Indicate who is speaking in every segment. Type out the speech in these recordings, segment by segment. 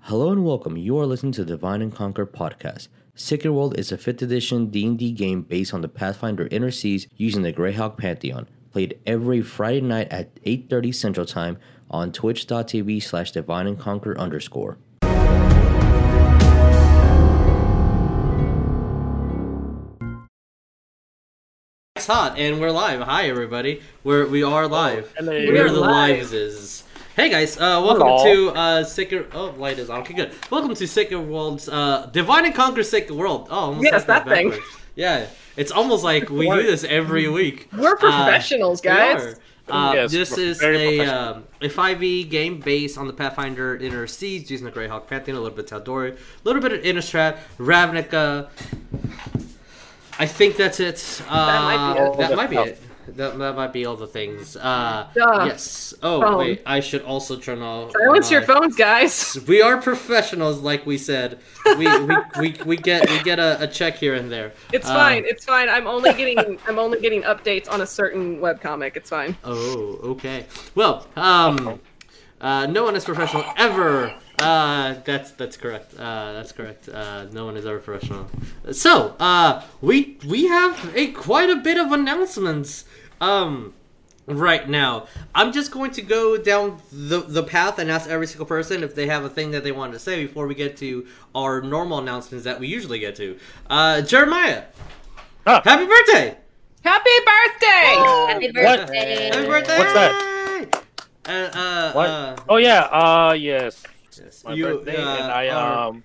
Speaker 1: Hello and welcome. You are listening to the Divine and Conquer podcast. Secret World is a 5th edition D&D game based on the Pathfinder Inner Seas using the Greyhawk Pantheon. Played every Friday night at 8.30 Central Time on twitch.tv slash divine and conquer underscore.
Speaker 2: It's hot, and we're live. Hi, everybody. We're we are live.
Speaker 3: Oh, Hello.
Speaker 2: We are the
Speaker 3: Live.
Speaker 2: liveses. Hey guys, uh, welcome
Speaker 3: Hello.
Speaker 2: to uh, Sicker. Oh, light is on. Okay, good. Welcome to Sicker World's uh, Divine and Conquer Sicker World. Oh, I almost
Speaker 3: Yes,
Speaker 2: said
Speaker 3: that thing.
Speaker 2: backwards. Yeah, it's almost like we do
Speaker 3: Work.
Speaker 2: this every week. Uh,
Speaker 3: We're professionals,
Speaker 2: We
Speaker 3: guys.
Speaker 2: are. Uh,
Speaker 3: Yes,
Speaker 2: this
Speaker 3: we're
Speaker 2: is
Speaker 3: very
Speaker 2: a um, a 5e game based on the Pathfinder Inner Seas using the Greyhawk Pantheon, a little bit of Tal'Dorei, a little bit of Innistrad, Ravnica. I think that's it. Uh,
Speaker 3: might be it.
Speaker 2: That might be it. That, that might be all the things. Uh,
Speaker 3: Duh.
Speaker 2: yes. Oh
Speaker 3: Phone.
Speaker 2: wait, I should also turn off.
Speaker 3: Silence your
Speaker 2: my-
Speaker 3: phones, guys.
Speaker 2: We are professionals, like we said. We we, we, we get we get a, a check here and there.
Speaker 3: It's
Speaker 2: Uh,
Speaker 3: fine. It's fine. I'm only getting I'm only getting updates on a certain webcomic. It's fine.
Speaker 2: Oh, okay. Well, um, uh, no one is professional ever. Uh, that's that's correct. Uh, that's correct. Uh, no one is ever professional. So, uh, we we have a quite a bit of announcements. Um, right now. I'm just going to go down the, the path and ask every single person if they have a thing that they wanted to say before we get to our normal announcements that we usually get to. Uh, Jeremiah,
Speaker 4: Huh.
Speaker 2: happy birthday!
Speaker 3: Happy birthday!
Speaker 5: Happy
Speaker 4: What?
Speaker 5: birthday.
Speaker 2: Happy birthday!
Speaker 4: What's
Speaker 2: Uh, uh,
Speaker 4: What?
Speaker 2: Uh,
Speaker 4: Oh yeah, uh yes.
Speaker 2: yes,
Speaker 4: My
Speaker 2: you,
Speaker 4: birthday
Speaker 2: uh,
Speaker 4: and I
Speaker 2: our,
Speaker 4: um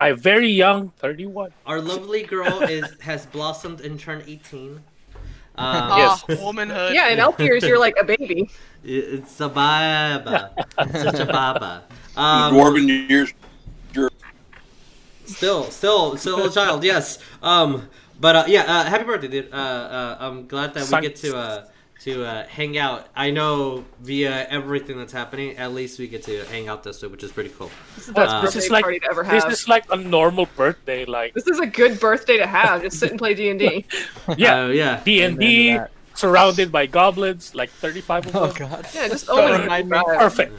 Speaker 4: I very young, thirty one.
Speaker 2: our lovely girl is has blossomed and turned 18. Um,
Speaker 4: Yes.
Speaker 6: Ah, womanhood.
Speaker 3: Yeah, in elf years you're like a baby.
Speaker 2: it- It's a baba. Such a baba.
Speaker 7: Um,
Speaker 2: Um,
Speaker 7: Dwarven years.
Speaker 2: still still still a child yes um but uh, yeah uh, happy birthday dude uh, uh i'm glad that
Speaker 4: Son-
Speaker 2: we get to uh to uh, hang out i know via everything that's happening at least we get to hang out this way which is pretty cool
Speaker 3: This is the best
Speaker 2: Uh,
Speaker 4: this
Speaker 3: birthday
Speaker 4: is like-
Speaker 3: party to ever have.
Speaker 4: This is like a normal birthday, like
Speaker 3: a good birthday to have. Just sit and play D and D.
Speaker 4: yeah,
Speaker 2: Uh, yeah
Speaker 4: D and D surrounded by goblins, like thirty five of them.
Speaker 6: god.
Speaker 3: Yeah, just only
Speaker 4: Remind
Speaker 3: drive.
Speaker 4: Perfect.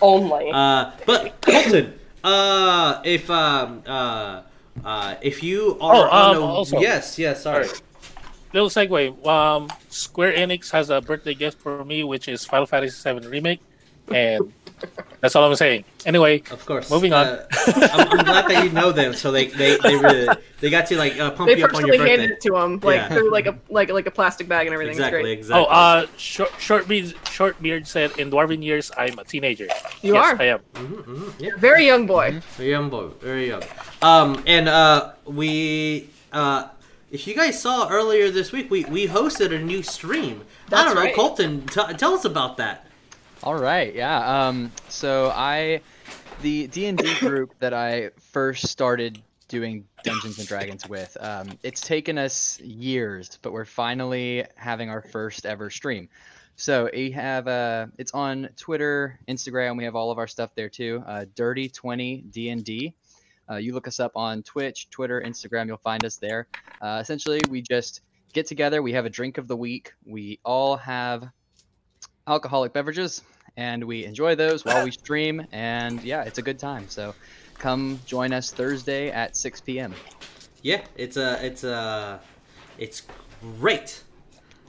Speaker 3: only.
Speaker 2: uh but colton uh if um uh uh if you are
Speaker 4: Oh,
Speaker 2: on
Speaker 4: um,
Speaker 2: a-
Speaker 4: also-
Speaker 2: yes yes sorry
Speaker 4: Sorry. Little segue. Um Square Enix has a birthday gift for me which is Final Fantasy VII remake. And that's all I'm saying. Anyway,
Speaker 2: of course
Speaker 4: Moving on.
Speaker 2: uh, I'm, I'm glad that you know them so they they they, really, they got to like uh, pump
Speaker 3: They
Speaker 2: you up on your
Speaker 3: personally handed
Speaker 2: birthday
Speaker 3: it to him, like
Speaker 2: Yeah.
Speaker 3: through like a like like a plastic bag and everything.
Speaker 2: exactly
Speaker 3: It's
Speaker 2: exactly
Speaker 4: oh uh short short beard short beard said in Dwarven years I'm a teenager.
Speaker 3: great. You
Speaker 4: yes,
Speaker 3: are
Speaker 4: I am.
Speaker 2: Mhm, mhm, yeah.
Speaker 3: very young boy.
Speaker 2: Very young boy, very young. Um, and uh, we, uh, if you guys saw earlier this week, we, we hosted a new stream. I
Speaker 3: That's
Speaker 2: don't know,
Speaker 3: right.
Speaker 2: Colton, t- tell us about that.
Speaker 6: All right, yeah. Um, so I, the D and D group that I first started doing Dungeons and Dragons with, um, it's taken us years, but we're finally having our first ever stream. So we have, uh, it's on Twitter, Instagram. We have all of our stuff there too. Uh, Dirty Twenty D and D. Uh, you look us up on Twitch, Twitter, Instagram. You'll find us there. Uh, essentially, we just get together. We have a drink of the week. We all have alcoholic beverages and we enjoy those while we stream and yeah it's a good time so come join us thursday at 6 p.m
Speaker 2: Yeah, it's a, it's a, it's great.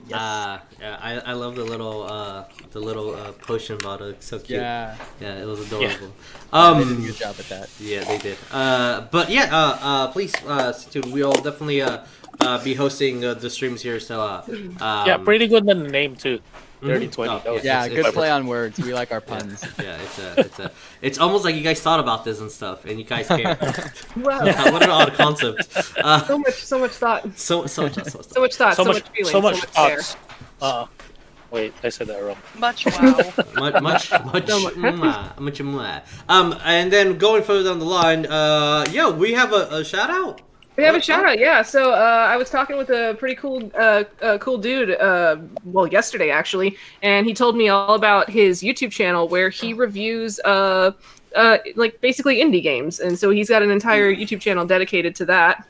Speaker 2: Yes. Uh, yeah, I, I love the little uh, the little uh, potion bottle. It's so cute.
Speaker 6: yeah
Speaker 2: Yeah, it was adorable. Um,
Speaker 6: good job at that
Speaker 2: Yeah, they did. Uh, but yeah, uh, uh, please, uh, stay tuned. We'll definitely uh, uh, be hosting uh, the streams here. So uh, um,
Speaker 4: Yeah, pretty good in the name too.
Speaker 2: Mhm.
Speaker 4: Dirty twenty.
Speaker 2: Oh,
Speaker 4: that was-
Speaker 6: yeah
Speaker 2: it's-
Speaker 6: good
Speaker 2: it's-
Speaker 6: play on words we like our puns
Speaker 2: Yeah, it's a, it's a, it's almost like you guys thought about this and stuff, and you guys care.
Speaker 3: Wow,
Speaker 2: what an odd concept. Uh,
Speaker 3: so much so much thought,
Speaker 2: so so so, so,
Speaker 3: so much thought, so,
Speaker 4: so much,
Speaker 3: feeling,
Speaker 4: so much
Speaker 3: care.
Speaker 4: thoughts. Uh, wait, I said that wrong.
Speaker 5: Much wow.
Speaker 2: much much much
Speaker 3: So much.
Speaker 2: mwah, much mwah. Um, and then going further down the line, uh, yeah, we have a, a shout out.
Speaker 3: We have a
Speaker 2: What?
Speaker 3: shout out, yeah. So uh, I was talking with a pretty cool, uh, uh, cool dude. Uh, well, yesterday actually, and he told me all about his YouTube channel where he reviews, uh, uh, like basically indie games, and so he's got an entire YouTube channel dedicated to that.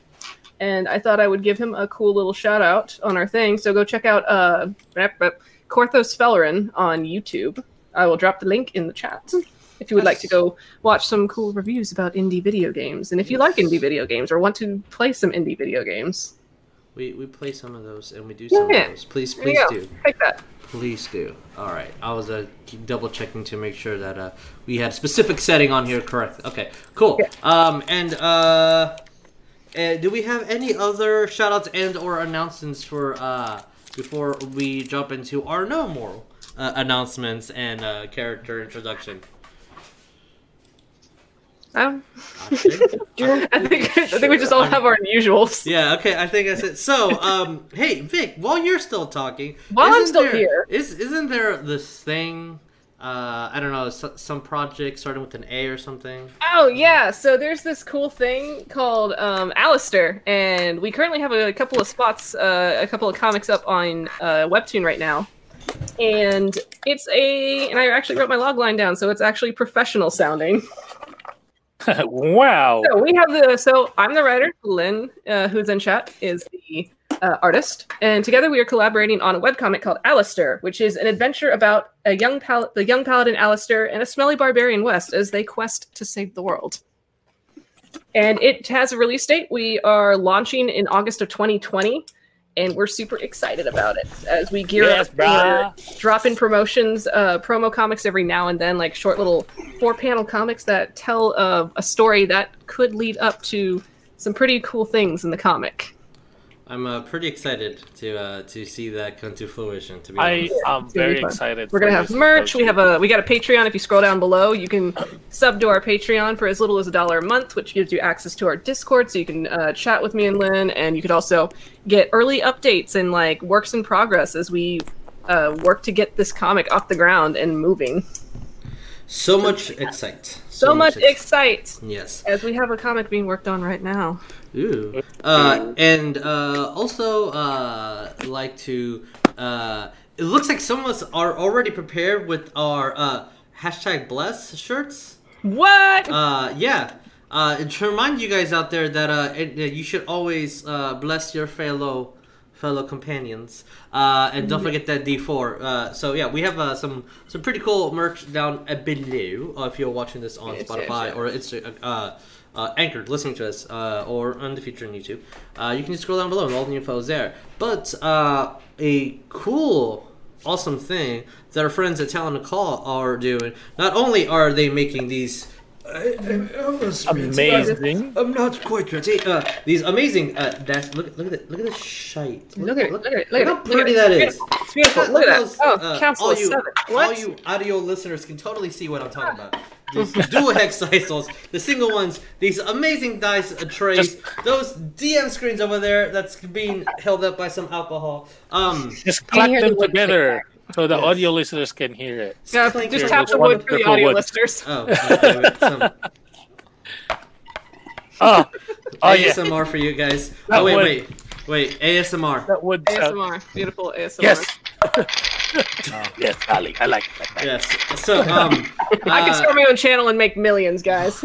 Speaker 3: And I thought I would give him a cool little shout out on our thing. So go check out uh, rap- rap- Korthos Fellerin on YouTube. I will drop the link in the chat. if you would like to go watch some cool reviews about indie video games, and if you like indie video games or want to play some indie video games,
Speaker 2: We we play some of those and we do some
Speaker 3: Yeah.
Speaker 2: of those. Please
Speaker 3: there you
Speaker 2: please
Speaker 3: go.
Speaker 2: do.
Speaker 3: Take that.
Speaker 2: Please do. All right. I was uh, keep double checking to make sure that uh, we had a specific setting on here correct. Okay. Cool.
Speaker 3: Yeah.
Speaker 2: Um and uh, uh do we have any other shout outs and or announcements for uh before we jump into our no more uh, announcements and uh, character introduction?
Speaker 3: I, don't,
Speaker 2: I think-
Speaker 3: I think I think we just all have our unusuals.
Speaker 2: Yeah, okay, I think that's it. So, um, hey, Vic, while you're still talking,
Speaker 3: While I'm
Speaker 2: isn't
Speaker 3: still
Speaker 2: there-
Speaker 3: here.
Speaker 2: is isn't there this thing? Uh, I don't know, so, some project starting with an A or something.
Speaker 3: Oh yeah, so there's this cool thing called um, Alistair, and we currently have a, couple of spots, uh, a couple of comics up on uh, Webtoon right now, and it's a, and I actually wrote my log line down, so it's actually professional sounding.
Speaker 4: wow.
Speaker 3: So we have the, so I'm the writer, Lynn, uh, who's in chat, is the uh, artist, and together we are collaborating on a webcomic called Alistair, which is an adventure about a young pal- the young paladin Alistair and a smelly barbarian West as they quest to save the world. And it has a release date. We are launching in August of 2020, and we're super excited about it as we gear
Speaker 4: Yes,
Speaker 3: up
Speaker 4: brah.
Speaker 3: for drop in promotions, uh, promo comics every now and then, like short little four panel comics that tell uh, a story that could lead up to some pretty cool things in the comic.
Speaker 2: I'm uh, pretty excited to uh, to see that come to fruition. To be
Speaker 4: I
Speaker 2: honest.
Speaker 4: am
Speaker 3: gonna be
Speaker 4: very
Speaker 3: fun.
Speaker 4: excited. for
Speaker 3: We're gonna have
Speaker 4: this
Speaker 3: merch. We
Speaker 4: project.
Speaker 3: have a we got a Patreon. If you scroll down below, you can sub to our Patreon for as little as a dollar a month, which gives you access to our Discord, so you can uh, chat with me and Lynn, and you could also get early updates and like works in progress as we uh, work to get this comic off the ground and moving.
Speaker 2: so much excite.
Speaker 3: So, much
Speaker 2: excite.
Speaker 3: excite
Speaker 2: yes.
Speaker 3: as we have a comic being worked on right now.
Speaker 2: Ooh. Uh, and uh, also uh, like to. Uh, it looks like some of us are already prepared with our uh, hashtag bless shirts.
Speaker 3: What?
Speaker 2: uh, yeah. Uh, and to remind you guys out there that uh, it, that you should always uh, bless your fellow fellow companions, uh, and
Speaker 3: Mm-hmm.
Speaker 2: don't forget that D four. Uh, so yeah, we have uh, some some pretty cool merch down uh, below uh, if you're watching this on
Speaker 3: Yes, yes,
Speaker 2: Spotify
Speaker 3: yes.
Speaker 2: or it's uh, uh, anchored listening to us uh, or on the future on YouTube. Uh, you can just scroll down below and all the info is there. But uh, a cool, awesome thing that our friends at Talon and Call are doing. Not only are they making these. I, I almost
Speaker 4: amazing.
Speaker 2: I'm not quite ready. Uh, these amazing. Uh, that's look. Look at it. Look at the shite.
Speaker 3: Look at it! Look at it! Look at it!
Speaker 2: how
Speaker 3: look at
Speaker 2: pretty
Speaker 3: it,
Speaker 2: that
Speaker 3: look at
Speaker 2: is.
Speaker 3: it, It's beautiful. Look at that!
Speaker 2: those,
Speaker 3: Oh,
Speaker 2: uh,
Speaker 3: council
Speaker 2: all
Speaker 3: of
Speaker 2: you,
Speaker 3: seven.
Speaker 2: all
Speaker 3: What?
Speaker 2: you audio listeners can totally see what I'm talking about. These dual hex isles, the single ones, these amazing dice uh, trays, those DM screens over there that's being held up by some alcohol. Um,
Speaker 4: Just
Speaker 5: Can you
Speaker 4: clap
Speaker 5: hear
Speaker 4: them
Speaker 5: the wood
Speaker 4: together so the
Speaker 2: Yes.
Speaker 4: audio listeners can hear it.
Speaker 3: Yeah,
Speaker 2: clank
Speaker 3: just
Speaker 2: your-
Speaker 3: tap the
Speaker 4: One
Speaker 3: wood for the
Speaker 4: triple
Speaker 3: audio
Speaker 4: wood.
Speaker 3: listeners.
Speaker 2: Oh, oh, damn it. some
Speaker 4: Oh, oh yeah,
Speaker 2: ASMR for you guys.
Speaker 4: That
Speaker 2: Oh wait,
Speaker 4: would-
Speaker 2: wait, wait, ASMR.
Speaker 4: that would sound-
Speaker 3: ASMR, beautiful ASMR.
Speaker 4: Yes. yes, I like, I like that.
Speaker 2: Yes. So um,
Speaker 3: I could
Speaker 2: uh,
Speaker 3: start my own channel and make millions, guys.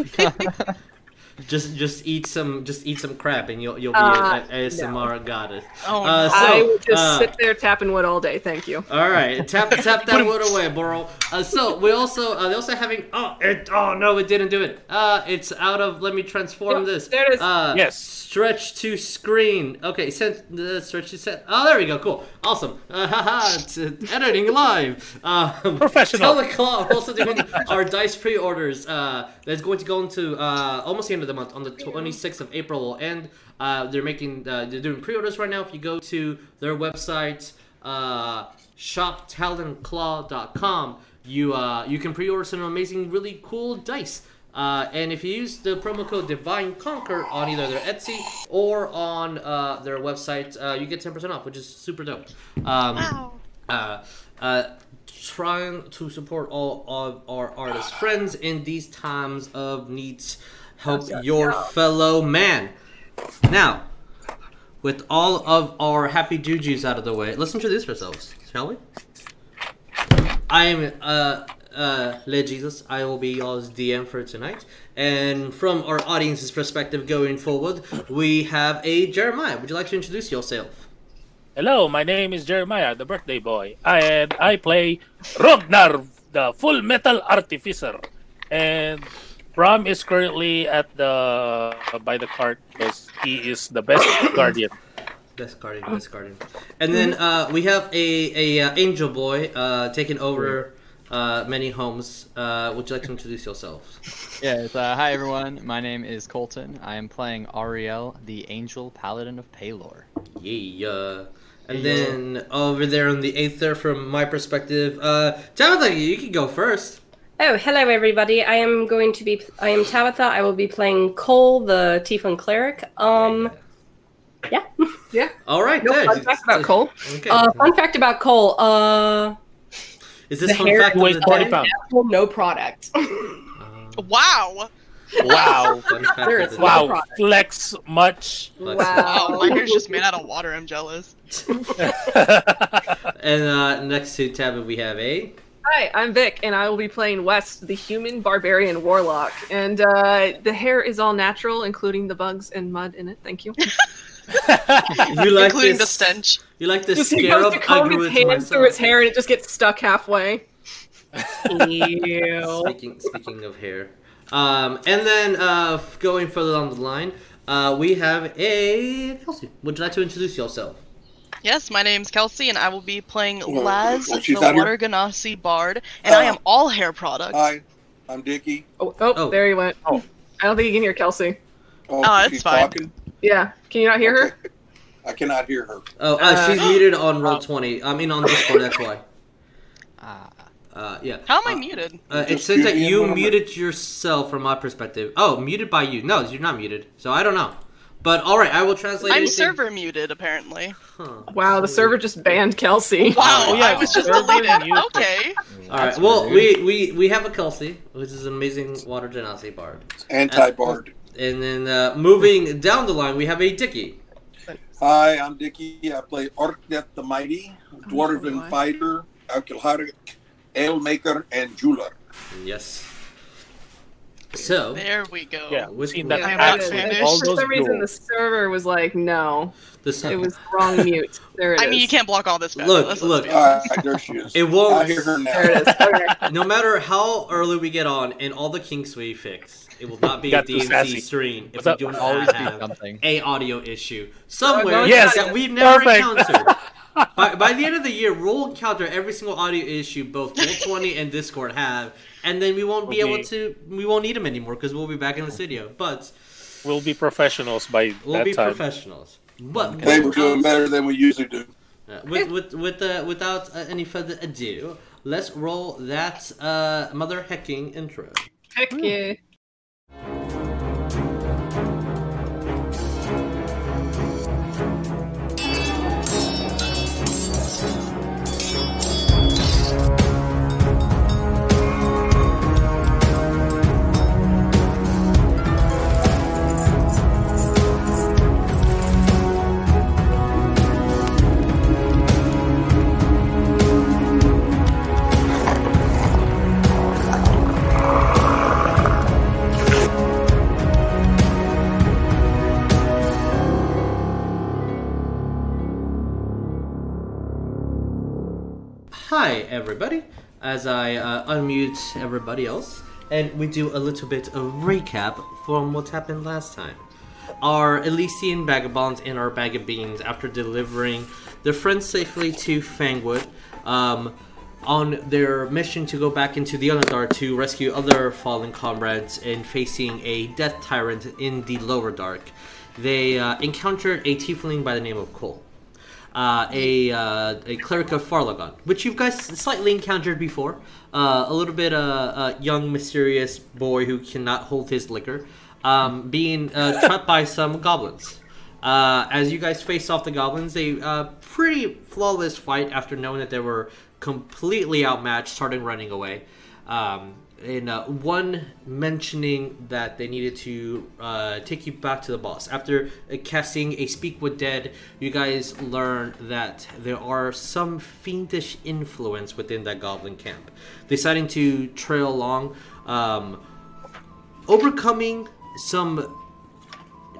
Speaker 2: Just just eat some just eat some crap and you'll you'll be
Speaker 3: Uh,
Speaker 2: an ASMR goddess.
Speaker 6: Oh,
Speaker 2: Uh,
Speaker 6: no.
Speaker 2: so,
Speaker 3: I would just
Speaker 2: uh,
Speaker 3: sit there tapping wood all day. Thank you.
Speaker 2: All right, tap tap that wood away, Boral. Uh, so we also uh, they're also having oh it oh no it didn't do it. Uh, it's out of. Let me transform
Speaker 3: Yep,
Speaker 2: this.
Speaker 3: there it is.
Speaker 2: Uh,
Speaker 4: Yes.
Speaker 2: Stretch to screen. Okay, sent the stretch to set. Oh, there we go. Cool. Awesome. Uh, haha, it's, uh, editing live. Um,
Speaker 4: Professional.
Speaker 2: Teleclaw are also doing our dice pre-orders. Uh, that's going to go into uh, almost the end of the month. On the 26th of April will end. Uh, they're making uh, they're doing pre-orders right now. If you go to their website, uh, shoptalonclaw.com, you uh, you can pre-order some amazing, really cool dice. Uh, and if you use the promo code Divine Conquer on either their Etsy or on uh, their website, uh, you get 10% off, which is super dope. Um, uh, uh, trying to support all of our artist friends in these times of needs. Help your fellow man. Now, with all of our happy juju's out of the way, let's introduce ourselves, shall we? I am uh, uh, Led Jesus. I will be y'all's DM for tonight. And from our audience's perspective going forward, we have a Jeremiah. Would you like to introduce yourself?
Speaker 4: Hello, my name is Jeremiah, the birthday boy, and I play Rognar, the Full Metal Artificer, and Brom is currently at the by the cart because he is the best guardian.
Speaker 2: Best
Speaker 3: Ah.
Speaker 2: guardian, best guardian. And then
Speaker 3: Mm-hmm.
Speaker 2: uh, we have a, a uh, angel boy uh, taking over uh, many homes. Uh, would you like to introduce yourself?
Speaker 6: Yes. Uh, hi everyone. My name is Colton. I am playing Ariel, the Angel Paladin of Palor.
Speaker 2: Yeah. And then over there on the eighth there, from my perspective, uh, Tabitha, you can go first.
Speaker 5: Oh, hello everybody. I am going to be I am Tabitha. I will be playing Cole, the Tiefling cleric. Um yeah.
Speaker 3: Yeah.
Speaker 2: All right.
Speaker 3: No
Speaker 2: there.
Speaker 3: fun fact about Cole.
Speaker 2: Okay.
Speaker 5: Uh, fun fact about Cole, uh
Speaker 2: Is this
Speaker 5: the
Speaker 2: fun
Speaker 5: hair
Speaker 2: fact of
Speaker 4: weighs
Speaker 2: the
Speaker 4: 40
Speaker 2: day?
Speaker 4: pounds.
Speaker 5: well, no product.
Speaker 2: Uh,
Speaker 7: Wow.
Speaker 4: Wow!
Speaker 2: fun fact of
Speaker 5: There
Speaker 2: the
Speaker 5: is
Speaker 2: day.
Speaker 5: one.
Speaker 4: wow! Flex much.
Speaker 3: Uh,
Speaker 7: Wow.
Speaker 5: wow.
Speaker 7: Oh, My hair's just made out of water. I'm jealous.
Speaker 2: And uh, next to Tabitha, we have a.
Speaker 3: Hi, I'm Vic, and I will be playing West, the human barbarian warlock. And uh, the hair is all natural, including the bugs and mud in it. Thank you.
Speaker 2: You like
Speaker 7: including
Speaker 2: this,
Speaker 7: the stench.
Speaker 2: You like this
Speaker 3: Just he
Speaker 2: scarab?
Speaker 3: goes to
Speaker 2: I
Speaker 3: comb
Speaker 2: grew
Speaker 3: his
Speaker 2: it
Speaker 3: hand
Speaker 2: myself.
Speaker 3: through his hair, and it just gets stuck halfway. Ew.
Speaker 2: Speaking speaking of hair, um, and then uh, f- going further down the line, uh, we have a Kelsey. Would you like to introduce yourself?
Speaker 7: Yes, my name's Kelsey, and I will be playing
Speaker 8: Well,
Speaker 7: Laz,
Speaker 8: well,
Speaker 7: the
Speaker 8: she's out here.
Speaker 7: Water Ganassi Bard, and I am all hair products.
Speaker 8: Hi, I'm Dickie.
Speaker 3: Oh, oh,
Speaker 2: Oh.
Speaker 3: there he went.
Speaker 4: Oh.
Speaker 3: I don't think you can hear Kelsey.
Speaker 8: Oh,
Speaker 7: Oh,
Speaker 8: she's
Speaker 7: it's fine.
Speaker 8: talking.
Speaker 3: Yeah. Can you not hear her?
Speaker 8: I cannot hear her.
Speaker 2: Oh, uh,
Speaker 3: Uh,
Speaker 2: she's muted on roll twenty. I mean on Discord. That's why.
Speaker 6: Ah.
Speaker 2: Uh, yeah.
Speaker 7: How am I
Speaker 2: Uh,
Speaker 7: muted?
Speaker 2: Uh, it
Speaker 8: Just
Speaker 2: says that
Speaker 8: mute me
Speaker 2: you
Speaker 8: and-
Speaker 2: muted yourself from my perspective. Oh, muted by you. No, you're not muted. So I don't know. But all right, I will translate.
Speaker 7: I'm
Speaker 2: anything-
Speaker 7: server muted, apparently.
Speaker 2: Huh.
Speaker 3: Wow, the server just banned Kelsey.
Speaker 7: Wow,
Speaker 4: Oh, yeah,
Speaker 7: I was just
Speaker 4: server
Speaker 7: deleted.
Speaker 4: muted.
Speaker 7: Okay.
Speaker 2: All right. Well, we, we we have a Kelsey, which is an amazing water genasi bard.
Speaker 8: Anti Bard.
Speaker 2: And then uh, moving down the line, we have a Dicky.
Speaker 8: Hi, I'm Dickie. I play Orknet the Mighty,
Speaker 7: Oh,
Speaker 8: Dwarven
Speaker 7: my.
Speaker 8: Fighter, Alkilharic, Ale Maker, and Jeweler.
Speaker 2: Yes. So
Speaker 7: There we go.
Speaker 4: Yeah,
Speaker 2: With-
Speaker 4: seen that
Speaker 2: Yeah,
Speaker 4: accent.
Speaker 7: Spanish.
Speaker 4: All
Speaker 3: For
Speaker 4: those
Speaker 3: some reason, the
Speaker 4: jewels.
Speaker 3: server was like, no,
Speaker 2: this
Speaker 3: it was the wrong mute. There it is.
Speaker 7: I mean, you can't block all this. Bad
Speaker 2: Look,
Speaker 7: let's-
Speaker 2: look.
Speaker 7: Let's be honest.
Speaker 8: Ah, there she is.
Speaker 2: It won't-
Speaker 8: I hear her
Speaker 3: There
Speaker 8: now.
Speaker 3: it is. Okay.
Speaker 2: no matter how early we get on and all the kinks we fix, it will not be a
Speaker 4: Got too
Speaker 2: DMC
Speaker 4: sassy.
Speaker 2: stream if
Speaker 4: What's
Speaker 2: we
Speaker 4: up?
Speaker 2: do not
Speaker 6: Always be
Speaker 2: have
Speaker 6: something.
Speaker 2: a audio issue somewhere
Speaker 3: no,
Speaker 4: Yes.
Speaker 2: that we've never
Speaker 4: Perfect.
Speaker 2: encountered. by, by the end of the year, we'll encounter every single audio issue both Roll Twenty and Discord have, and then we won't be
Speaker 4: Okay.
Speaker 2: able to. We won't need them anymore because we'll be back in the studio. But
Speaker 4: We'll be professionals by
Speaker 2: we'll
Speaker 4: Oh. that
Speaker 2: be
Speaker 4: time.
Speaker 2: professionals. But
Speaker 8: They were doing better than we usually do.
Speaker 2: Uh, with with with uh, without uh, any further ado, let's roll that uh, mother hecking intro.
Speaker 3: Heck yeah.
Speaker 2: Hi everybody, as I uh, unmute everybody else, and we do a little bit of recap from what happened last time. Our Elysian vagabonds and our bag of beans, after delivering their friends safely to Fangwood, um, on their mission to go back into the Underdark to rescue other fallen comrades and facing a death tyrant in the Lower Dark, they uh, encountered a tiefling by the name of Cole uh, a, uh, a cleric of Farlagon, which you guys slightly encountered before. Uh, a little bit uh, uh, young, mysterious boy who cannot hold his liquor, um, being uh, trapped by some goblins. Uh, as you guys face off the goblins, a uh, pretty flawless fight after knowing that they were completely outmatched, starting running away. Um, and uh, one mentioning that they needed to uh, take you back to the boss. After uh, casting a Speak with Dead, you guys learn that there are some fiendish influence within that goblin camp. Deciding to trail along, um, overcoming some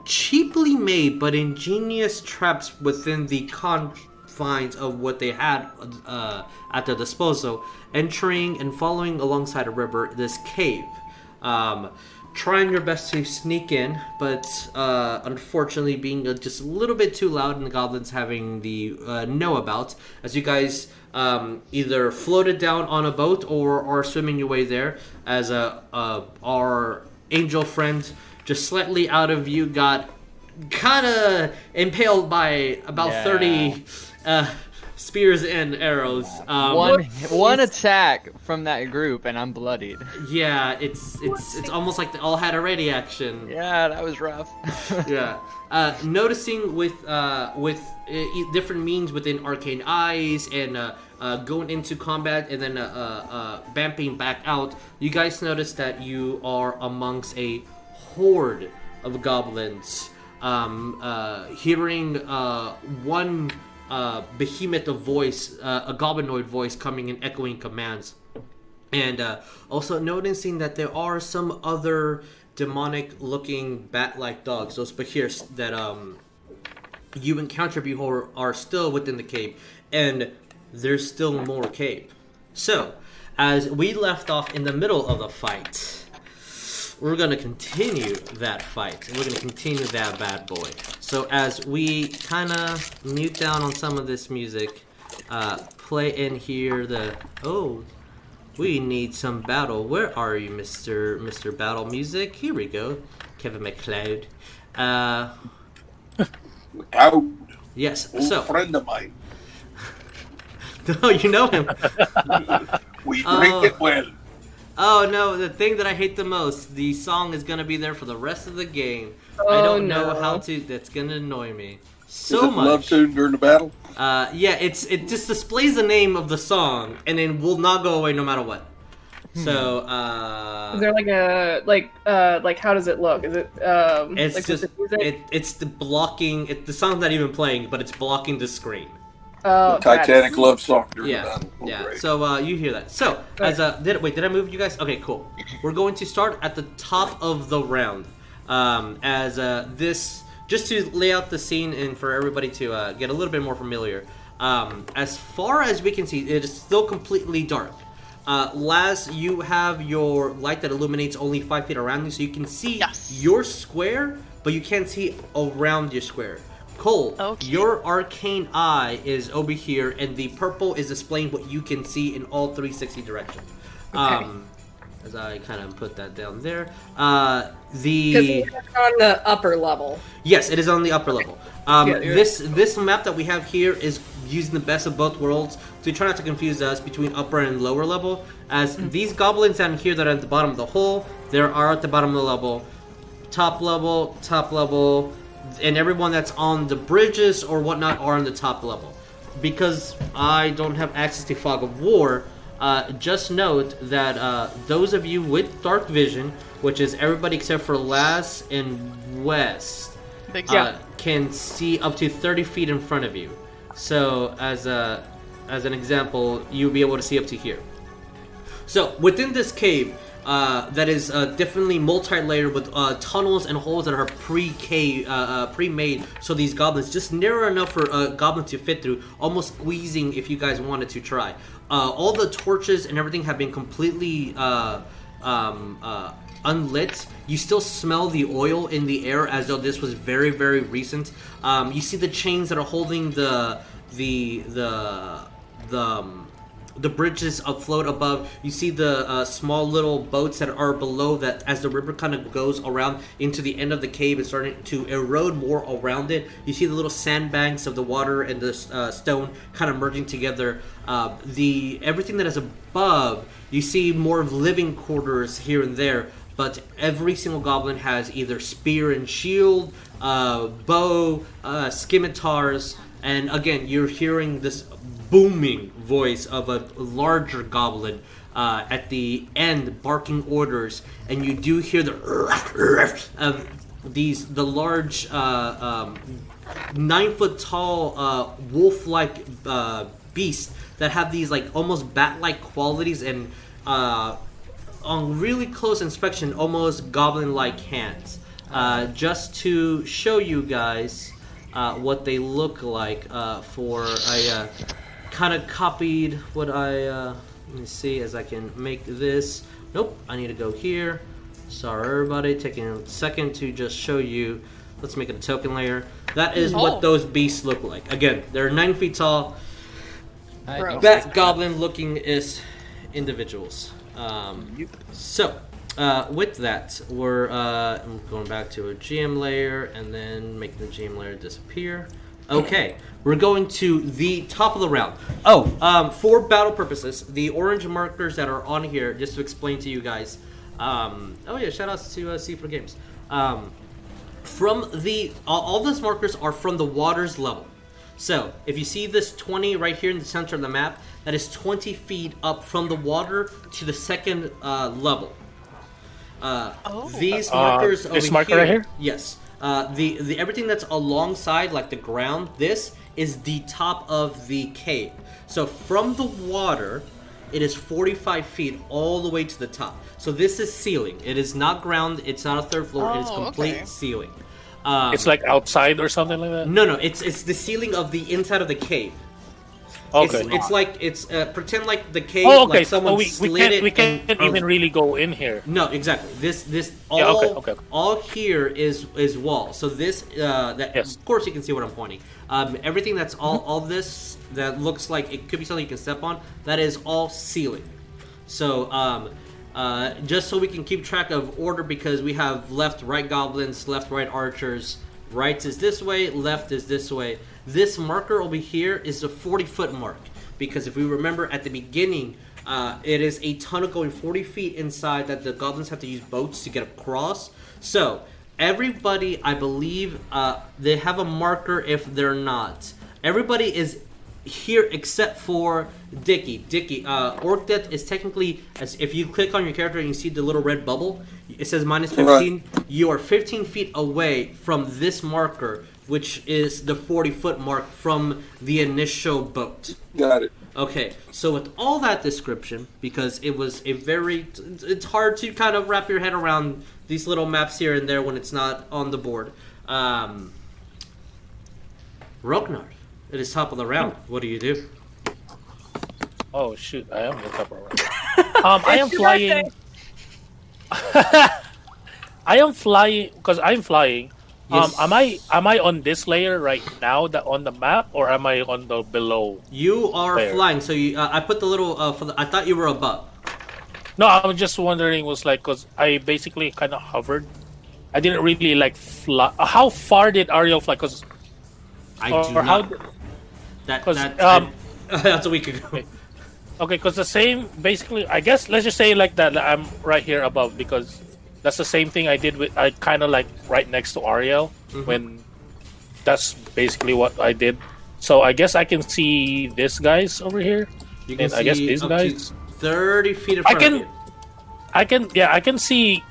Speaker 2: cheaply made but ingenious traps within the confines of what they had uh, at their disposal, entering and following alongside a river this cave um, trying your best to sneak in, but uh, unfortunately being uh, just a little bit too loud and the goblins having the uh, know about as you guys um, either floated down on a boat or are swimming your way there as a, uh our angel friend just slightly out of you got kind of impaled by about
Speaker 6: Yeah.
Speaker 2: 30 uh, spears and arrows. Um,
Speaker 6: one one attack from that group and I'm bloodied.
Speaker 2: Yeah, it's it's it's almost like they all had a ready action.
Speaker 6: Yeah, that was rough.
Speaker 2: yeah. Uh, noticing with uh, with uh, e- different means within arcane eyes and uh, uh, going into combat and then uh, uh, uh, vamping back out, you guys notice that you are amongst a horde of goblins. Um, uh, hearing uh, one uh, behemoth of voice, uh, a goblinoid voice coming and echoing commands and uh, also noticing that there are some other demonic looking bat like dogs those bahirs that um you encounter before are still within the cave and there's still more cave so as we left off in the middle of the fight we're gonna continue that fight and we're gonna continue that bad boy so as we kind of mute down on some of this music uh play in here the oh we need some battle. Where are you, Mister Mister Battle Music? Here we go, Kevin McLeod. Uh,
Speaker 8: Out,
Speaker 2: yes.
Speaker 8: old
Speaker 2: So,
Speaker 8: friend of mine.
Speaker 2: oh, you know him.
Speaker 8: We
Speaker 2: Oh.
Speaker 8: drink it well.
Speaker 2: Oh no, the thing that I hate the most. The song is gonna be there for the rest of the game. I
Speaker 3: Oh,
Speaker 2: don't know
Speaker 3: no.
Speaker 2: how to. That's gonna annoy me
Speaker 8: Is
Speaker 2: so
Speaker 8: it the
Speaker 2: much.
Speaker 8: love tune during the battle?
Speaker 2: Uh, yeah, it's it just displays the name of the song, and then will not go away no matter what. So uh,
Speaker 3: Hmm. Is there like a like uh like how does it look? Is it um
Speaker 2: It's
Speaker 3: like with
Speaker 2: just
Speaker 3: the music?
Speaker 2: it, it's the blocking. It, the song's not even playing, but it's blocking the screen.
Speaker 3: oh,
Speaker 8: the Titanic
Speaker 3: that's-
Speaker 8: love song during the
Speaker 2: Yeah,
Speaker 8: battle. Oh,
Speaker 2: yeah.
Speaker 8: great.
Speaker 2: So uh, you hear that? So as uh, did wait? Did I move you guys? Okay, cool. We're going to start at the top of the round. Um, as uh, this, just to lay out the scene and for everybody to uh, get a little bit more familiar. Um, as far as we can see, it is still completely dark. Uh, Laz, you have your light that illuminates only five feet around you, so you can see
Speaker 7: Yes.
Speaker 2: your square, but you can't see around your square. Cole,
Speaker 7: Okay.
Speaker 2: your arcane eye is over here, and the purple is displaying what you can see in all 360 directions. Um, as I kind of put that down there. Uh,
Speaker 5: Because
Speaker 2: the
Speaker 5: it's on the upper level.
Speaker 2: Yes, it is on the upper level. Um,
Speaker 3: Yeah, you're-
Speaker 2: this this map that we have here is using the best of both worlds to try not to confuse us between upper and lower level. As
Speaker 3: Mm-hmm.
Speaker 2: these goblins down here that are at the bottom of the hole, there are at the bottom of the level, top level, top level, and everyone that's on the bridges or whatnot are on the top level. Because I don't have access to Fog of War, uh, just note that uh, those of you with Dark Vision, which is everybody except for Lass and West,
Speaker 7: Big
Speaker 2: uh, can see up to 30 feet in front of you. So, as a as an example, you'll be able to see up to here. So, within this cave, uh, that is uh, definitely multi-layered with uh, tunnels and holes that are pre-cave, uh, uh, pre-made. So these goblins just narrow enough for uh, goblins to fit through, almost squeezing if you guys wanted to try. Uh, all the torches and everything have been completely uh, um, uh, unlit. You still smell the oil in the air as though this was very, very recent. Um, you see the chains that are holding the the the the. Um, the bridges afloat above. You see the uh, small little boats that are below that as the river kind of goes around into the end of the cave and starting to erode more around it. You see the little sandbanks of the water and the uh, stone kind of merging together. Uh, the everything that is above, you see more of living quarters here and there. But every single goblin has either spear and shield, uh, bow, uh, scimitars, and again, you're hearing this booming voice of a larger goblin uh, at the end barking orders, and you do hear the of these the large uh, um, nine foot tall uh, wolf like uh, beasts that have these like almost bat like qualities and uh, on really close inspection almost goblin like hands. Uh, just to show you guys uh, what they look like uh, for I uh, kind of copied what I uh, let me see as I can make this. Nope, I need to go here. Sorry, everybody. Taking a second to just show you. Let's make it a token layer. That is
Speaker 7: Oh.
Speaker 2: what those beasts look like. Again, they're nine feet tall.
Speaker 6: I
Speaker 7: Gross.
Speaker 6: think
Speaker 2: Bat goblin looking is individuals. Um,
Speaker 6: Yep.
Speaker 2: So, uh, with that, we're uh, I'm going back to a GM layer and then making the GM layer disappear. Okay, we're going to the top of the round. Oh, um, for battle purposes, the orange markers that are on here, just to explain to you guys. Um, oh yeah, shout outs to uh, C4 Games. Um, from the all, all those markers are from the water's level. So if you see this 20 right here in the center of the map, that is 20 feet up from the water to the second uh, level. Uh,
Speaker 7: Oh.
Speaker 2: These
Speaker 4: Uh,
Speaker 2: markers
Speaker 4: this
Speaker 2: over
Speaker 4: marker
Speaker 2: here,
Speaker 4: right here?
Speaker 2: Yes. Uh, the, the everything that's alongside, like the ground, this is the top of the cave. So from the water, it is 45 feet all the way to the top. So this is ceiling. It is not ground. It's not a third floor. it is
Speaker 7: Oh,
Speaker 2: complete
Speaker 7: okay.
Speaker 2: ceiling. Um,
Speaker 4: It's like outside or something like that.
Speaker 2: no, no. It's it's the ceiling of the inside of the cave.
Speaker 4: Okay.
Speaker 2: It's, it's like it's uh, pretend like the cave.
Speaker 4: oh, okay.
Speaker 2: Like someone
Speaker 4: so we,
Speaker 2: slid
Speaker 4: we can't
Speaker 2: it
Speaker 4: we can't
Speaker 2: and- Oh.
Speaker 4: even really go in here.
Speaker 2: No, exactly. This this all
Speaker 4: Yeah, okay, okay.
Speaker 2: all here is is wall. So this uh, that
Speaker 4: Yes.
Speaker 2: of course you can see what I'm pointing. Um, everything that's all all this that looks like it could be something you can step on. That is all ceiling. So um, uh, just so we can keep track of order because we have left right goblins, left right archers. Right is this way, left is this way. This marker over here is the 40 foot mark because if we remember at the beginning, uh, it is a tunnel going 40 feet inside that the goblins have to use boats to get across. So everybody, I believe, uh, they have a marker if they're not. Everybody is here except for Dicky. Dicky, uh, Orc Death is technically, as if you click on your character and you see the little red bubble, it says minus 15. You are 15 feet away from this marker, which is the 40 foot mark from the initial boat.
Speaker 8: Got it.
Speaker 2: Okay, so with all that description, because it was a very, it's hard to kind of wrap your head around these little maps here and there when it's not on the board. Um, Rognar, it is top of the round. What do you do?
Speaker 4: Oh shoot! I am the top right. Um, I am
Speaker 3: It's your birthday.
Speaker 4: flying. I am flying because I'm flying. Um,
Speaker 2: Yes.
Speaker 4: am I am I on this layer right now that on the map or am I on the below?
Speaker 2: You are
Speaker 4: There.
Speaker 2: flying, so you, uh, I put the little. Uh, for the, I thought you were above.
Speaker 4: No, I was just wondering was like because I basically kind of hovered. I didn't really like fly. How far did Ariel fly? Because
Speaker 2: I
Speaker 4: Uh, or,
Speaker 2: do
Speaker 4: or how?
Speaker 2: not. that,
Speaker 4: 'cause,
Speaker 2: that,
Speaker 4: um,
Speaker 2: that's a week ago.
Speaker 4: Okay, because the same basically. I guess let's just say like that. like, I'm right here above because that's the same thing I did with. I kind of like right next to Ariel
Speaker 2: Mm-hmm.
Speaker 4: when. That's basically what I did. So I guess I can see this guys over here.
Speaker 2: You
Speaker 4: and I guess these
Speaker 2: up
Speaker 4: guys-
Speaker 2: to thirty feet in
Speaker 4: I
Speaker 2: front
Speaker 4: can-
Speaker 2: of you.
Speaker 4: I can yeah, I can see.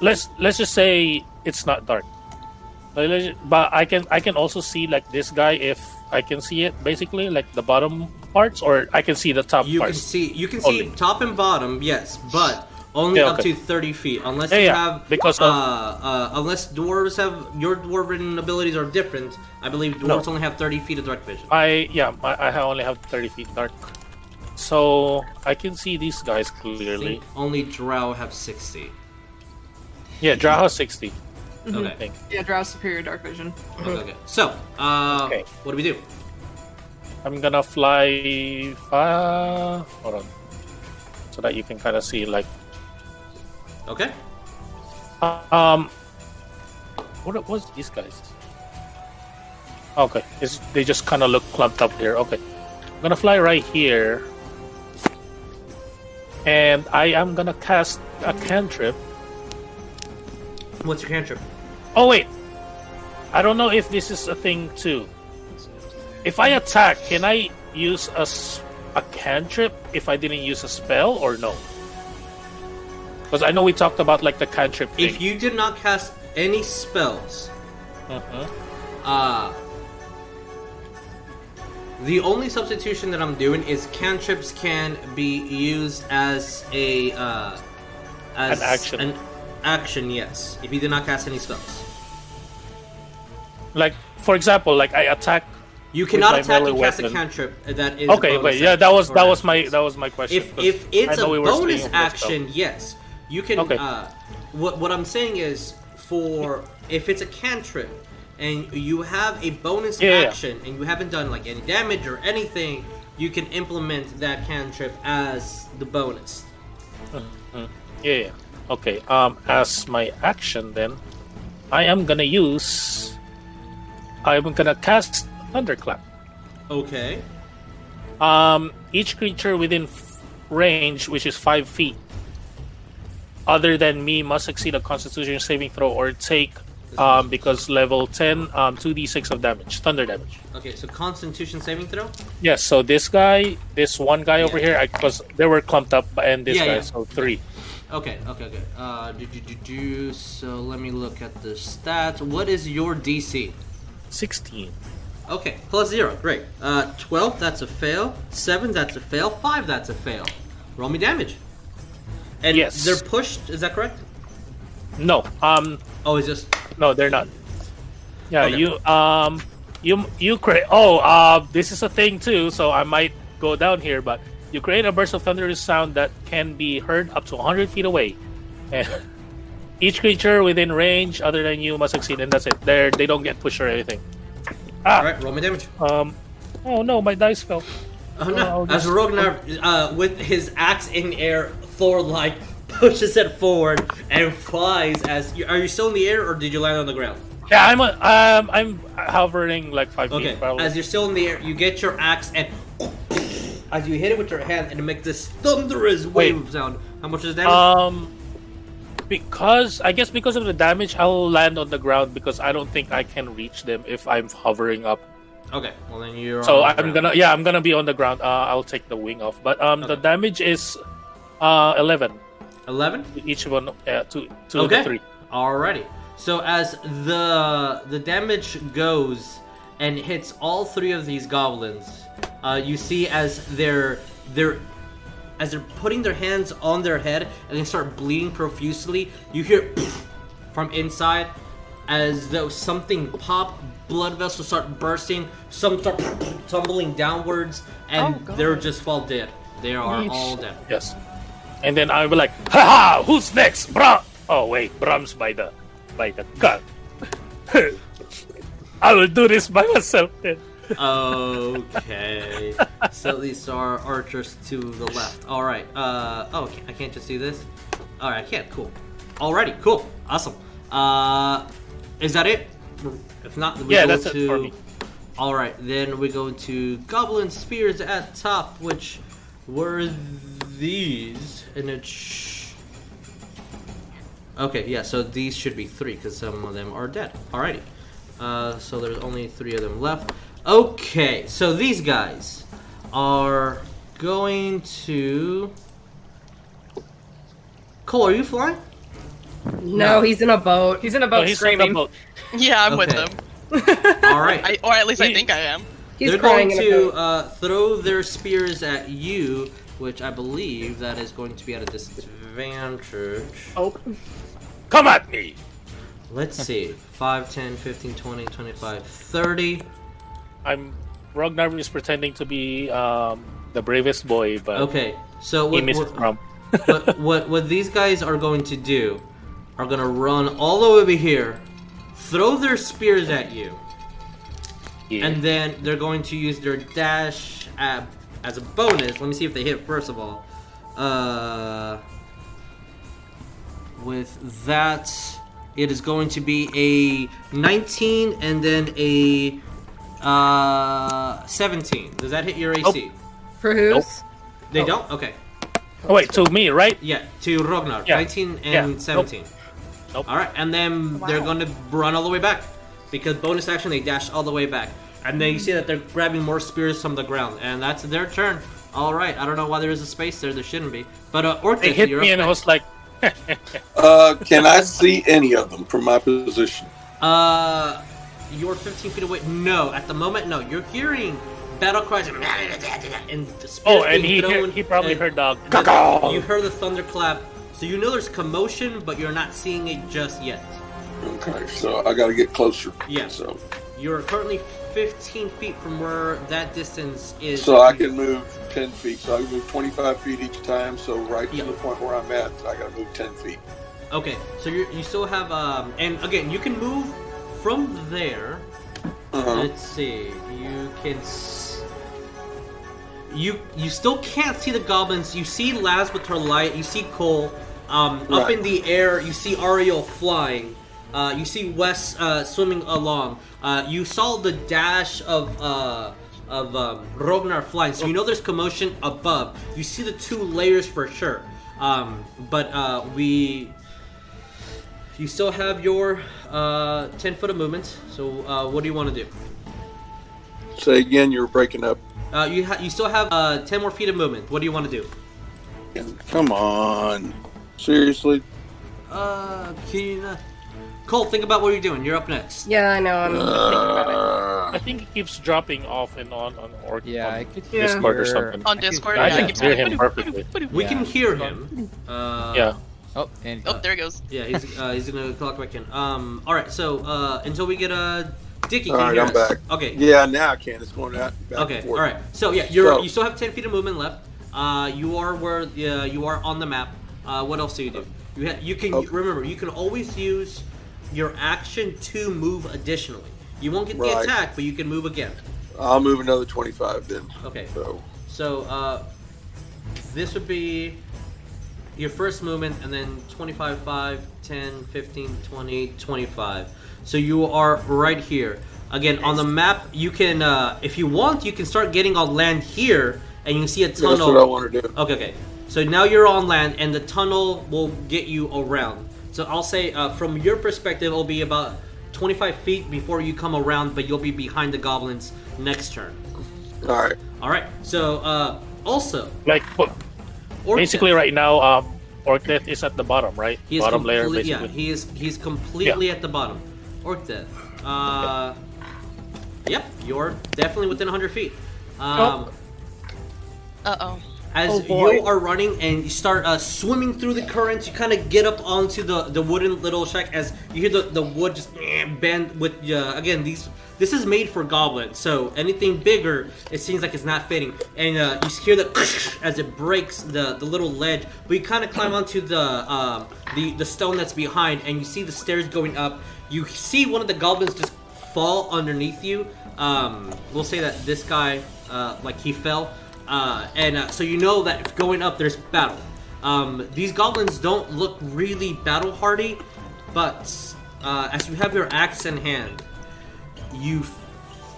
Speaker 4: Let's let's just say it's not dark, Like, let's ju- but I can I can also see like this guy if I can see it basically like the bottom parts or I can see the top
Speaker 2: You can
Speaker 4: parts.
Speaker 2: see you can
Speaker 4: Only.
Speaker 2: see top and bottom, yes, but only
Speaker 4: Yeah,
Speaker 2: up to
Speaker 4: okay.
Speaker 2: thirty feet, unless
Speaker 4: Yeah,
Speaker 2: you
Speaker 4: yeah,
Speaker 2: have
Speaker 4: because
Speaker 2: uh,
Speaker 4: of-
Speaker 2: uh, unless dwarves have your dwarven abilities are different. I believe dwarves only have thirty feet of dark vision.
Speaker 4: I yeah, I, I ha- only have thirty feet dark, so I can see these guys
Speaker 2: I
Speaker 4: clearly.
Speaker 2: think only drow have sixty.
Speaker 4: Yeah, Draho sixty. I
Speaker 2: Okay.
Speaker 4: think.
Speaker 3: Yeah, Drow Superior Dark Vision.
Speaker 2: okay, okay. So, uh,
Speaker 4: Okay.
Speaker 2: what do we do?
Speaker 4: I'm gonna fly far. Hold on, so that you can kind of see like
Speaker 2: Okay.
Speaker 4: Um, what was these guys? Okay, it's, they just kind of look clumped up here. Okay, I'm gonna fly right here, and I am gonna cast a cantrip.
Speaker 2: What's your cantrip?
Speaker 4: Oh wait, I don't know if this is a thing too. If I attack, can I use a s- a cantrip if I didn't use a spell or no? Because I know we talked about like the cantrip thing.
Speaker 2: If you did not cast any spells,
Speaker 4: Mhm.
Speaker 2: Uh, the only substitution that I'm doing is cantrips can be used as a uh, as
Speaker 4: An action.
Speaker 2: An action, yes. If you did not cast any spells,
Speaker 4: Like for example, like I attack.
Speaker 2: you cannot
Speaker 4: my
Speaker 2: attack and
Speaker 4: melee
Speaker 2: cast a
Speaker 4: weapon.
Speaker 2: cantrip that is. a
Speaker 4: Okay,
Speaker 2: bonus
Speaker 4: wait, yeah,
Speaker 2: action
Speaker 4: that was
Speaker 2: or
Speaker 4: that
Speaker 2: an
Speaker 4: was my
Speaker 2: action.
Speaker 4: that was my question.
Speaker 2: If
Speaker 4: 'cause
Speaker 2: if
Speaker 4: I
Speaker 2: it's a
Speaker 4: know we were
Speaker 2: bonus
Speaker 4: speaking about
Speaker 2: action, yes, you can.
Speaker 4: Okay.
Speaker 2: Uh, what what I'm saying is for if it's a cantrip and you have a bonus
Speaker 4: Yeah, yeah, yeah.
Speaker 2: action and you haven't done like any damage or anything, you can implement that cantrip as the bonus.
Speaker 4: Yeah, yeah. Okay. Um, as my action, then I am gonna use. I'm gonna cast thunderclap.
Speaker 2: Okay.
Speaker 4: Um, each creature within f- range, which is five feet, other than me, must succeed a Constitution saving throw or take, um, because level ten, um, two d six of damage, thunder damage.
Speaker 2: Okay, so Constitution saving throw.
Speaker 4: Yes. So this guy, this one guy over here, I because they were clumped up, and this
Speaker 2: Yeah,
Speaker 4: guy,
Speaker 2: yeah.
Speaker 4: so three.
Speaker 2: Okay, okay, okay. Uh, do do do do. So let me look at the stats. What is your DC?
Speaker 4: 16.
Speaker 2: Okay, plus zero. Great. Uh, twelve. That's a fail. Seven. That's a fail. Five. That's a fail. Roll me damage. And
Speaker 4: Yes.
Speaker 2: they're pushed. Is that correct?
Speaker 4: No, um,
Speaker 2: Oh, it's just
Speaker 4: no, they're not. Yeah,
Speaker 2: Okay.
Speaker 4: you, um, you, you create. Oh, uh, this is a thing too. So I might go down here, but you create a burst of thunderous sound that can be heard up to 100 feet away, and each creature within range other than you must succeed, and that's it. They're they don't get pushed or anything.
Speaker 2: all right. Roll me damage.
Speaker 4: Um, oh no, my dice fell.
Speaker 2: Oh no!
Speaker 4: Oh,
Speaker 2: As
Speaker 4: just-
Speaker 2: Rognar, uh, with his axe in air, Thor-like pushes it forward and flies. As you, are you still in the air, or did you land on the ground?
Speaker 4: Yeah, I'm a, um, I'm hovering like five
Speaker 2: Okay.
Speaker 4: feet. Probably.
Speaker 2: As you're still in the air, you get your axe and as you hit it with your hand, and it makes this thunderous
Speaker 4: Wait.
Speaker 2: wave sound. How much is damage?
Speaker 4: Um, because I guess because of the damage, I'll land on the ground because I don't think I can reach them if I'm hovering up.
Speaker 2: okay. Well, then you're.
Speaker 4: So
Speaker 2: on the
Speaker 4: I'm
Speaker 2: ground.
Speaker 4: gonna yeah, I'm gonna be on the ground. Uh, I'll take the wing off, but um, the
Speaker 2: Okay.
Speaker 4: damage is uh eleven
Speaker 2: eleven.
Speaker 4: to each one. Uh, to two of the
Speaker 2: Okay.
Speaker 4: three.
Speaker 2: Alrighty. So as the the damage goes and hits all three of these goblins, uh, you see as they're they're as they're putting their hands on their head and they start bleeding profusely. You hear from inside as though something popped. Blood vessels start bursting. Some start tumbling downwards, and
Speaker 6: Oh, God.
Speaker 2: they're just fall dead. They are
Speaker 6: Yeesh.
Speaker 2: all dead.
Speaker 4: Yes, and then I'll be like, haha, who's next, bruh? Oh wait, Brahm's by the by the gun. I will do this by myself then.
Speaker 2: okay. So these are archers to the left. All right. Uh, oh, I can't- I can't just do this. All right, I can't. Cool. Alrighty, cool. Awesome. Uh, is that it? If not, we
Speaker 4: Yeah,
Speaker 2: go
Speaker 4: that's it
Speaker 2: to.
Speaker 4: for me.
Speaker 2: All right, then we go to goblin spears at top, which were these, and it. Sh- Okay, yeah, so these should be three because some of them are dead. Alrighty. Uh, so there's only three of them left. Okay, so these guys are going to. Cole, are you flying?
Speaker 5: No, he's in a boat.
Speaker 3: He's in a
Speaker 4: Oh,
Speaker 3: boat
Speaker 4: he's on the
Speaker 3: screaming.
Speaker 4: boat.
Speaker 7: Yeah, I'm with
Speaker 2: Okay.
Speaker 7: them.
Speaker 2: Alright.
Speaker 7: I, or at least I
Speaker 4: Ye-
Speaker 7: think I am.
Speaker 5: He's
Speaker 2: They're
Speaker 5: crying in
Speaker 2: going
Speaker 5: a
Speaker 2: to
Speaker 5: boat.
Speaker 2: uh, throw their spears at you, which I believe that is going to be at a disadvantage.
Speaker 3: Oh,
Speaker 4: Come at me.
Speaker 2: Let's see. 5, 10, 15, 20, 25, 30.
Speaker 4: I'm Ragnar is pretending to be um, the bravest boy, but
Speaker 2: Okay, so
Speaker 4: he
Speaker 2: what,
Speaker 4: misses
Speaker 2: what,
Speaker 4: from.
Speaker 2: what, what, what these guys are going to do are going to run all the way over here, throw their spears at you,
Speaker 4: Yeah.
Speaker 2: and then they're going to use their dash ab as a bonus. Let me see if they hit first of all. Uh, with that, it is going to be a 19 and then a uh, 17. Does that hit your AC?
Speaker 5: For who's?
Speaker 2: They don't. Okay.
Speaker 4: oh, wait, to me, right?
Speaker 2: Yeah, to Rognar.
Speaker 4: Yeah.
Speaker 2: 19 and
Speaker 4: Yeah. Nope.
Speaker 2: 17.
Speaker 4: Nope.
Speaker 2: All right, and then they're going to run all the way back because bonus action they dash all the way back. And
Speaker 4: Mm-hmm.
Speaker 2: then you see that they're grabbing more spears from the ground, and that's their turn. All right, I don't know why there is a space there. There shouldn't be. But uh, Orcus,
Speaker 4: They hit
Speaker 2: you're
Speaker 4: me,
Speaker 2: up
Speaker 4: and I
Speaker 2: next.
Speaker 4: was like,
Speaker 8: Uh, can I see any of them from my position?
Speaker 2: Uh, you're 15 feet away. No, at the moment, no. You're hearing battle cries and, and spears
Speaker 4: "Oh," and
Speaker 2: being
Speaker 4: he
Speaker 2: thrown,
Speaker 4: heard, he probably
Speaker 2: and-
Speaker 4: heard the
Speaker 2: And
Speaker 4: "Caw-caw."
Speaker 2: You heard the thunderclap, so you know there's commotion, but you're not seeing it just yet.
Speaker 8: Okay, so I gotta get closer.
Speaker 2: Yeah.
Speaker 8: So,
Speaker 2: You're currently 15 feet from where that distance is.
Speaker 8: so I can move ten feet. So I can move twenty-five feet each time. So right to
Speaker 2: Yeah.
Speaker 8: the point where I'm at, I gotta move ten feet.
Speaker 2: Okay, so you you still have um, and again you can move from there.
Speaker 8: Uh-huh.
Speaker 2: Let's see, you can. S- you you still can't see the goblins. You see Laz with her light. You see Cole um, up
Speaker 8: Right.
Speaker 2: in the air. You see Ariel flying. Uh, you see Wes uh, swimming along. Uh, you saw the dash of uh, of um, Rognar flying. So you know there's commotion above. You see the two layers for sure. Um, but uh, we you still have your uh, 10 foot of movement, so uh, what do you want to do?
Speaker 8: Mm-hmm. Say again, you're breaking up.
Speaker 2: Uh, you ha- you still have uh, 10 more feet of movement. What do you want to do?
Speaker 8: again. Come on. Seriously?
Speaker 2: Uh, can you not- Cole, think about what you're doing. You're up next.
Speaker 5: Yeah, I know. I'm thinking about
Speaker 8: Uh,
Speaker 4: I think it keeps dropping off and on on or
Speaker 6: Yeah,
Speaker 4: on
Speaker 6: I could
Speaker 3: Yeah.
Speaker 6: hear-
Speaker 4: Discord or something.
Speaker 7: On Discord,
Speaker 4: I
Speaker 7: yeah,
Speaker 4: can
Speaker 7: keeps
Speaker 4: hear
Speaker 7: going,
Speaker 4: him
Speaker 7: "Ba-doop,
Speaker 4: perfectly.
Speaker 7: ba-doop, ba-doop."
Speaker 2: We can hear him. Uh,
Speaker 4: Yeah.
Speaker 6: Oh, and
Speaker 7: Oh, there he goes.
Speaker 2: Yeah, he's, uh, he's gonna clock back in. Um, all right. So uh, until we get uh, Dicky,
Speaker 8: All
Speaker 2: can you
Speaker 8: right,
Speaker 2: hear
Speaker 8: I'm
Speaker 2: us?
Speaker 8: back.
Speaker 2: Okay.
Speaker 8: Yeah, now I can. It's going out. Back
Speaker 2: Okay.
Speaker 8: And
Speaker 2: All
Speaker 8: forth.
Speaker 2: right. So yeah, you're
Speaker 8: So-
Speaker 2: you still have 10 feet of movement left. Uh, you are where uh, you are on the map. Uh, what else do you do? You ha- you can
Speaker 8: Okay.
Speaker 2: remember you can always use your action to move additionally. You won't get the
Speaker 8: Right.
Speaker 2: attack, but you can move again.
Speaker 8: I'll move another 25 then.
Speaker 2: Okay.
Speaker 8: So,
Speaker 2: So uh, this would be your first movement, and then 25, 5, 10, 15, 20, 25. So you are right here. Again, on the map, you can, uh, if you want, you can start getting on land here, and you can see a
Speaker 8: yeah, that's what I
Speaker 2: tunnel.
Speaker 8: want to do.
Speaker 2: Okay, okay. So now you're on land, and the tunnel will get you around. So I'll say, uh, from your perspective, it'll be about 25 feet before you come around, but you'll be behind the goblins next turn.
Speaker 8: All right.
Speaker 2: All right. So uh, also,
Speaker 4: Like but
Speaker 2: Orc
Speaker 4: basically right now, um Orcdet is at the bottom, right?
Speaker 2: he is
Speaker 4: bottom layer
Speaker 2: complete-
Speaker 4: basically.
Speaker 2: Yeah, he is he's completely at the bottom. Orc death. Uh, Yep, you're definitely within 100 feet. Um,
Speaker 4: Oh.
Speaker 7: Uh oh.
Speaker 2: As
Speaker 5: Oh, boy.
Speaker 2: you are running and you start uh, swimming through the currents, you kind of get up onto the, the wooden little shack as you hear the, the wood just eh, bend with uh, again these this is made for goblins so anything bigger it seems like it's not fitting and uh, you hear the as it breaks the, the little ledge but you kind of climb onto the um, the the stone that's behind and you see the stairs going up you see one of the goblins just fall underneath you um, we'll say that this guy uh, like he fell uh, and uh, so you know that if going up there's battle. Um, these goblins don't look really battle hardy, but uh, as you have your axe in hand, you f-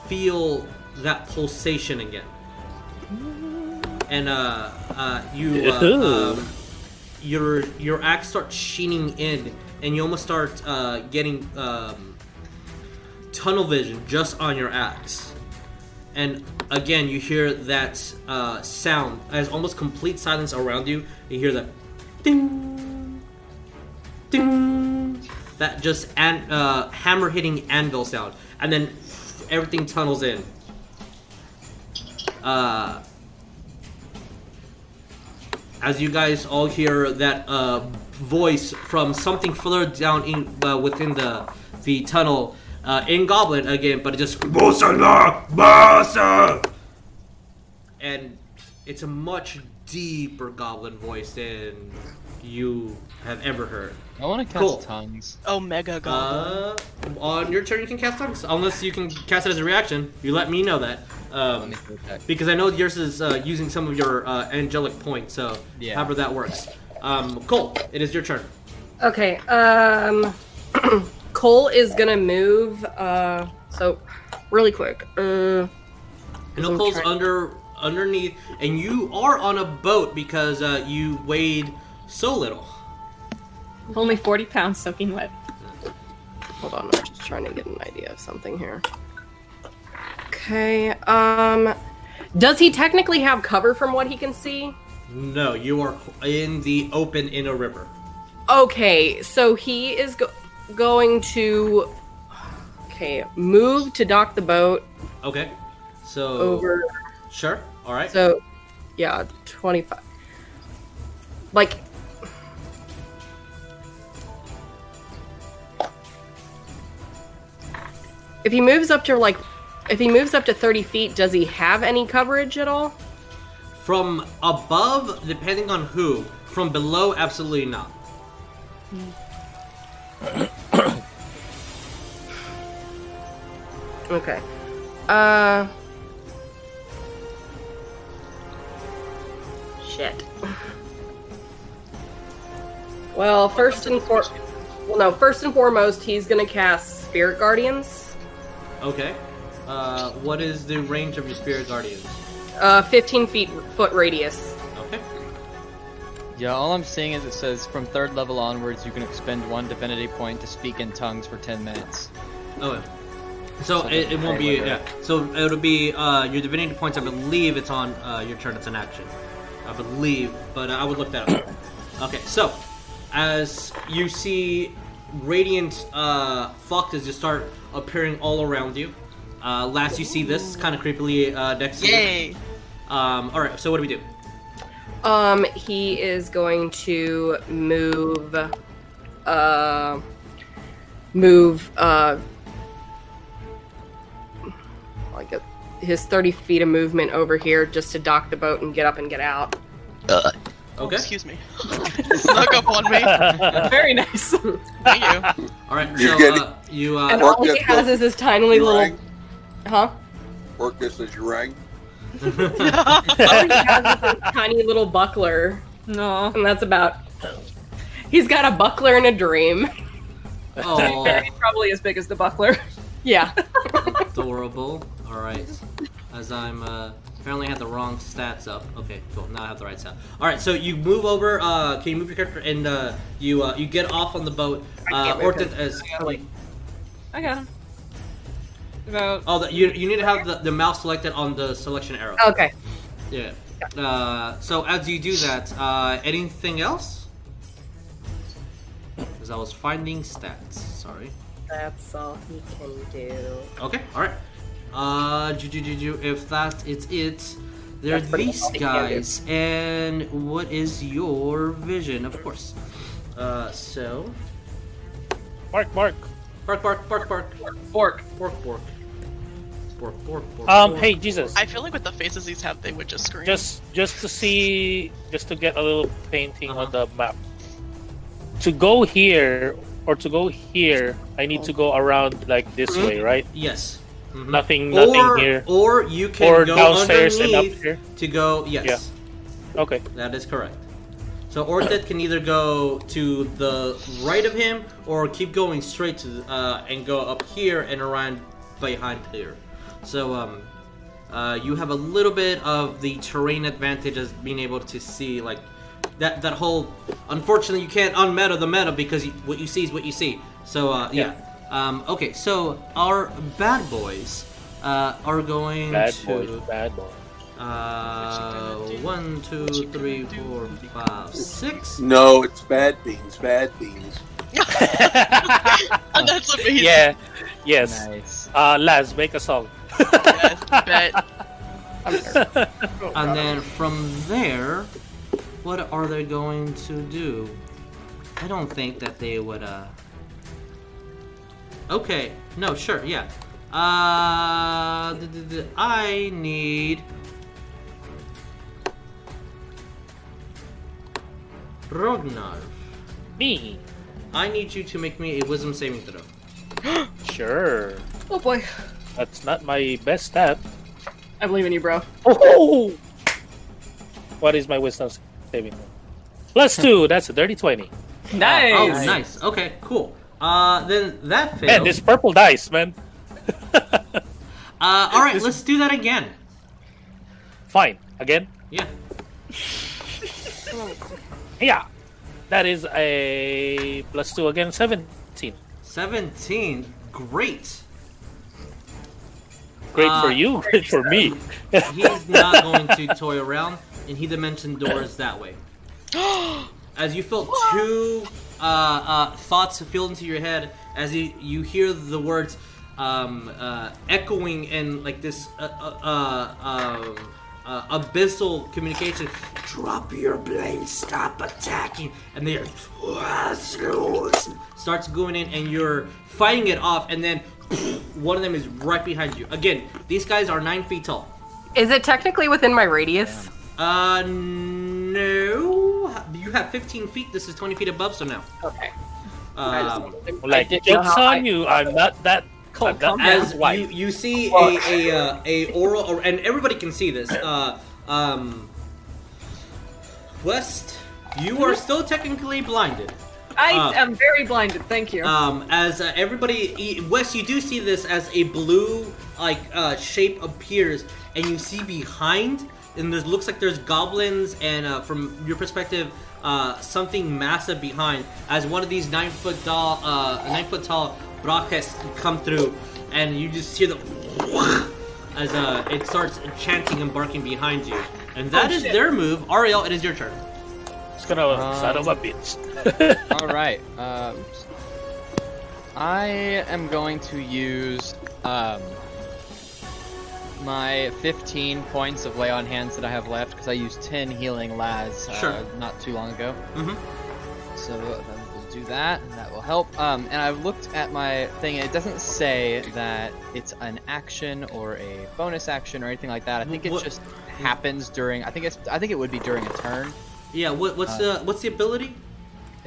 Speaker 2: feel that pulsation again, and uh, uh, you uh,
Speaker 4: Ooh.
Speaker 2: um, your your axe starts sheening in, and you almost start uh, getting um, tunnel vision just on your axe and again you hear that uh, sound as almost complete silence around you you hear that ding ding that just an- uh, hammer hitting anvil sound and then everything tunnels in uh, as you guys all hear that uh, voice from something further down in uh, within the the tunnel uh, in goblin again but it just and it's a much deeper goblin voice than you have ever heard.
Speaker 6: I want to cast
Speaker 2: Cool.
Speaker 6: tongues.
Speaker 7: Omega Goblin.
Speaker 2: Uh, on your turn, you can cast tongues, unless you can cast it as a reaction. You let me know that,
Speaker 6: Let
Speaker 2: um,
Speaker 6: me go back.
Speaker 2: because I know yours is uh, using some of your uh, angelic points. So
Speaker 6: Yeah.
Speaker 2: however that works. Um, Cole, it is your turn.
Speaker 5: it. Okay. Um, Cole is gonna move. Uh, so really quick. Uh,
Speaker 2: And
Speaker 5: I'm
Speaker 2: Cole's
Speaker 5: trying-
Speaker 2: under underneath, and you are on a boat because uh, you weighed so little.
Speaker 9: Only 40 pounds soaking wet.
Speaker 5: Hold on, I'm just trying to get an idea of something here. Okay, um does he technically have cover from what he can see?
Speaker 2: No, you are in the open in a river.
Speaker 5: Okay, so he is go- going to okay, move to dock the boat
Speaker 2: Okay, so
Speaker 5: over
Speaker 2: Sure. All right.
Speaker 5: so yeah, 25 like If he moves up to like if he moves up to 30 feet, does he have any coverage at all?
Speaker 2: From above, depending on who. From below, absolutely not.
Speaker 10: Okay. Uh. Shit.
Speaker 5: Well, first and for- well, no, first and foremost, he's gonna cast Spirit Guardians,
Speaker 2: Okay. Uh, what is the range of your spirit guardians?
Speaker 5: uh, 15 feet foot radius.
Speaker 2: Okay.
Speaker 6: Yeah, all I'm seeing is it says from third level onwards, you can expend one divinity point to speak in tongues for 10 minutes.
Speaker 2: Oh, yeah. So
Speaker 6: Something
Speaker 2: it, it won't be
Speaker 6: like
Speaker 2: yeah.
Speaker 6: that.
Speaker 2: So it'll be uh, your divinity points. I believe it's on uh, your turn. It's an action, I believe, but I would look that up. okay, so as you see, radiant uh, foxes just start appearing all around you. Uh, last you see this kind of creepily uh, next to
Speaker 7: Yay.
Speaker 2: you. Um, all right, so what do we do?
Speaker 5: Um, he is going to move, uh, move, uh, like a, his 30 feet of movement over here just to dock the boat and get up and get out.
Speaker 2: uh, Okay.
Speaker 7: Excuse me. Snuck up on me.
Speaker 3: Very nice.
Speaker 7: Thank you.
Speaker 2: All right,
Speaker 8: You
Speaker 2: so
Speaker 8: get it.
Speaker 2: uh, you uh,
Speaker 5: And
Speaker 8: Work
Speaker 5: all he
Speaker 8: that
Speaker 5: has
Speaker 8: boat.
Speaker 5: is this tiny
Speaker 8: You
Speaker 5: little,
Speaker 8: rang?
Speaker 5: huh?
Speaker 8: Work this as you rang.
Speaker 5: All he has is this tiny little buckler,
Speaker 9: No.
Speaker 5: and that's about. He's got a buckler and a dream.
Speaker 2: oh,
Speaker 3: Probably as big as the buckler.
Speaker 5: Yeah.
Speaker 2: adorable. All right, as I'm uh, apparently had the wrong stats up. Okay, cool. Now I have the right stat. All right, so you move over. Uh, can you move your character and uh, you uh, you get off on the boat? Uh,
Speaker 3: can't
Speaker 2: Orchid is like
Speaker 3: I got him. About
Speaker 2: oh, the, you you need to have the, the mouse selected on the selection arrow.
Speaker 3: Oh.
Speaker 5: Okay.
Speaker 2: Yeah. Uh, so as you do that, uh, anything else? Because I was finding stats. Sorry.
Speaker 5: That's all he can do.
Speaker 2: Okay, alright. Uh, ju- ju- ju- ju- if that is it, there are
Speaker 5: That's pretty
Speaker 2: these
Speaker 5: much all they can do.
Speaker 2: guys. And what is your vision? Of course. Uh, so.
Speaker 4: Mark, Mark.
Speaker 2: Bark, bark, bark, bark. Bark,
Speaker 3: Bork.
Speaker 2: bark. Bark, bark, bark. bark.
Speaker 4: Um, hey Jesus,
Speaker 7: I feel like with the faces these have, they would just scream.
Speaker 4: just just to see, just to get a little painting
Speaker 2: Uh-huh.
Speaker 4: on the map. To go here or to go here, I need to go around like this
Speaker 2: Mhm.
Speaker 4: way, right?
Speaker 2: Yes. Mhm.
Speaker 4: Nothing, nothing
Speaker 2: or,
Speaker 4: here,
Speaker 2: Or you can
Speaker 4: or
Speaker 2: go
Speaker 4: downstairs and up
Speaker 2: underneath
Speaker 4: here.
Speaker 2: to go. Yes.
Speaker 4: Okay,
Speaker 2: That is correct. So Orchid can either go to the right of him or keep going straight to the- uh, and go up here and around behind here. So um, uh, you have a little bit of the terrain advantage as being able to see like that that whole. Unfortunately, you can't unmeta the meta because you, what you see is what you see. So uh, yeah. Um, okay, so our bad boys uh, are going
Speaker 4: bad
Speaker 2: to.
Speaker 4: boy, bad boy.
Speaker 2: Uh, one, two, three, four, five, six.
Speaker 8: No, it's bad beans. Bad beans.
Speaker 7: Oh, that's amazing.
Speaker 4: Yeah, yes.
Speaker 6: Nice.
Speaker 4: Uh, Laz, make a song.
Speaker 7: Yes, but
Speaker 2: And then from there, what are they going to do? I don't think that they would, uh. Okay, no, sure, yeah. Uh, d- d- d- I need. Rognar,
Speaker 4: Me,
Speaker 2: I need you to make me a wisdom saving throw.
Speaker 4: sure.
Speaker 3: oh boy,
Speaker 4: That's not my best stat.
Speaker 3: I believe in you, bro.
Speaker 4: Oh! What is my wisdom saving? throw? Plus two. That's a dirty twenty.
Speaker 3: Nice.
Speaker 2: Oh, nice. Okay, cool. Uh, then that failed.
Speaker 4: Man, this purple dice, man.
Speaker 2: uh, all right, let's do that again.
Speaker 4: Fine. Again.
Speaker 2: Yeah.
Speaker 4: Yeah. That is a plus two again. Seventeen.
Speaker 2: 17. Great.
Speaker 4: Great
Speaker 2: Uh,
Speaker 3: Ah.
Speaker 4: for you. Great for me.
Speaker 2: He's not going to toy around, and he dimension doors that way. As you feel two uh, uh, thoughts filled into your head, as you, you hear the words um, uh, echoing in like this uh, uh, uh, um, uh, abyssal communication. Drop your blade, stop attacking, and they are starts going in, and you're fighting it off, and then one of them is right behind you. Again, these guys are nine feet tall.
Speaker 5: Is it technically within my radius?
Speaker 2: Uh, no. You have 15 feet. This is 20 feet above, so no.
Speaker 5: Okay.
Speaker 2: Um,
Speaker 4: like
Speaker 3: didn't know
Speaker 4: jokes
Speaker 3: how
Speaker 4: on
Speaker 3: I-
Speaker 4: you. I'm not that
Speaker 3: Cole, calm down.
Speaker 2: as you, you see a a, uh, a oral or- and everybody can see this uh, um, west you are still technically blinded
Speaker 3: I
Speaker 2: uh,
Speaker 3: am very blinded. Thank you.
Speaker 2: um, as uh, everybody e- wes you do see this as a blue like uh, shape appears and you see behind and there looks like there's goblins and uh, from your perspective uh, something massive behind as one of these nine foot tall uh, nine foot tall broadcasts come through and you just hear the as uh, it starts chanting and barking behind you and that
Speaker 3: Oh,
Speaker 2: is
Speaker 3: shit.
Speaker 2: their move ariel it is your turn
Speaker 4: It's gonna
Speaker 2: Ah.
Speaker 4: son of a bitch.
Speaker 6: All right. Um, I am going to use um, my 15 points of lay on hands that I have left because I used 10 healing las uh,
Speaker 2: Sure.
Speaker 6: not too long ago.
Speaker 2: Mhm.
Speaker 6: So uh, we'll do that, and that will help. Um, and I've looked at my thing, and it doesn't say that it's an action or a bonus action or anything like that. I think it
Speaker 2: What-
Speaker 6: just happens during. I think it's. I think it would be during a turn.
Speaker 2: yeah what, what's
Speaker 3: Uh,
Speaker 2: the what's the ability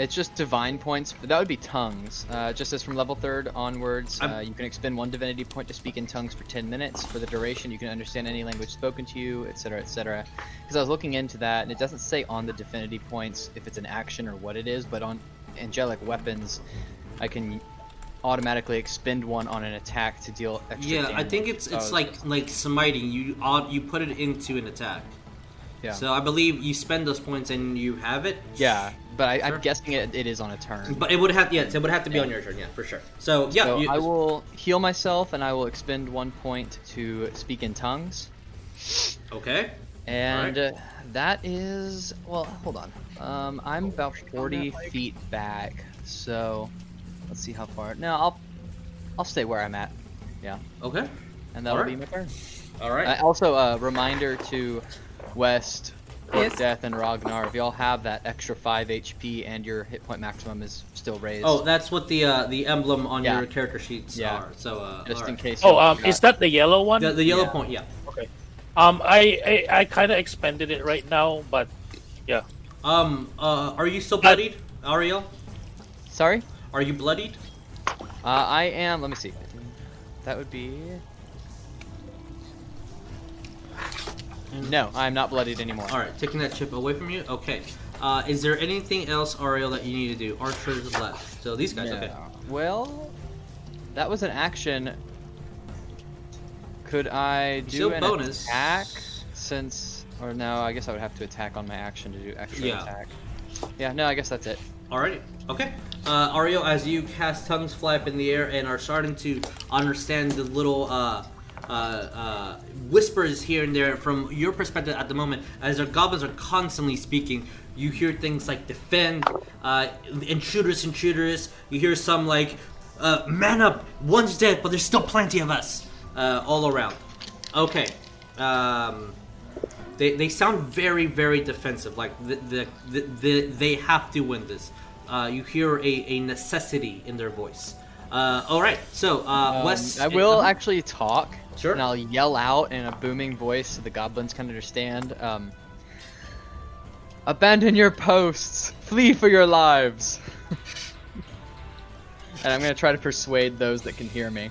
Speaker 6: It's just divine points. That would be tongues. Uh, just as from level third onwards,
Speaker 2: I'm-
Speaker 6: uh, you can expend one divinity point to speak in tongues for 10 minutes. For the duration, you can understand any language spoken to you, etc., etc. Because I was looking into that, and it doesn't say on the divinity points if it's an action or what it is, but on angelic weapons, I can automatically expend one on an attack to deal extra
Speaker 2: yeah i
Speaker 6: damage. Uh,
Speaker 2: think it's
Speaker 6: So
Speaker 2: it's like like smiting you odd you put it into an attack
Speaker 6: Yeah.
Speaker 2: so i believe you spend those points and you have it
Speaker 6: Yeah, but I,
Speaker 2: Sure.
Speaker 6: I'm guessing it, it is on a turn.
Speaker 2: but it would have yes it would have to be on your turn yeah for sure so yeah
Speaker 6: so
Speaker 2: you,
Speaker 6: I will heal myself and I will expend one point to speak in tongues.
Speaker 2: okay
Speaker 6: And uh that is well, hold on. Um, I'm about 40 feet back, so let's see how far. No, I'll I'll stay where I'm at. Yeah,
Speaker 2: okay
Speaker 6: and that'll
Speaker 2: Alright.
Speaker 6: be my turn.
Speaker 2: all right
Speaker 6: Uh, also, a reminder to West,
Speaker 3: Yes.
Speaker 6: Death, and Ragnar. If y'all have that extra five HP and your hit point maximum is still raised.
Speaker 2: Oh, that's what the uh, the emblem on
Speaker 6: Yeah.
Speaker 2: your character sheets
Speaker 6: Yeah.
Speaker 2: are. So uh,
Speaker 6: just in
Speaker 2: alright.
Speaker 6: case.
Speaker 4: Oh,
Speaker 6: y'all
Speaker 4: um,
Speaker 6: forgot.
Speaker 4: is that the yellow one?
Speaker 2: the, the yellow
Speaker 6: Yeah.
Speaker 2: point, yeah.
Speaker 4: Okay. Um, I I, I kind of expanded it right now, but yeah.
Speaker 2: Um, uh, are you still bloodied, Ariel?
Speaker 6: Sorry.
Speaker 2: Are you bloodied?
Speaker 6: Uh, I am. Let me see. That would be. No, I'm not bloodied anymore.
Speaker 2: All right, taking that chip away from you. Okay. Uh, is there anything else, Ariel, that you need to do? Archers left. So these guys,
Speaker 6: No.
Speaker 2: okay.
Speaker 6: Well, that was an action. Could I do
Speaker 2: still
Speaker 6: an
Speaker 2: bonus.
Speaker 6: attack? Since, or no, I guess I would have to attack on my action to do extra
Speaker 2: Yeah.
Speaker 6: attack. Yeah, no, I guess that's it.
Speaker 2: Alrighty. Okay. Uh, Ariel, as you cast tongues fly up in the air and are starting to understand the little uh, uh, uh, whispers here and there from your perspective at the moment, as the goblins are constantly speaking, you hear things like defend, uh, intruders, intruders. You hear some like, uh, man up, one's dead, but there's still plenty of us uh, all around. Okay. Um, they, they sound very very defensive like the, the, the, the, they have to win this uh, you hear a, a necessity in their voice uh, all right so uh,
Speaker 6: Um,
Speaker 2: wes
Speaker 6: I will actually talk.
Speaker 2: Sure.
Speaker 6: And I'll yell out in a booming voice so the goblins can understand. Um, Abandon your posts! Flee for your lives! and I'm gonna try to persuade those that can hear me.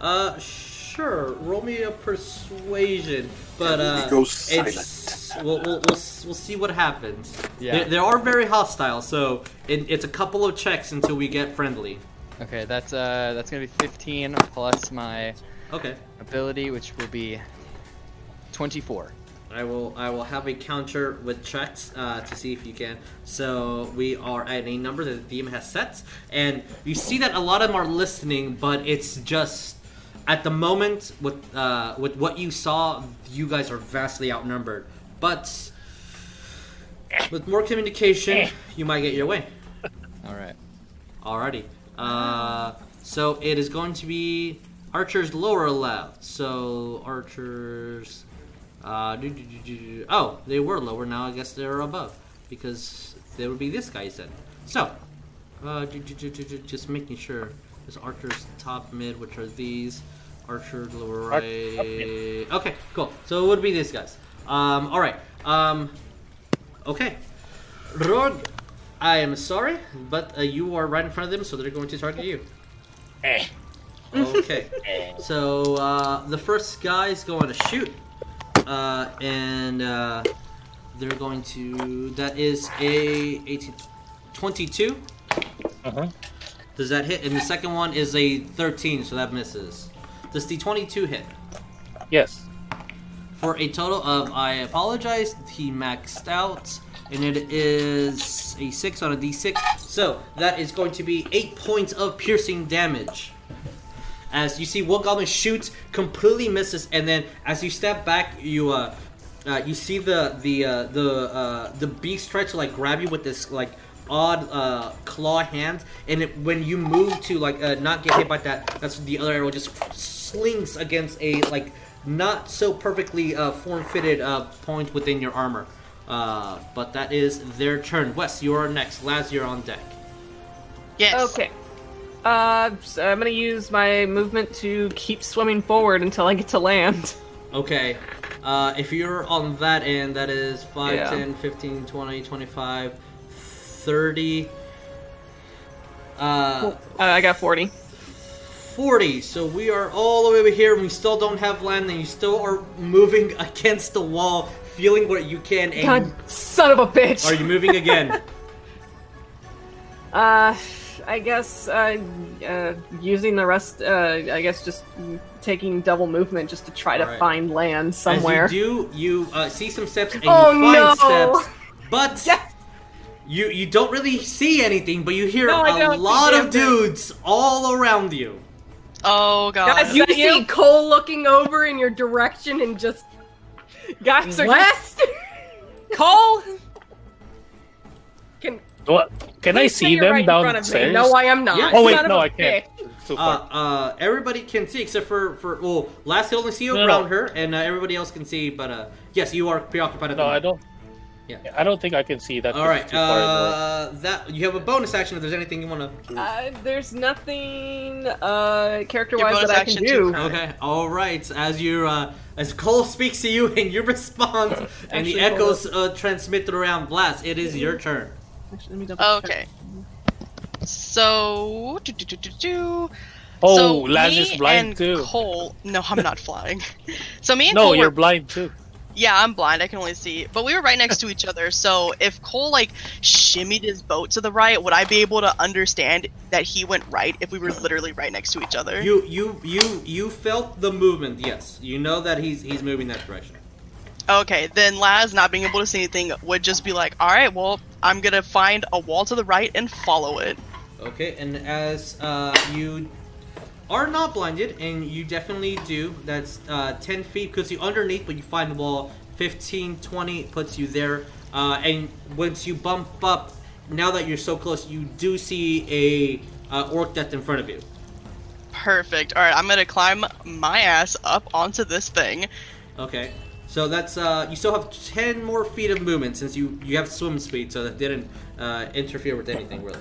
Speaker 2: uh, sure roll me a persuasion but uh,
Speaker 8: Everybody goes
Speaker 2: it's we'll, we'll, we'll, s- we'll see what happens they,
Speaker 6: Yeah.
Speaker 2: they are very hostile so it, it's a couple of checks until we get friendly
Speaker 6: Okay, that's uh, that's gonna be 15 plus my
Speaker 2: okay
Speaker 6: ability, which will be 24.
Speaker 2: I will I will have a counter with checks uh, to see if you can. So we are at a number that the DM has set, and you see that a lot of them are listening, but it's just at the moment with uh, with what you saw, you guys are vastly outnumbered. But with more communication, you might get your way.
Speaker 6: All right.
Speaker 2: Alrighty. Uh, so it is going to be archers lower left. So archers. Uh, do, do, do, do, do. Oh, they were lower. Now I guess they're above because they would be this guy's then. So, uh, do, do, do, do, do, just making sure. There's archers top mid, which are these. Archer lower
Speaker 4: Arch-
Speaker 2: right.
Speaker 4: top mid.
Speaker 2: Okay, cool. So it would be these guys. Um, all right. Um, okay. Rod, I am sorry, but uh, you are right in front of them, so they're going to target you.
Speaker 4: Eh.
Speaker 2: Okay. so uh, the first guys go on a shoot, uh, and uh, they're going to. That is a 18, 22.
Speaker 4: Uh-huh.
Speaker 2: Does that hit? And the second one is a 13, so that misses. Does the 22 hit?
Speaker 4: Yes.
Speaker 2: For a total of, I apologize, he maxed out, and it is a 6 on a d6. So that is going to be 8 points of piercing damage. As you see, one goblin shoots, completely misses, and then as you step back, you uh, uh you see the the uh, the uh, the beast try to like grab you with this like odd uh, claw hand, and it, when you move to like uh, not get hit by that, that's the other arrow just slings against a like not so perfectly uh, form fitted uh, point within your armor. Uh, but that is their turn. Wes, you are next. Laz, you're on deck.
Speaker 7: Yes.
Speaker 3: Okay. Uh, so I'm gonna use my movement to keep swimming forward until I get to land.
Speaker 2: Okay. Uh, if you're on that end, that is 5,
Speaker 3: Yeah.
Speaker 2: 10, 15, 20, 25, 30. Uh,
Speaker 3: Uh, I got 40.
Speaker 2: 40. So we are all the way over here, and we still don't have land, and you still are moving against the wall, feeling what you can. And
Speaker 3: God, son of a bitch.
Speaker 2: are you moving again?
Speaker 3: Uh, I guess uh, uh, using the rest. Uh, I guess just taking double movement just to try to
Speaker 2: Alright.
Speaker 3: find land somewhere.
Speaker 2: As you do, you uh, see some steps and
Speaker 3: Oh,
Speaker 2: you find
Speaker 3: no.
Speaker 2: steps, but you you don't really see anything, but you hear
Speaker 3: No, I
Speaker 2: a
Speaker 3: don't see
Speaker 2: lot of
Speaker 3: damn thing.
Speaker 2: dudes all around you.
Speaker 7: Oh god.
Speaker 3: Guys,
Speaker 10: You
Speaker 3: Is that
Speaker 10: see
Speaker 3: you?
Speaker 10: Cole looking over in your direction and just
Speaker 3: Guys are
Speaker 10: West.
Speaker 3: Cole.
Speaker 10: Can
Speaker 4: Do I- can I
Speaker 10: please say
Speaker 4: see
Speaker 10: you're
Speaker 4: them
Speaker 10: right in front of me.
Speaker 4: downstairs?
Speaker 10: No, I am not.
Speaker 2: Yeah.
Speaker 4: Oh wait,
Speaker 10: Son of
Speaker 4: no,
Speaker 10: a
Speaker 4: I can't.
Speaker 10: bitch.
Speaker 4: It's too
Speaker 2: Uh,
Speaker 4: far.
Speaker 2: uh, everybody can see except for for well, last can only see
Speaker 4: No, no.
Speaker 2: around her, and uh, everybody else can see. But uh, yes, you are preoccupied. At the
Speaker 4: no, I
Speaker 2: moment.
Speaker 4: don't.
Speaker 2: Yeah.
Speaker 4: I don't think I can see that.
Speaker 2: All
Speaker 4: 'cause
Speaker 2: right,
Speaker 4: it's too far away.
Speaker 2: uh, that you have a bonus action if there's anything you want to.
Speaker 3: Uh, there's nothing uh,
Speaker 7: Your
Speaker 3: character-wise
Speaker 7: bonus
Speaker 3: that I can
Speaker 7: action
Speaker 3: do.
Speaker 7: too, Cole.
Speaker 2: Okay, all right. As you, uh, as Cole speaks to you and you respond, and the
Speaker 3: Actually, hold
Speaker 2: echoes uh, transmit around Blast, it is your turn.
Speaker 3: Actually, let me double check.
Speaker 7: Oh, Okay. So. do, do, do, do, do.
Speaker 2: uh,
Speaker 4: Oh,
Speaker 7: so
Speaker 4: Laz
Speaker 7: me
Speaker 4: is blind
Speaker 7: and
Speaker 4: too.
Speaker 7: Cole. No, I'm not flying. So me and
Speaker 4: No,
Speaker 7: Cole
Speaker 4: you're
Speaker 7: were
Speaker 4: blind too.
Speaker 7: Yeah, I'm blind. I can only see. But we were right next to each other. So if Cole like shimmied his boat to the right, would I be able to understand that he went right if we were literally right next to each other?
Speaker 2: You, you, you, you felt the movement. Yes, you know that he's he's moving that direction.
Speaker 7: Okay, then Laz not being able to see anything would just be like, all right, well, I'm gonna find a wall to the right and follow it.
Speaker 2: Okay, and as uh, you are not blinded, and you definitely do, that's uh, 10 feet because you underneath, but you find the wall 15, 20 puts you there. Uh, and once you bump up, now that you're so close, you do see a uh, orc that's in front of you.
Speaker 7: Perfect. All right, I'm gonna climb my ass up onto this thing.
Speaker 2: Okay, so that's uh, you still have 10 more feet of movement since you you have swim speed, so that didn't uh, interfere with anything really.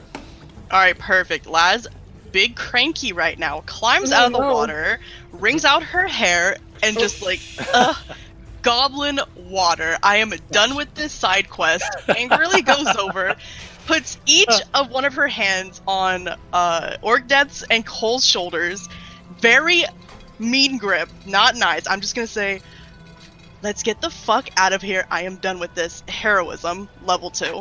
Speaker 7: All right, perfect. Laz, big cranky right now, climbs out of the
Speaker 10: no.
Speaker 7: water, wrings out her hair, and just like, ugh, goblin water. I am done with this side quest. Angrily goes over, puts each of one of her hands on uh, Orgdet's and Cole's shoulders. Very mean grip, not nice. I'm just gonna say, let's get the fuck out of here. I am done with this heroism, level two.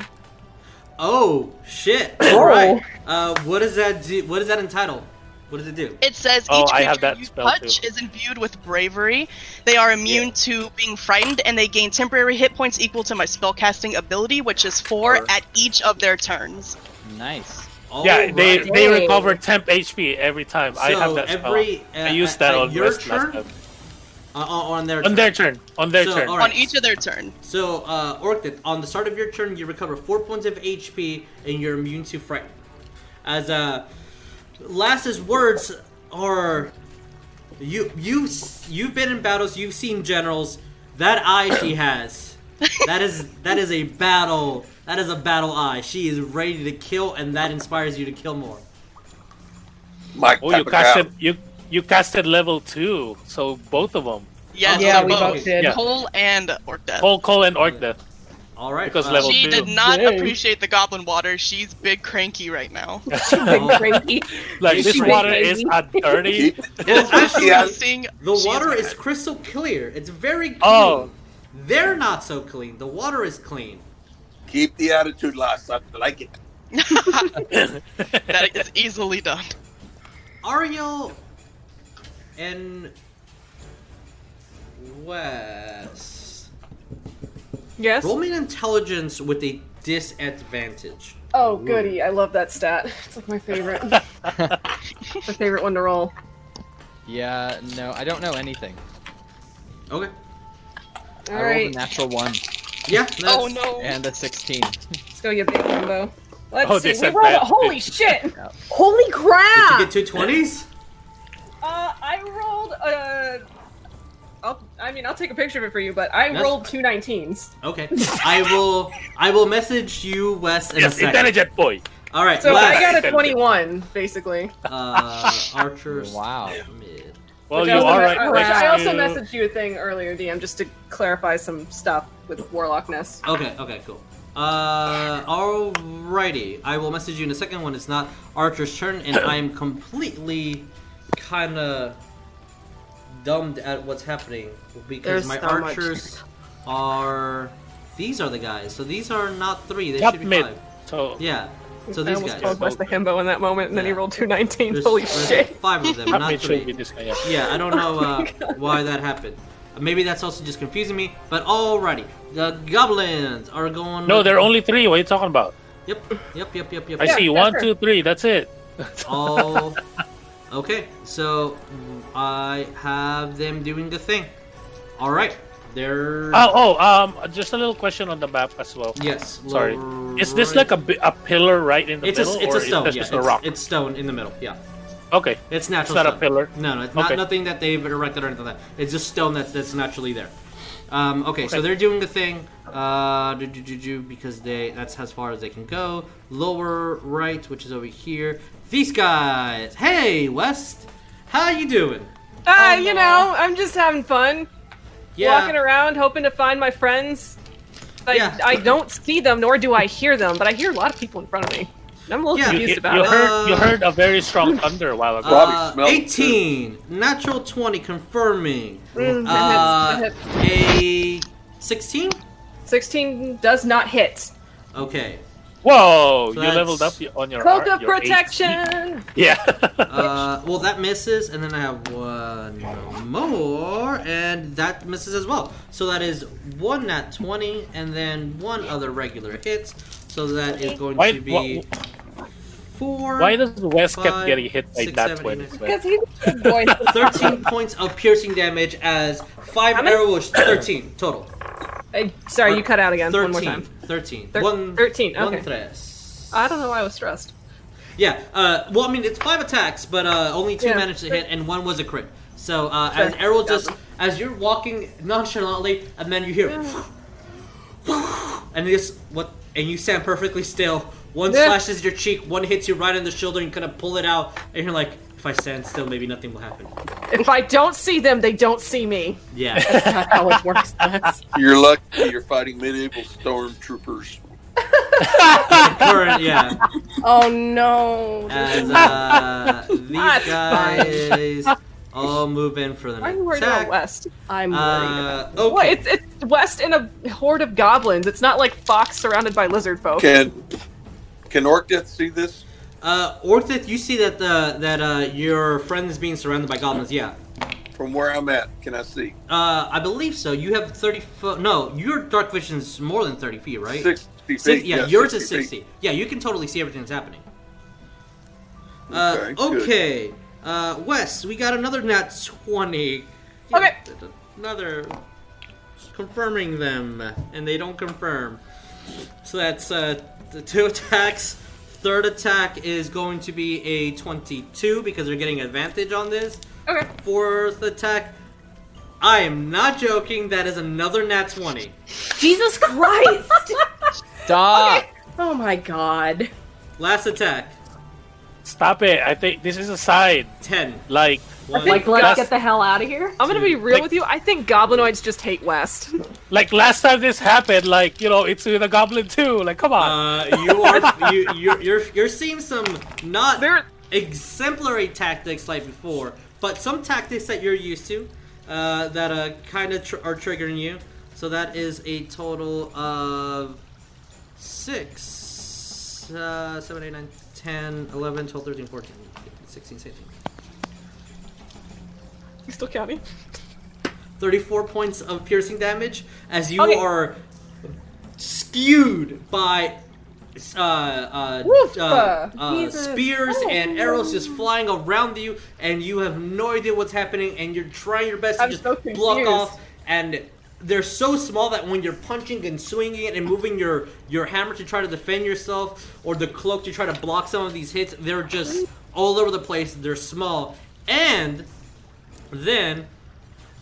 Speaker 2: Oh shit! All right. Uh, what does that do? What does that entitle? What does it do?
Speaker 7: It says each
Speaker 4: Oh, I
Speaker 7: creature
Speaker 4: have that
Speaker 7: you
Speaker 4: spell,
Speaker 7: touch
Speaker 4: too.
Speaker 7: is imbued with bravery. They are immune to being frightened, and they gain temporary hit points equal to my spellcasting ability, which is four
Speaker 6: Four.
Speaker 7: at each of their turns.
Speaker 6: Nice.
Speaker 2: Oh,
Speaker 4: yeah, they
Speaker 2: Alright.
Speaker 4: they
Speaker 10: Hey.
Speaker 4: recover temp HP every time. I have
Speaker 2: So
Speaker 4: that spell.
Speaker 2: every-
Speaker 4: I
Speaker 2: uh,
Speaker 4: used
Speaker 2: at-
Speaker 4: that
Speaker 2: at
Speaker 4: on
Speaker 2: your
Speaker 4: West
Speaker 2: turn?
Speaker 4: last time.
Speaker 2: Uh, on on their
Speaker 4: On
Speaker 2: turn.
Speaker 4: their turn. On their
Speaker 2: So,
Speaker 4: turn.
Speaker 2: alright.
Speaker 7: On each of their turn.
Speaker 2: So, uh, Orctith, on the start of your turn, you recover four points of HP and you're immune to fright. As uh, Lass's words are, you you s- you've been in battles, you've seen generals. That eye she has, that is that is a battle. That is a battle eye. She is ready to kill, and that inspires you to kill more.
Speaker 8: Mike
Speaker 4: Oh, you
Speaker 8: Papagao.
Speaker 4: casted you you casted level two, so both of them.
Speaker 7: Yes,
Speaker 2: Yeah,
Speaker 7: they're
Speaker 2: we both
Speaker 7: both.
Speaker 2: did.
Speaker 4: Yeah.
Speaker 7: Cole and Orcdeath.
Speaker 4: Cole, Cole, and Orc Death.
Speaker 2: All right. uh,
Speaker 4: Because
Speaker 2: well,
Speaker 4: level
Speaker 7: She
Speaker 4: two.
Speaker 7: did not
Speaker 9: Dang.
Speaker 7: appreciate the goblin water. She's big cranky right now.
Speaker 9: Cranky.
Speaker 4: Like this
Speaker 9: She
Speaker 4: water
Speaker 9: made
Speaker 4: is a dirty.
Speaker 2: Well, actually,
Speaker 7: Seeing-
Speaker 2: the
Speaker 7: she
Speaker 2: water
Speaker 7: is
Speaker 2: is crystal clear. It's very clean.
Speaker 4: Oh.
Speaker 2: They're not so clean. The water is clean.
Speaker 8: Keep the attitude, Last. I like it.
Speaker 7: mad. that is easily done.
Speaker 2: Ariel and Wes.
Speaker 3: Yes.
Speaker 2: Roll me an intelligence with a disadvantage.
Speaker 3: Oh goody! I love that stat. It's like my favorite. it's my favorite one to roll.
Speaker 6: Yeah, no, I don't know anything.
Speaker 2: Okay.
Speaker 6: I
Speaker 3: All
Speaker 6: rolled
Speaker 3: right,
Speaker 6: a natural one
Speaker 2: Yeah. That's,
Speaker 7: Oh no.
Speaker 6: and a 16.
Speaker 3: let's go, you big combo. Let's
Speaker 4: Oh,
Speaker 3: see. We rolled.
Speaker 4: disadvantage.
Speaker 3: Holy shit!
Speaker 10: Holy
Speaker 2: Did you
Speaker 10: crap!
Speaker 2: get two twenties?
Speaker 3: Uh, I rolled Uh, I'll, I mean, I'll take a picture of it for you, but I
Speaker 2: That's-
Speaker 3: rolled two 19s.
Speaker 2: Okay. I will. I will message you, Wes, in a
Speaker 4: Yes,
Speaker 2: second.
Speaker 4: intelligent boy.
Speaker 2: All right.
Speaker 3: So
Speaker 2: Wes,
Speaker 3: I got a 21, basically.
Speaker 2: uh, Archer.
Speaker 6: Wow.
Speaker 2: Smith.
Speaker 4: Well,
Speaker 3: Which
Speaker 4: you
Speaker 3: I also
Speaker 4: are
Speaker 3: me-
Speaker 4: right. uh,
Speaker 3: I-
Speaker 4: next
Speaker 3: I also
Speaker 4: to-
Speaker 3: messaged you a thing earlier, DM, just to clarify some stuff with Warlockness.
Speaker 2: Okay, okay, cool. Uh, alrighty. I will message you in a second when it's not Archer's turn, and I am completely kind of dumbed at what's happening because
Speaker 10: There's
Speaker 2: my
Speaker 10: so much.
Speaker 2: archers are. These are the guys, so these are not three. They
Speaker 4: Top
Speaker 2: should be
Speaker 4: mid.
Speaker 2: five.
Speaker 4: So
Speaker 2: Yeah. So
Speaker 3: I
Speaker 2: these
Speaker 3: almost
Speaker 2: guys.
Speaker 3: called Wes the Himbo in that moment, and then he
Speaker 2: Yeah.
Speaker 3: rolled two 19s.
Speaker 2: There's-
Speaker 3: Holy
Speaker 2: there's
Speaker 3: shit.
Speaker 2: Five of them,
Speaker 4: top
Speaker 2: not
Speaker 4: mid should
Speaker 2: three.
Speaker 4: be this guy. Yeah.
Speaker 2: Yeah, I don't know uh, why that happened. Maybe that's also just confusing me. But alrighty, the goblins are going.
Speaker 4: No, there are only three. What are you talking about?
Speaker 2: Yep, yep, yep, yep, yep.
Speaker 4: I
Speaker 2: yep.
Speaker 4: see
Speaker 3: yeah,
Speaker 4: one,
Speaker 3: sure.
Speaker 4: two, three. That's it.
Speaker 2: All. Okay, so mm, I have them doing the thing. All right, they're.
Speaker 4: Oh, oh. Um, just a little question on the map as well.
Speaker 2: yes.
Speaker 4: Sorry. Is this like a, bi- a pillar right in the
Speaker 2: It's a,
Speaker 4: middle,
Speaker 2: it's
Speaker 4: or
Speaker 2: a stone.
Speaker 4: is this
Speaker 2: yeah,
Speaker 4: just
Speaker 2: it's,
Speaker 4: a rock?
Speaker 2: it's stone in the middle. Yeah,
Speaker 4: okay,
Speaker 2: it's natural.
Speaker 4: not a
Speaker 2: stone.
Speaker 4: pillar.
Speaker 2: No, no, it's not
Speaker 4: Okay.
Speaker 2: nothing that they've erected or anything like that. It's just stone that's that's naturally there. Um, okay, so they're doing the thing. Uh, do, do, do, do, because they that's as far as they can go. Lower right, which is over here. These guys. Hey, West. How you doing? Oh,
Speaker 3: Uh, you know, I'm just having fun. walking around hoping to find my friends. I,
Speaker 2: Yeah.
Speaker 3: I don't see them, nor do I hear them, but I hear a lot of people in front of me. And I'm a little
Speaker 2: Yeah.
Speaker 4: you,
Speaker 3: confused
Speaker 4: you-
Speaker 3: about
Speaker 4: you
Speaker 3: it.
Speaker 4: heard you heard a very strong thunder a while ago.
Speaker 8: Probably
Speaker 2: Uh,
Speaker 8: smell it, too.
Speaker 2: 18 natural 20 confirming
Speaker 3: Mm,
Speaker 2: uh,
Speaker 3: that hits,
Speaker 2: a 16
Speaker 3: 16 does not hit.
Speaker 2: okay
Speaker 4: Whoa,
Speaker 2: So
Speaker 4: you leveled up
Speaker 2: that's-
Speaker 4: on your
Speaker 3: Cloak of
Speaker 4: your HP.
Speaker 3: protection!
Speaker 4: Yeah.
Speaker 2: uh, well that misses and then i have one more and that misses as well so that is one nat 20 and then one other regular hit so that is going
Speaker 4: Why-
Speaker 2: to be
Speaker 4: wha-
Speaker 2: four
Speaker 4: Why does West kept
Speaker 2: Five,
Speaker 4: getting hit by
Speaker 2: six,
Speaker 4: that
Speaker 2: seven,
Speaker 4: twenty?
Speaker 2: eight,
Speaker 10: Because he's a good boy.
Speaker 2: 13 points of piercing damage as five
Speaker 3: How many?
Speaker 2: arrows 13 total
Speaker 3: Uh, sorry, you cut out again.
Speaker 2: 13,
Speaker 3: One more time.
Speaker 2: 13.
Speaker 3: Thir-
Speaker 2: one,
Speaker 3: 13,
Speaker 2: One
Speaker 3: okay.
Speaker 2: tres.
Speaker 3: I don't know why I was stressed.
Speaker 2: Yeah, uh, well, I mean, it's five attacks, but uh, only two
Speaker 3: Yeah.
Speaker 2: managed to hit, and one was a crit. So, uh, as Errol just, as you're walking nonchalantly, and then you hear, and this, what, and you stand perfectly still. One
Speaker 3: Yeah.
Speaker 2: slashes your cheek, one hits you right in the shoulder, and kind of pull it out, and you're like, if I stand still, maybe nothing will happen.
Speaker 3: If I don't see them, they don't see me.
Speaker 2: Yeah.
Speaker 9: That's how it works. That's
Speaker 8: You're lucky you're fighting medieval stormtroopers.
Speaker 2: Current, yeah.
Speaker 5: Oh no.
Speaker 2: As uh, these
Speaker 3: That's
Speaker 2: guys all move in for the
Speaker 3: Why are you worried
Speaker 2: attack.
Speaker 3: about West?
Speaker 9: I'm worried.
Speaker 2: Uh,
Speaker 3: What?
Speaker 2: okay.
Speaker 3: It's, it's West in a horde of goblins. It's not like Fox surrounded by lizard folk.
Speaker 8: Can can Orcdeath see this?
Speaker 2: Uh, Orthith, you see that uh, that uh, your friend is being surrounded by goblins. Yeah.
Speaker 8: From where I'm at, can I see?
Speaker 2: Uh, I believe so. You have thirty foot. No, your dark vision's more than thirty feet, right?
Speaker 8: 60 feet.
Speaker 2: Six- yeah, yours is
Speaker 8: feet.
Speaker 2: sixty. Yeah, you can totally see everything that's happening. Uh,
Speaker 8: Okay, good.
Speaker 2: okay. Uh, Wes, we got another nat twenty.
Speaker 3: Okay.
Speaker 2: Another confirming them, and they don't confirm. So that's uh, the two attacks. Third attack is going to be a 22 because they're getting advantage on this.
Speaker 3: Okay.
Speaker 2: Fourth attack, I am not joking, that is another nat 20.
Speaker 10: Jesus Christ!
Speaker 6: Stop!
Speaker 10: oh my god.
Speaker 2: Last attack,
Speaker 4: Stop it! I think this is a sign.
Speaker 2: 10.
Speaker 4: Like
Speaker 2: One,
Speaker 10: Like, let's
Speaker 4: That's-
Speaker 10: get the hell out of here.
Speaker 3: I'm gonna be real
Speaker 4: Like-
Speaker 3: with you. I think goblinoids just hate West.
Speaker 4: Like last time this happened, like you know, it's with a goblin too. Like, come on.
Speaker 2: Uh, you are you you're, you're you're seeing some not exemplary tactics like before, but some tactics that you're used to uh, that uh, kind of tr- are triggering you. So that is a total of six, uh, seven, eight, nine, 10, 11, 12, 13, 14, 15, 16, 17.
Speaker 3: You still counting?
Speaker 2: 34 points of piercing damage as you
Speaker 3: Okay.
Speaker 2: are skewed by uh, uh,
Speaker 3: Woof,
Speaker 2: uh,
Speaker 3: uh,
Speaker 2: uh,
Speaker 3: Jesus.
Speaker 2: spears
Speaker 3: Oh.
Speaker 2: and arrows just flying around you, and you have no idea what's happening, and you're trying your best
Speaker 3: I'm
Speaker 2: to just
Speaker 3: so
Speaker 2: block
Speaker 3: confused.
Speaker 2: off. And they're so small that when you're punching and swinging it and moving your your hammer to try to defend yourself or the cloak to try to block some of these hits, they're just all over the place. They're small, and then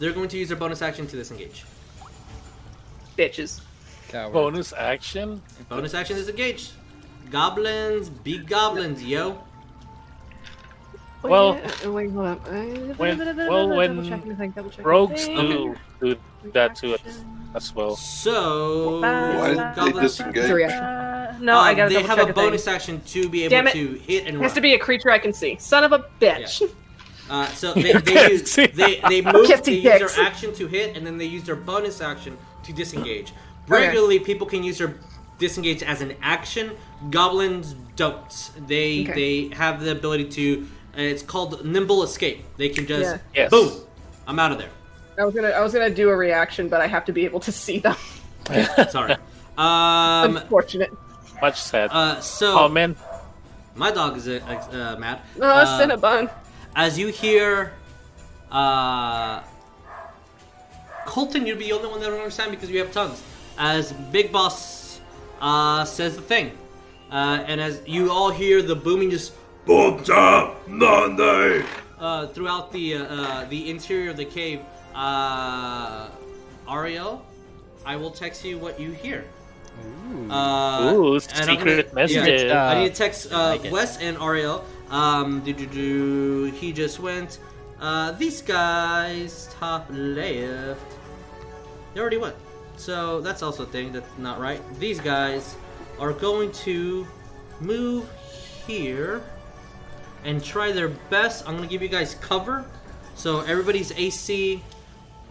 Speaker 2: they're going to use their bonus action to disengage.
Speaker 3: Bitches.
Speaker 4: Bonus action.
Speaker 2: Bonus action disengage. Goblins, big goblins, yo.
Speaker 4: Well-
Speaker 3: Wait, wait, hold up. Uh,
Speaker 4: When- well,
Speaker 3: double
Speaker 4: when
Speaker 3: checking the thing, double checking the
Speaker 4: Rogues
Speaker 3: thing.
Speaker 4: do do that too as well.
Speaker 2: So
Speaker 8: Why did they
Speaker 2: goblins.
Speaker 8: disengage?
Speaker 3: It's a reaction. No,
Speaker 2: um,
Speaker 3: I gotta
Speaker 2: They
Speaker 3: double
Speaker 2: have
Speaker 3: check
Speaker 2: a
Speaker 3: a thing.
Speaker 2: bonus action to be
Speaker 3: Damn
Speaker 2: able
Speaker 3: it.
Speaker 2: to hit and
Speaker 3: Has
Speaker 2: run.
Speaker 3: to be a creature I can see. Son of a bitch.
Speaker 2: Uh, so they, they, use,
Speaker 4: see.
Speaker 2: they, they move,
Speaker 3: Can't
Speaker 2: they
Speaker 3: see
Speaker 2: use their
Speaker 3: dicks.
Speaker 2: action to hit, and then they use their bonus action to disengage. Regularly, people can use their disengage as an action. Goblins don't. They
Speaker 3: Okay.
Speaker 2: they have the ability to. Uh, it's called nimble escape. They can just
Speaker 3: Yeah.
Speaker 4: Yes.
Speaker 2: boom, I'm out of there.
Speaker 3: I was gonna, I was gonna do a reaction, but I have to be able to see them.
Speaker 2: Sorry. Um.
Speaker 3: Unfortunate.
Speaker 4: Much sad.
Speaker 2: Uh. So
Speaker 4: oh man.
Speaker 2: my dog is uh, uh, mad.
Speaker 3: Oh,
Speaker 2: Uh,
Speaker 3: Cinnabon.
Speaker 2: as you hear uh colton you'd be the only one that will understand because you have tongues as big boss uh says the thing uh and as you all hear the booming just boom time monday uh throughout the uh, uh the interior of the cave uh ariel i will text you what you hear uh,
Speaker 4: Ooh, it's
Speaker 2: and I'm
Speaker 4: secret
Speaker 2: gonna- yeah,
Speaker 4: message.
Speaker 2: I
Speaker 6: Uh,
Speaker 2: need to text uh,
Speaker 6: like it.
Speaker 2: Wes and Ariel. Um, do do do. He just went. Uh, these guys top left. They already went. So that's also a thing that's not right. These guys are going to move here and try their best. I'm gonna give you guys cover. So everybody's AC,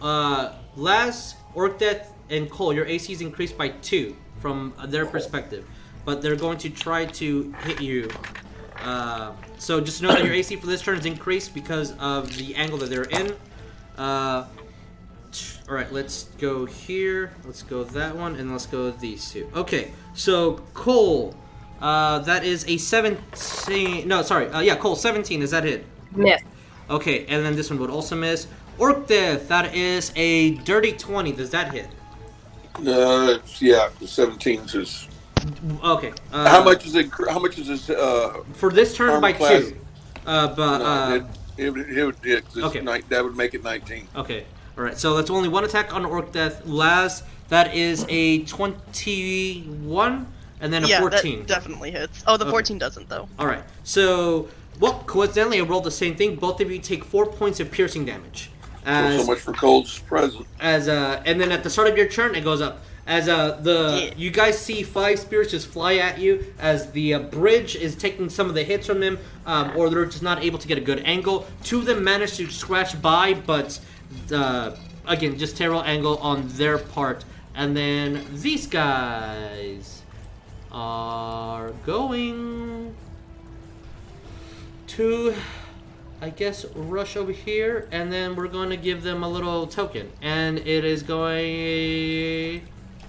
Speaker 2: uh, Laz, Orkdet, and Cole, your AC is increased by two from their perspective, but they're going to try to hit you. Uh, so just know that your AC for this turn is increased because of the angle that they're in. Uh, all right, let's go here. Let's go that one, and let's go these two. Okay, so Cole, uh, that is a seventeen. No, sorry. Uh, yeah, Cole, seventeen. Is that it?
Speaker 10: Miss.
Speaker 2: Okay, and then this one would also miss. Orc death. That is a dirty twenty. Does that hit?
Speaker 8: Uh, it's- yeah, seventeen is.
Speaker 2: Okay. Uh,
Speaker 8: How much is it? How much is this? Uh,
Speaker 2: for this turn
Speaker 8: Armor
Speaker 2: by
Speaker 8: class.
Speaker 2: two? Uh, but uh,
Speaker 8: no, it, it, would- it, would- it's
Speaker 2: okay.
Speaker 8: nine- that would make it nineteen.
Speaker 2: Okay. All right. So that's only one attack on Orc Death. Last, that is a twenty-one, and then a
Speaker 7: yeah,
Speaker 2: fourteen.
Speaker 7: that definitely hits. Oh, the
Speaker 2: Okay.
Speaker 7: 14 doesn't though.
Speaker 2: All right. So, well, coincidentally, I rolled the same thing. Both of you take four points of piercing damage.
Speaker 8: Oh, so
Speaker 2: As
Speaker 8: much for Cole's present.
Speaker 2: as uh, and then at the start of your turn, it goes up. As uh, the
Speaker 7: Yeah.
Speaker 2: you guys see five spears just fly at you as the uh, bridge is taking some of the hits from them, um, or they're just not able to get a good angle. Two of them manage to scratch by, but uh, again, just terrible angle on their part. And then these guys are going to I guess rush over here, and then we're going to give them a little token, and it is going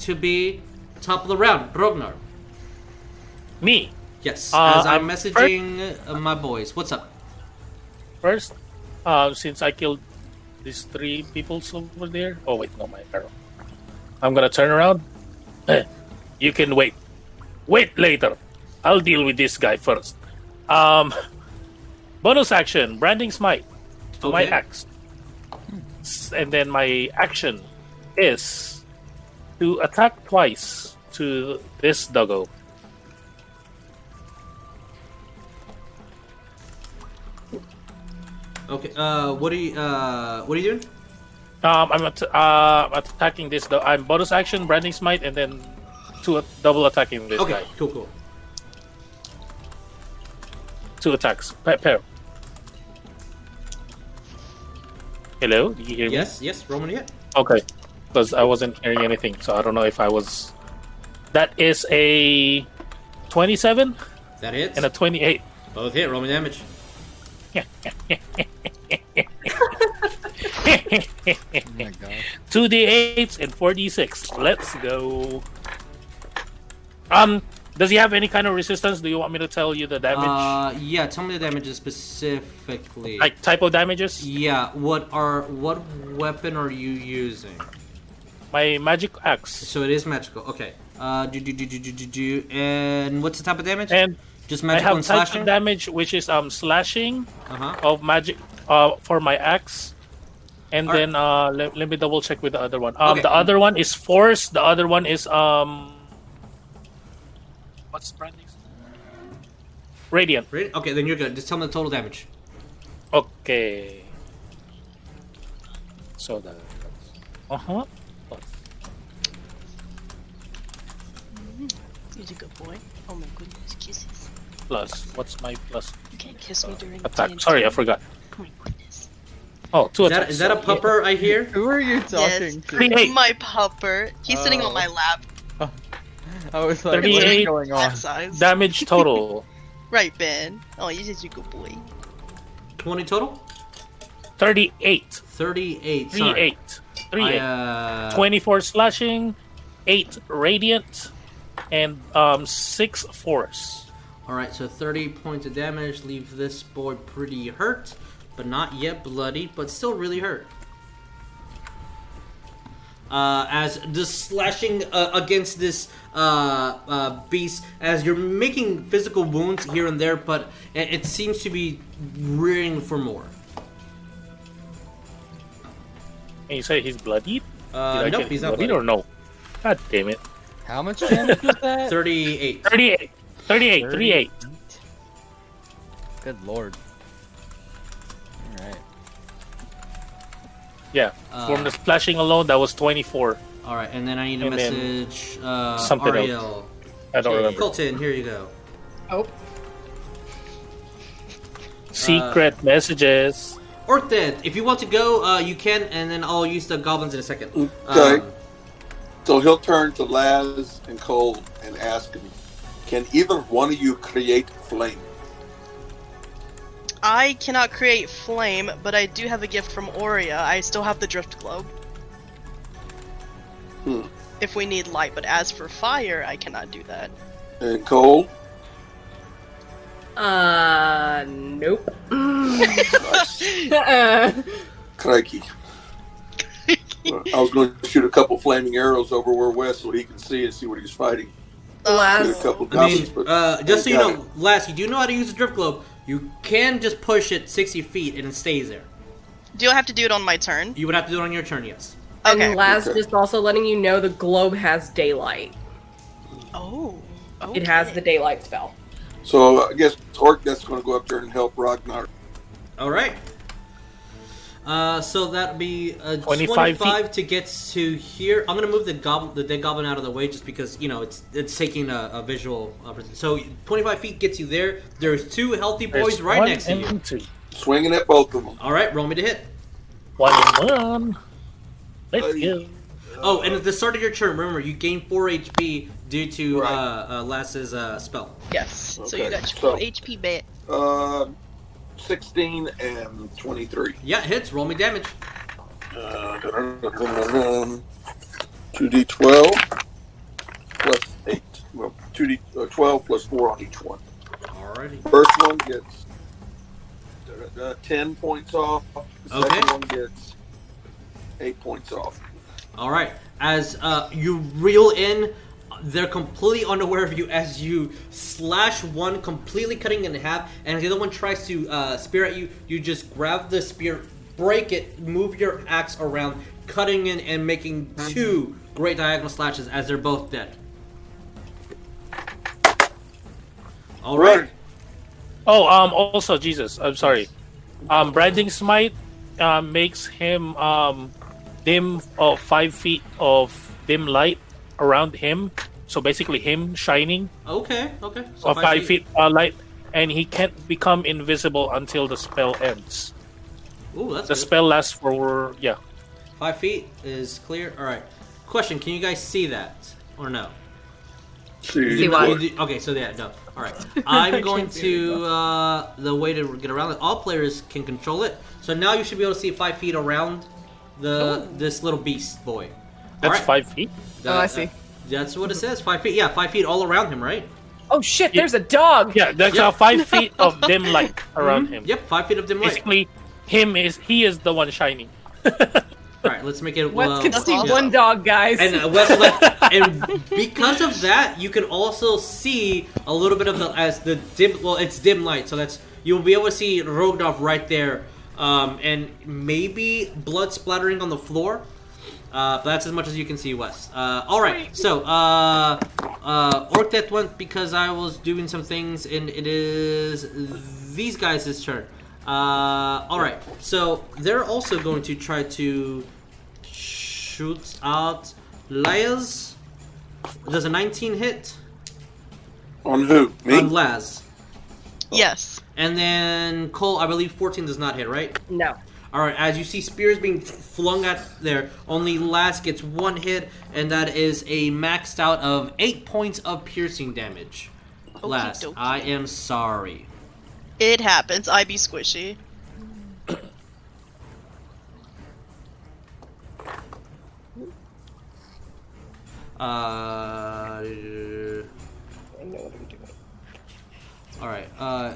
Speaker 2: to be top of the round, Brognar.
Speaker 4: Me.
Speaker 2: Yes,
Speaker 4: Uh,
Speaker 2: as I'm
Speaker 4: I'm first-
Speaker 2: messaging uh my boys. What's up?
Speaker 4: first, uh, since I killed these three people over there. Oh wait, no, my arrow. I'm gonna turn around. Eh, you can wait. Wait later. I'll deal with this guy first. Um, bonus action: branding smite to my
Speaker 2: Okay.
Speaker 4: axe, S- and then my action is to attack twice to this doggo.
Speaker 2: Okay, uh, what are you, uh, what are you doing?
Speaker 4: Um, I'm at, uh, attacking this. Though. I'm bonus action, branding smite, and then two double attacking this
Speaker 2: Okay,
Speaker 4: guy.
Speaker 2: cool, cool.
Speaker 4: Two attacks. Pair. pair. Hello, did you hear
Speaker 2: Yes, yes, Roman, yeah.
Speaker 4: me? Okay, because I wasn't hearing anything, so I don't know if I was. That is a twenty-seven
Speaker 2: That hits.
Speaker 4: and a twenty-eight.
Speaker 2: Both hit, Roman damage.
Speaker 6: my god.
Speaker 4: Two d8s and four d6. Let's go. Um, does he have any kind of resistance? Do you want me to tell you the damage,
Speaker 2: Uh, yeah, tell me the damages specifically.
Speaker 4: like type of damages?
Speaker 2: Yeah, what are what weapon are you using?
Speaker 4: My magic axe
Speaker 2: So it is magical. Okay. Uh, do do do do do do do. And what's the type of damage?
Speaker 4: and
Speaker 2: Just
Speaker 4: I
Speaker 2: magical Uh-huh.
Speaker 4: have
Speaker 2: and
Speaker 4: type
Speaker 2: slashing.
Speaker 4: of
Speaker 2: Uh
Speaker 4: damage, which is um slashing
Speaker 2: huh.
Speaker 4: of magic uh for my axe, and
Speaker 2: Alright.
Speaker 4: then uh let, let me double check with the other one. Um,
Speaker 2: Okay.
Speaker 4: the other one is force. The other one is um. What's the brand name? Radiant.
Speaker 2: Right? Okay, then you're good. Just tell me the total damage.
Speaker 4: Okay. So that. Uh huh.
Speaker 7: He's a good boy. Oh my goodness, kisses.
Speaker 4: Plus, what's my plus
Speaker 7: You can't kiss me during
Speaker 4: attack?
Speaker 7: D&D.
Speaker 4: Sorry, I forgot.
Speaker 7: Oh my goodness.
Speaker 4: Oh, two
Speaker 2: Is that
Speaker 4: attacks.
Speaker 2: is that a pupper I hear?
Speaker 6: Who are you talking to?
Speaker 4: Hey.
Speaker 7: My pupper. He's sitting on my lap.
Speaker 6: I was like, what
Speaker 4: 38.
Speaker 6: is going on?
Speaker 7: That size.
Speaker 4: Damage total
Speaker 7: Right, Ben. Oh, you're such a good boy.
Speaker 2: Twenty total.
Speaker 4: 38.
Speaker 2: Thirty-eight. Sorry.
Speaker 4: 38. 38.
Speaker 2: I, uh,
Speaker 4: 24 slashing, 8 radiant, and um 6 force.
Speaker 2: All right, so 30 points of damage leave this boy pretty hurt, but not yet bloody, but still really hurt. Uh, as the slashing uh, against this uh, uh, beast, as you're making physical wounds here and there, but it, it seems to be rearing for more.
Speaker 4: And you say he's bloodied? Did
Speaker 2: Uh,
Speaker 4: I
Speaker 2: nope,
Speaker 4: get
Speaker 2: he's not
Speaker 4: bloodied
Speaker 2: bloody.
Speaker 4: or no? God damn it.
Speaker 6: How much damage was that?
Speaker 2: 38.
Speaker 4: 38. 38. 38.
Speaker 6: Good lord. Alright.
Speaker 4: Yeah.
Speaker 2: Uh,
Speaker 4: From the splashing alone, that was 24.
Speaker 2: All right, and then I need a
Speaker 4: And then
Speaker 2: message. Uh,
Speaker 4: something else.
Speaker 2: Ariel.
Speaker 4: I don't remember.
Speaker 2: Colton, here you go. Uh,
Speaker 4: Secret messages.
Speaker 2: Orthed, if you want to go, uh, you can, and then I'll use the goblins in a second.
Speaker 8: Okay.
Speaker 2: Um,
Speaker 8: So he'll turn to Laz and Cole and ask me, "Can either one of you create flame?"
Speaker 7: I cannot create flame, but I do have a gift from Aurea. I still have the drift globe.
Speaker 8: Hmm.
Speaker 7: If we need light, but as for fire, I cannot do that.
Speaker 8: And Cole,
Speaker 10: Uh, nope.
Speaker 8: nice.
Speaker 10: Uh,
Speaker 8: crikey. I was going to shoot a couple flaming arrows over where West so he can see and see what he's fighting. Shoot a
Speaker 10: last.
Speaker 8: couple
Speaker 2: I
Speaker 8: goblins,
Speaker 2: mean,
Speaker 8: but
Speaker 2: uh, just so you
Speaker 8: Got
Speaker 2: know, Lass, you do know how to use the drift globe. You can just push it 60 feet and it stays there.
Speaker 7: Do I have to do it on my turn?
Speaker 2: You would have to do it on your turn, yes.
Speaker 7: Okay.
Speaker 10: And Laz
Speaker 8: Okay.
Speaker 10: just also letting you know the globe has daylight.
Speaker 7: Oh.
Speaker 10: It has
Speaker 7: okay.
Speaker 10: the daylight spell.
Speaker 8: so I guess Orc that's going to go up there and help Ragnar.
Speaker 2: All right. Uh, so that'd be uh,
Speaker 4: 25 feet.
Speaker 2: 25 to get to here. I'm gonna move the goblin, the dead goblin, out of the way just because you know it's it's taking a, a visual. Uh, pres- so 25 feet gets you there. There's two healthy boys
Speaker 4: There's
Speaker 2: Oh, right
Speaker 4: one
Speaker 2: next to
Speaker 4: and
Speaker 2: you.
Speaker 4: Two.
Speaker 8: swinging at both of them.
Speaker 2: All right, roll me to hit.
Speaker 4: One and one. Let's go.
Speaker 2: Oh, and at the start of your turn, remember you gain four HP due to
Speaker 8: Right.
Speaker 2: uh, uh, Lass's uh, spell.
Speaker 7: Yes. So you
Speaker 8: Okay,
Speaker 7: got
Speaker 8: so-
Speaker 7: your HP back.
Speaker 8: Uh, 16 and 23.
Speaker 2: Yeah, it hits. Roll me damage.
Speaker 8: Uh, 2d12 plus 8. Well, 2d12 uh, 12 plus 4 on each one.
Speaker 2: Alrighty.
Speaker 8: First one gets uh, uh, 10 points off. The second
Speaker 2: Okay.
Speaker 8: one gets 8 points off.
Speaker 2: All right. As uh, you reel in, they're completely unaware of you as you slash one, completely cutting it in half, and the other one tries to uh, spear at you. You just grab the spear, break it, move your axe around, cutting in and making two great diagonal slashes as they're both dead. All right.
Speaker 8: Right.
Speaker 4: Oh, um, also Jesus, I'm sorry. Um, branding smite uh, makes him um dim of five feet of dim light around him. So basically, him shining
Speaker 2: Okay. Okay.
Speaker 4: or five feet uh, light, and he can't become invisible until the spell ends.
Speaker 2: Ooh, that's
Speaker 4: the
Speaker 2: good.
Speaker 4: spell lasts for yeah.
Speaker 2: Five feet is clear. All right. Question: Can you guys see that or no?
Speaker 8: See,
Speaker 2: You-
Speaker 8: what?
Speaker 2: you do- Okay, so yeah, no. All right. I'm going to uh, the way to get around it. All players can control it. So now you should be able to see five feet around the this little beast boy.
Speaker 4: That's
Speaker 2: five
Speaker 4: feet.
Speaker 3: Oh, I see.
Speaker 2: that's what it says. Five feet. Yeah, five feet all around him, right?
Speaker 3: Oh shit! There's a dog.
Speaker 4: Yeah, there's uh, five feet of dim light around him.
Speaker 2: Yep, five feet of dim light.
Speaker 4: Basically, him is he is the one shining.
Speaker 2: All right, let's make it.
Speaker 3: Wes
Speaker 2: well,
Speaker 3: can see
Speaker 2: yeah.
Speaker 3: one dog, guys.
Speaker 2: And, uh, Wes, like, and because of that, you can also see a little bit of the as the dim. Well, it's dim light, so that's you'll be able to see Rogdov right there, um, and maybe blood splattering on the floor. Uh, but that's as much as you can see, Wes. Uh, all right, so uh, uh, Orc Death went because I was doing some things, and it is these guys' turn. Uh, all right, so they're also going to try to shoot out Laz. Does a 19 hit
Speaker 8: On who? Me?
Speaker 2: on Laz?
Speaker 7: Yes.
Speaker 2: And then Cole, I believe 14 does not hit, right?
Speaker 10: No.
Speaker 2: All right, as you see spears being flung at there, only Laz gets one hit, and that is a maxed out of 8 points of piercing damage. Laz,
Speaker 7: dokie.
Speaker 2: I am sorry.
Speaker 7: It happens. I be squishy.
Speaker 2: Uh, All right. Uh,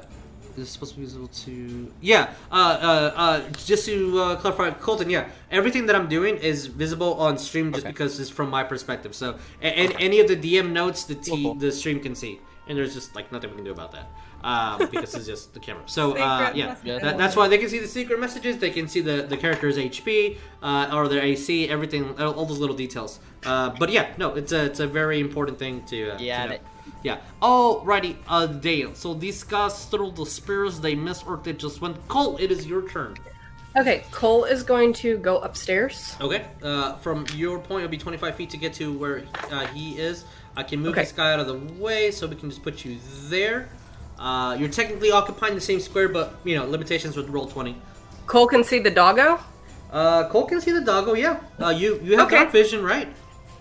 Speaker 2: is this supposed to be visible to? Yeah. Uh, uh, uh, just to uh, clarify, Colton. Yeah, everything that I'm doing is visible on stream just because it's from my perspective. So, and, and any of the DM notes, the T, the stream can see, and there's just like nothing we can do about that. Um, because it's just the camera. So uh,
Speaker 9: Secret
Speaker 2: yeah,
Speaker 9: messages.
Speaker 2: that- that's why they can see the secret messages. They can see the the character's HP uh, or their AC, everything, all all those little details. Uh, but yeah, no, it's a it's a very important thing to uh,
Speaker 6: Yeah,
Speaker 2: to know.
Speaker 6: it-
Speaker 2: yeah. Alrighty, uh, Dale. So these guys threw the spears. They missed, or they just went. Cole, it is your turn.
Speaker 5: Okay, Cole is going to go upstairs.
Speaker 2: Okay. Uh, from your point, it'll be 25 feet to get to where uh, he is. I can move
Speaker 5: Okay.
Speaker 2: this guy out of the way, so we can just put you there. Uh, you're technically occupying the same square, but you know limitations with roll 20.
Speaker 10: Cole can see the doggo.
Speaker 2: Uh, Cole can see the doggo. Yeah. Uh, you you have
Speaker 10: Okay.
Speaker 2: dark vision, right?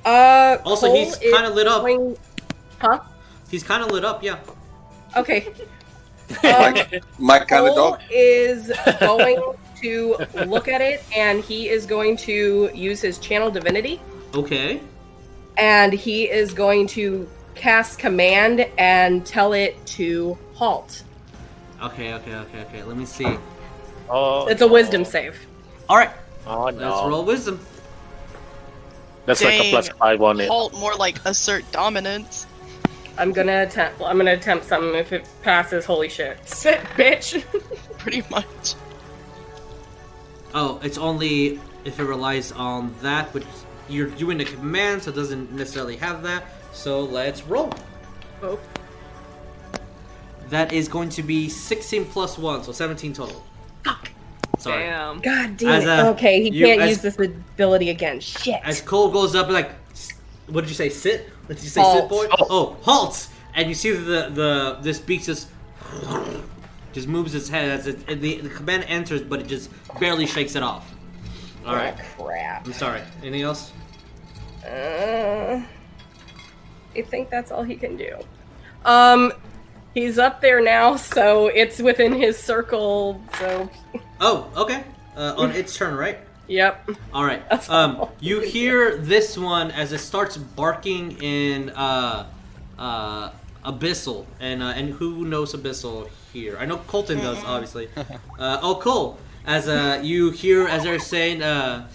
Speaker 5: Uh,
Speaker 2: Also,
Speaker 5: Cole
Speaker 2: he's kinda
Speaker 5: is
Speaker 2: lit up.
Speaker 5: going- Huh?
Speaker 2: He's kind of lit up. Yeah.
Speaker 5: Okay.
Speaker 8: My kind of
Speaker 10: Cole
Speaker 8: dog.
Speaker 10: is going to look at it, and he is going to use his channel divinity,
Speaker 2: Okay.
Speaker 10: and he is going to cast command and tell it to halt.
Speaker 2: Okay. Okay. Okay. Okay. Let me see.
Speaker 4: Oh,
Speaker 10: It's a wisdom save.
Speaker 2: All right.
Speaker 4: Oh no,
Speaker 2: Let's roll wisdom.
Speaker 4: that's like a
Speaker 7: Dang.
Speaker 4: plus five on it.
Speaker 7: Halt more like assert dominance.
Speaker 10: I'm gonna attempt. well, I'm gonna attempt something. If it passes, holy shit!
Speaker 3: Sit, bitch.
Speaker 7: Pretty much.
Speaker 2: Oh, it's only if it relies on that, which you're doing a command, so it doesn't necessarily have that. So let's roll.
Speaker 10: Oh.
Speaker 2: That is going to be 16 plus 1, so 17 total. Fuck. Sorry.
Speaker 3: Damn.
Speaker 10: God damn
Speaker 2: As
Speaker 10: it!
Speaker 2: a-
Speaker 10: okay, he
Speaker 2: you-
Speaker 10: can't
Speaker 2: as-
Speaker 10: use this ability again. Shit.
Speaker 2: As Cole goes up, like, "S- what did you say, sit? What did you say, sit,
Speaker 10: Halt.
Speaker 2: boy? Oh, halt! And you see the, the, this beast just, just moves its head as it, and the, the command enters, but it just barely shakes it off. All right.
Speaker 10: Crap.
Speaker 2: I'm sorry. Anything else?
Speaker 10: Uh, I think that's all he can do. Um, he's up there now, so it's within his circle. So,
Speaker 2: Oh, okay. Uh, on its turn, right?
Speaker 10: yep.
Speaker 2: All right.
Speaker 10: That's
Speaker 2: Um,
Speaker 10: all.
Speaker 2: you hear this one as it starts barking in uh, uh, Abyssal, and uh, and who knows Abyssal here? I know Colton does, obviously. Uh, oh, Cole. As uh, you hear, as they're saying, uh,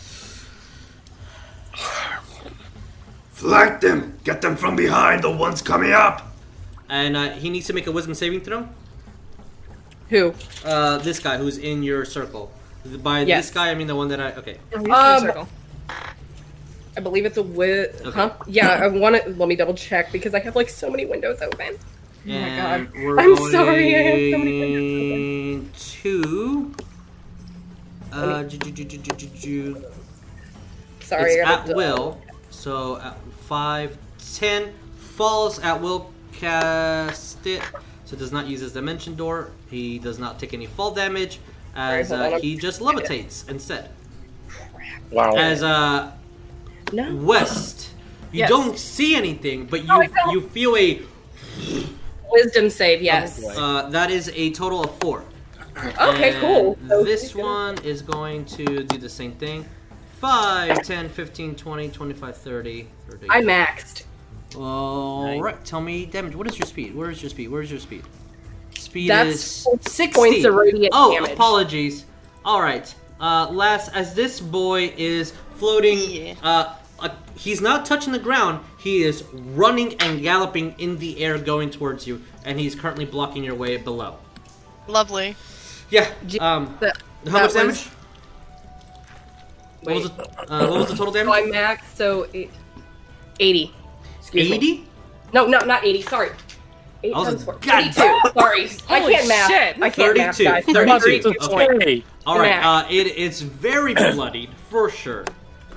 Speaker 11: Flank them! Get them from behind, the ones coming up!
Speaker 2: and uh, he needs to make a Wisdom saving throw.
Speaker 10: Who?
Speaker 2: Uh, this guy who's in your circle. By
Speaker 10: Yes.
Speaker 2: this guy, I mean the one that I. Okay.
Speaker 10: Um, I believe it's a wi- huh? Yeah, I want to. Let me double check because I have like so many windows open.
Speaker 2: And
Speaker 10: Oh God.
Speaker 2: we're
Speaker 10: I'm sorry, I have so many
Speaker 2: going to. Uh, ju- ju- ju- ju- ju- ju- ju-
Speaker 10: Sorry,
Speaker 2: it's
Speaker 10: I
Speaker 2: at
Speaker 10: gotta-
Speaker 2: will. So at five, ten falls at will. Cast it. So does not use his dimension door. He does not take any fall damage, as
Speaker 10: Alright, hold
Speaker 2: uh,
Speaker 10: on. Oh.
Speaker 2: he just levitates instead.
Speaker 4: Wow.
Speaker 2: As uh, West, you
Speaker 10: Yes.
Speaker 2: don't see anything, but you
Speaker 10: No, I don't.
Speaker 2: you feel a
Speaker 10: Wisdom save, yes.
Speaker 2: Uh, that is a total of four.
Speaker 10: Okay,
Speaker 2: And
Speaker 10: cool. So
Speaker 2: This one is going to do the same thing. 5, 10, 15, 20, 25, 30, 30.
Speaker 10: I maxed.
Speaker 2: Alright, tell me damage. What is your speed? Where is your speed? Where is your speed? Speed
Speaker 10: That's
Speaker 2: is
Speaker 10: four
Speaker 2: 60.
Speaker 10: points of radiant
Speaker 2: oh,
Speaker 10: damage.
Speaker 2: apologies. Alright, uh, last, as this boy is floating, uh, uh, he's not touching the ground, he is running and galloping in the air going towards you, and he's currently blocking your way below.
Speaker 7: Lovely.
Speaker 2: Yeah. Um, how much damage? What was, the, uh, what was the total damage?
Speaker 10: So I maxed, so eight, 80. Excuse
Speaker 2: 80?
Speaker 10: Me. No, no, not 80. Sorry. 8
Speaker 2: I was
Speaker 10: times
Speaker 2: a-
Speaker 10: 4.
Speaker 2: God
Speaker 10: 32. Sorry. I
Speaker 3: Holy
Speaker 10: can't math.
Speaker 3: shit.
Speaker 10: I can't math,
Speaker 2: 32.
Speaker 10: guys.
Speaker 2: 32. Okay.
Speaker 4: Okay.
Speaker 2: All right.
Speaker 10: Max.
Speaker 2: Uh, it, it's very bloodied for sure,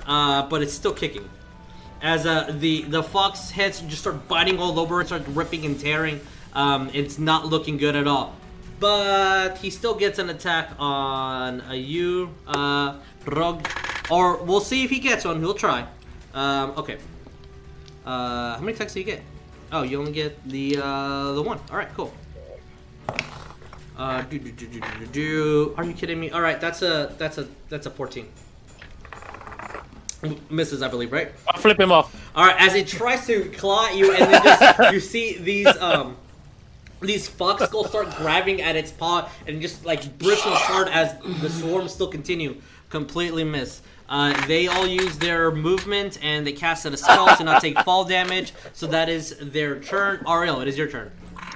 Speaker 2: uh, but it's still kicking. As uh, the the fox heads just start biting all over and start ripping and tearing. Um, it's not looking good at all. But he still gets an attack on a you, uh, Rog, or we'll see if he gets one. He'll try. Um, okay. Uh, how many attacks do you get? Oh, you only get the uh, the one. All right, cool. Uh, do, do, do, do, do, do, do. Are you kidding me? All right, that's a that's a that's a fourteen. M- Misses, I believe, right?
Speaker 4: I'll flip him off.
Speaker 2: All right, as it tries to claw at you, and then just, you see these um these fox skulls start grabbing at its paw and just like bristle hard as the swarms still continue. Completely miss. Uh, they all use their movement and they cast at a spell to not take fall damage. So that is their turn. Ariel, it is your turn.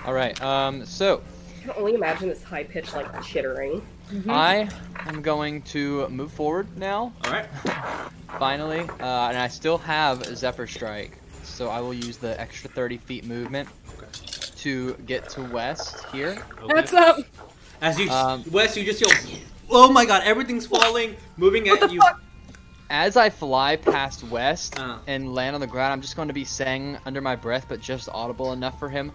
Speaker 6: All right. Um. So
Speaker 10: I can only imagine it's high pitched, like chittering.
Speaker 6: I am going to move forward now.
Speaker 2: All right.
Speaker 6: Finally, uh, and I still have Zephyr Strike, so I will use the extra 30 feet movement to get to West here.
Speaker 10: That's
Speaker 3: um,
Speaker 10: up.
Speaker 2: As you,
Speaker 6: Um,
Speaker 2: Wes, you just feel, oh my god, everything's falling, moving at you.
Speaker 6: As I fly past West and land on the ground, I'm just going to be saying under my breath, but just audible enough for him.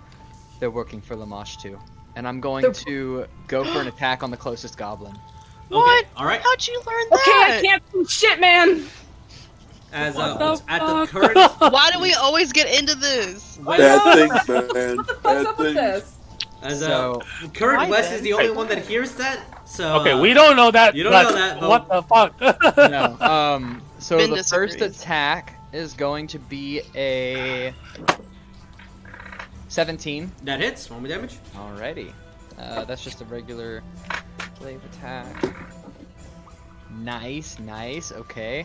Speaker 6: They're working for Lamash too, and I'm going
Speaker 7: They're-
Speaker 6: to go for an attack on the closest goblin.
Speaker 7: What?
Speaker 2: All right.
Speaker 7: How'd you learn
Speaker 3: Okay,
Speaker 7: that?
Speaker 3: I can't do shit, man.
Speaker 2: As
Speaker 7: What
Speaker 2: uh,
Speaker 7: the
Speaker 2: at the
Speaker 7: fuck?
Speaker 2: current, uh,
Speaker 7: Why do we always get into this?
Speaker 8: Bad things, man. Bad things.
Speaker 2: as uh,
Speaker 6: So-
Speaker 2: current
Speaker 7: Why
Speaker 2: Wes
Speaker 7: then?
Speaker 2: is the only one that hears that. So
Speaker 4: Okay,
Speaker 2: uh,
Speaker 4: we don't know that.
Speaker 2: you don't
Speaker 4: but
Speaker 2: know that, but-
Speaker 4: What the fuck?
Speaker 6: no. Um. So
Speaker 7: Ben
Speaker 6: the first
Speaker 7: disagrees.
Speaker 6: attack is going to be a 17.
Speaker 2: that hits. One more damage.
Speaker 6: Alrighty. Uh, that's just a regular glaive attack. Nice, nice. Okay.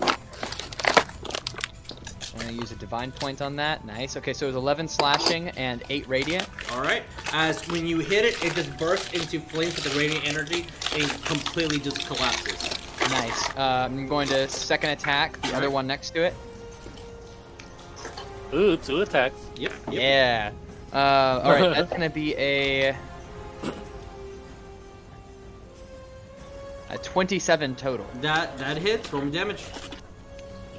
Speaker 6: I'm gonna use a divine point on that. Nice. Okay, so it was 11 slashing and 8 radiant.
Speaker 2: All right. As when you hit it, it just bursts into flames with the radiant energy and completely just collapses.
Speaker 6: Nice. Uh, I'm going to second attack the other one next to it.
Speaker 4: Ooh, two attacks.
Speaker 2: Yep. yep.
Speaker 6: Yeah. Uh, all right, that's gonna be a a 27 total.
Speaker 2: That that hits. One more damage.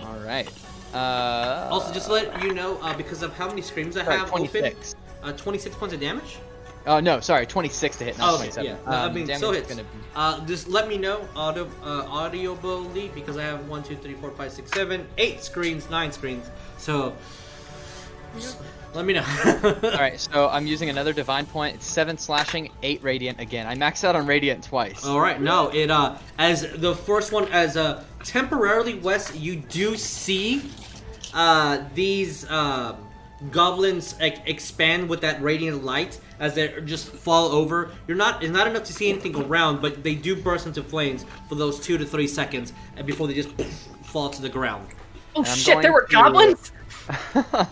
Speaker 6: All right. Uh,
Speaker 2: Also, just to let you know, uh, because of how many screams I
Speaker 6: sorry,
Speaker 2: have open,
Speaker 6: 26.
Speaker 2: uh, 26 points of damage.
Speaker 6: Oh no, sorry, 26 to hit, not
Speaker 2: Oh, okay,
Speaker 6: 27.
Speaker 2: yeah. No, I
Speaker 6: Um,
Speaker 2: mean,
Speaker 6: damage
Speaker 2: so
Speaker 6: is
Speaker 2: hits.
Speaker 6: gonna be-
Speaker 2: Uh, just let me know audio, uh, audibly because I have one, two, three, four, five, six, seven, eight screens, nine screens. So just let me know.
Speaker 6: All right, so I'm using another divine point. It's seven slashing, eight radiant again. I maxed out on radiant twice.
Speaker 2: All right, no, it uh, as the first one, as uh, temporarily West, you do see uh, these uh, goblins like, expand with that radiant light as they just fall over. You're not, it's not enough to see anything around, but they do burst into flames for those two to three seconds uh, before they just fall to the ground.
Speaker 3: Oh
Speaker 6: And I'm
Speaker 3: shit, there
Speaker 6: going
Speaker 3: were
Speaker 6: to-
Speaker 3: goblins?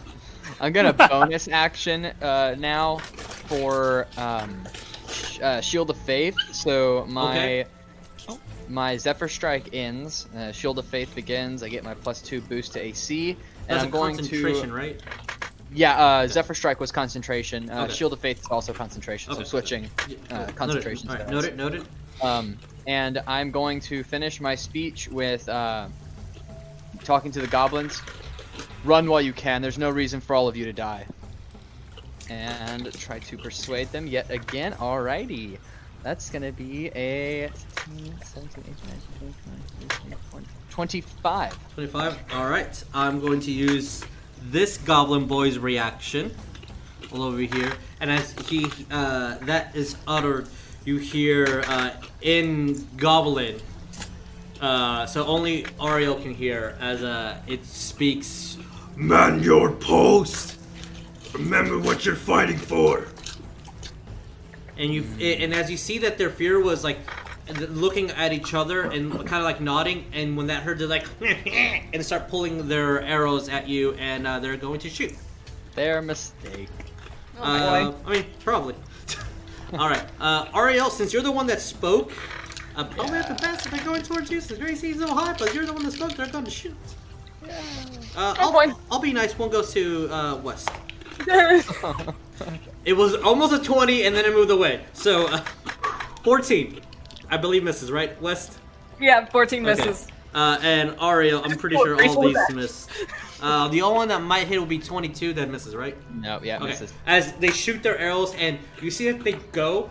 Speaker 6: I'm gonna bonus action uh, now for um, sh- uh, Shield of Faith. So my
Speaker 2: Okay. Oh.
Speaker 6: my Zephyr Strike ends. Uh, Shield of Faith begins. I get my plus two boost to AC, and
Speaker 2: That's
Speaker 6: I'm
Speaker 2: a
Speaker 6: going
Speaker 2: concentration,
Speaker 6: to
Speaker 2: right?
Speaker 6: yeah. Uh, Zephyr Strike was concentration. Uh,
Speaker 2: Okay.
Speaker 6: Shield of Faith is also concentration. So
Speaker 2: Okay.
Speaker 6: I'm switching uh, concentration.
Speaker 2: Noted. All right, noted,
Speaker 6: spells.
Speaker 2: noted.
Speaker 6: Um, and I'm going to finish my speech with uh, talking to the goblins. Run while you can. There's no reason for all of you to die. And try to persuade them yet again. Alrighty. That's going to be a 16, 17, 18, 19, 20, 21, 22, 25.
Speaker 2: 25. All right. I'm going to use this goblin boy's reaction all over here, and as he uh, that is uttered, you hear uh, in goblin. Uh, so only Ariel can hear as uh, it speaks.
Speaker 11: Man your post! Remember what you're fighting for!
Speaker 2: and you and as you see that their fear was like looking at each other and kind of like nodding and when that hurt they're like and start pulling their arrows at you and uh, they're going to shoot
Speaker 6: their mistake
Speaker 2: uh, i mean probably all right uh, ariel since you're the one that spoke i probably have the best if they're going towards you since gracie is so high but you're the one that spoke they're going to shoot uh, I'll, I'll be nice one goes to uh, west It was almost a 20, and then it moved away. So, uh, 14. I believe misses, right, West?
Speaker 10: Yeah, 14
Speaker 2: Okay.
Speaker 10: misses.
Speaker 2: Uh, and Ariel, I'm pretty
Speaker 10: Oh,
Speaker 2: sure
Speaker 10: Rachel
Speaker 2: all
Speaker 10: was
Speaker 2: these
Speaker 10: back.
Speaker 2: miss. Uh, the only one that might hit will be 22 that misses, right?
Speaker 6: No, yeah,
Speaker 2: Okay.
Speaker 6: misses.
Speaker 2: As they shoot their arrows, and you see that they go,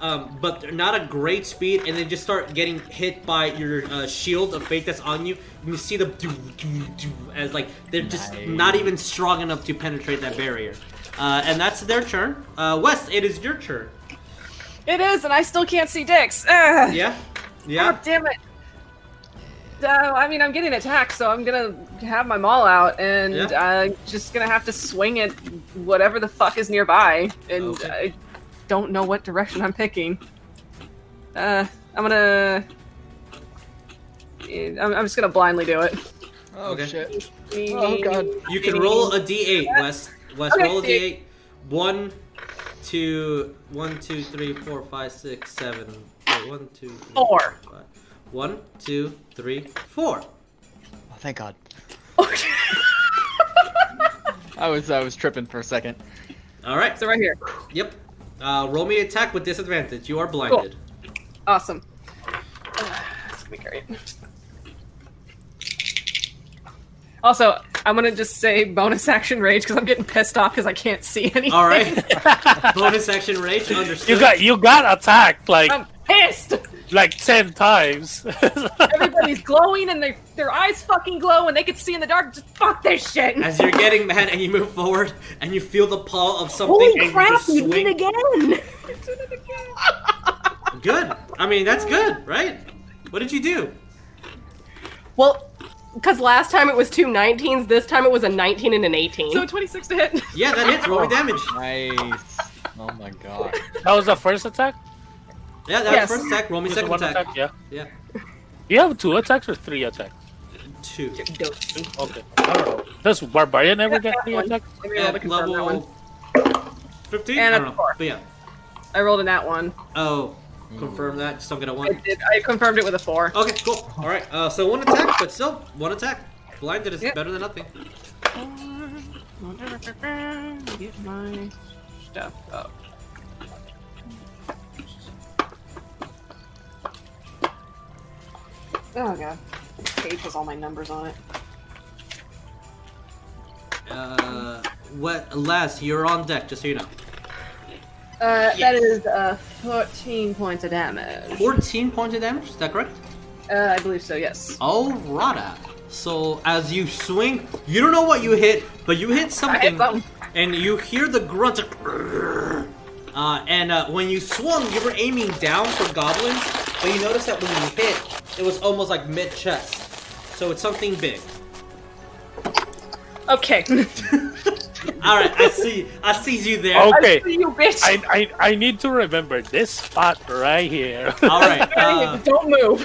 Speaker 2: um, but they're not a great speed, and they just start getting hit by your uh, shield of fate that's on you. And you see them do, do, do, as like they're just not even strong enough to penetrate that barrier. Uh, and that's their turn. Uh, West, it is your turn.
Speaker 3: It is, and I still can't see dicks. Ugh.
Speaker 2: Yeah, yeah.
Speaker 3: God damn it. So, I mean, I'm getting attacked, so I'm gonna have my maul out, and
Speaker 2: Yeah.
Speaker 3: I'm just gonna have to swing at whatever the fuck is nearby, and I don't know what direction I'm picking. Uh, I'm gonna. I'm, I'm just gonna blindly do it.
Speaker 6: Oh shit!
Speaker 3: Oh, God.
Speaker 2: You can roll a d8, West. West,
Speaker 3: Okay.
Speaker 2: roll a d8. One, two, one, two, three, four, five, six, seven. Wait, One, two, three,
Speaker 3: Four.
Speaker 2: five. One, two, three, four.
Speaker 6: Oh, thank God. I was I was tripping for a second.
Speaker 2: All right. So
Speaker 3: right here.
Speaker 2: Yep. Uh, roll me attack with disadvantage. You are blinded.
Speaker 3: Awesome. Ugh, This is gonna be great. Also, I'm gonna just say bonus action rage because I'm getting pissed off because I can't see anything.
Speaker 2: All right. Bonus action rage. Understood.
Speaker 4: You got you got attacked like
Speaker 2: Um,
Speaker 3: I'm pissed.
Speaker 4: like ten times.
Speaker 3: Everybody's glowing and they, their eyes fucking glow and they can see in the dark. Just fuck this shit.
Speaker 2: As you're getting mad and you move forward and you feel the paw of something
Speaker 3: Holy
Speaker 2: and
Speaker 3: crap,
Speaker 2: you just
Speaker 3: you did
Speaker 2: swing.
Speaker 3: it again.
Speaker 2: Good. I mean, that's good, right? What did you do?
Speaker 10: Well, because last time it was two 19s, this time it was a 19 and an 18.
Speaker 3: So 26 to hit.
Speaker 2: Yeah, that hits. Roll me damage.
Speaker 6: Nice. Oh my God.
Speaker 4: That was the first attack.
Speaker 2: Yeah, that
Speaker 4: Yes.
Speaker 2: was first attack. Roll me
Speaker 4: Was it
Speaker 2: second
Speaker 4: one
Speaker 2: attack.
Speaker 4: attack? Yeah.
Speaker 2: Yeah.
Speaker 4: You have two attacks or three attacks?
Speaker 2: Two.
Speaker 4: Okay. I don't know. Does barbarian ever get three attacks?
Speaker 2: At level 15?
Speaker 3: And
Speaker 2: I
Speaker 3: a
Speaker 2: don't know.
Speaker 3: four.
Speaker 2: But yeah.
Speaker 3: I rolled in that one.
Speaker 2: Oh, confirm that. Just don't get a
Speaker 3: I
Speaker 2: one.
Speaker 3: did. I confirmed it with a four.
Speaker 2: Okay, cool. All right. Uh, so one attack, but still one attack. Blinded is better than nothing.
Speaker 3: Get my stuff up. Oh god, This page has all my numbers on it.
Speaker 2: Uh, what? Last, you're on deck. Just so you know.
Speaker 3: Uh, that is uh, 14 points of damage.
Speaker 2: 14 points of damage. Is that correct?
Speaker 3: Uh, I believe so. Yes.
Speaker 2: Alrighta. So as you swing, you don't know what you hit, but you hit something, and you hear the grunt. of- Uh, and uh, when you swung, you were aiming down for goblins, but you notice that when you hit, it was almost like mid chest. So it's something big.
Speaker 3: Okay.
Speaker 2: All right, I see. I see you there.
Speaker 4: Okay.
Speaker 3: you bitch.
Speaker 4: I, I I need to remember this spot right here.
Speaker 2: All right. Uh,
Speaker 3: Don't move.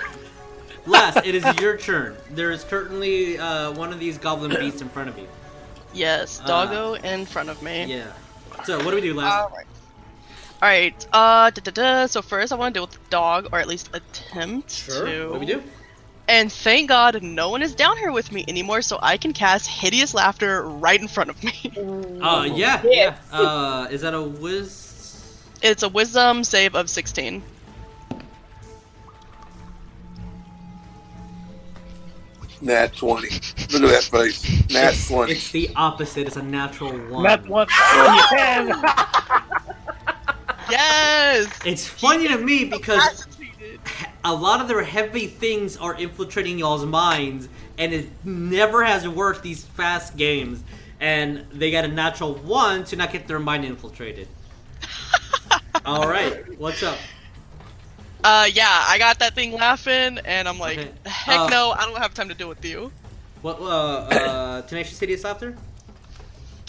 Speaker 2: Last, it is your turn. There is currently uh, one of these goblin beasts in front of you.
Speaker 7: Yes,
Speaker 2: Uh,
Speaker 7: doggo in front of me.
Speaker 2: Yeah. So what do we do,
Speaker 7: Uh,
Speaker 2: Last?
Speaker 7: All right. Uh, da, da, da. so first I want to deal with the dog, or at least attempt to.
Speaker 2: What do we do?
Speaker 7: And thank God no one is down here with me anymore, so I can cast hideous laughter right in front of me.
Speaker 2: Uh, yeah, yeah. Uh, is that a whiz?
Speaker 7: It's a wisdom save of 16.
Speaker 8: Nat 20. Look at that face. Nat
Speaker 2: it's,
Speaker 8: 20.
Speaker 2: it's the opposite. It's a natural one.
Speaker 4: Nat one.
Speaker 7: yes.
Speaker 2: It's funny to me because a lot of their heavy things are infiltrating y'all's minds, and it never has worked these fast games. And they got a natural one to not get their mind infiltrated. All right, what's up?
Speaker 7: Uh, yeah, I got that thing laughing, and I'm like,
Speaker 2: Okay.
Speaker 7: heck
Speaker 2: Uh,
Speaker 7: no, I don't have time to deal with you.
Speaker 2: What uh, uh tenacious hideous laughter?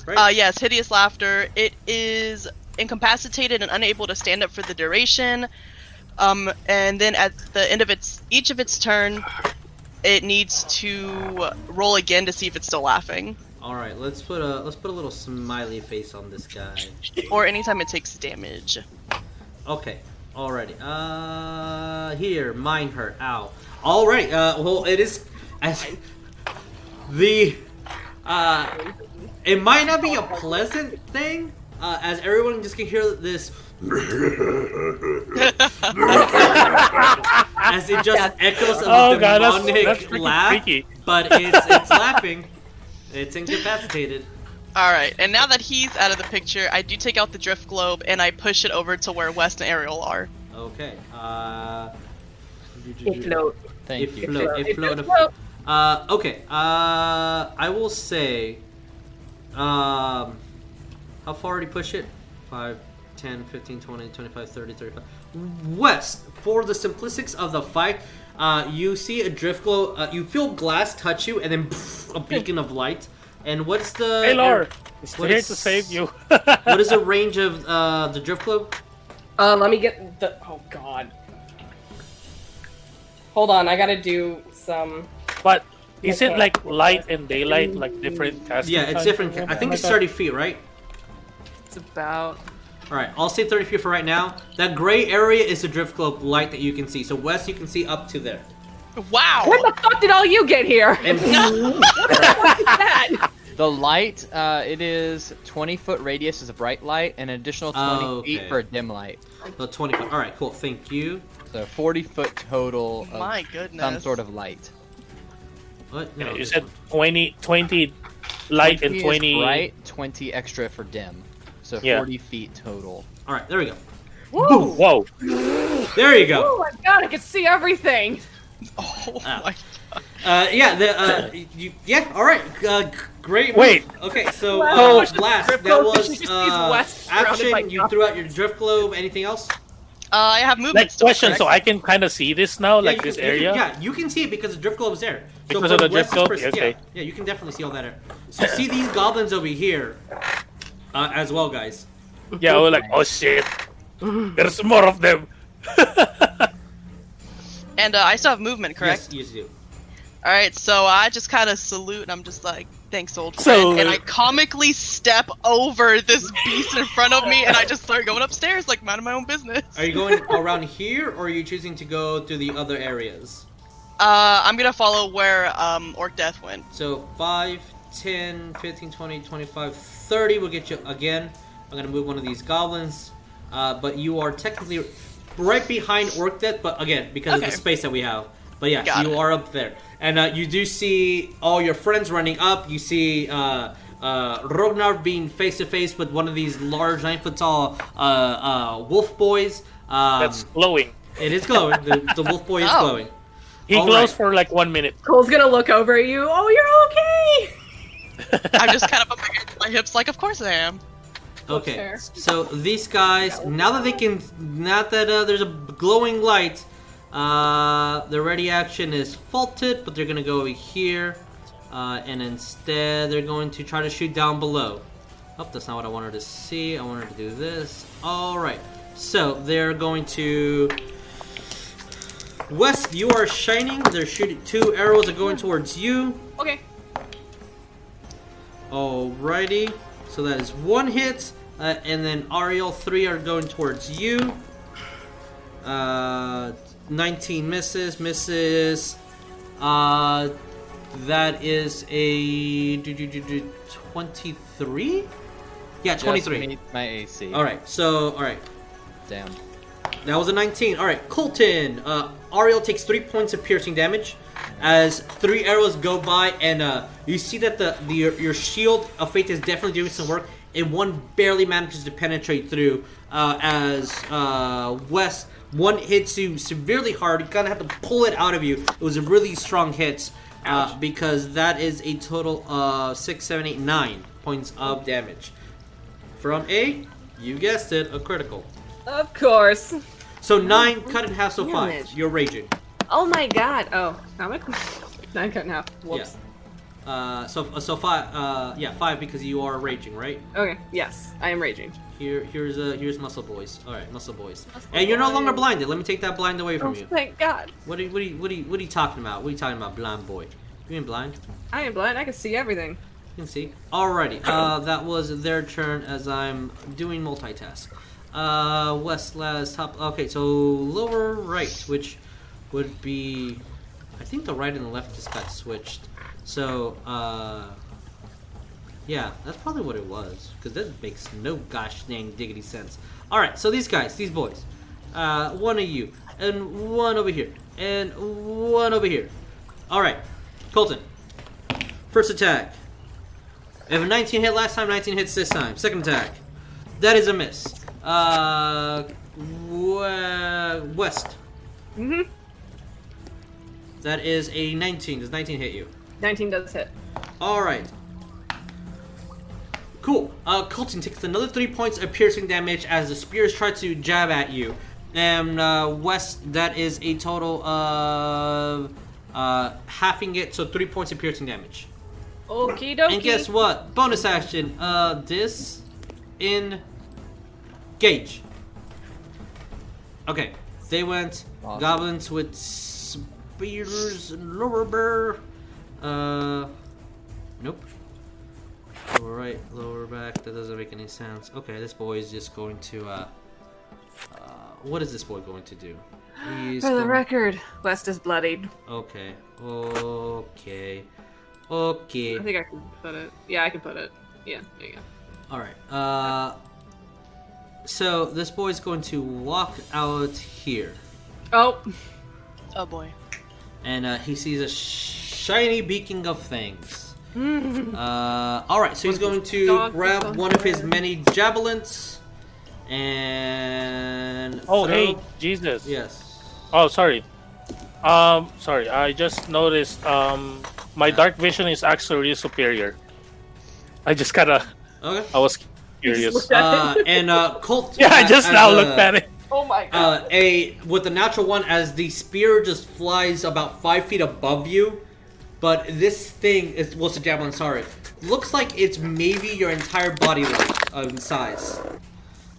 Speaker 2: Right.
Speaker 7: Uh, yes, hideous laughter. It is incapacitated and unable to stand up for the duration. Um, and then at the end of its each of its turn, it needs to roll again to see if it's still laughing,
Speaker 2: All right, let's put a let's put a little smiley face on this guy.
Speaker 7: or anytime it takes damage.
Speaker 2: Okay, alrighty. Uh, here, mine hurt. Ow. All right. Uh, well, it is as the uh, it might not be a pleasant thing. Uh, as everyone just can hear this as it just echoes of
Speaker 4: Oh,
Speaker 2: a
Speaker 4: God, that's-
Speaker 2: demonic
Speaker 4: that's freaking
Speaker 2: laugh,
Speaker 4: freaky.
Speaker 2: but it's it's laughing. It's incapacitated.
Speaker 7: All right, and now that he's out of the picture, I do take out the drift globe and I push it over to where West and Ariel are.
Speaker 2: Okay. Uh,
Speaker 7: It float.
Speaker 6: Thank
Speaker 2: it
Speaker 6: you.
Speaker 2: Float, it
Speaker 7: It
Speaker 2: float.
Speaker 7: float.
Speaker 2: It float. Uh, okay. Uh, I will say. Um, how far did he push it? 5, 10, 15, 20, 25, 30, 35. West, for the simplistics of the fight, uh, you see a drift glow. Uh, you feel glass touch you, and then pff, a beacon of light. And what's the.
Speaker 4: Hey, Lord, it's
Speaker 2: what
Speaker 4: here
Speaker 2: is-
Speaker 4: to save you.
Speaker 2: what is the range of uh, the drift globe?
Speaker 10: Uh, let me get the. Oh God. Hold on, I gotta do some.
Speaker 4: But is
Speaker 10: Okay.
Speaker 4: it like light and daylight, like different casting?
Speaker 2: Yeah, it's
Speaker 4: time?
Speaker 2: different. I think it's 30 feet, right?
Speaker 3: It's about.
Speaker 2: All right, I'll say 30 feet for right now. That gray area is the drift globe light that you can see. So west, you can see up to there.
Speaker 7: Wow.
Speaker 3: Where the fuck did all you get here?
Speaker 2: And
Speaker 6: The light, uh, it is 20 foot radius is a bright light, and an additional 20
Speaker 2: Oh,
Speaker 6: feet
Speaker 2: okay.
Speaker 6: for a dim light.
Speaker 2: the 20 foot. All right, cool. Thank you.
Speaker 6: So 40 foot total of
Speaker 7: My
Speaker 6: some
Speaker 7: goodness.
Speaker 6: sort of light.
Speaker 2: What?
Speaker 4: Yeah,
Speaker 2: No,
Speaker 4: you
Speaker 2: this
Speaker 4: said
Speaker 2: one.
Speaker 4: 20, 20 light and
Speaker 6: is
Speaker 4: 20.
Speaker 6: bright, 20 extra for dim. So
Speaker 4: Yeah.
Speaker 6: 40 feet total.
Speaker 2: All right, there we go.
Speaker 3: Woo!
Speaker 4: Whoa.
Speaker 2: There you go.
Speaker 3: Oh my god, I can see everything.
Speaker 7: Oh
Speaker 2: Ah.
Speaker 7: my.
Speaker 2: Uh, yeah. The uh, you, yeah. All right. Uh, g- great. move.
Speaker 4: Wait.
Speaker 2: Okay. So
Speaker 3: Wow.
Speaker 2: uh, last that
Speaker 3: Drift globe,
Speaker 2: was
Speaker 3: she just sees
Speaker 2: uh,
Speaker 3: West surrounded by
Speaker 2: action. You threw out your drift globe. Anything else?
Speaker 7: Uh, I have movement.
Speaker 4: Like
Speaker 7: still,
Speaker 4: question, so
Speaker 7: correct?
Speaker 4: I can kind of see this now, like
Speaker 2: you
Speaker 4: this
Speaker 2: can- you can-
Speaker 4: area.
Speaker 2: yeah, you can see it because the drift globe's there.
Speaker 4: Because
Speaker 2: from
Speaker 4: of the drift
Speaker 2: Wes's
Speaker 4: globe?
Speaker 2: pers-
Speaker 4: Okay.
Speaker 2: Yeah, yeah, you can definitely see all that. area. So see these goblins over here, uh, as well, guys.
Speaker 4: Yeah, we're like, oh shit, there's more of them.
Speaker 2: Um,
Speaker 7: And uh, I still have movement, correct?
Speaker 2: Yes, you do.
Speaker 7: All right, so I just kind of salute, and I'm just like, "Thanks, old friend."
Speaker 4: So-
Speaker 7: and I comically step over this beast in front of me, and I just start going upstairs, like minding my own business. Uh,
Speaker 2: Are you going around here, or are you choosing to go to the other areas?
Speaker 7: Uh, I'm gonna follow where um Orc Death went.
Speaker 2: So 5, 10, 15, 20, 25, 30 will get you again. I'm going to move one of these goblins. Uh, but you are technically right behind Orc Death, but again, because of
Speaker 7: Okay.
Speaker 2: the space that we have. But yes,
Speaker 7: Got
Speaker 2: you
Speaker 7: it.
Speaker 2: are up there. And uh, you do see all your friends running up. You see uh, uh, Rognar being face to face with one of these large, nine foot tall uh, uh, wolf boys. Um,
Speaker 4: That's glowing.
Speaker 2: It is glowing. The, the wolf boy is
Speaker 7: Oh.
Speaker 2: glowing.
Speaker 4: He
Speaker 2: all
Speaker 4: glows
Speaker 2: right.
Speaker 4: for like one minute.
Speaker 10: Cole's gonna look over at you. Oh, you're okay.
Speaker 7: I'm just kind of up against my hips, like, "Of course I am."
Speaker 2: Okay.
Speaker 10: Fair.
Speaker 2: So these guys, now that they can, now that uh, there's a glowing light, uh, their ready action is faulted, but they're gonna go over here, uh, and instead they're going to try to shoot down below. Oh, that's not what I wanted to see. I wanted to do this. All right. So they're going to. West, you are shining. They're shooting. Two arrows are going towards you.
Speaker 3: Okay.
Speaker 2: Alrighty. So that is one hit, uh, and then Ariel three are going towards you. Uh, 19 misses, misses. Uh, that is a do, do, do, do, 23. Yeah,
Speaker 6: Just
Speaker 2: 23.
Speaker 6: meet my AC.
Speaker 2: All right. So all right.
Speaker 6: Damn.
Speaker 2: That was a 19. All right, Colton. Uh, Ariel takes three points of piercing damage. as three arrows go by, and uh, you see that the, the your, your shield of faith is definitely doing some work, and one barely manages to penetrate through. Uh, as uh, West, one hits you severely hard. You kind of have to pull it out of you. It was a really strong hit uh, because that is a total of six, seven, eight, nine points of damage from a, you guessed it, a critical.
Speaker 3: Of course.
Speaker 2: So nine cut in half, so five.
Speaker 3: Damage.
Speaker 2: You're raging.
Speaker 3: Oh my god. Oh, how much? Nine cut in half. Whoops.
Speaker 2: Yeah. Uh, so so five. Uh, yeah, five because you are raging, right?
Speaker 3: Okay. Yes, I am raging.
Speaker 2: Here here's uh here's muscle boys. All right, muscle boys. and you're no longer blinded. Let me take that blind away from
Speaker 3: Oh,
Speaker 2: you.
Speaker 3: thank God.
Speaker 2: What are you, what are you, what are you, what are you talking about? What are you talking about, blind boy? You ain't blind.
Speaker 3: I am blind. I can see everything.
Speaker 2: You can see. Alrighty. Uh, that was their turn as I'm doing multitask. Uh, west, last, top. Okay, so lower right, which would be, I think the right and the left just got switched. So, uh, yeah, that's probably what it was because that makes no gosh dang diggity sense. All right, so these guys, these boys, uh, one of you and one over here and one over here. All right, Colton, first attack. If a 19 hit last time, 19 hits this time. Second attack. That is a miss. Uh, we- West.
Speaker 3: hmm
Speaker 2: That is a 19. Does 19 hit you?
Speaker 3: Nineteen does hit.
Speaker 2: All right. Cool. Uh, Colton takes another three points of piercing damage as the spears try to jab at you. And uh, West, that is a total of uh, halving it, so three points of piercing damage.
Speaker 3: Okie dokie.
Speaker 2: And guess what? Bonus action. Uh, this in gauge. Okay, they went goblins with spears and lower bear. Uh, nope. Lower right, lower back. That doesn't make any sense. Okay, this boy is just going to. Uh, uh, what is this boy going to do? He's
Speaker 3: For the
Speaker 2: going-
Speaker 3: record, West is bloodied.
Speaker 2: Okay. Okay. Okay.
Speaker 3: I think I can put it. Yeah, I can put it. Yeah, there you go.
Speaker 2: All right. Uh, so this boy's going to walk out here,
Speaker 3: Oh,
Speaker 7: Oh boy.
Speaker 2: and uh, he sees a shiny beacon of things. Uh, all right. So he's going to
Speaker 3: Dog
Speaker 2: grab
Speaker 3: is
Speaker 2: one of his many javelins, and
Speaker 4: Oh,
Speaker 2: throw-
Speaker 4: hey, Jesus.
Speaker 2: Yes.
Speaker 4: Oh, sorry. Um, sorry. I just noticed. Um, my dark vision is actually really superior. I just kind of.
Speaker 2: Okay.
Speaker 4: I was
Speaker 2: Yes.
Speaker 4: curious.
Speaker 2: Uh, and uh, Colt.
Speaker 4: Oh. yeah, I
Speaker 2: uh,
Speaker 4: just
Speaker 2: as
Speaker 4: now
Speaker 2: a-
Speaker 4: looked at it.
Speaker 3: Oh my god.
Speaker 2: Uh, a with the natural one as the spear just flies about five feet above you, but this thing is well, it's a javelin. Sorry, looks like it's maybe your entire body length uh, in size.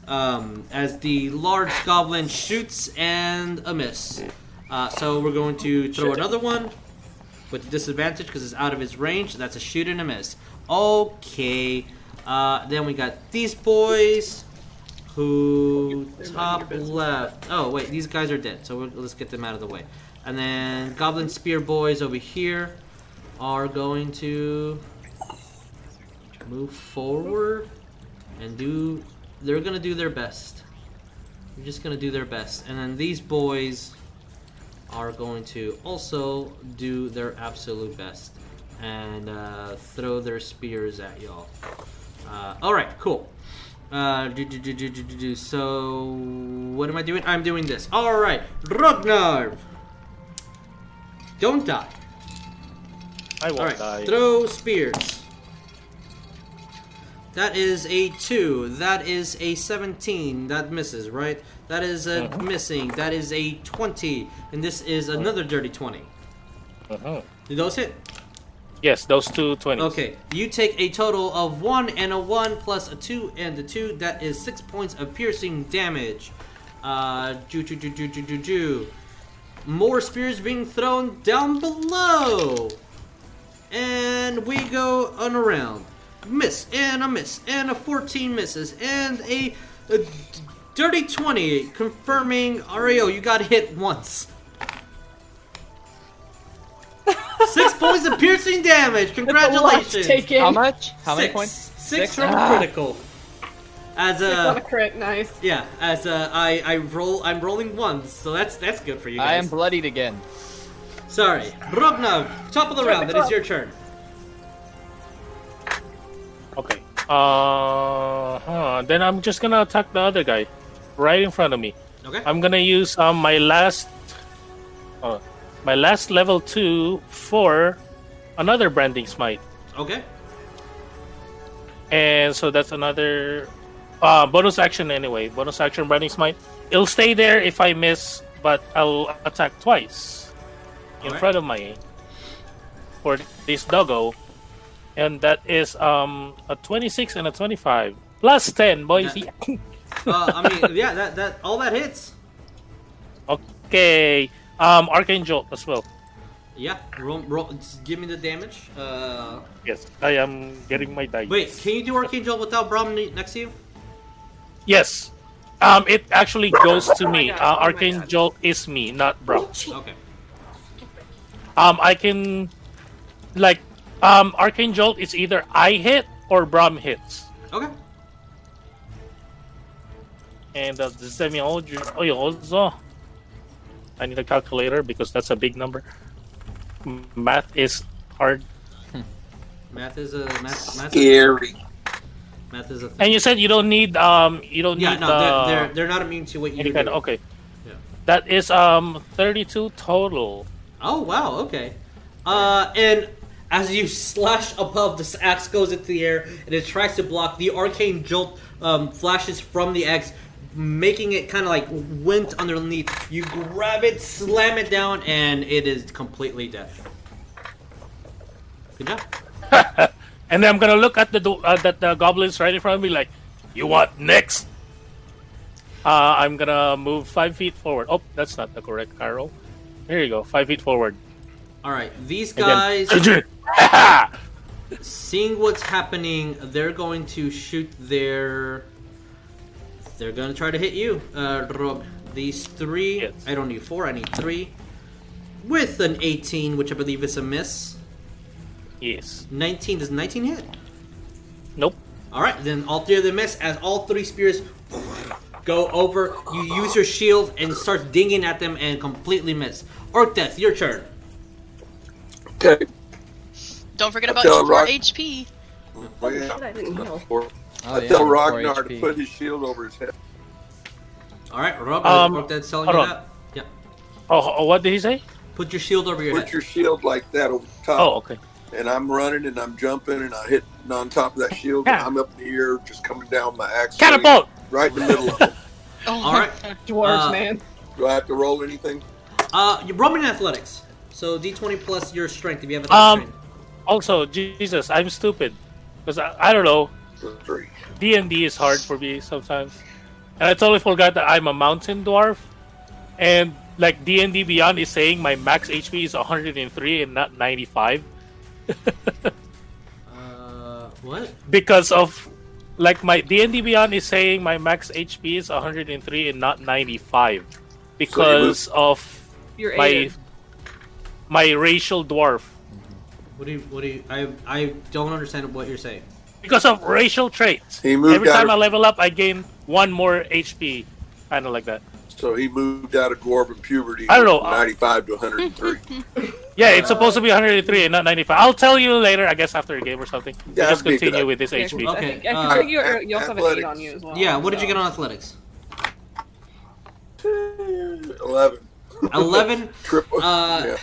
Speaker 2: Um, as the large goblin shoots and a miss. Uh, so we're going to throw another one with disadvantage because it's out of his range. That's a shoot and a miss. Okay. Uh, then we got these boys who top left. Oh wait, these guys are dead. So we'll, let's get them out of the way. And then goblin spear boys over here are going to move forward and do. They're gonna do their best. They're just gonna do their best. And then these boys are going to also do their absolute best and uh, throw their spears at y'all. Uh, all right, cool. Uh, do, do, do, do, do, do, do. So, what am I doing? I'm doing this. All right, Ragnar, don't die.
Speaker 4: I won't
Speaker 2: All right,
Speaker 4: die.
Speaker 2: throw spears. That is a two. That is a seventeen. That misses, right? That is a
Speaker 4: Mhm.
Speaker 2: missing. That is a twenty, and this is another dirty twenty.
Speaker 4: Uh-huh.
Speaker 2: Did those hit?
Speaker 4: Yes, those two twenties.
Speaker 2: Okay, you take a total of one and a one plus a two and a two. That is six points of piercing damage. Uh, do do do do do do do. More spears being thrown down below, and we go on a round. Miss and a miss and a fourteen misses and a, a d- dirty twenty confirming. Ario, you got hit once. Six points of piercing damage. Congratulations.
Speaker 6: How much? How many
Speaker 2: Six.
Speaker 6: points?
Speaker 2: Six, from
Speaker 6: Ah.
Speaker 2: critical. As
Speaker 3: Six on a
Speaker 2: a
Speaker 3: crit. Nice.
Speaker 2: yeah, uh, as a, I I roll I'm rolling ones, so that's that's good for you guys.
Speaker 6: I am bloodied again.
Speaker 2: Sorry. Rognav, top of the round. It is your turn.
Speaker 4: Okay. Uh, huh. Then I'm just gonna attack the other guy, right in front of me.
Speaker 2: Okay.
Speaker 4: I'm gonna use um, my last, uh, my last level two for another branding smite,
Speaker 2: Okay.
Speaker 4: and so that's another uh, bonus action anyway. Bonus action branding smite. It'll stay there if I miss, but I'll attack twice in
Speaker 2: Alright.
Speaker 4: front of my for this doggo, and that is um a 26 and a 25 plus 10, boys.
Speaker 2: Uh, I mean, yeah, that, that all that hits.
Speaker 4: Okay. Um, Arcane Jolt as well.
Speaker 2: Yeah. Roll, roll, just give me the damage. Uh,
Speaker 4: Yes, I am getting my dice.
Speaker 2: wait, can you do Archangel without Brom ne- next to you?
Speaker 4: Yes. Um, it actually goes to me.
Speaker 2: Oh my God,
Speaker 4: uh,
Speaker 2: oh my
Speaker 4: Arcane Jolt is me, not Brock.
Speaker 2: Okay.
Speaker 4: Um, I can, like, um, Arcane Jolt is either I hit or Brom hits.
Speaker 2: Okay.
Speaker 4: And uh, does that mean all you- oh, you also? I need a calculator because that's a big number. M- Math is hard.
Speaker 2: Math is a math. math
Speaker 4: Scary.
Speaker 2: Math is a.
Speaker 4: And you said you don't need um, you don't
Speaker 2: Yeah,
Speaker 4: need.
Speaker 2: no,
Speaker 4: uh,
Speaker 2: they're, they're they're not immune to what you
Speaker 4: any
Speaker 2: do.
Speaker 4: kind of- okay. That is um 32 total.
Speaker 2: Oh wow, okay. Uh, and as you slash above, this axe goes into the air and it tries to block. The arcane jolt um, flashes from the axe, making it kind of like went underneath. You grab it, slam it down, and it is completely dead. Good job.
Speaker 4: And then I'm gonna look at the do- uh, that the goblins right in front of me, like, you want next? Uh, I'm gonna move five feet forward. Oh, that's not the correct arrow. Here you go, five feet forward.
Speaker 2: All right, these
Speaker 4: And then-
Speaker 2: guys.
Speaker 4: Ah!
Speaker 2: seeing what's happening, they're going to shoot their. They're going to try to hit you, uh, Rob. These three. I don't need four. I need three. With an 18, which I believe is a miss.
Speaker 4: Yes.
Speaker 2: 19 does 19 hit?
Speaker 4: Nope.
Speaker 2: All right, then all three of them miss as all three spears go over. You use your shield and start dinging at them and completely miss. Orc Death, your turn.
Speaker 8: Okay.
Speaker 7: Don't forget
Speaker 8: I
Speaker 7: about
Speaker 8: tell
Speaker 7: your
Speaker 8: Rock-
Speaker 7: HP.
Speaker 8: Oh, yeah.
Speaker 7: I didn't
Speaker 2: Uh,
Speaker 7: know.
Speaker 8: Or-
Speaker 6: Oh,
Speaker 8: I
Speaker 6: yeah,
Speaker 8: tell
Speaker 6: four
Speaker 8: Ragnar to
Speaker 6: HP.
Speaker 8: put his shield over his head.
Speaker 2: All right, Rob,
Speaker 8: Um,
Speaker 2: Orc Death's telling
Speaker 8: hold
Speaker 2: you
Speaker 8: on.
Speaker 2: that. Yeah.
Speaker 4: Oh, what did he say?
Speaker 2: Put your shield over your
Speaker 8: Put
Speaker 2: head.
Speaker 8: your shield like that over the top.
Speaker 4: Oh, okay.
Speaker 8: And I'm running and I'm jumping and I hit on top of that shield and I'm up in the air just coming down my axe.
Speaker 4: Catapult!
Speaker 8: Right in the middle of it.
Speaker 7: Oh,
Speaker 2: All right,
Speaker 8: Dwarves,
Speaker 2: Uh,
Speaker 8: man. Do I have to roll anything?
Speaker 2: Uh, you roll me in athletics. So d20 plus your strength if you have a
Speaker 4: Um, also, Jesus, I'm stupid because I, I don't know. D and D is hard for me sometimes, and I totally forgot that I'm a mountain dwarf, and like D and D Beyond is saying my max HP is 103 and not 95
Speaker 2: Uh, what?
Speaker 4: because of like my D and D Beyond is saying my max HP is 103 and not 95 because of
Speaker 2: You're
Speaker 4: my
Speaker 2: aided.
Speaker 4: my racial dwarf
Speaker 2: What do you? What do you? I I don't understand what you're saying.
Speaker 4: because of racial traits.
Speaker 8: He moved
Speaker 4: Every
Speaker 8: out
Speaker 4: time I
Speaker 8: of-
Speaker 4: level up, I gain one more HP, kind of like that.
Speaker 8: So he moved out of dwarven puberty.
Speaker 4: I don't know.
Speaker 8: from 95 to 103.
Speaker 4: Yeah,
Speaker 8: Uh,
Speaker 4: it's supposed to be 103 and not 95. I'll tell you later, I guess, after the game or something. We
Speaker 8: Yeah,
Speaker 4: just
Speaker 8: that'd be a good
Speaker 4: continue
Speaker 8: idea.
Speaker 4: with this
Speaker 8: Yeah,
Speaker 4: HP.
Speaker 2: Okay,
Speaker 3: I
Speaker 2: uh,
Speaker 3: feel like you, are- you also have an eight on you as well.
Speaker 2: Yeah. What did you
Speaker 3: so.
Speaker 2: get on athletics?
Speaker 8: 11.
Speaker 2: 11.
Speaker 8: Triple.
Speaker 2: Uh,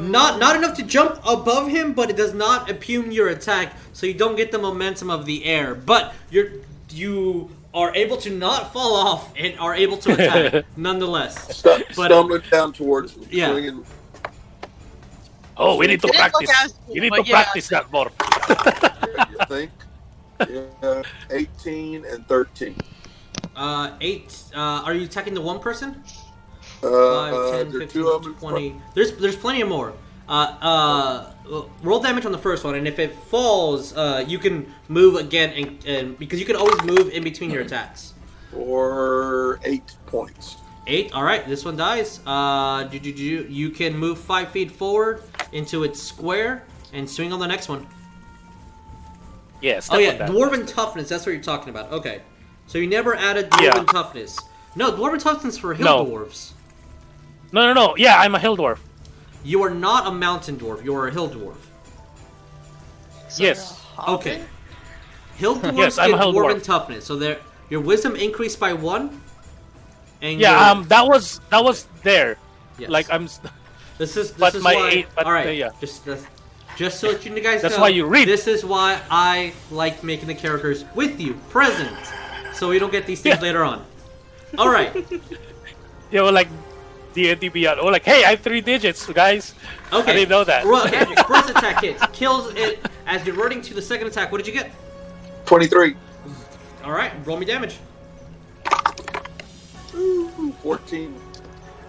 Speaker 2: Not not enough to jump above him, but it does not impugn your attack, so you don't get the momentum of the air. But you're you are able to not fall off and are able to attack nonetheless.
Speaker 8: Stu-
Speaker 2: But-
Speaker 8: stumbling down towards me.
Speaker 2: Yeah.
Speaker 8: swinging.
Speaker 4: Oh, we need to
Speaker 8: It is
Speaker 4: practice.
Speaker 8: sarcastic,
Speaker 4: You need to
Speaker 8: but yeah.
Speaker 4: practice that more.
Speaker 8: You think? Yeah, 18 and 13.
Speaker 2: Uh, eight. Uh, are you attacking the one person?
Speaker 8: Uh, there are two of 'em in
Speaker 2: 20. There's there's plenty of more. Uh, uh, roll damage on the first one, and if it falls, uh, you can move again, and, and because you can always move in between your attacks.
Speaker 8: Or eight points.
Speaker 2: Eight. All right, this one dies. Uh, do, do, do, you can move five feet forward into its square and swing on the next one.
Speaker 4: Yes.
Speaker 2: Oh yeah, dwarven toughness. That's what you're talking about. Okay, so you never added dwarven
Speaker 4: Yeah.
Speaker 2: toughness. No, dwarven toughness for hill
Speaker 4: No.
Speaker 2: dwarves.
Speaker 4: No, no, no. Yeah, I'm a hill dwarf.
Speaker 2: You are not a mountain dwarf. You are a hill dwarf.
Speaker 4: yes.
Speaker 2: Okay. Hill dwarves
Speaker 4: Yes, I'm a
Speaker 2: get
Speaker 4: hill
Speaker 2: dwarven
Speaker 4: dwarf.
Speaker 2: toughness, so their your wisdom increased by one. And your-
Speaker 4: Yeah, um, that was that was there.
Speaker 2: Yes.
Speaker 4: Like I'm. s-
Speaker 2: This is this
Speaker 4: but
Speaker 2: is
Speaker 4: my
Speaker 2: why.
Speaker 4: eight- but,
Speaker 2: all right,
Speaker 4: uh, yeah.
Speaker 2: Just that's- just so that you guys
Speaker 4: That's
Speaker 2: know,
Speaker 4: why you read.
Speaker 2: This is why I like making the characters with you, present, so we don't get these things later on. All right.
Speaker 4: They were like D and D Beyond. Or like, hey, I have three digits, guys.
Speaker 2: Okay.
Speaker 4: I didn't know that.
Speaker 2: Roll magic. First attack hits. Kills it as diverting to the second attack. What did you get?
Speaker 8: 23.
Speaker 2: All right. Roll me damage.
Speaker 8: 14.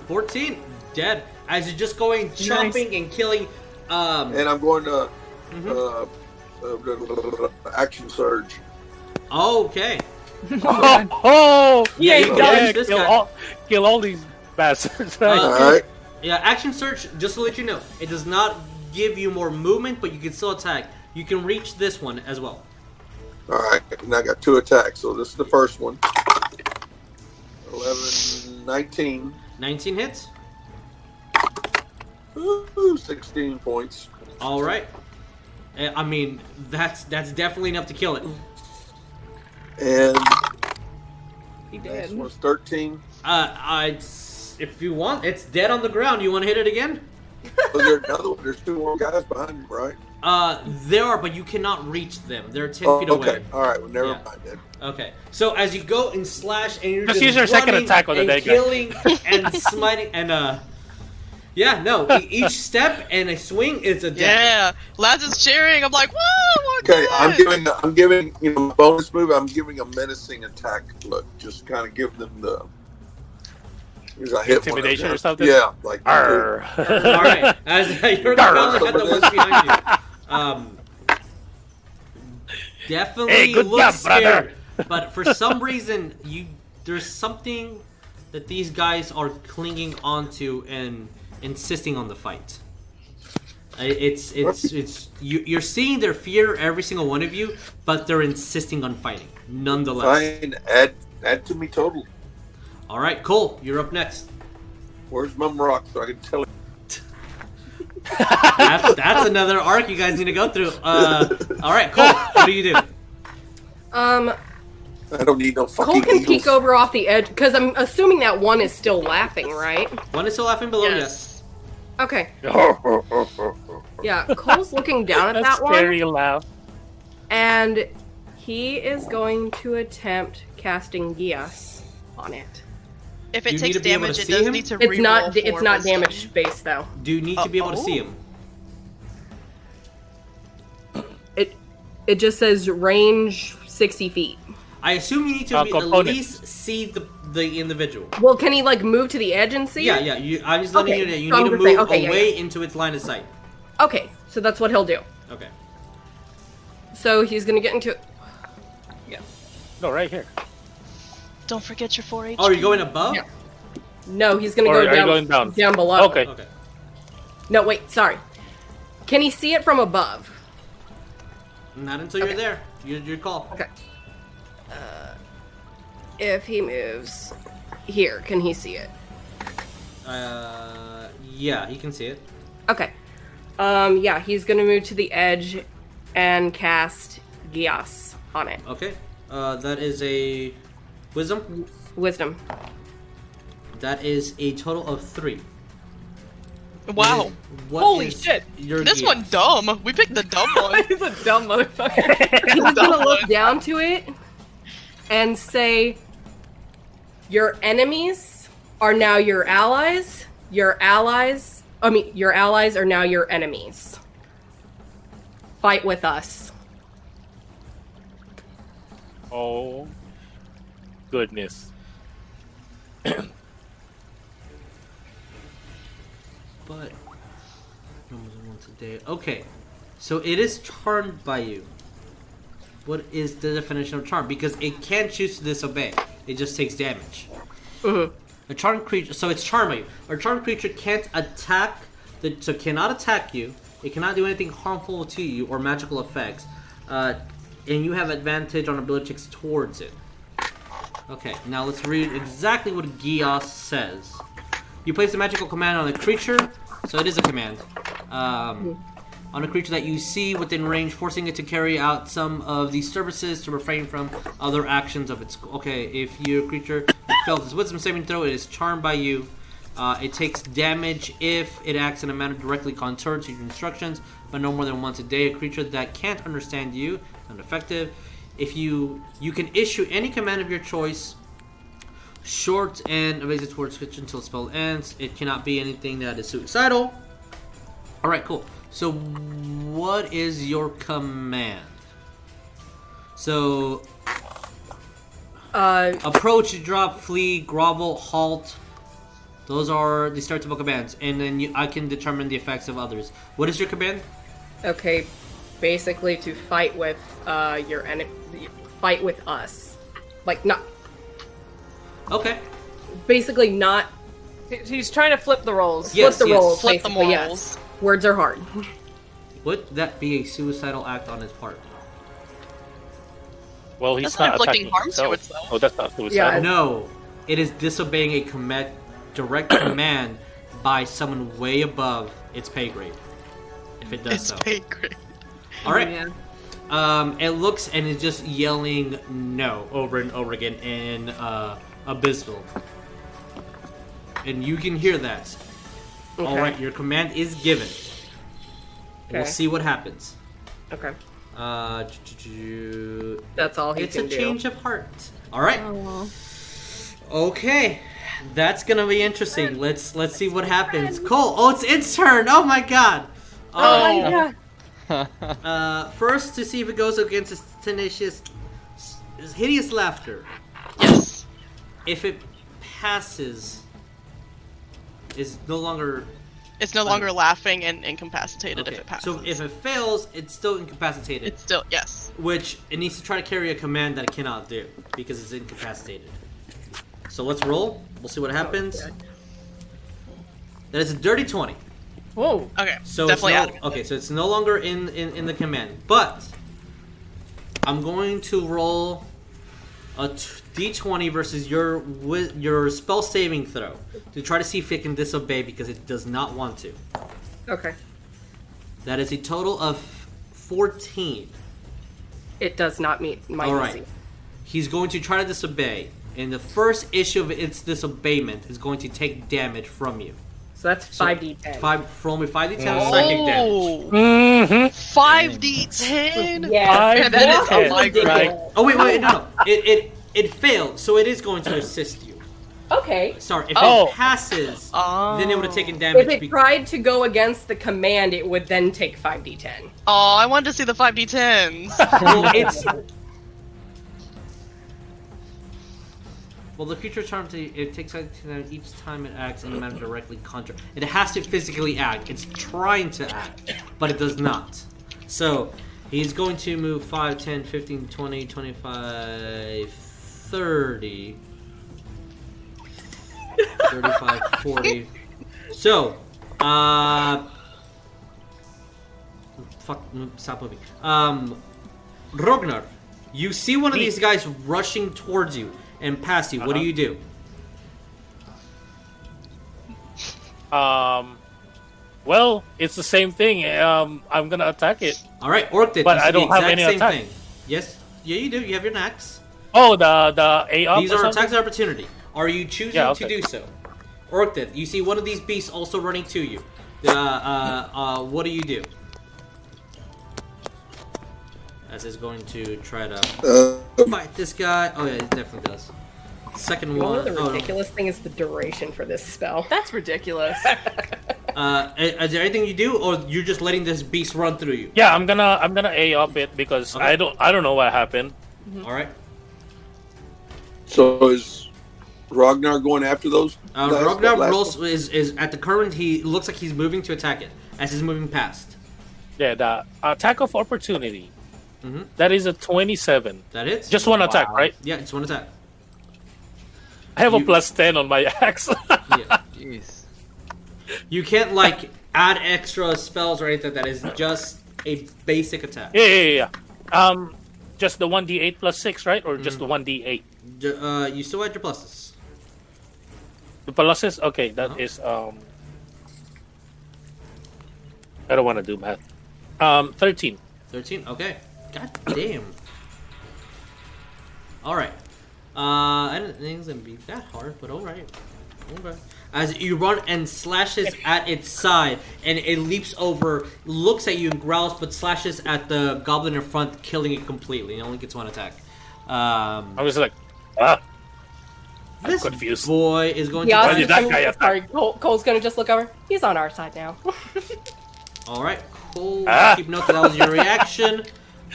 Speaker 2: 14. Dead. As you're just going chomping and killing. Um,
Speaker 8: And I'm going to uh,
Speaker 2: Mm-hmm.
Speaker 8: uh, action surge.
Speaker 2: Okay.
Speaker 4: Oh, oh,
Speaker 2: Yeah, you
Speaker 4: yeah,
Speaker 2: got
Speaker 4: yeah,
Speaker 2: it. This
Speaker 4: kill,
Speaker 2: guy.
Speaker 4: all, kill all these bastards.
Speaker 8: Alright.
Speaker 2: Yeah, action search, just to let you know, it does not give you more movement, but you can still attack. You can reach this one as well.
Speaker 8: All right, and I got two attacks. So this is the first one. 11, 19,
Speaker 2: 19 hits.
Speaker 8: Ooh, 16 points.
Speaker 2: All right. Eh, I mean, that's that's definitely enough to kill it.
Speaker 8: And
Speaker 3: He
Speaker 8: next
Speaker 3: did.
Speaker 8: one's 13.
Speaker 2: Uh, I, if you want, it's dead on the ground. You want to hit it again?
Speaker 8: Was there another one? There's two more guys behind you, right?
Speaker 2: Uh, there are, but you cannot reach them. They're 10
Speaker 8: Oh,
Speaker 2: feet away.
Speaker 8: okay. All right, well, never
Speaker 2: Yeah.
Speaker 8: mind then.
Speaker 2: Okay. So as you go and slash and you're
Speaker 4: Just
Speaker 2: just,
Speaker 4: use your second
Speaker 2: running
Speaker 4: attack on the
Speaker 2: and
Speaker 4: dead guy.
Speaker 2: killing and smiting and uh, yeah, no. e- Each step and a swing is a death.
Speaker 7: Yeah, lads is cheering. I'm like, whoa! we're
Speaker 8: Okay,
Speaker 7: good!"
Speaker 8: I'm giving, I'm giving, you know, bonus move. I'm giving a menacing attack look, just kind of give them the. Because I hit one of
Speaker 4: Intimidation
Speaker 8: them.
Speaker 4: or something?
Speaker 8: Yeah, like.
Speaker 4: Arr.
Speaker 2: All right. As you're
Speaker 4: Grr.
Speaker 2: going at the ones behind you, um, definitely
Speaker 4: Hey, good
Speaker 2: look
Speaker 4: job,
Speaker 2: scared. But for some reason, you there's something that these guys are clinging onto and insisting on the fight. I- It's it's it's you, you're seeing their fear every single one of you, but they're insisting on fighting nonetheless.
Speaker 8: Fine, add, add to me total.
Speaker 2: All right, Cole, you're up next.
Speaker 8: Where's Mum Rock so I can tell it?
Speaker 2: That's, that's another arc you guys need to go through. Uh, all right, Cole, what do you do?
Speaker 10: Um,
Speaker 8: I don't need no
Speaker 10: Cole
Speaker 8: fucking
Speaker 10: can
Speaker 8: eagles.
Speaker 10: peek over off the edge because I'm assuming that one is still laughing, right?
Speaker 2: One is still laughing below. Yes.
Speaker 10: Okay. Yeah, Cole's looking down at
Speaker 4: That's
Speaker 10: that one,
Speaker 4: very loud.
Speaker 10: and he is going to attempt casting Gias on it.
Speaker 7: If
Speaker 2: You
Speaker 7: it
Speaker 2: need
Speaker 7: takes
Speaker 2: to be able to
Speaker 7: damage, it
Speaker 2: see
Speaker 7: does
Speaker 2: him?
Speaker 7: need to.
Speaker 10: It's
Speaker 7: re-roll
Speaker 10: not.
Speaker 7: for
Speaker 10: It's not
Speaker 7: wisdom.
Speaker 10: damage based though.
Speaker 2: Do you need to be able to
Speaker 10: Oh.
Speaker 7: Uh-oh.
Speaker 2: see him?
Speaker 10: It. It just says range sixty feet.
Speaker 2: I assume you need to
Speaker 4: Uh,
Speaker 2: be, at
Speaker 4: component.
Speaker 2: least see the the individual.
Speaker 10: Well, can he like move to the edge and see?
Speaker 2: Yeah,
Speaker 10: it?
Speaker 2: yeah. You, I'm just letting
Speaker 10: Okay,
Speaker 2: you know. You
Speaker 10: so I'm
Speaker 2: need to
Speaker 10: gonna say,
Speaker 2: move
Speaker 10: okay, yeah,
Speaker 2: away into its line of sight.
Speaker 10: Okay, so that's what he'll do.
Speaker 2: Okay.
Speaker 10: So he's gonna get into.
Speaker 4: No, right here.
Speaker 7: Don't forget your 4 HP.
Speaker 2: Oh, are you going above?
Speaker 10: Yeah. No, he's gonna
Speaker 4: Or
Speaker 10: go
Speaker 4: are you
Speaker 10: down,
Speaker 4: going down?
Speaker 10: below.
Speaker 4: Okay.
Speaker 2: Okay.
Speaker 10: No, wait, sorry. Can he see it from above?
Speaker 2: Not until you're there. You, your call.
Speaker 10: Okay. Uh, If he moves here, can he see it?
Speaker 2: Uh, yeah, he can see it.
Speaker 10: Okay. Um, yeah, he's gonna move to the edge and cast Gias on it.
Speaker 2: Okay. Uh, that is a wisdom.
Speaker 10: Wisdom.
Speaker 2: That is a total of three.
Speaker 7: Wow.
Speaker 2: What
Speaker 7: Holy
Speaker 2: is
Speaker 7: shit.
Speaker 2: Your
Speaker 7: This
Speaker 2: gear?
Speaker 7: one dumb. We picked the dumb one.
Speaker 3: He's a dumb motherfucker.
Speaker 10: He was gonna
Speaker 7: Dumb
Speaker 10: look
Speaker 7: one.
Speaker 10: down to it and say, "Your enemies are now your allies. Your allies, I mean, your allies are now your enemies. Fight with us."
Speaker 4: Oh, goodness.
Speaker 2: But almost once a day. Okay, so it is charmed by you. What is the definition of charm? Because it can't choose to disobey. It just takes damage. A charmed creature. So it's charmed by you. A charmed creature can't attack. The, so cannot attack you. It cannot do anything harmful to you or magical effects. Uh, and you have advantage on ability checks towards it. Okay, now let's read exactly what Gios says. You place a magical command on a creature So it is a command. Um, on a creature that you see within range, forcing it to carry out some of these services to refrain from other actions of its. Okay, if your creature fails its wisdom saving throw, it is charmed by you. Uh, it takes damage if it acts in a manner directly contrary to your instructions, but no more than once a day. A creature that can't understand you, ineffective. If you you can issue any command of your choice short and evasive towards switch until spell ends. It cannot be anything that is suicidal. All right, cool. So, what is your command? So,
Speaker 10: Uh,
Speaker 2: approach, drop, flee, grovel, halt. Those are the start to book commands, and then you, I can determine the effects of others. What is your command?
Speaker 10: okay, basically to fight with uh, your enemy, fight with us, like not
Speaker 2: Okay.
Speaker 10: basically not
Speaker 3: He- He's trying to flip the roles.
Speaker 10: flip the roles. basically, yes. Words are hard.
Speaker 2: Would that be a suicidal act on his part?
Speaker 4: Well, he's
Speaker 2: That's
Speaker 4: not
Speaker 2: inflicting
Speaker 4: attacking
Speaker 2: harm to
Speaker 4: himself.
Speaker 2: itself.
Speaker 4: Oh, that's not suicide.
Speaker 2: No, it is disobeying a command, direct command by someone way above its pay grade. If it does
Speaker 7: It's
Speaker 2: so.
Speaker 7: pay grade.
Speaker 2: All right.
Speaker 7: Yeah.
Speaker 2: Um, it looks and is just yelling no over and over again in uh, abysmal, and you can hear that. All
Speaker 10: Okay.
Speaker 2: right, your command is given. We'll
Speaker 10: Okay.
Speaker 2: see what happens.
Speaker 10: Okay.
Speaker 2: Uh, ju- ju- ju-
Speaker 10: That's all he
Speaker 2: it's
Speaker 10: can
Speaker 2: a
Speaker 10: do.
Speaker 2: change of heart. All right.
Speaker 9: Oh,
Speaker 2: Okay, that's gonna be interesting. Let's let's see what happens. Cole, oh, it's its turn. Oh my god.
Speaker 9: Oh my
Speaker 2: Um, uh, first to see if it goes against its tenacious, its hideous laughter. Yes. If it passes, is no longer.
Speaker 7: It's no longer laughing and incapacitated if it passes.
Speaker 2: So if it fails, it's still incapacitated. It's
Speaker 7: still yes.
Speaker 2: Which it needs to try to carry a command that it cannot do because it's incapacitated. So let's roll. We'll see what happens. That is a dirty twenty.
Speaker 3: Whoa.
Speaker 7: Okay.
Speaker 2: So
Speaker 7: definitely
Speaker 2: it's
Speaker 7: adamant.
Speaker 2: no, okay, so it's no longer in, in in the command, but I'm going to roll a t- d20 versus your wi- your spell saving throw to try to see if it can disobey because it does not want to.
Speaker 10: Okay.
Speaker 2: That is a total of 14.
Speaker 10: It does not meet my
Speaker 2: All
Speaker 10: DC.
Speaker 2: right. He's going to try to disobey, and the first issue of its disobeyment is going to take damage from you.
Speaker 10: So that's
Speaker 2: So,
Speaker 10: 5d10.
Speaker 2: Five from a 5d10
Speaker 7: Oh.
Speaker 2: psychic damage.
Speaker 4: Mm-hmm.
Speaker 7: Five D ten.
Speaker 2: Five
Speaker 7: that is
Speaker 2: minutes.
Speaker 7: a lot.
Speaker 2: Oh wait, wait, no, no. It, it it failed, so it is going to assist you.
Speaker 10: Okay.
Speaker 2: Sorry, if
Speaker 10: Oh.
Speaker 2: it passes, then it would have taken damage.
Speaker 10: If it
Speaker 2: be-
Speaker 10: tried to go against the command, it would then take 5d10.
Speaker 7: Oh, I wanted to see the five D tens.
Speaker 2: well, it's well, the creature charm to it takes out to them each time it acts in a manner directly contrary. It has to physically act. It's trying to act, but it does not. So he's going to move 5, 10, 15, 20, 25, 30. 35, 40. So, uh. Fuck, m- stop moving. Um. Rognar, you see one of these guys rushing towards you and past you. What do
Speaker 4: Uh-huh.
Speaker 2: you do?
Speaker 4: Um, well, it's the same thing. Um, I'm gonna attack it.
Speaker 2: All right, Orc did.
Speaker 4: But
Speaker 2: You
Speaker 4: I
Speaker 2: see the
Speaker 4: don't have
Speaker 2: exact
Speaker 4: any
Speaker 2: same
Speaker 4: attack.
Speaker 2: thing. Yes? Yeah, you do. You have your axe.
Speaker 4: Oh, the the A up.
Speaker 2: these
Speaker 4: or
Speaker 2: are
Speaker 4: something?
Speaker 2: attacks of opportunity. Are you choosing
Speaker 4: Yeah,
Speaker 2: to
Speaker 4: okay.
Speaker 2: do so? Orc did. You see one of these beasts also running to you. Uh, uh, uh, what do you do? As is going to try to
Speaker 8: Uh,
Speaker 2: fight this guy. Oh yeah, it definitely does. Second
Speaker 10: You know
Speaker 2: one.
Speaker 10: the
Speaker 2: oh, no.
Speaker 10: ridiculous thing is the duration for this spell.
Speaker 3: That's ridiculous.
Speaker 2: Uh, is there anything you do, or you're just letting this beast run through you?
Speaker 4: Yeah, I'm gonna I'm gonna A up it because I don't I don't know what happened.
Speaker 2: All right.
Speaker 8: So is Ragnar going after those?
Speaker 2: Uh,
Speaker 8: guys?
Speaker 2: Ragnar
Speaker 8: That last
Speaker 2: rolls is, is at the current. He looks like he's moving to attack it as he's moving past.
Speaker 4: Yeah, the attack of opportunity.
Speaker 6: Mm-hmm.
Speaker 2: Mhm.
Speaker 4: That is a 27.
Speaker 2: That is
Speaker 4: Just one attack,
Speaker 2: Wow.
Speaker 4: right?
Speaker 2: Yeah, it's one attack.
Speaker 4: I have a plus 10 on my axe.
Speaker 6: Jeez.
Speaker 2: You can't like add extra spells or anything. That is just a basic attack.
Speaker 4: yeah, yeah, yeah, yeah. Um, just the 1d8 plus 6, right? Or
Speaker 6: Mm-hmm.
Speaker 4: just the 1d8?
Speaker 2: Ju- Uh, you still add your pluses.
Speaker 6: Uh-huh.
Speaker 4: The pluses? Okay, that is um I don't want to do math. Um, thirteen.
Speaker 2: Thirteen. Okay. God damn. All right. Uh, I don't think it's gonna be that hard, but all right. Okay. As you run and slashes at its side, and it leaps over, looks at you and growls, but slashes at the goblin in front, killing it completely. It only gets one attack. Um,
Speaker 4: I was like, ah.
Speaker 2: This boy is going
Speaker 10: Yeah,
Speaker 2: to.
Speaker 10: I was gonna- sorry, Cole, Cole's gonna just look over. He's on our side now.
Speaker 2: All right, cool.
Speaker 10: Ah.
Speaker 2: Keep note that, that was your reaction.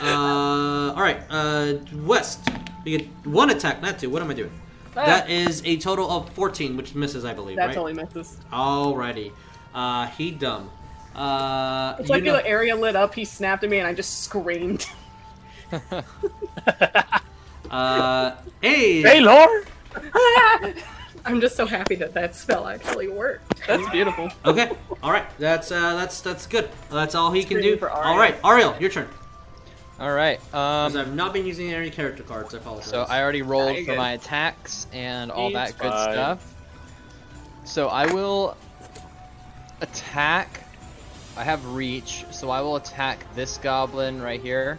Speaker 2: Uh, all right, uh, West. You get one attack, not two. What am I doing?
Speaker 3: Ah.
Speaker 2: That is a total of 14, which misses, I believe.
Speaker 3: That
Speaker 2: right?
Speaker 3: totally misses.
Speaker 2: Alrighty. Uh, he dumb. Uh,
Speaker 3: It's
Speaker 2: you
Speaker 3: like
Speaker 2: know-
Speaker 3: the area lit up. He snapped at me, and I just screamed.
Speaker 2: uh, hey.
Speaker 4: Lord.
Speaker 3: I'm just so happy that that spell actually worked. That's beautiful.
Speaker 2: Okay. All right. That's uh, that's that's good. That's all he can do.
Speaker 3: Screen for Ariel.
Speaker 2: all right, Ariel, your turn.
Speaker 6: All right. Um,
Speaker 2: I've not been using any character cards. I apologize.
Speaker 6: So I already rolled
Speaker 2: Very
Speaker 6: for
Speaker 2: good.
Speaker 6: my attacks and all
Speaker 2: It's
Speaker 6: that good
Speaker 2: fine.
Speaker 6: stuff. So I will attack. I have reach, so I will attack this goblin right here.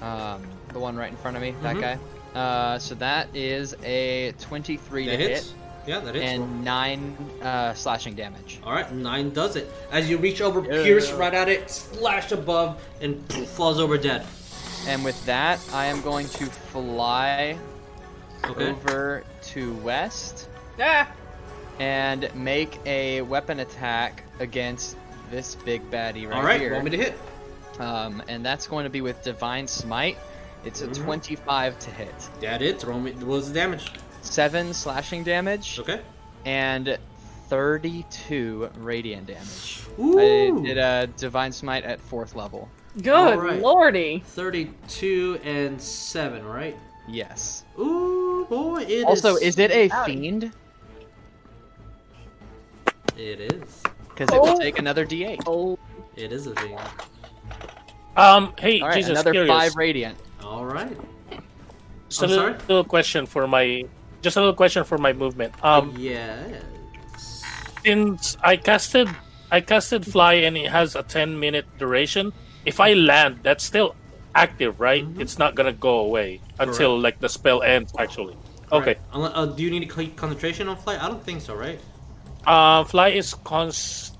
Speaker 6: Um, the one right in front of me, that
Speaker 2: Mhm.
Speaker 6: guy. Uh, so that is a 23
Speaker 2: That
Speaker 6: to
Speaker 2: hits.
Speaker 6: hit.
Speaker 2: Yeah, that hits.
Speaker 6: And 9 uh, slashing damage.
Speaker 2: All right, nine does it. As you reach over,
Speaker 6: Yeah.
Speaker 2: pierce right at it, slash above, and poof, falls over dead.
Speaker 6: And with that, I am going to fly
Speaker 2: Okay.
Speaker 6: over to west
Speaker 3: Yeah.
Speaker 6: and make a weapon attack against this big baddie right
Speaker 2: All right,
Speaker 6: here.
Speaker 2: roll me to hit.
Speaker 6: Um, and that's going to be with Divine Smite. It's a
Speaker 2: Mm-hmm.
Speaker 6: 25 to hit.
Speaker 2: That it. Roll me. What's the damage?
Speaker 6: Seven slashing damage.
Speaker 2: Okay.
Speaker 6: And 32 radiant damage.
Speaker 2: Ooh.
Speaker 6: I did
Speaker 4: uh,
Speaker 6: a Divine Smite at fourth level.
Speaker 3: Good
Speaker 2: Alright.
Speaker 3: lordy.
Speaker 2: 32 and 7, right?
Speaker 6: Yes.
Speaker 2: Ooh, boy, it is.
Speaker 6: also, is it a
Speaker 2: Ow.
Speaker 6: fiend?
Speaker 2: It is.
Speaker 6: Because it will take another D8.
Speaker 3: Oh.
Speaker 2: It is a fiend.
Speaker 4: Um, hey,
Speaker 6: All right,
Speaker 4: Jesus,
Speaker 6: another
Speaker 4: curious.
Speaker 6: five radiant.
Speaker 2: All right.
Speaker 4: Just
Speaker 2: I'm
Speaker 4: a little,
Speaker 2: sorry?
Speaker 4: little question for my, just a little question for my movement. Um,
Speaker 2: yeah. Mm-hmm.
Speaker 4: Since I casted, I casted fly, and it has a ten minute duration. If I land, that's still active, right?
Speaker 2: Mm-hmm.
Speaker 4: It's not gonna go away until like the spell ends. Actually, okay.
Speaker 2: Unle- uh, do you need to click concentration on flight? I don't think so, right?
Speaker 4: Uh, fly is cons.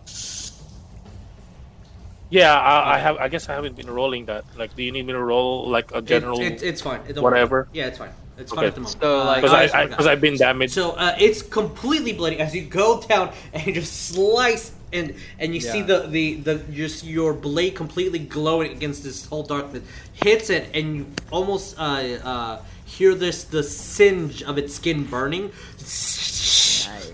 Speaker 4: Yeah, I, I have. I guess I haven't been rolling that. Like, do you need me to roll like a general?
Speaker 2: It's, it's, it's fine. It don't
Speaker 4: whatever.
Speaker 2: Worry. Yeah, it's fine. It's fine
Speaker 4: Okay.
Speaker 2: at the moment. Uh,
Speaker 4: So, like, 'Cause I- I- 'cause I've been damaged.
Speaker 2: So uh, it's completely bloody as you go down and you just slice and and you see
Speaker 6: Yeah.
Speaker 2: the the the just your blade completely glowing against this whole darkness hits it and you almost uh, uh, hear this the singe of its skin burning.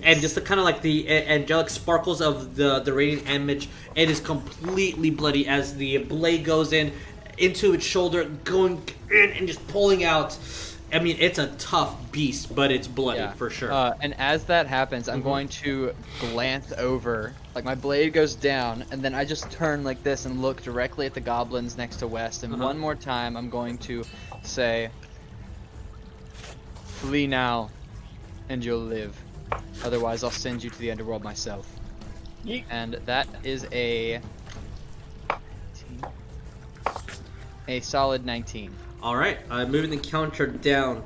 Speaker 2: And just the kind of like the a- angelic sparkles of the the radiant image, it is completely bloody as the blade goes in into its shoulder, going in and just pulling out. I mean, it's a tough beast, but it's bloody
Speaker 6: Yeah. Mm-hmm.
Speaker 2: for sure.
Speaker 6: Uh, and as that happens, I'm going to glance over. Like my blade goes down, and then I just turn like this and look directly at the goblins next to West. And
Speaker 2: Uh-huh.
Speaker 6: one more time, I'm going to say, "Flee now, and you'll live. Otherwise, I'll send you to the underworld myself."
Speaker 4: Yeet.
Speaker 6: And that is a a solid 19.
Speaker 2: All right, uh, moving the counter down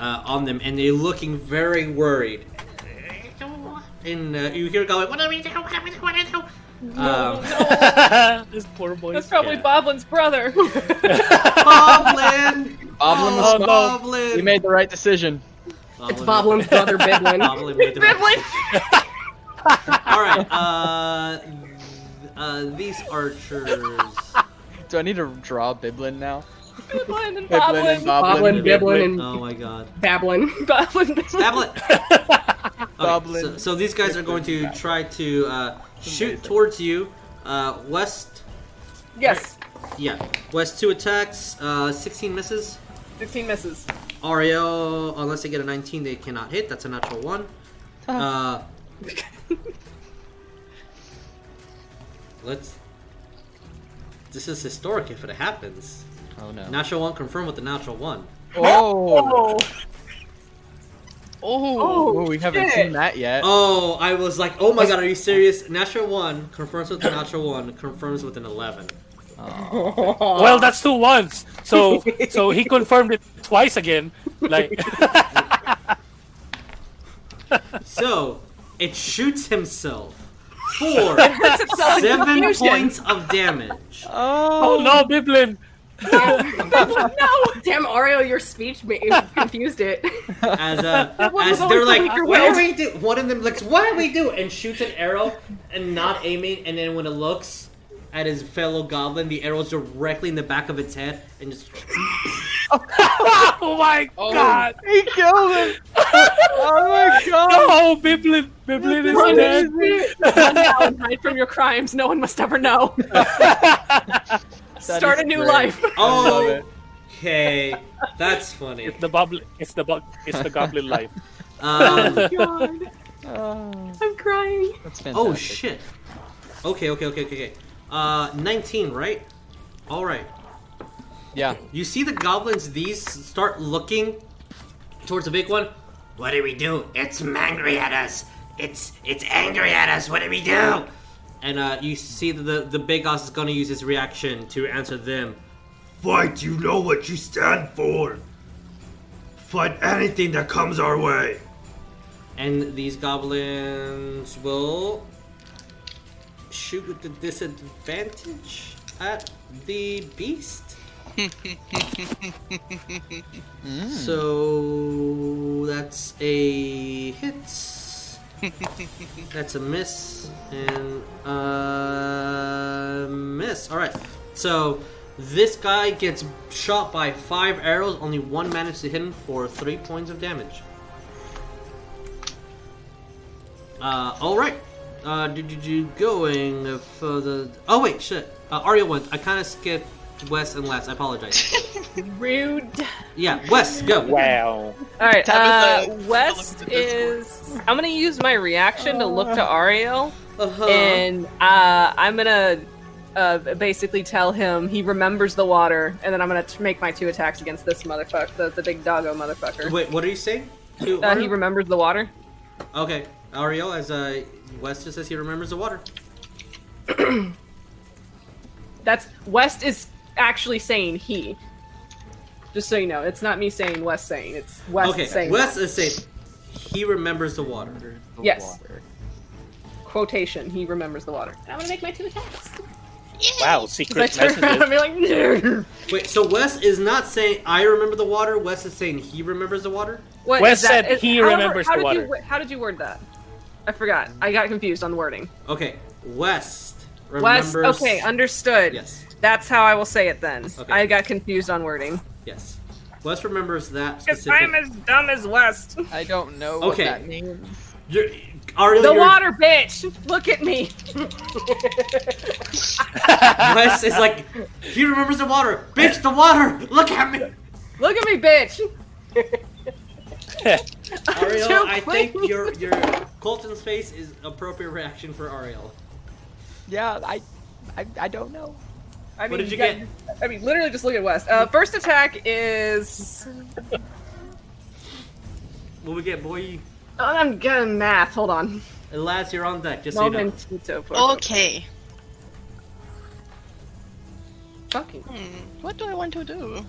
Speaker 2: uh, on them, and they're looking very worried. And uh, you hear Golly, "What do we do? What do we do? What do we do?" Um,
Speaker 4: this poor boy.
Speaker 3: That's probably
Speaker 2: Yeah.
Speaker 3: Boblin's brother.
Speaker 2: Boblin!
Speaker 6: Boblin
Speaker 2: Oh,
Speaker 6: the small.
Speaker 2: Boblin!
Speaker 6: We made the right decision.
Speaker 2: It's
Speaker 10: Boblin's brother, Bidlin.
Speaker 2: Boblin made the right decision. All right, uh, th- uh, these archers.
Speaker 6: Do I need to draw Biblin now?
Speaker 3: Biblin and
Speaker 6: Biblin
Speaker 3: Boblin.
Speaker 6: and Boblin.
Speaker 10: Boblin, Biblin, and
Speaker 2: Oh my god.
Speaker 10: Bablin.
Speaker 3: Boblin.
Speaker 2: Tablet.
Speaker 6: Boblin.
Speaker 2: So, so these guys are going to try to uh, shoot towards you. Uh, west,
Speaker 3: Yes.
Speaker 2: yeah, west two attacks, uh, 16 misses.
Speaker 3: 16 misses.
Speaker 2: Ariel, unless they get a 19, they cannot hit. That's a natural one. Uh, let's. This is historic if it happens.
Speaker 6: Oh no.
Speaker 2: Natural one confirmed with the natural one.
Speaker 6: Oh!
Speaker 7: Oh,
Speaker 6: we haven't seen that yet.
Speaker 2: Oh, I was like, oh my god, are you serious? Natural one confirms with a natural one, confirms with an eleven.
Speaker 4: Well, that's two ones. So so he confirmed it twice again. Like
Speaker 2: So it shoots himself for
Speaker 9: It hurts himself in
Speaker 2: seven
Speaker 9: confusion.
Speaker 2: points of damage.
Speaker 6: Oh,
Speaker 4: no, Biblin!
Speaker 10: no, damn Oreo, your speech ma- confused it.
Speaker 2: As, uh,
Speaker 10: What
Speaker 2: as
Speaker 10: was
Speaker 2: they're
Speaker 10: always
Speaker 2: like,
Speaker 10: the weaker
Speaker 2: what do
Speaker 10: will?"
Speaker 2: we do? One of them looks, what do we do? And shoots an arrow and not aiming. And then when it looks at his fellow goblin, the arrow's directly in the back of its head and just.
Speaker 4: oh my god!
Speaker 6: He killed him! oh my god!
Speaker 4: No, Biblin! Biblin
Speaker 3: Run,
Speaker 4: is dead!
Speaker 3: Run now and hide from your crimes. No one must ever know. Start a new life.
Speaker 2: Oh, okay. That's funny.
Speaker 4: It's the bubble. It's the bug. It's the goblin life.
Speaker 2: Um,
Speaker 3: God, I'm crying.
Speaker 6: That's
Speaker 2: oh shit. Okay, okay, okay, okay, okay. Uh, 19, right? All right.
Speaker 6: Yeah.
Speaker 2: You see the goblins, these start looking towards the big one. What do we do? It's angry at us. It's it's angry at us. What do we do? And uh, you see that the the big boss is gonna use his reaction to answer them.
Speaker 11: Fight, you know what you stand for. Fight anything that comes our way.
Speaker 2: And these goblins will shoot with the disadvantage at the beast. So that's a hit. That's a miss and uh miss. All right. So this guy gets shot by five arrows. Only one managed to hit him for three points of damage. Uh, all right. Uh, did you- you going for the? Oh wait, shit. Uh, Aria went. I kind of skipped Wes and Last. I apologize.
Speaker 3: Rude.
Speaker 2: yeah, Wes, go.
Speaker 4: Wow.
Speaker 3: All right.
Speaker 7: Tabitha,
Speaker 3: Uh, West is. I'm gonna use my reaction to look to Ariel,
Speaker 2: Uh-huh.
Speaker 3: and uh, I'm gonna uh, basically tell him he remembers the water, and then I'm gonna t- make my two attacks against this motherfucker, the, the big doggo motherfucker.
Speaker 2: Wait, what are you saying? To
Speaker 3: Uh, he
Speaker 2: Ariel?
Speaker 3: remembers the water.
Speaker 2: Okay, Ariel, as uh, Wes just says, he remembers the water.
Speaker 3: That's West is actually saying he. Just so you know, it's not me saying West saying. It's West
Speaker 2: okay,
Speaker 3: saying.
Speaker 2: Wes
Speaker 3: that.
Speaker 2: is saying he remembers the water.
Speaker 3: Yes. Quotation. He remembers the water. And I'm gonna make my two attacks.
Speaker 4: Wow.
Speaker 3: I
Speaker 4: Secret
Speaker 3: turn around
Speaker 4: messages.
Speaker 3: and be like, "Nerd."
Speaker 2: Wait, so Wes is not saying I remember the water. Wes is saying he remembers the water.
Speaker 3: What
Speaker 4: Wes
Speaker 3: is that?
Speaker 4: said
Speaker 3: Is-
Speaker 4: he
Speaker 3: how-
Speaker 4: remembers
Speaker 3: how
Speaker 4: the
Speaker 3: did
Speaker 4: water.
Speaker 3: You, wo- how did you word that? I forgot. I got confused on wording.
Speaker 2: Okay, Wes
Speaker 3: Wes.
Speaker 2: remembers.
Speaker 3: Okay, understood.
Speaker 2: Yes.
Speaker 3: That's how I will say it then.
Speaker 2: Okay.
Speaker 3: I got confused on wording.
Speaker 2: Yes. Wes remembers that
Speaker 3: Because
Speaker 2: specific.
Speaker 3: I'm as dumb as West.
Speaker 6: I don't know
Speaker 2: Okay.
Speaker 6: what that means.
Speaker 2: You're, Ariel,
Speaker 3: the
Speaker 2: you're-
Speaker 3: water, bitch. Look at me.
Speaker 2: Wes is like he remembers the water. Bitch, the water. Look at me.
Speaker 3: Look at me, bitch.
Speaker 2: Ariel,
Speaker 3: too
Speaker 2: I
Speaker 3: quick.
Speaker 2: think your your Colton's face is appropriate reaction for Ariel.
Speaker 6: Yeah, I, I, I don't know.
Speaker 3: I mean,
Speaker 2: What did you
Speaker 3: got-
Speaker 2: get?
Speaker 3: I mean, literally, just look at West. Uh, first attack is.
Speaker 2: What we get, boy?
Speaker 3: Oh, I'm getting math. Hold on.
Speaker 2: And lads, you're on deck. Just
Speaker 3: Momentito.
Speaker 7: Okay.
Speaker 3: Fucking.
Speaker 7: Hmm. What do I want to do?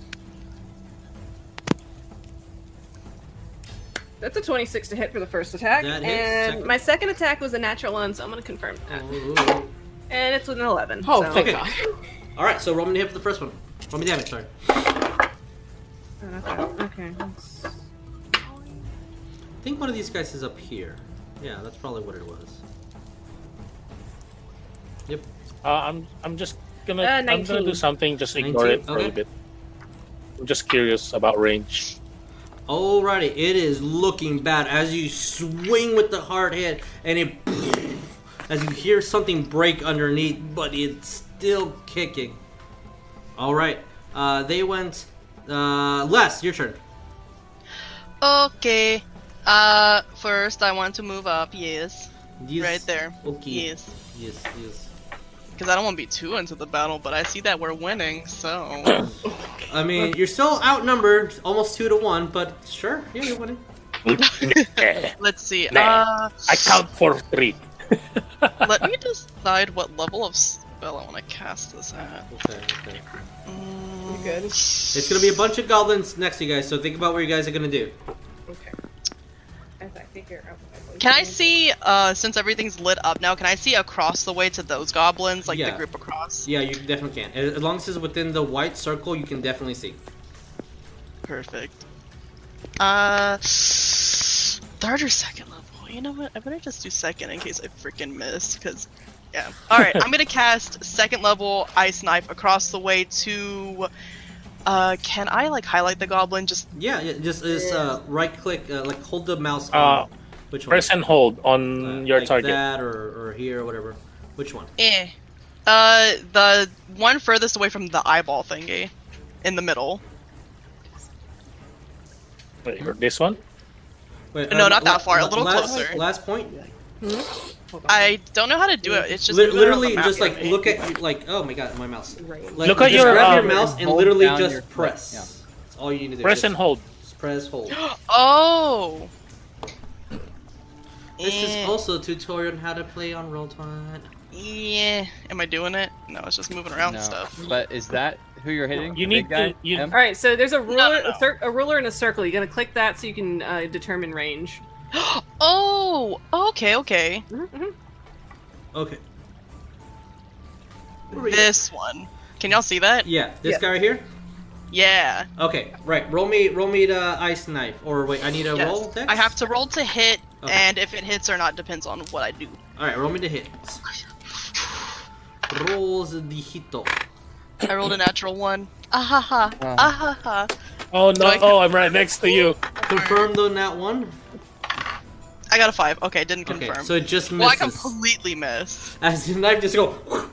Speaker 3: That's a 26 to hit for the first attack.
Speaker 2: That hits.
Speaker 3: and
Speaker 2: Second.
Speaker 3: my second attack was a natural one, so I'm going to confirm that.
Speaker 2: so you know.
Speaker 3: And it's with an 11.
Speaker 9: Oh,
Speaker 3: so.
Speaker 9: thank
Speaker 2: Okay.
Speaker 9: God.
Speaker 2: All right, so roll me to hit for the first one. Roll me damage. Sorry.
Speaker 3: Oh, Okay.
Speaker 2: I think one of these guys is up here. Yeah, that's probably what it was. Yep.
Speaker 4: Uh, I'm I'm just gonna
Speaker 3: Uh,
Speaker 4: I'm gonna
Speaker 3: 19.
Speaker 4: do something. Just ignore
Speaker 2: 19,
Speaker 4: it for a little
Speaker 2: okay.
Speaker 4: bit. I'm just curious about range.
Speaker 2: Alrighty, it is looking bad as you swing with the hard hit, and it as you hear something break underneath, but it's still kicking. All right, uh, they went. Uh, Les, your turn.
Speaker 7: Okay. Uh, first I want to move up. Yes.
Speaker 2: Yes.
Speaker 7: Right there.
Speaker 2: Okay.
Speaker 7: Yes.
Speaker 2: Yes. Yes.
Speaker 7: Because I don't want to be too into the battle, but I see that we're winning, so.
Speaker 2: I mean, you're still outnumbered, almost two to one, but sure, yeah, you're winning.
Speaker 7: Let's see.
Speaker 4: Nah.
Speaker 7: Uh,
Speaker 4: Eh, I count for three.
Speaker 7: let me decide what level of spell I want to cast this at.
Speaker 2: Okay, okay.
Speaker 7: Mm,
Speaker 10: good.
Speaker 2: It's gonna be a bunch of goblins next to you guys, so think about what you guys are gonna do.
Speaker 10: As I figure out what
Speaker 7: Can I see, uh, since everything's lit up now, can I see across the way to those goblins, like the group across?
Speaker 2: Yeah, you definitely can. As as long as it's within the white circle, you can definitely see.
Speaker 7: Perfect. Uh, third or second level? You know what? I'm gonna just do second in case I freaking miss, because, yeah. Alright, I'm gonna cast second level Ice Knife across the way to. Uh, can I, like, highlight the goblin? Just.
Speaker 2: Yeah, yeah just just uh, right click, uh, like hold the mouse.
Speaker 4: Uh,
Speaker 2: on. Which one? Uh,
Speaker 4: Press and hold on your
Speaker 2: like
Speaker 4: target.
Speaker 2: that or, or here or whatever. Which one?
Speaker 7: Eh. Uh, the one furthest away from the eyeball thingy. In the middle.
Speaker 4: Wait, or this one?
Speaker 2: Wait,
Speaker 7: No,
Speaker 2: uh,
Speaker 7: not
Speaker 2: la-
Speaker 7: that far. A
Speaker 2: la-
Speaker 7: little
Speaker 2: last,
Speaker 7: closer.
Speaker 2: Last point.
Speaker 7: I don't know how to do it. It's just
Speaker 2: Lit-
Speaker 7: moving around the
Speaker 2: literally,
Speaker 7: map
Speaker 2: just
Speaker 7: here.
Speaker 2: like look at like oh my god, my mouse. Like,
Speaker 4: Look
Speaker 2: just
Speaker 4: at your,
Speaker 2: grab your
Speaker 4: um,
Speaker 2: mouse and
Speaker 4: hold
Speaker 2: literally
Speaker 4: down
Speaker 2: just
Speaker 4: your-
Speaker 2: press.
Speaker 4: yeah.
Speaker 2: That's all you need to do.
Speaker 4: Press
Speaker 2: Just
Speaker 4: and hold.
Speaker 2: Press hold.
Speaker 7: Oh.
Speaker 2: This
Speaker 7: Eh.
Speaker 2: is also a tutorial on how to play on roll twenty.
Speaker 7: Yeah. Am I doing it? No, it's just moving around
Speaker 6: No.
Speaker 7: and stuff.
Speaker 6: But is that who you're hitting?
Speaker 4: You
Speaker 6: The
Speaker 4: need
Speaker 6: big guy?
Speaker 4: to- you-
Speaker 6: Em?
Speaker 3: All right, so there's a ruler, A, cir- a ruler and a circle. You're gonna click that so you can uh, determine range.
Speaker 7: Oh. Okay. Okay.
Speaker 2: Okay.
Speaker 7: This one. Can y'all see that?
Speaker 2: Yeah, this
Speaker 7: Yeah.
Speaker 2: guy right here.
Speaker 7: Yeah.
Speaker 2: Okay, right. Roll me, roll me the ice knife, or wait, I need a
Speaker 7: Yes.
Speaker 2: roll. Dex?
Speaker 7: I have to roll to hit,
Speaker 2: Okay.
Speaker 7: and if it hits or not depends on what I do.
Speaker 2: All right, roll me the hit. Rolls the hito.
Speaker 7: I rolled a natural one. Ah ha ha.
Speaker 2: Uh.
Speaker 7: Ah ha ha.
Speaker 4: Oh no! Oh, I'm right next to you.
Speaker 2: Confirmed on that one.
Speaker 7: I got a five. Okay, didn't confirm.
Speaker 2: so it just
Speaker 7: Well, I
Speaker 2: misses.
Speaker 7: completely missed.
Speaker 2: As the knife just go.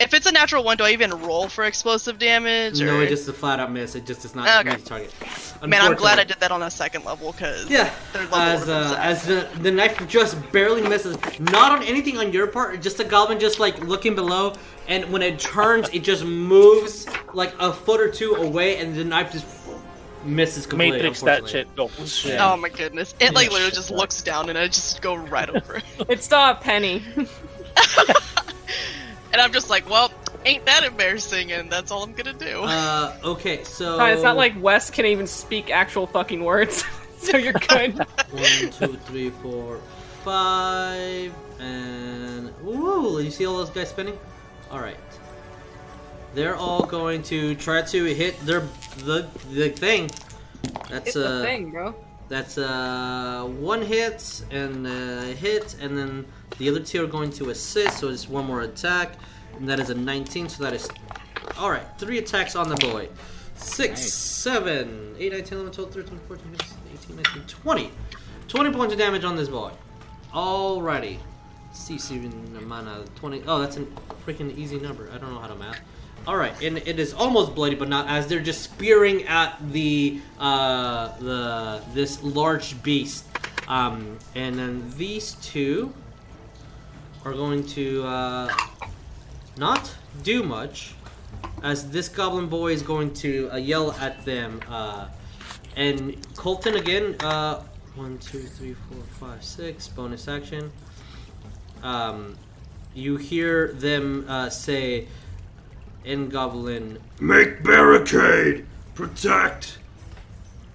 Speaker 7: If it's a natural one, do I even roll for explosive damage? Or...
Speaker 2: No, it just a flat out miss. It just does not
Speaker 7: Okay.
Speaker 2: meet the target.
Speaker 7: Man, I'm glad I
Speaker 2: Unfortunately.
Speaker 7: did that on a second level because
Speaker 2: Yeah,
Speaker 7: third level
Speaker 2: as
Speaker 7: would've been
Speaker 2: uh,
Speaker 7: sad.
Speaker 2: as the, the knife just barely misses, not on anything on your part, just the goblin just like looking below, and when it turns, it just moves like a foot or two away, and the knife just misses completely.
Speaker 4: Matrix that
Speaker 2: unfortunately.
Speaker 4: shit. Go.
Speaker 2: Yeah.
Speaker 7: Oh my goodness! It like
Speaker 2: Yeah.
Speaker 7: literally just looks down and I just go right over it,
Speaker 3: It's still a penny.
Speaker 7: and I'm just like, well, ain't that embarrassing? And that's all I'm gonna do.
Speaker 2: Uh, okay, so
Speaker 3: Fine, it's not like Wes can even speak actual fucking words, so you're good.
Speaker 2: one, two, three, four, five, and ooh, you see all those guys spinning? All right, they're all going to try to hit their the the thing. That's
Speaker 3: it's
Speaker 2: uh,
Speaker 3: a thing, bro.
Speaker 2: That's uh one hit and a hit, and then the other two are going to assist, so it's one more attack, and that is a 19, so that is all right. Three attacks on the boy. Six, seven, eight, nine, 10, 11, 12, 13, 14, 15, 18, 19, 20. 20 points of damage on this boy. Alrighty. CC in mana 20. Oh, that's a freaking easy number. I don't know how to math. Alright, and it is almost bloody, but not as they're just spearing at the uh, the this large beast. Um, and then these two are going to uh, not do much as this goblin boy is going to uh, yell at them. Uh, and Colton again, uh, one, two, three, four, five, six, bonus action. Um, you hear them uh, say in goblin,
Speaker 11: Make barricade. Protect.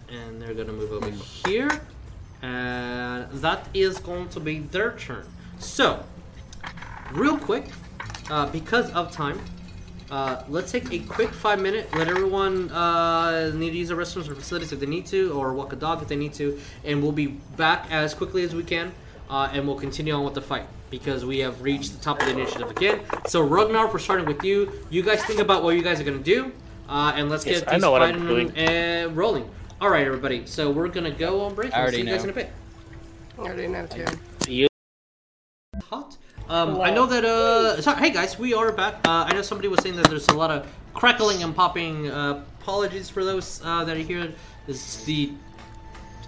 Speaker 2: and they're gonna move over here. And that is going to be their turn. So, real quick, uh, because of time, uh, let's take a quick five minute. Let everyone uh, need to use the restrooms or facilities if they need to, or walk a dog if they need to, and we'll be back as quickly as we can, uh, and we'll continue on with the fight because we have reached the top of the initiative again. So Ragnar, we're starting with you. You guys think about what you guys are gonna do, uh, and let's
Speaker 4: Yes,
Speaker 2: get
Speaker 4: I
Speaker 2: these
Speaker 4: know what I'm
Speaker 2: fighting
Speaker 4: doing.
Speaker 2: and rolling. All right, everybody. So we're gonna go on break.
Speaker 6: I
Speaker 2: and
Speaker 6: already
Speaker 2: see you guys in
Speaker 6: know.
Speaker 2: a bit.
Speaker 10: I already know too.
Speaker 4: You.
Speaker 2: Hot. Um, I know that. Uh, sorry, hey guys, we are back. Uh, I know somebody was saying that there's a lot of crackling and popping. Uh, apologies for those uh, that are here. It's the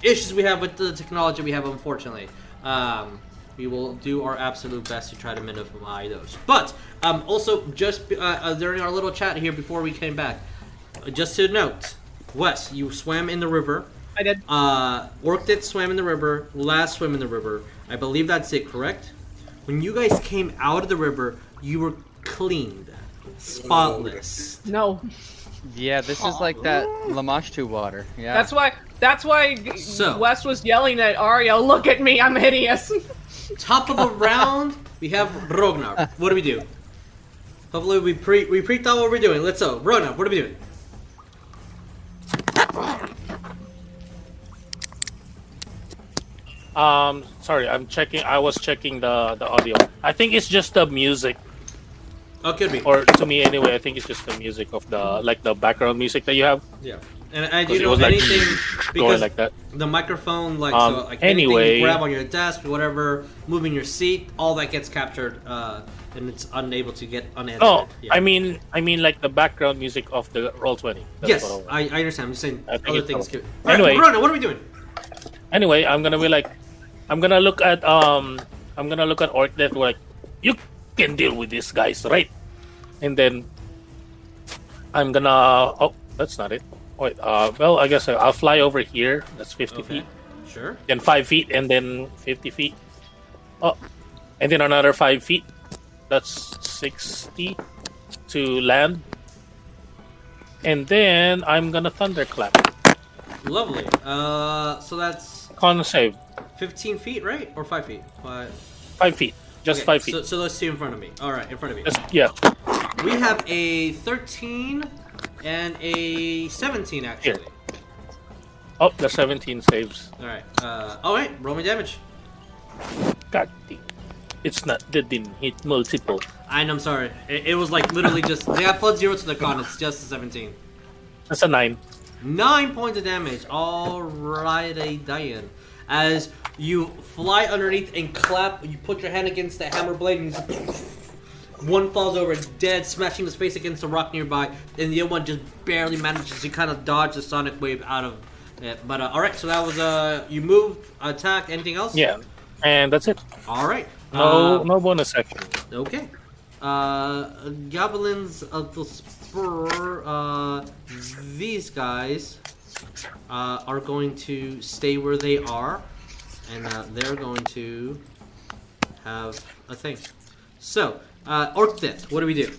Speaker 2: issues we have with the technology we have, unfortunately. Um, we will do our absolute best to try to minimize those. But um, also, just uh, uh, during our little chat here before we came back, uh, just to note, Wes, you swam in the river.
Speaker 3: I did.
Speaker 2: Uh, Orc did swam in the river. Last swim in the river. I believe that's it. Correct. When you guys came out of the river, you were cleaned, spotless.
Speaker 3: No.
Speaker 6: Yeah, this is like that Lamashtu water. Yeah.
Speaker 3: That's why. That's why
Speaker 2: So-
Speaker 3: Wes was yelling at Ariel. Look at me, I'm hideous.
Speaker 2: Top of the round, we have Rognar. What do we do? Hopefully, we pre we pre thought what we're doing. Let's go, Rognar. What are we doing?
Speaker 4: Um, sorry, I'm checking. I was checking the the audio. I think it's just the music.
Speaker 2: Oh, could be.
Speaker 4: Or to me, anyway, I think it's just the music of the like the background music that you have.
Speaker 2: Yeah. And I do
Speaker 4: Because it
Speaker 2: know
Speaker 4: was, like,
Speaker 2: anything
Speaker 4: going
Speaker 2: because
Speaker 4: like that.
Speaker 2: the microphone, like so,
Speaker 4: Um,
Speaker 2: like anything
Speaker 4: anyway.
Speaker 2: you grab on your desk, whatever, moving your seat, all that gets captured, uh, and it's unable to get unanswered.
Speaker 4: Oh,
Speaker 2: Yeah.
Speaker 4: I mean, I mean, like the background music of the roll twenty. That's
Speaker 2: yes,
Speaker 4: what I want.
Speaker 2: I, I understand. I'm just saying
Speaker 4: I
Speaker 2: other
Speaker 4: think it's
Speaker 2: things.
Speaker 4: probably-
Speaker 2: Could... All right,
Speaker 4: Anyway.
Speaker 2: Rona, what are we doing?
Speaker 4: Anyway, I'm gonna be like, I'm gonna look at um, I'm gonna look at Orc Death like, you can deal with these guys, right? And then I'm gonna. Oh, that's not it. Wait. Uh, well, I guess I- I'll fly over here. That's fifty feet.
Speaker 2: Sure.
Speaker 4: Then five feet, and then fifty feet. Oh, and then another five feet. That's sixty to land. And then I'm gonna thunderclap.
Speaker 2: Lovely. Uh, so that's
Speaker 4: Con save.
Speaker 2: 15 feet, right, or five feet? Five.
Speaker 4: Five feet. Just
Speaker 2: Okay,
Speaker 4: five feet.
Speaker 2: So, so those two in front of me. All right, in front of me.
Speaker 4: Just- yeah.
Speaker 2: We have a 13 and a 17 actually.
Speaker 4: Oh, the 17 saves.
Speaker 2: All right. Uh, oh wait, roll me damage.
Speaker 4: God damn. It's not. They didn't hit multiple.
Speaker 2: I know, I'm sorry. It, it was like literally just they got plus zero to the con. It's just a 17.
Speaker 4: That's a 9.
Speaker 2: Nine points of damage. All righty, Diane. As you fly underneath and clap, you put your hand against the hammer blade and just one falls over dead, smashing his face against a rock nearby, and the other one just barely manages to kind of dodge the sonic wave out of it. But uh, all right, so that was uh, you moved, attack, anything else?
Speaker 4: Yeah. And that's it.
Speaker 2: All right.
Speaker 4: No
Speaker 2: Uh,
Speaker 4: no bonus action.
Speaker 2: Okay. Uh, goblins of the spur. Uh, these guys uh, are going to stay where they are, and uh, they're going to have a thing. So, uh, orc death. What do we do?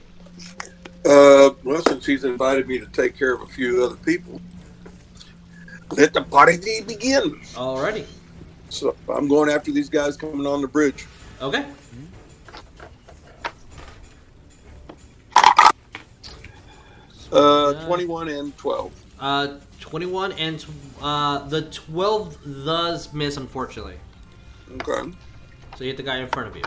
Speaker 8: Uh, well, since he's invited me to take care of a few other people, let the party begin.
Speaker 2: Alrighty.
Speaker 8: So I'm going after these guys coming on the bridge.
Speaker 2: Okay.
Speaker 8: Uh, 21 and 12.
Speaker 2: Uh, twenty-one and tw- uh, the twelve does miss, unfortunately.
Speaker 8: Okay.
Speaker 2: So you hit the guy in front of you.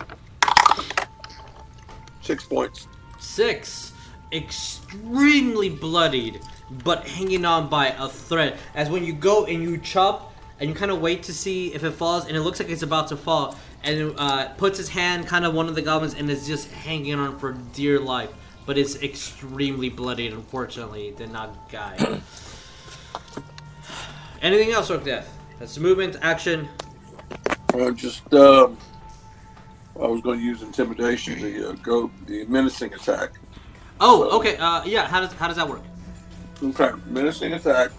Speaker 8: Six points.
Speaker 2: Six. Extremely bloodied, but hanging on by a thread. As when you go and you chop, and you kind of wait to see if it falls, and it looks like it's about to fall, and uh, puts his hand kind of one of the goblins, and is just hanging on for dear life. But it's extremely bloodied, unfortunately. It did not die. Anything else, Orc Death? That's movement, action.
Speaker 8: I just, um, I was going to use intimidation, the uh, go, the menacing attack.
Speaker 2: Oh, okay. Uh, yeah. How does how does that work?
Speaker 8: Okay, menacing attack.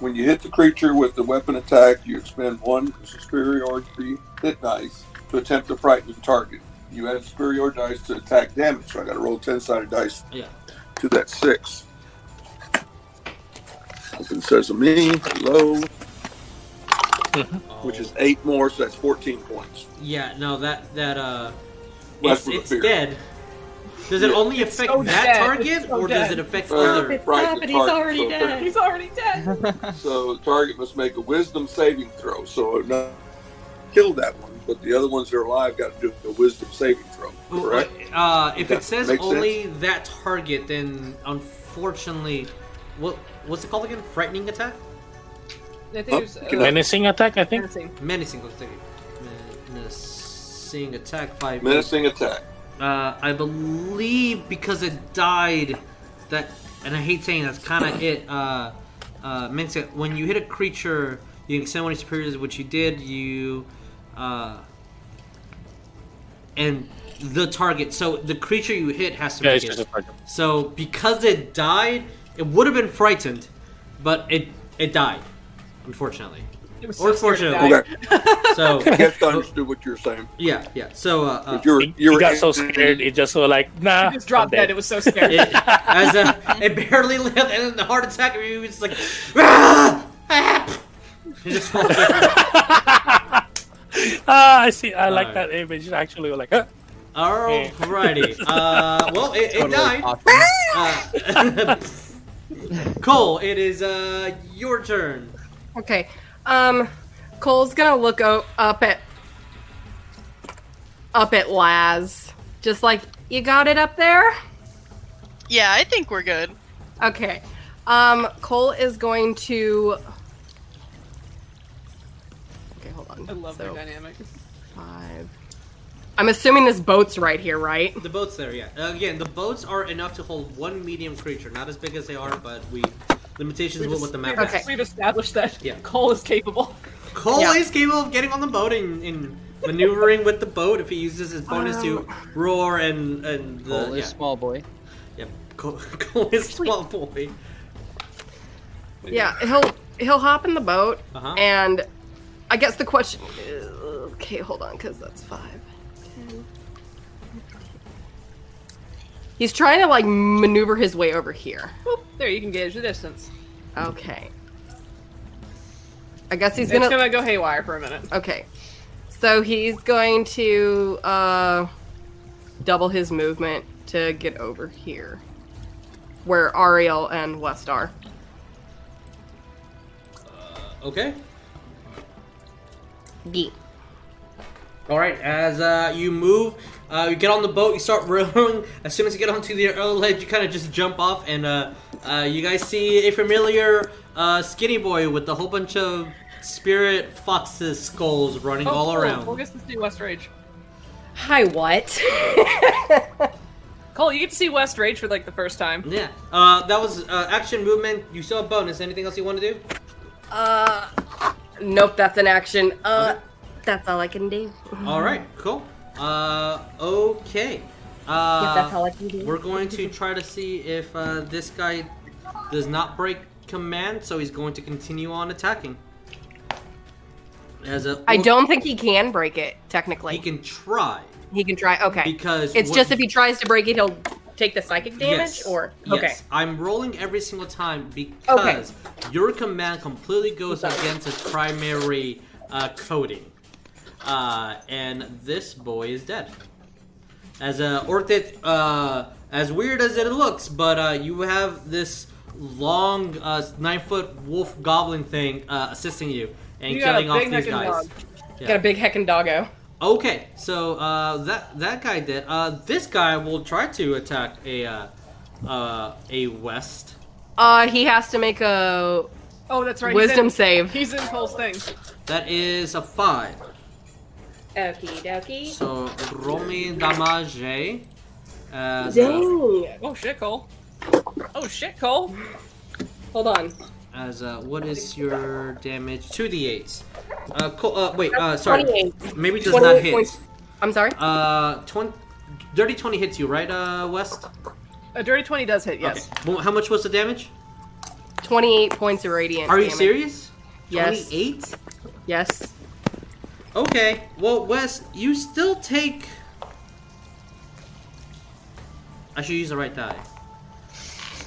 Speaker 8: When you hit the creature with the weapon attack, you expend one superiority hit dice to attempt to frighten the target. You add superior dice to attack damage, so I got to roll ten sided dice
Speaker 2: Yeah.
Speaker 8: to that six. Open sesame, low, which is eight more, so that's fourteen points.
Speaker 2: Yeah, no, that that uh,
Speaker 8: Well,
Speaker 2: it's,
Speaker 8: that's with
Speaker 2: it's
Speaker 8: the fear.
Speaker 2: dead. Does it
Speaker 8: Yeah.
Speaker 2: only
Speaker 8: It's
Speaker 2: affect
Speaker 8: so
Speaker 2: that
Speaker 8: dead.
Speaker 2: target,
Speaker 8: It's so
Speaker 2: or does it
Speaker 8: dead.
Speaker 2: affect
Speaker 8: Uh,
Speaker 2: other?
Speaker 8: right, the target, so thirteen.
Speaker 3: He's already dead.
Speaker 8: So the target must make a wisdom saving throw. So not kill that one, but the other ones that are alive got to do a wisdom saving throw. Correct?
Speaker 2: Uh, if it
Speaker 8: That
Speaker 2: says
Speaker 8: makes
Speaker 2: only that target, then unfortunately, what what's it called again? Frightening attack?
Speaker 3: I think it was, uh,
Speaker 4: Menacing attack, I think.
Speaker 3: menacing.
Speaker 2: Menacing attack. Menacing attack five.
Speaker 8: Menacing attack.
Speaker 2: Uh, I believe because it died, that and I hate saying that's kind of it. Uh, uh, meant to- when you hit a creature, you can send one of your superiors, which you did. You, uh, and the target. So the creature you hit has to
Speaker 4: Yeah,
Speaker 2: make
Speaker 4: it's
Speaker 2: it.
Speaker 4: just a target.
Speaker 2: So because it died, it would have been frightened, but it it died. unfortunately.
Speaker 3: It was
Speaker 2: or
Speaker 3: so scared to
Speaker 2: fortunately. so
Speaker 8: I guess I understood what you were saying.
Speaker 2: yeah, yeah. So uh, uh,
Speaker 8: But you're-
Speaker 4: He- he got so scared, it just was like, nah.
Speaker 3: just dropped
Speaker 4: I'm
Speaker 3: dead. It was so scary.
Speaker 2: it, as a, it barely lived, and then the heart attack. He was just like, ah, ah. He just falls over.
Speaker 4: Ah, I see. I like
Speaker 2: Alright.
Speaker 4: that image. Actually, like, huh?
Speaker 2: Alrighty. Uh, well, it, it
Speaker 6: Totally
Speaker 2: died.
Speaker 6: awesome.
Speaker 2: Uh, Cole, it is uh, your turn.
Speaker 10: Okay. Um, Cole's gonna look o- up at up at Laz, just like you got it up there.
Speaker 7: Yeah, I think we're good.
Speaker 10: Okay. Um, Cole is going to. Okay, hold on.
Speaker 3: I love their dynamic.
Speaker 10: five. I'm assuming this boat's right here, right?
Speaker 2: The boat's there, yeah. Again, the boats are enough to hold one medium creature, not as big as they are, but we limitations with what the map
Speaker 10: Okay.
Speaker 2: is.
Speaker 3: We've established that
Speaker 2: Yeah.
Speaker 3: Cole is capable.
Speaker 2: Cole
Speaker 7: Yeah.
Speaker 2: is capable of getting on the boat and, and maneuvering with the boat if he uses his bonus to roar and and the
Speaker 6: Cole
Speaker 2: yeah,
Speaker 6: is small boy.
Speaker 2: yeah. Cole, Cole is small boy.
Speaker 10: Yeah, he'll he'll hop in the boat,
Speaker 2: Uh-huh.
Speaker 10: and I guess the question. Okay, hold on, because that's five. 10. He's trying to like maneuver his way over here.
Speaker 3: Boop, there, you can gauge the distance.
Speaker 10: Okay. I guess he's
Speaker 3: it's
Speaker 10: gonna.
Speaker 3: gonna go haywire for a minute.
Speaker 10: Okay, so he's going to uh, double his movement to get over here, where Ariel and West are.
Speaker 2: Okay.
Speaker 10: Yeet.
Speaker 2: All right. As uh, you move, uh, you get on the boat. You start rowing. As soon as you get onto the other ledge, you kind of just jump off, and uh, uh, you guys see a familiar uh, skinny boy with a whole bunch of spirit foxes skulls running
Speaker 3: Oh,
Speaker 2: all
Speaker 3: Cole,
Speaker 2: around.
Speaker 3: Cole gets to see West Rage.
Speaker 5: Hi, what?
Speaker 3: Cole, you get to see West Rage for like the first time.
Speaker 2: Yeah. Uh, that was uh, action movement. You still have bonus. Anything else you want to do?
Speaker 10: Uh, nope, that's an action. Uh, that's all I can do.
Speaker 2: All right. Cool. Uh, okay. Uh,
Speaker 5: If that's all I can do.
Speaker 2: We're going to try to see if uh, this guy does not break command, so he's going to continue on attacking. As a,
Speaker 10: I don't think he can break it technically.
Speaker 2: He can try
Speaker 10: He can try. Okay,
Speaker 2: because
Speaker 10: it's
Speaker 2: what-
Speaker 10: just if he tries to break it, he'll take the psychic damage.
Speaker 2: Yes,
Speaker 10: Or
Speaker 2: yes.
Speaker 10: okay,
Speaker 2: I'm rolling every single time because your command completely goes against its primary uh, coding, uh, and this boy is dead. As a orchid, uh, as weird as it looks, but uh, you have this long uh, nine foot wolf goblin thing uh, assisting you and
Speaker 3: You got a
Speaker 2: killing off
Speaker 3: big
Speaker 2: these
Speaker 3: heckin'
Speaker 2: guys.
Speaker 3: dog.
Speaker 2: Yeah.
Speaker 10: got a big heckin' doggo.
Speaker 2: Okay, so uh, that that guy did. Uh, this guy will try to attack a uh, uh, a west.
Speaker 10: Uh, he has to make a
Speaker 3: Oh, that's right. he's
Speaker 10: wisdom
Speaker 3: in,
Speaker 10: save.
Speaker 3: He's in Cole's thing.
Speaker 2: That is a five.
Speaker 5: Okie dokie.
Speaker 2: So roll me damage. As, a,
Speaker 5: Dang.
Speaker 3: Oh shit, Cole. Oh shit, Cole.
Speaker 5: Hold on.
Speaker 2: as a, what is your damage? Two d eights. Uh, co- uh, wait. Uh, sorry.
Speaker 5: 28.
Speaker 2: Maybe does not hit.
Speaker 10: I'm sorry.
Speaker 2: Uh, 20, dirty twenty hits you, right, uh, West?
Speaker 3: A dirty twenty does hit. Yes.
Speaker 2: Okay. Well, how much was the damage?
Speaker 10: Twenty-eight points of radiant.
Speaker 2: Are you
Speaker 10: damage.
Speaker 2: serious?
Speaker 10: Yes.
Speaker 2: Twenty-eight.
Speaker 10: Yes.
Speaker 2: Okay. Well, Wes, you still take. I should use the right die.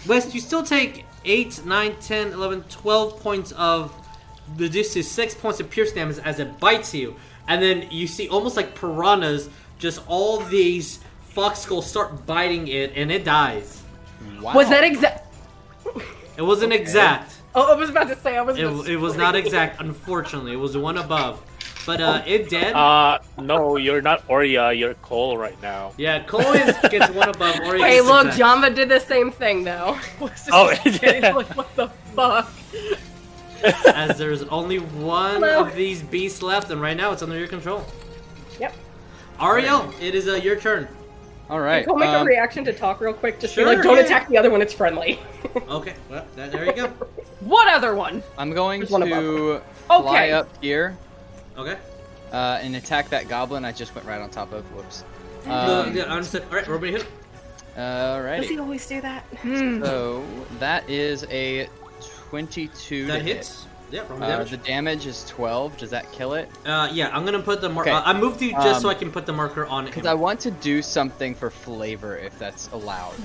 Speaker 2: Wes, you still take 8, 9, 10, 11, 12 points of. reduced to 6 points of pierce damage as it bites you. And then you see almost like piranhas, just all these fox skulls start biting it and it dies.
Speaker 6: Wow.
Speaker 10: Was that exact?
Speaker 2: It wasn't exact.
Speaker 10: Oh, I was about to say. I was.
Speaker 2: It, it was not exact, unfortunately. It was the one above. But uh, it did.
Speaker 4: Uh, no, you're not Oria. You're Cole right now.
Speaker 2: Yeah, Cole is, gets one above. Ori
Speaker 10: Hey,
Speaker 2: gets
Speaker 10: look,
Speaker 2: six.
Speaker 10: Jamba did the same thing though.
Speaker 3: West is
Speaker 4: Oh,
Speaker 3: just standing
Speaker 4: yeah.
Speaker 3: like, what the fuck?
Speaker 2: As there's only one
Speaker 10: Hello.
Speaker 2: of these beasts left, and right now it's under your control.
Speaker 5: Yep.
Speaker 2: Ariel, it is uh, your turn.
Speaker 6: All right.
Speaker 5: Cole, make a
Speaker 6: um,
Speaker 5: reaction to talk real quick. Just
Speaker 2: Sure,
Speaker 5: be like, don't
Speaker 2: yeah.
Speaker 5: attack the other one. It's friendly.
Speaker 2: Okay, well, that, there you go.
Speaker 3: What other one?
Speaker 6: I'm going
Speaker 5: There's one
Speaker 6: to
Speaker 3: Okay.
Speaker 6: fly up here
Speaker 2: Okay.
Speaker 6: uh, and attack that goblin I just went right on top of. Whoops.
Speaker 2: Um,
Speaker 6: Um,
Speaker 2: yeah, I understand. All right, roll me a hit.
Speaker 10: Does he
Speaker 6: alrighty.
Speaker 10: always do that?
Speaker 6: So that is a 22 to
Speaker 2: That
Speaker 6: hit.
Speaker 2: hits. Yeah, roll me
Speaker 6: Uh,
Speaker 2: damage.
Speaker 6: the damage is 12. Does that kill it?
Speaker 2: Uh, yeah, I'm gonna put the marker.
Speaker 6: Okay.
Speaker 2: I moved you just so
Speaker 6: Um,
Speaker 2: I can put the marker on
Speaker 6: Because
Speaker 2: him.
Speaker 6: I want to do something for flavor if that's allowed.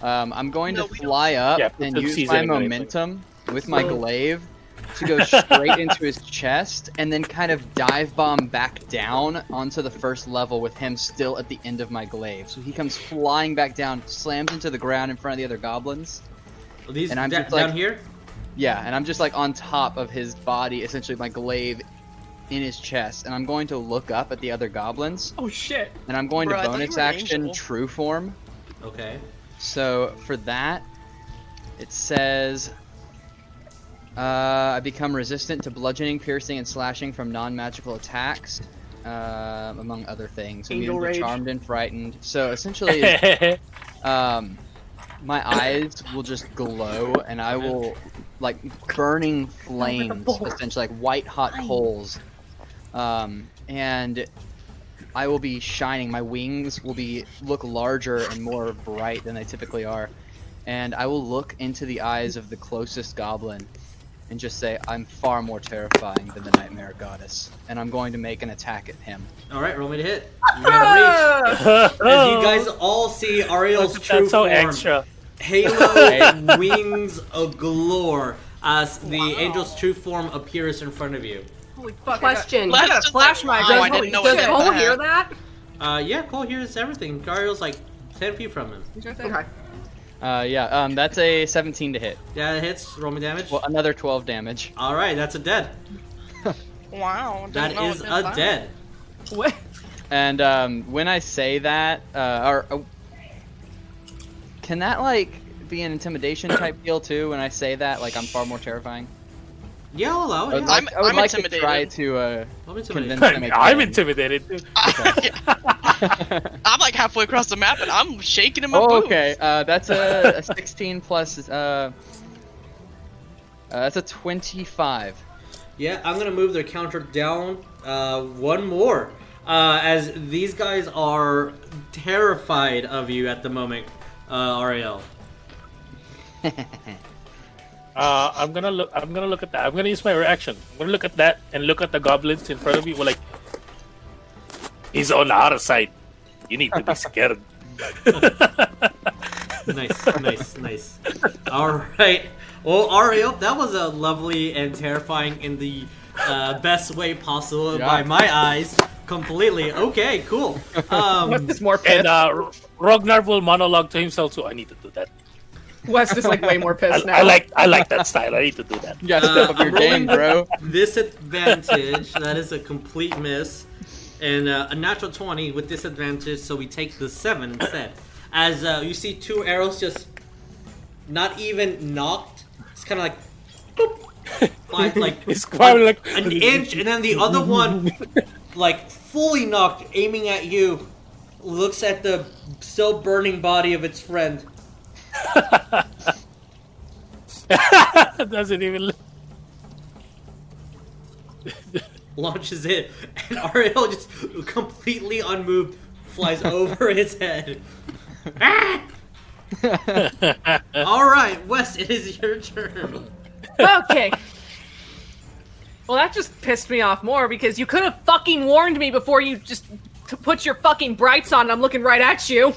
Speaker 6: Um, I'm going to fly up
Speaker 4: Yeah, put
Speaker 6: and
Speaker 4: the
Speaker 6: use
Speaker 4: Caesar
Speaker 6: my
Speaker 4: in there,
Speaker 6: momentum with my
Speaker 4: Whoa.
Speaker 6: glaive to go straight into his chest and then kind of dive bomb back down onto the first level with him still at the end of my glaive. So he comes flying back down, slams into the ground in front of the other goblins.
Speaker 2: These
Speaker 6: and I'm
Speaker 2: da-
Speaker 6: just like-
Speaker 2: down here.
Speaker 6: Yeah, and I'm just like on top of his body, essentially my glaive in his chest, and I'm going to look up at the other goblins.
Speaker 3: Oh shit.
Speaker 6: And I'm going
Speaker 7: Bro, I
Speaker 6: to
Speaker 7: thought you
Speaker 6: bonus
Speaker 7: were an
Speaker 6: action
Speaker 7: angel.
Speaker 6: true form.
Speaker 2: Okay.
Speaker 6: So for that, it says uh, I become resistant to bludgeoning, piercing, and slashing from non-magical attacks, uh, among other things.
Speaker 3: Angel
Speaker 6: Immune to
Speaker 3: rage.
Speaker 6: charmed and frightened. So essentially, um, my eyes will just glow, and I will like burning flames, essentially like white hot coals. Um, and I will be shining. My wings will be look larger and more bright than they typically are, and I will look into the eyes of the closest goblin, and just say, "I'm far more terrifying than the Nightmare Goddess," and I'm going to make an attack at him.
Speaker 2: All right, roll me to hit. You gotta reach. As you guys all see Ariel's
Speaker 4: Look at
Speaker 2: true
Speaker 4: that, so
Speaker 2: form,
Speaker 4: extra.
Speaker 2: halo wings aglore as the angel's true form appears in front of you.
Speaker 3: Holy fuck.
Speaker 10: Question.
Speaker 7: Let's
Speaker 3: Let's
Speaker 7: just,
Speaker 3: flash
Speaker 7: like,
Speaker 3: my
Speaker 7: wow, I
Speaker 3: gun.
Speaker 7: didn't know
Speaker 10: Does
Speaker 7: it did
Speaker 10: Cole
Speaker 7: that.
Speaker 10: hear that?
Speaker 2: Uh, yeah, Cole hears everything. Ariel's like ten feet from him.
Speaker 10: Okay.
Speaker 6: Uh, yeah, um, that's a 17 to hit.
Speaker 2: That hits. Roll me damage.
Speaker 6: Well, another 12 damage.
Speaker 2: all right, that's a dead.
Speaker 7: Wow. didn't
Speaker 2: That
Speaker 7: know it
Speaker 2: is
Speaker 7: did
Speaker 2: a
Speaker 7: that.
Speaker 2: dead.
Speaker 3: What?
Speaker 6: And um, when I say that, uh, or uh, can that like be an intimidation type deal too? When I say that, like I'm far more terrifying.
Speaker 2: Yeah, I'll allow
Speaker 6: I would
Speaker 2: it.
Speaker 6: like,
Speaker 7: I'm-
Speaker 6: I would
Speaker 7: I'm
Speaker 6: like to
Speaker 7: intimidated.
Speaker 6: try to uh,
Speaker 2: Roll me to
Speaker 6: convince
Speaker 4: I
Speaker 6: them.
Speaker 4: mean,
Speaker 6: again.
Speaker 4: I'm intimidated. Too.
Speaker 7: I'm like halfway across the map and I'm shaking in my
Speaker 6: uh, oh,
Speaker 7: boots.
Speaker 6: okay, uh, that's a, a 16 plus. Uh, uh, that's a 25.
Speaker 2: Yeah, I'm gonna move their counter down uh, one more, uh, as these guys are terrified of you at the moment, uh, Ariel.
Speaker 4: Uh, I'm gonna look. I'm gonna look at that. I'm gonna use my reaction. I'm gonna look at that and look at the goblins in front of you. We're like, he's on our side. You need to be scared.
Speaker 2: Nice, nice, nice. All right. Well, Ariel, that was a lovely and terrifying in the uh, best way possible
Speaker 6: Yeah.
Speaker 2: by my eyes. Completely. Okay. Cool. Um,
Speaker 3: West is more pissed.
Speaker 4: and uh, R- Ragnar will monologue to himself too. I need to do that.
Speaker 3: West is like way more
Speaker 4: I,
Speaker 3: pissed now.
Speaker 4: I like. I like that style. I need to do that.
Speaker 6: You gotta step
Speaker 2: Uh,
Speaker 6: up your
Speaker 2: I'm rolling
Speaker 6: game, bro.
Speaker 2: disadvantage. that is a complete miss, and uh, a natural twenty with disadvantage. So we take the seven instead. As uh, you see, two arrows just not even knocked. It's kind of like. boop, fly- like
Speaker 4: It's probably like
Speaker 2: an inch, and then the other one, like fully knocked, aiming at you, looks at the still burning body of its friend.
Speaker 4: Doesn't even. look-
Speaker 2: launches it, and Ariel just completely unmoved flies over his head. Ah! All right, Wes, it is your turn.
Speaker 3: okay. Well, that just pissed me off more because you could have fucking warned me before you just to put your fucking brights on. And I'm looking right at you.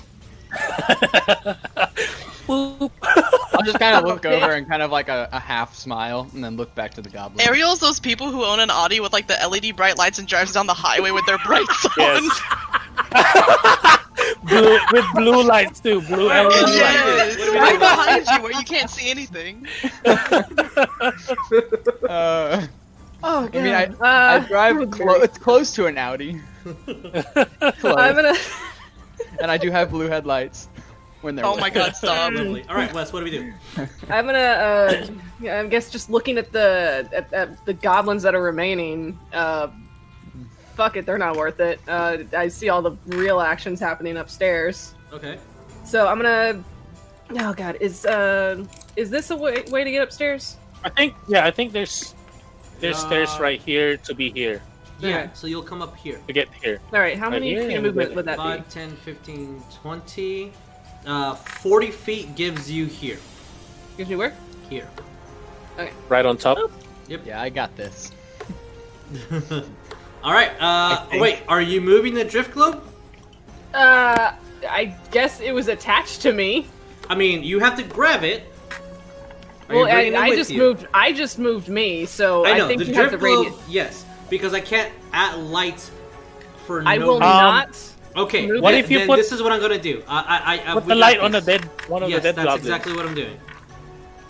Speaker 6: I'll just kind of look
Speaker 3: Okay.
Speaker 6: over and kind of like a, a half smile, and then look back to the goblin.
Speaker 7: Ariel's those people who own an Audi with like the LED bright lights and drives down the highway with their brights on.
Speaker 4: Yes. blue, with blue lights too. Blue. LED lights.
Speaker 7: Yes,
Speaker 2: What do we do
Speaker 7: right
Speaker 2: about-
Speaker 7: behind you where you can't see anything.
Speaker 6: Uh,
Speaker 3: Oh,
Speaker 6: I mean, I, I
Speaker 3: uh,
Speaker 6: drive clo- it's close to an Audi, close,
Speaker 3: I'm gonna.
Speaker 6: and I do have blue headlights when they're.
Speaker 7: Oh my
Speaker 6: lit.
Speaker 7: god, stop.
Speaker 2: Lovely. All right, Wes, what do we do?
Speaker 3: I'm gonna. Uh, yeah, I guess just looking at the at, at the goblins that are remaining. Uh, fuck it, they're not worth it. Uh, I see all the real actions happening upstairs.
Speaker 2: Okay.
Speaker 3: So I'm gonna. Oh god, is uh is this a way, way to get upstairs?
Speaker 4: I think. Yeah. I think there's. There's stairs right here to be here
Speaker 2: Yeah, so you'll come up here.
Speaker 4: to get here.
Speaker 3: All right, how many
Speaker 4: Right
Speaker 3: feet
Speaker 4: here.
Speaker 3: of movement would that be?
Speaker 2: Five, ten, fifteen, twenty. Uh, 40 feet gives you here.
Speaker 3: Gives me where?
Speaker 2: Here.
Speaker 4: Right on top.
Speaker 2: Yep.
Speaker 6: Yeah, I got this.
Speaker 2: All right. Uh,
Speaker 6: think-
Speaker 2: wait, are you moving the drift globe?
Speaker 3: Uh, I guess it was attached to me.
Speaker 2: I mean, you have to grab it. Are you
Speaker 3: well, I,
Speaker 2: bringing it
Speaker 3: I
Speaker 2: with
Speaker 3: just
Speaker 2: you?
Speaker 3: moved. I just moved me, so I,
Speaker 2: I know
Speaker 3: think
Speaker 2: the
Speaker 3: you
Speaker 2: drift
Speaker 3: have to
Speaker 2: globe.
Speaker 3: radius.
Speaker 2: Yes, because I can't add lights for
Speaker 3: I
Speaker 2: no. Um, reason.
Speaker 3: will not.
Speaker 2: Okay.
Speaker 3: move
Speaker 4: What
Speaker 2: then-
Speaker 4: if you
Speaker 2: then
Speaker 4: put-
Speaker 2: This is what I'm gonna do. I, I, I
Speaker 4: Put
Speaker 2: we
Speaker 4: the
Speaker 2: got
Speaker 4: light on the
Speaker 2: this.
Speaker 4: dead one of
Speaker 2: yes,
Speaker 4: the dead
Speaker 2: that's
Speaker 4: goblins.
Speaker 2: exactly what I'm doing.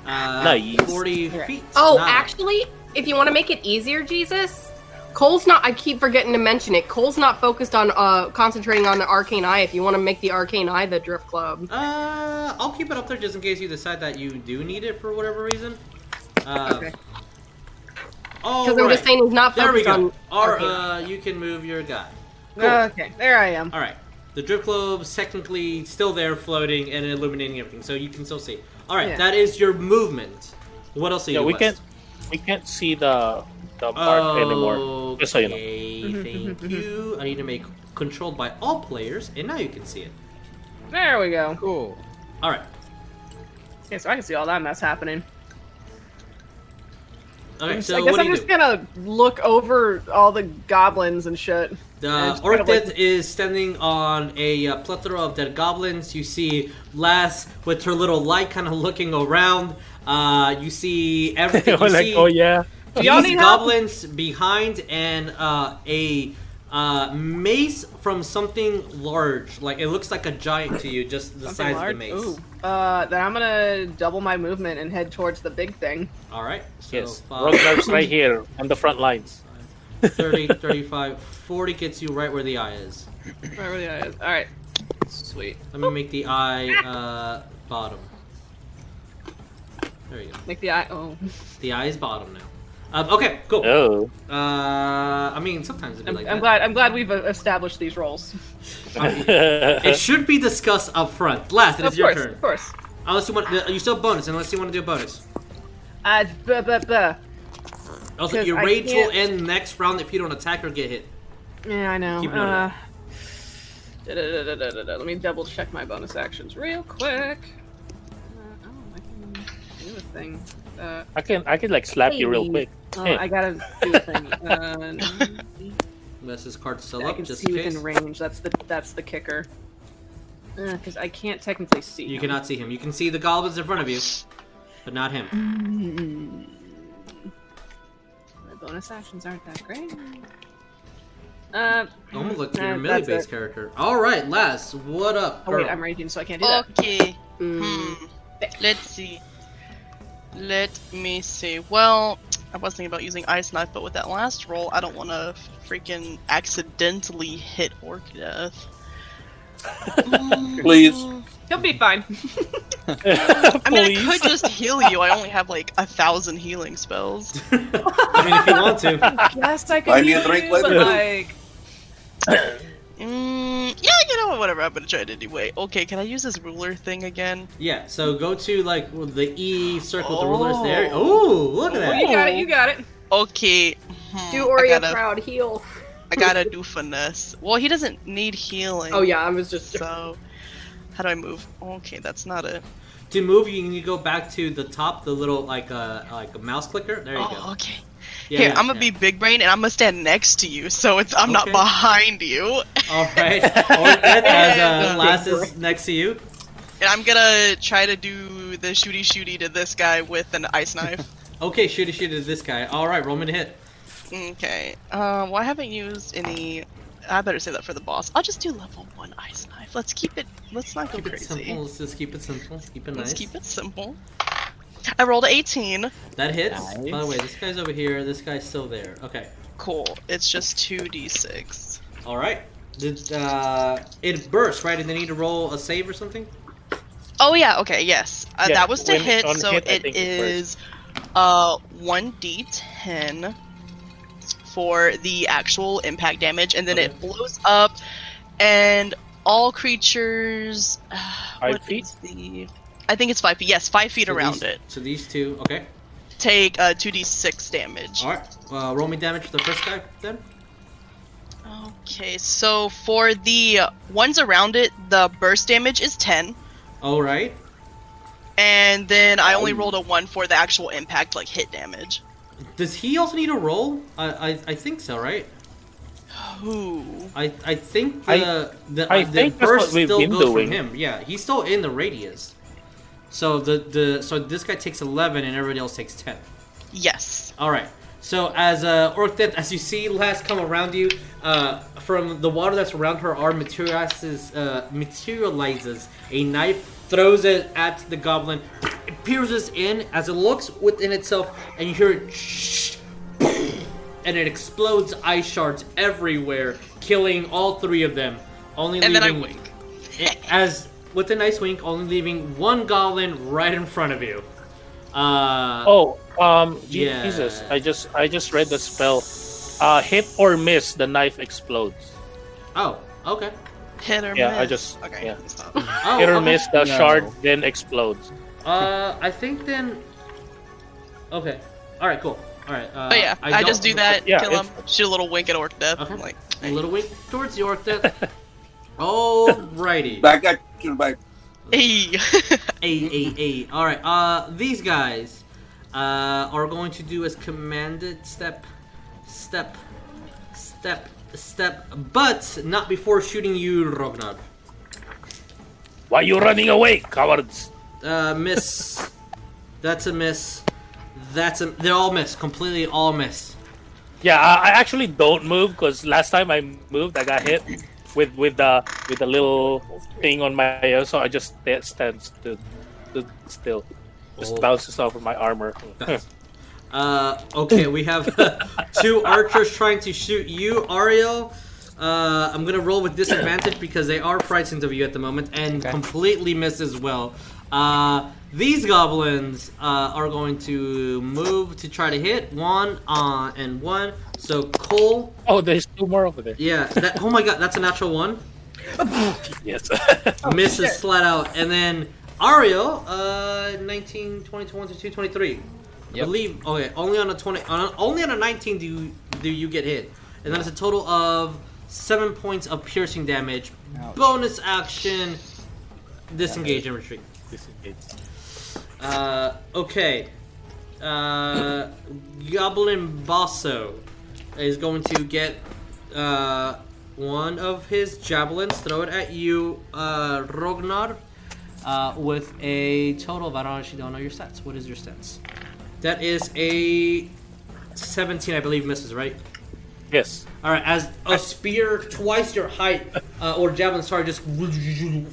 Speaker 2: Uh,
Speaker 4: Nice.
Speaker 2: Forty feet.
Speaker 10: Oh,
Speaker 2: Nah.
Speaker 10: actually, if you want to make it easier, Jesus, Cole's not. I keep forgetting to mention it. Cole's not focused on uh concentrating on the arcane eye. If you want to make the arcane eye the drift club,
Speaker 2: Uh, I'll keep it up there just in case you decide that you do need it for whatever reason. Uh,
Speaker 10: Okay.
Speaker 2: all
Speaker 10: because I'm just
Speaker 2: right.
Speaker 10: saying he's not
Speaker 2: There we
Speaker 10: focused
Speaker 2: go.
Speaker 10: on.
Speaker 2: Or
Speaker 10: arcane.
Speaker 2: uh, you can move your guy. Cool.
Speaker 3: Okay, there I am.
Speaker 2: All right. The drip globe's technically still there, floating and illuminating everything, so you can still see. All right,
Speaker 3: Yeah.
Speaker 2: that is your movement. What else? Are
Speaker 4: Yeah,
Speaker 2: you
Speaker 4: we
Speaker 2: West?
Speaker 4: can't we can't see the the mark anymore.
Speaker 2: Oh,
Speaker 4: Just so you know.
Speaker 3: Mm-hmm,
Speaker 2: thank you. I need to make controlled by all players, and now you can see it.
Speaker 3: There we go.
Speaker 6: Cool.
Speaker 2: All right.
Speaker 3: Yeah, so I can see all that mess happening.
Speaker 2: Okay.
Speaker 3: I'm just-
Speaker 2: So
Speaker 3: Mm-hmm. I guess
Speaker 2: what do
Speaker 3: I'm
Speaker 2: you
Speaker 3: just
Speaker 2: do?
Speaker 3: gonna look over all the goblins and shit.
Speaker 2: The
Speaker 3: and just kinda,
Speaker 2: Orchid
Speaker 3: like-
Speaker 2: is standing on a uh, plethora of dead goblins. You see Lass with her little light kind of looking around. Uh, you see everything.
Speaker 4: We're
Speaker 2: you
Speaker 4: like,
Speaker 2: see
Speaker 4: oh yeah.
Speaker 3: Do y'all
Speaker 2: these
Speaker 3: need help?
Speaker 2: goblins behind and uh, a uh, mace from something large. Like it looks like a giant to you, just the
Speaker 3: Something
Speaker 2: size
Speaker 3: large?
Speaker 2: of the mace.
Speaker 3: Ooh. Uh, then I'm gonna double my movement and head towards the big thing.
Speaker 2: All right. So
Speaker 4: Yes.
Speaker 2: five,
Speaker 4: Rogue Nerves right here on the front lines.
Speaker 2: 30, 35, 40 gets you right where the eye is.
Speaker 3: Right where the eye is. All right. Sweet.
Speaker 2: Let me make the eye uh, bottom. There you go.
Speaker 3: Make the eye. Oh,
Speaker 2: The eye is bottom now. Um, okay, cool.
Speaker 4: Oh.
Speaker 2: Uh, I mean, sometimes it'd be
Speaker 3: I'm,
Speaker 2: like
Speaker 3: I'm
Speaker 2: that.
Speaker 3: glad. I'm glad we've uh, established these roles.
Speaker 4: Oh.
Speaker 2: It should be discussed up front. Last, it is
Speaker 3: of
Speaker 2: your
Speaker 3: course,
Speaker 2: turn.
Speaker 3: of course.
Speaker 2: Unless you want, uh, you still have bonus. Unless you want to do a bonus.
Speaker 3: Uh, buh, buh, buh.
Speaker 2: Also,
Speaker 3: 'Cause
Speaker 2: your
Speaker 3: I
Speaker 2: rage will
Speaker 3: can't-
Speaker 2: end next round if you don't attack or get hit.
Speaker 3: Yeah, I know.
Speaker 2: Keep noting.
Speaker 3: uh, da-da-da-da-da-da-da. Let me double check my bonus actions real quick. Uh, oh, I can do a thing. Uh,
Speaker 4: I can I can like slap you real quick.
Speaker 3: oh,
Speaker 4: Hey.
Speaker 3: I gotta do a thing. Uh,
Speaker 2: Unless his card's still
Speaker 3: I
Speaker 2: up,
Speaker 3: can
Speaker 2: just
Speaker 3: see
Speaker 2: in case.
Speaker 3: within range. That's the that's the kicker. Because I can't technically see.
Speaker 2: You
Speaker 3: him.
Speaker 2: cannot see him. You can see the goblins in front of you, but not
Speaker 3: Mm-hmm.
Speaker 2: him.
Speaker 3: Mm. My bonus actions aren't that great. Uh,
Speaker 2: Almost looked like
Speaker 3: uh,
Speaker 2: your
Speaker 3: that's
Speaker 2: melee-based
Speaker 3: it.
Speaker 2: character. All right, Lass, what up,
Speaker 3: Oh wait,
Speaker 2: girl?
Speaker 3: I'm raging, so I can't do that.
Speaker 7: Okay.
Speaker 10: Mm.
Speaker 7: Hmm. Let's see. Let me see. Well, I was thinking about using ice knife, but with that last roll, I don't want to freaking accidentally hit Orkideth. Mm,
Speaker 8: Please.
Speaker 3: He'll be fine.
Speaker 7: I mean, I could just heal you. I only have like a thousand healing spells.
Speaker 2: I mean, if you want to.
Speaker 3: yes, I
Speaker 8: I
Speaker 3: can
Speaker 8: need a
Speaker 3: heal
Speaker 8: drink,
Speaker 3: you,
Speaker 8: let
Speaker 3: but
Speaker 8: me-
Speaker 3: like,
Speaker 7: Mm, yeah, you know what? Whatever. I'm gonna try it anyway. Okay, can I use this ruler thing again?
Speaker 2: Yeah. So go to like the E circle. with The ruler is there. Ooh, look at
Speaker 3: oh,
Speaker 2: that.
Speaker 3: you got it, you got it.
Speaker 7: Okay. hmm,
Speaker 10: Do Ori
Speaker 7: I
Speaker 10: a
Speaker 7: gotta,
Speaker 10: proud heel.
Speaker 7: I gotta do finesse. Well, he doesn't need healing.
Speaker 10: Oh yeah, I was just.
Speaker 7: So, how do I move? Okay, that's not it.
Speaker 2: To move, you need to go back to the top, the little like uh, like a mouse clicker. There you
Speaker 7: oh,
Speaker 2: go.
Speaker 7: okay.
Speaker 2: Yeah,
Speaker 7: Here,
Speaker 2: yeah,
Speaker 7: I'm gonna
Speaker 2: yeah.
Speaker 7: be big brain and I'm gonna stand next to you, so it's I'm not
Speaker 2: Okay.
Speaker 7: behind you.
Speaker 2: All right. Orchid as uh,
Speaker 7: Yeah.
Speaker 2: Lass is next to you.
Speaker 7: And I'm gonna try to do the shooty shooty to this guy with an ice knife.
Speaker 2: Okay, shooty shooty is this guy. All right, Roman hit.
Speaker 7: okay. Um, well, I haven't used any. I better save that for the boss. I'll just do level one ice knife. Let's keep it. Let's not go
Speaker 2: Keep it
Speaker 7: crazy.
Speaker 2: simple. Let's just keep it simple. Let's keep it nice.
Speaker 7: Let's keep it simple. I rolled a 18.
Speaker 2: That hits. By the
Speaker 6: Nice.
Speaker 2: way, this guy's over here. This guy's still there. Okay.
Speaker 7: Cool. It's just 2d6.
Speaker 2: All right. Did, uh, it bursts, right? And they need to roll a save or something?
Speaker 7: Oh yeah, okay, yes. Uh,
Speaker 4: Yeah,
Speaker 7: that was to
Speaker 4: when-
Speaker 7: hit,
Speaker 4: on
Speaker 7: so
Speaker 4: hit, I
Speaker 7: it
Speaker 4: think it
Speaker 7: is uh 1d10 for the actual impact damage and then
Speaker 2: Okay.
Speaker 7: it blows up and all creatures uh,
Speaker 4: Five
Speaker 7: what
Speaker 4: feet?
Speaker 7: is the I think it's 5 feet. Yes, 5 feet
Speaker 2: So
Speaker 7: around
Speaker 2: these-
Speaker 7: it.
Speaker 2: So these two. Okay.
Speaker 7: Take uh 2d6 damage.
Speaker 2: All right. Uh, roll me damage to the first guy then.
Speaker 7: Okay, so for the ones around it, the burst damage is 10
Speaker 2: All right.
Speaker 7: and then I only rolled a 1 for the actual impact like hit damage.
Speaker 2: Does he also need a roll? I I, I think so, right?
Speaker 7: Who?
Speaker 2: I I think
Speaker 4: I-
Speaker 2: the the, uh,
Speaker 4: I
Speaker 2: the
Speaker 4: think that's
Speaker 2: burst
Speaker 4: what we've
Speaker 2: still
Speaker 4: been
Speaker 2: goes
Speaker 4: doing.
Speaker 2: from him. Yeah, he's still in the radius. So the the so this guy takes eleven and everybody else takes ten.
Speaker 7: Yes.
Speaker 2: All right. So as uh, Orcteth, as you see Last come around you, uh, from the water that's around her arm materializes, uh, materializes a knife, throws it at the goblin, it pierces in as it looks within itself, and you hear it, shh, and it explodes ice shards everywhere, killing all three of them. Only
Speaker 7: And then I
Speaker 2: leaving, wink. as with a nice wink, only leaving one goblin right in front of you. Uh,
Speaker 4: Oh, um, Je-
Speaker 2: yeah.
Speaker 4: Jesus! I just I just read the spell. Uh, hit or miss, the knife explodes.
Speaker 2: Oh, okay.
Speaker 7: Hit or
Speaker 4: yeah, I just yeah.
Speaker 2: Oh,
Speaker 4: hit or
Speaker 2: okay.
Speaker 4: miss, the
Speaker 2: No.
Speaker 4: shard then explodes.
Speaker 2: Uh, I think then. Okay. All right. Cool. All right. Uh,
Speaker 7: But Oh, yeah, I,
Speaker 2: don't-
Speaker 7: just do that, kill him, shoot a little wink at Orc Death. I'm like,
Speaker 2: A little wink towards the orc death. Alrighty.
Speaker 8: Back at you, back.
Speaker 7: Hey.
Speaker 2: hey, hey, hey. All right. Uh, these guys, uh, are going to do as commanded. Step, step, step, step. But not before shooting you, Rognar.
Speaker 4: Why you running away, cowards?
Speaker 2: Uh, miss. That's a miss. That's a. They're all miss. Completely all miss.
Speaker 4: Yeah, I, I actually don't move because last time I moved, I got hit with with the with the little thing on my ear, so I just sta- stand stood, stood still, just
Speaker 2: Oh.
Speaker 4: bounces off of my armor.
Speaker 2: Uh, okay, we have two archers trying to shoot you, Ariel. Uh, I'm gonna roll with disadvantage because they are frightened of you at the moment and completely miss as well. Uh, these goblins uh, are going to move to try to hit one uh, and one. So Cole.
Speaker 4: Oh, there's two more over there.
Speaker 2: Yeah. That, oh my God, that's a natural one.
Speaker 4: yes.
Speaker 2: misses flat out. And then Ariel, uh, 19, 20, 21, 22, 23. I
Speaker 6: Yep.
Speaker 2: believe, okay, only on a 20, on a, only on a 19 do you, do you get hit. And then it's a total of 7 points of piercing damage. Bonus action, disengage and retreat.
Speaker 4: Disengage.
Speaker 2: Uh, okay. Uh, Goblin Basso is going to get uh, one of his javelins, throw it at you, uh, Rognar, uh, with a total of, I don't actually don't know your stats. What is your stats? That is a 17, I believe, misses, right?
Speaker 4: Yes.
Speaker 2: All right, as a spear twice your height uh, or javelin, sorry, just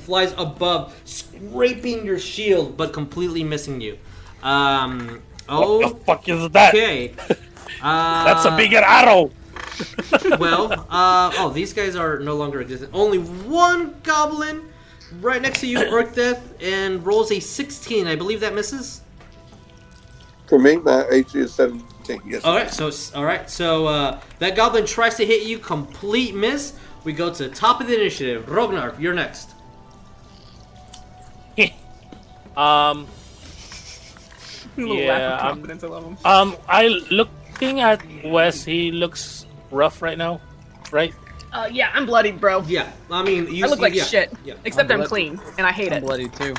Speaker 2: flies above, scraping your shield but completely missing you. Um, oh,
Speaker 4: What the fuck is that?
Speaker 2: Okay, uh,
Speaker 4: That's a bigger arrow.
Speaker 2: well, uh, oh, these guys are no longer existent. Only one goblin right next to you, Orc Death, and rolls a 16. I believe that misses.
Speaker 8: For me, my AC is 17. Yes.
Speaker 4: Oh,
Speaker 2: All right, so all right, so uh, that goblin tries to hit you, complete miss. We go to the top of the initiative. Rognar, you're next.
Speaker 4: Um.
Speaker 3: Little
Speaker 4: yeah,
Speaker 3: lack of
Speaker 4: I'm-
Speaker 3: confidence, I love him.
Speaker 4: Um, I looking at Wes. He looks rough right now, right?
Speaker 3: Uh, yeah, I'm bloody, bro.
Speaker 2: Yeah, I mean, you
Speaker 3: I look
Speaker 2: see-
Speaker 3: like
Speaker 2: yeah,
Speaker 3: shit.
Speaker 2: yeah.
Speaker 3: Except
Speaker 2: I'm
Speaker 3: I'm,
Speaker 2: bloody.
Speaker 3: clean, and I hate it.
Speaker 6: bloody too.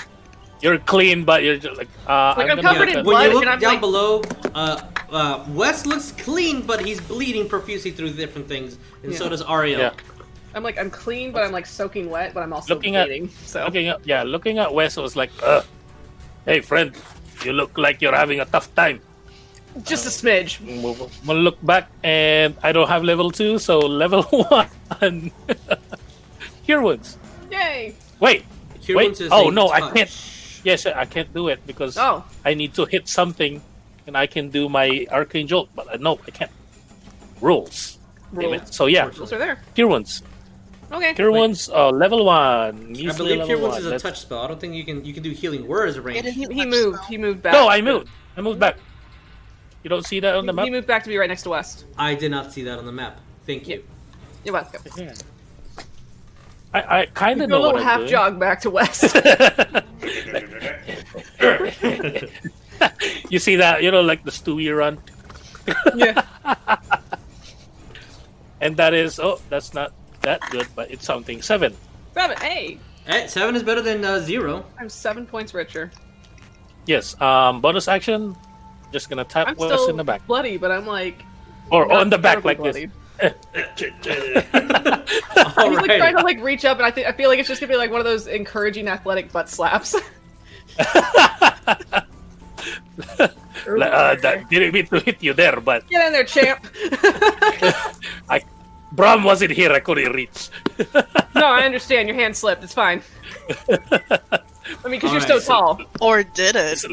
Speaker 4: You're clean, but you're just like uh,
Speaker 3: Like, I'm
Speaker 4: gonna
Speaker 3: covered
Speaker 4: look
Speaker 3: in
Speaker 4: at-
Speaker 3: blood.
Speaker 2: When you
Speaker 3: and
Speaker 2: look down
Speaker 3: I'm like-
Speaker 2: below, uh, uh, Wes looks clean, but he's bleeding profusely through different things, and so
Speaker 3: Yeah.
Speaker 2: does Ariel.
Speaker 4: Yeah.
Speaker 3: I'm like I'm clean, but I'm like soaking wet, but I'm also
Speaker 4: Looking at-
Speaker 3: bleeding. so
Speaker 4: Looking at yeah, looking at Wes I was like, Ugh. "Hey friend, you look like you're having a tough time."
Speaker 3: just a smidge.
Speaker 4: I'm gonna look back, and I don't have level two, so level one. Here woods.
Speaker 3: Yay!
Speaker 4: Wait,
Speaker 2: Here
Speaker 4: wait.
Speaker 2: wants to
Speaker 4: Oh
Speaker 2: say
Speaker 4: no, I
Speaker 2: touch.
Speaker 4: can't. Yes, I can't do it because
Speaker 3: Oh,
Speaker 4: I need to hit something, and I can do my arcane jolt, but uh, no, I can't. Rules. Damn it.
Speaker 3: Rules.
Speaker 4: So yeah,
Speaker 3: those are there.
Speaker 4: tier ones.
Speaker 3: Okay.
Speaker 4: Tier ones, uh, level one.
Speaker 2: I
Speaker 4: Easily
Speaker 2: believe
Speaker 4: level
Speaker 2: Cure Wounds
Speaker 4: one.
Speaker 2: is a
Speaker 4: Let's-
Speaker 2: touch spell. I don't think you can you can do healing word as a range.
Speaker 7: It isn't
Speaker 3: He
Speaker 7: touch
Speaker 3: moved.
Speaker 7: spell.
Speaker 3: He moved back.
Speaker 4: No, I moved. I moved back. You don't see that on the
Speaker 3: He
Speaker 4: map.
Speaker 3: moved back to be right next to West.
Speaker 2: I did not see that on the map. Thank you.
Speaker 3: You're welcome.
Speaker 4: Yeah. I, I kind
Speaker 3: You
Speaker 4: of
Speaker 3: do a
Speaker 4: know what
Speaker 3: little
Speaker 4: I'm
Speaker 3: half
Speaker 4: doing.
Speaker 3: jog back to West.
Speaker 4: you see that? You know, like the Stewie run,
Speaker 3: yeah.
Speaker 4: and that is oh, that's not that good, but it's something seven.
Speaker 3: Seven. Hey,
Speaker 2: Eh, seven is better than uh, zero.
Speaker 3: I'm seven points richer.
Speaker 4: Yes. Um, bonus action. just gonna tap
Speaker 3: I'm
Speaker 4: Willis
Speaker 3: still
Speaker 4: in the back
Speaker 3: bloody, but I'm like
Speaker 4: or
Speaker 3: not
Speaker 4: on the back like
Speaker 3: terribly
Speaker 4: this.
Speaker 3: bloodied. I'm just like trying to like reach up, and I think I feel like it's just gonna be like one of those encouraging athletic butt slaps.
Speaker 4: Like, uh, that didn't mean to hit you there, but
Speaker 3: Get in there, champ.
Speaker 4: I, Bram wasn't here. I couldn't reach.
Speaker 3: no, I understand. Your hand slipped. It's fine. I mean, because you're so
Speaker 2: Alright, so-
Speaker 3: tall.
Speaker 7: Or did it?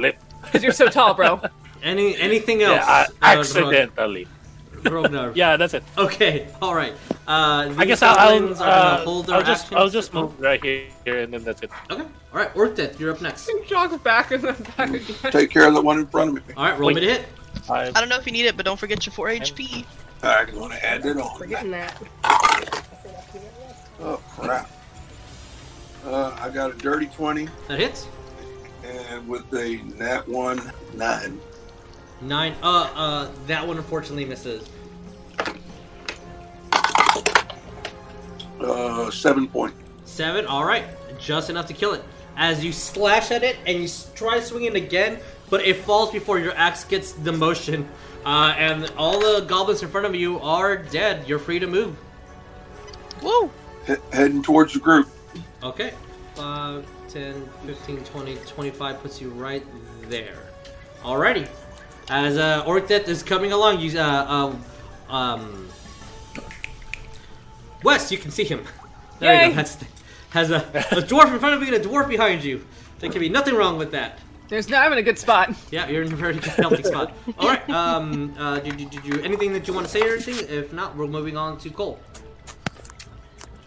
Speaker 3: Because you're so tall, bro.
Speaker 2: Any anything
Speaker 4: Yeah,
Speaker 2: else?
Speaker 4: I-
Speaker 2: uh,
Speaker 4: accidentally.
Speaker 2: Rognar.
Speaker 4: yeah, that's it.
Speaker 2: Okay, all right. Uh,
Speaker 4: I guess
Speaker 2: these
Speaker 4: I'll, I'll,
Speaker 2: goblins are gonna
Speaker 4: uh,
Speaker 2: hold their
Speaker 4: I'll just
Speaker 2: actions.
Speaker 4: I'll just move right here, here and then that's it.
Speaker 2: Okay. All right, Orkdet, you're up next.
Speaker 3: Jog back in the back again.
Speaker 8: Take care of the one in front of me.
Speaker 2: All right, roll me to hit.
Speaker 4: I
Speaker 7: don't know if you need it, but don't forget your 4 HP.
Speaker 8: I'm going to add it on.
Speaker 10: Forgetting that.
Speaker 8: Oh, crap. Uh, I got a dirty 20
Speaker 2: That hits.
Speaker 8: and with a nat 1, 9.
Speaker 2: Nine. Uh, uh, that one unfortunately misses.
Speaker 8: Uh, 7 point.
Speaker 2: Seven. All right, just enough to kill it. As you slash at it and you s- try swinging again, but it falls before your axe gets the motion, uh, and all the goblins in front of you are dead. You're free to move.
Speaker 7: Woo!
Speaker 8: He- heading towards the group.
Speaker 2: Okay. 5, 10, 15, 20, 25 puts you right there. Alrighty. As uh, Orkdet is coming along, you, uh, um, um, Wes, you can see him. There you
Speaker 3: Yay.
Speaker 2: go. That's, has a, a dwarf in front of you and a dwarf behind you. There can be nothing wrong with that.
Speaker 3: There's no. I'm in a good spot.
Speaker 2: Yeah, you're in a very good healthy spot. All right. Um, uh, do, do, do, do, anything that you want to say or anything? If not, we're moving on to Cole.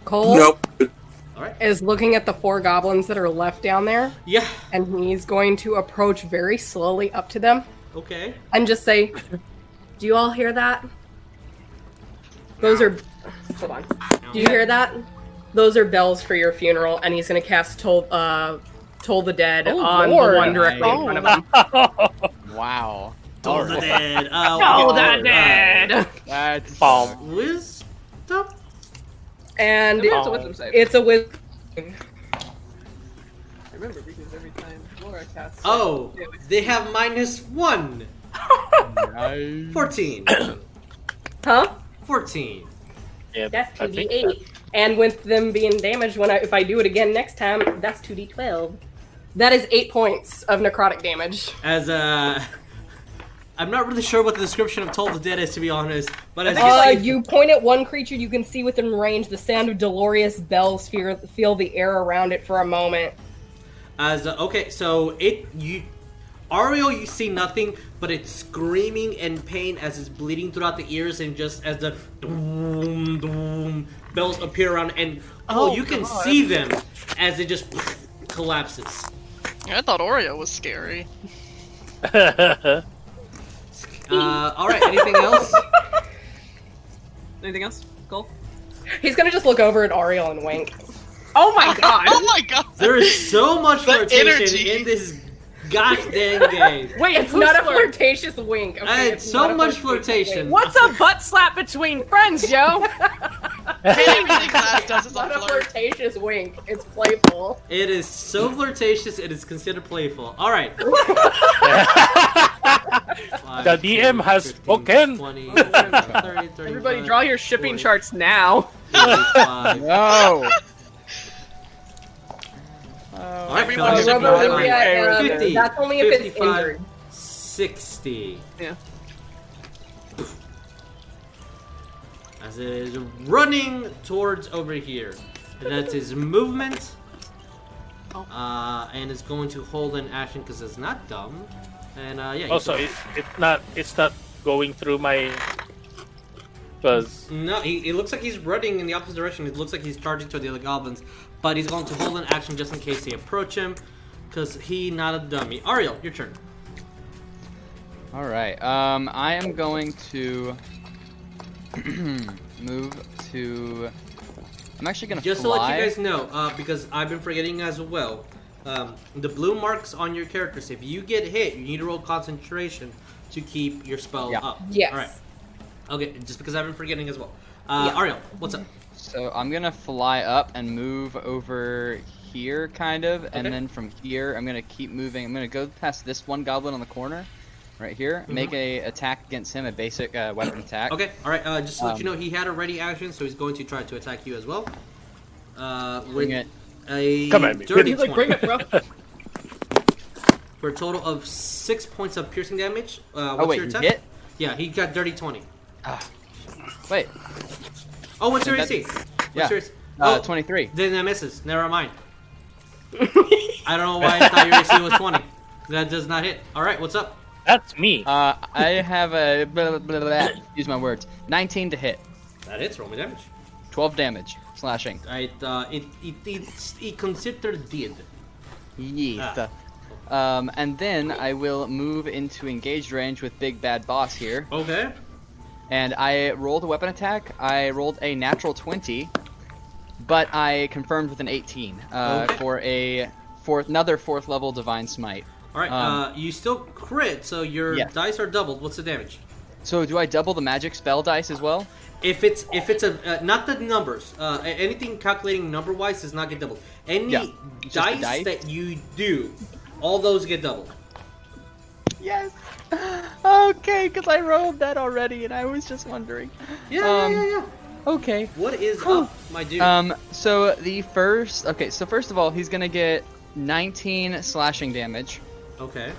Speaker 10: Cole
Speaker 8: Nope.
Speaker 10: is looking at the four goblins that are left down there,
Speaker 2: Yeah.
Speaker 10: and he's going to approach very slowly up to them
Speaker 2: Okay.
Speaker 10: and just say, "Do you all hear that? Those are. Hold on. Do you hear that? Those are bells for your funeral." And he's going to cast toll. Uh, Toll the dead
Speaker 3: Oh,
Speaker 10: on
Speaker 3: Lord.
Speaker 10: the one directly in front of him.
Speaker 6: Wow.
Speaker 2: Toll the dead. Uh,
Speaker 3: Oh, that
Speaker 2: alright.
Speaker 3: dead.
Speaker 6: That's
Speaker 4: Bomb.
Speaker 2: Wisdom? Oh,
Speaker 10: And
Speaker 3: Maybe it's a wisdom save.
Speaker 10: it's a wisdom.
Speaker 3: I remember because every time Laura casts.
Speaker 2: Oh, they have minus one. 14.
Speaker 10: Huh?
Speaker 2: 14.
Speaker 4: Yeah,
Speaker 10: That's
Speaker 4: I
Speaker 10: two D
Speaker 4: think
Speaker 10: eight. And with them being damaged, when I if I do it again next time, that's two D twelve. That is eight points of necrotic damage.
Speaker 2: As uh, I'm not really sure what the description of Toll the Dead is, to be honest, but as you
Speaker 10: Uh,
Speaker 2: see-
Speaker 10: you point at one creature you can see within range. The sound of Delorious bells feel, feel the air around it for a moment.
Speaker 2: As uh, okay, so it you, Ariel, you see nothing, but it's screaming in pain as it's bleeding throughout the ears, and just as the doom doom bells appear around, and oh,
Speaker 7: Oh,
Speaker 2: you can
Speaker 7: God.
Speaker 2: see them as it just collapses.
Speaker 7: I thought Oreo was scary.
Speaker 4: that-
Speaker 2: Uh, all right, anything else?
Speaker 3: Anything else? Cool.
Speaker 10: He's gonna just look over at Ariel and wink.
Speaker 3: Oh my god.
Speaker 7: Oh my god!
Speaker 2: There is so much
Speaker 7: The
Speaker 2: flirtation
Speaker 7: energy.
Speaker 2: in this goddamn game.
Speaker 3: Wait,
Speaker 10: It's
Speaker 3: who's
Speaker 10: not a
Speaker 3: flirt-
Speaker 10: flirtatious wink. Okay,
Speaker 2: I had
Speaker 10: not
Speaker 2: so
Speaker 10: a
Speaker 2: much
Speaker 10: flirtatious
Speaker 2: flirtation.
Speaker 10: wink.
Speaker 3: What's a butt slap between friends, yo?
Speaker 7: Anything that does is
Speaker 10: Not
Speaker 7: a
Speaker 10: a
Speaker 7: flirt.
Speaker 10: flirtatious wink. It's playful.
Speaker 2: It is so flirtatious. It is considered playful. All right. Five,
Speaker 4: The DM has
Speaker 2: 15,
Speaker 4: spoken.
Speaker 2: 20, 30,
Speaker 3: Everybody,
Speaker 2: 35,
Speaker 3: draw your shipping
Speaker 2: 40,
Speaker 3: charts now.
Speaker 2: 45.
Speaker 6: No.
Speaker 7: Oh
Speaker 2: All right,
Speaker 7: Everyone
Speaker 2: fellas,
Speaker 7: should
Speaker 2: all
Speaker 7: know
Speaker 2: right,
Speaker 7: that we
Speaker 2: all right.
Speaker 10: yeah, uh,
Speaker 2: 50,
Speaker 10: that's only if it's
Speaker 2: 55.
Speaker 10: injured.
Speaker 2: 60.
Speaker 3: Yeah.
Speaker 2: As it is running towards over here. And that's his movement. Uh, and it's going to hold an action because it's not dumb. And uh, yeah. you
Speaker 4: Also,
Speaker 2: can-
Speaker 4: it, it's not it's not going through my because
Speaker 2: No, he, it looks like he's running in the opposite direction. It looks like he's charging toward the other goblins, but he's going to hold an action just in case they approach him, because he not a dummy. Ariel, your turn.
Speaker 6: All right. Um, I am going to move to. I'm actually gonna
Speaker 2: Just to
Speaker 6: fly.
Speaker 2: let you guys know, uh, because I've been forgetting as well, um, the blue marks on your characters. If you get hit, you need to roll concentration to keep your spell
Speaker 6: Yeah.
Speaker 2: up.
Speaker 10: Yes.
Speaker 2: All right. Okay, just because I've been forgetting as well. Uh, Ariel, what's up?
Speaker 6: So I'm gonna fly up and move over here, kind of,
Speaker 2: Okay.
Speaker 6: and then from here I'm gonna keep moving. I'm gonna go past this one goblin on the corner, right here. Make a attack against him, a basic uh, weapon attack.
Speaker 2: Mm-hmm. Okay, all right. Uh, just to let
Speaker 6: Um,
Speaker 2: you know, he had a ready action, so he's going to try to attack you as well. Uh, with
Speaker 6: Bring it.
Speaker 2: a
Speaker 6: Come at me,
Speaker 2: dirty
Speaker 6: bitch. He's like,
Speaker 2: 20.
Speaker 6: "Bring it, bro."
Speaker 2: For a total of six points of piercing damage. Uh,
Speaker 6: Oh,
Speaker 2: what's
Speaker 6: wait,
Speaker 2: your
Speaker 6: you
Speaker 2: attack?
Speaker 6: hit?
Speaker 2: Yeah, he got dirty twenty.
Speaker 6: Wait.
Speaker 2: Oh, what's your
Speaker 6: Then that-
Speaker 2: AC? What's
Speaker 6: yeah.
Speaker 2: your AC?
Speaker 6: Uh,
Speaker 2: oh,
Speaker 6: 23.
Speaker 2: Then that misses. Never mind. I don't know why I thought your AC was twenty. That does not hit. All right, what's up?
Speaker 4: That's me.
Speaker 6: Uh, I have a blah, blah, blah, blah, use my words. 19 to hit.
Speaker 2: That hits. Roll me damage.
Speaker 6: 12 damage. Slashing.
Speaker 2: I uh, it it it's, it considered dead.
Speaker 6: Yeah. Um, and then I will move into engaged range with Big Bad Boss here.
Speaker 2: Okay.
Speaker 6: And I rolled a weapon attack. I rolled a natural 20, but I confirmed with an 18 uh,
Speaker 2: Okay.
Speaker 6: for a fourth, another fourth level Divine Smite.
Speaker 2: All right.
Speaker 6: Um,
Speaker 2: uh, you still crit, so your
Speaker 6: Yeah.
Speaker 2: dice are doubled. What's the damage?
Speaker 6: So do I double the magic spell dice as well?
Speaker 2: If it's if it's a uh, not the numbers, uh, a- anything calculating number wise does not get doubled. Any
Speaker 6: Yeah, just the
Speaker 2: dice,
Speaker 6: dice?
Speaker 2: that you do, all those get doubled.
Speaker 6: Yes. Okay, because I rolled that already, and I was just wondering.
Speaker 2: Yeah, yeah,
Speaker 6: Um,
Speaker 2: yeah, yeah.
Speaker 6: Okay.
Speaker 2: What is up, my dude?
Speaker 6: Um, so the first, okay, so first of all, he's gonna get 19 slashing damage,
Speaker 2: okay.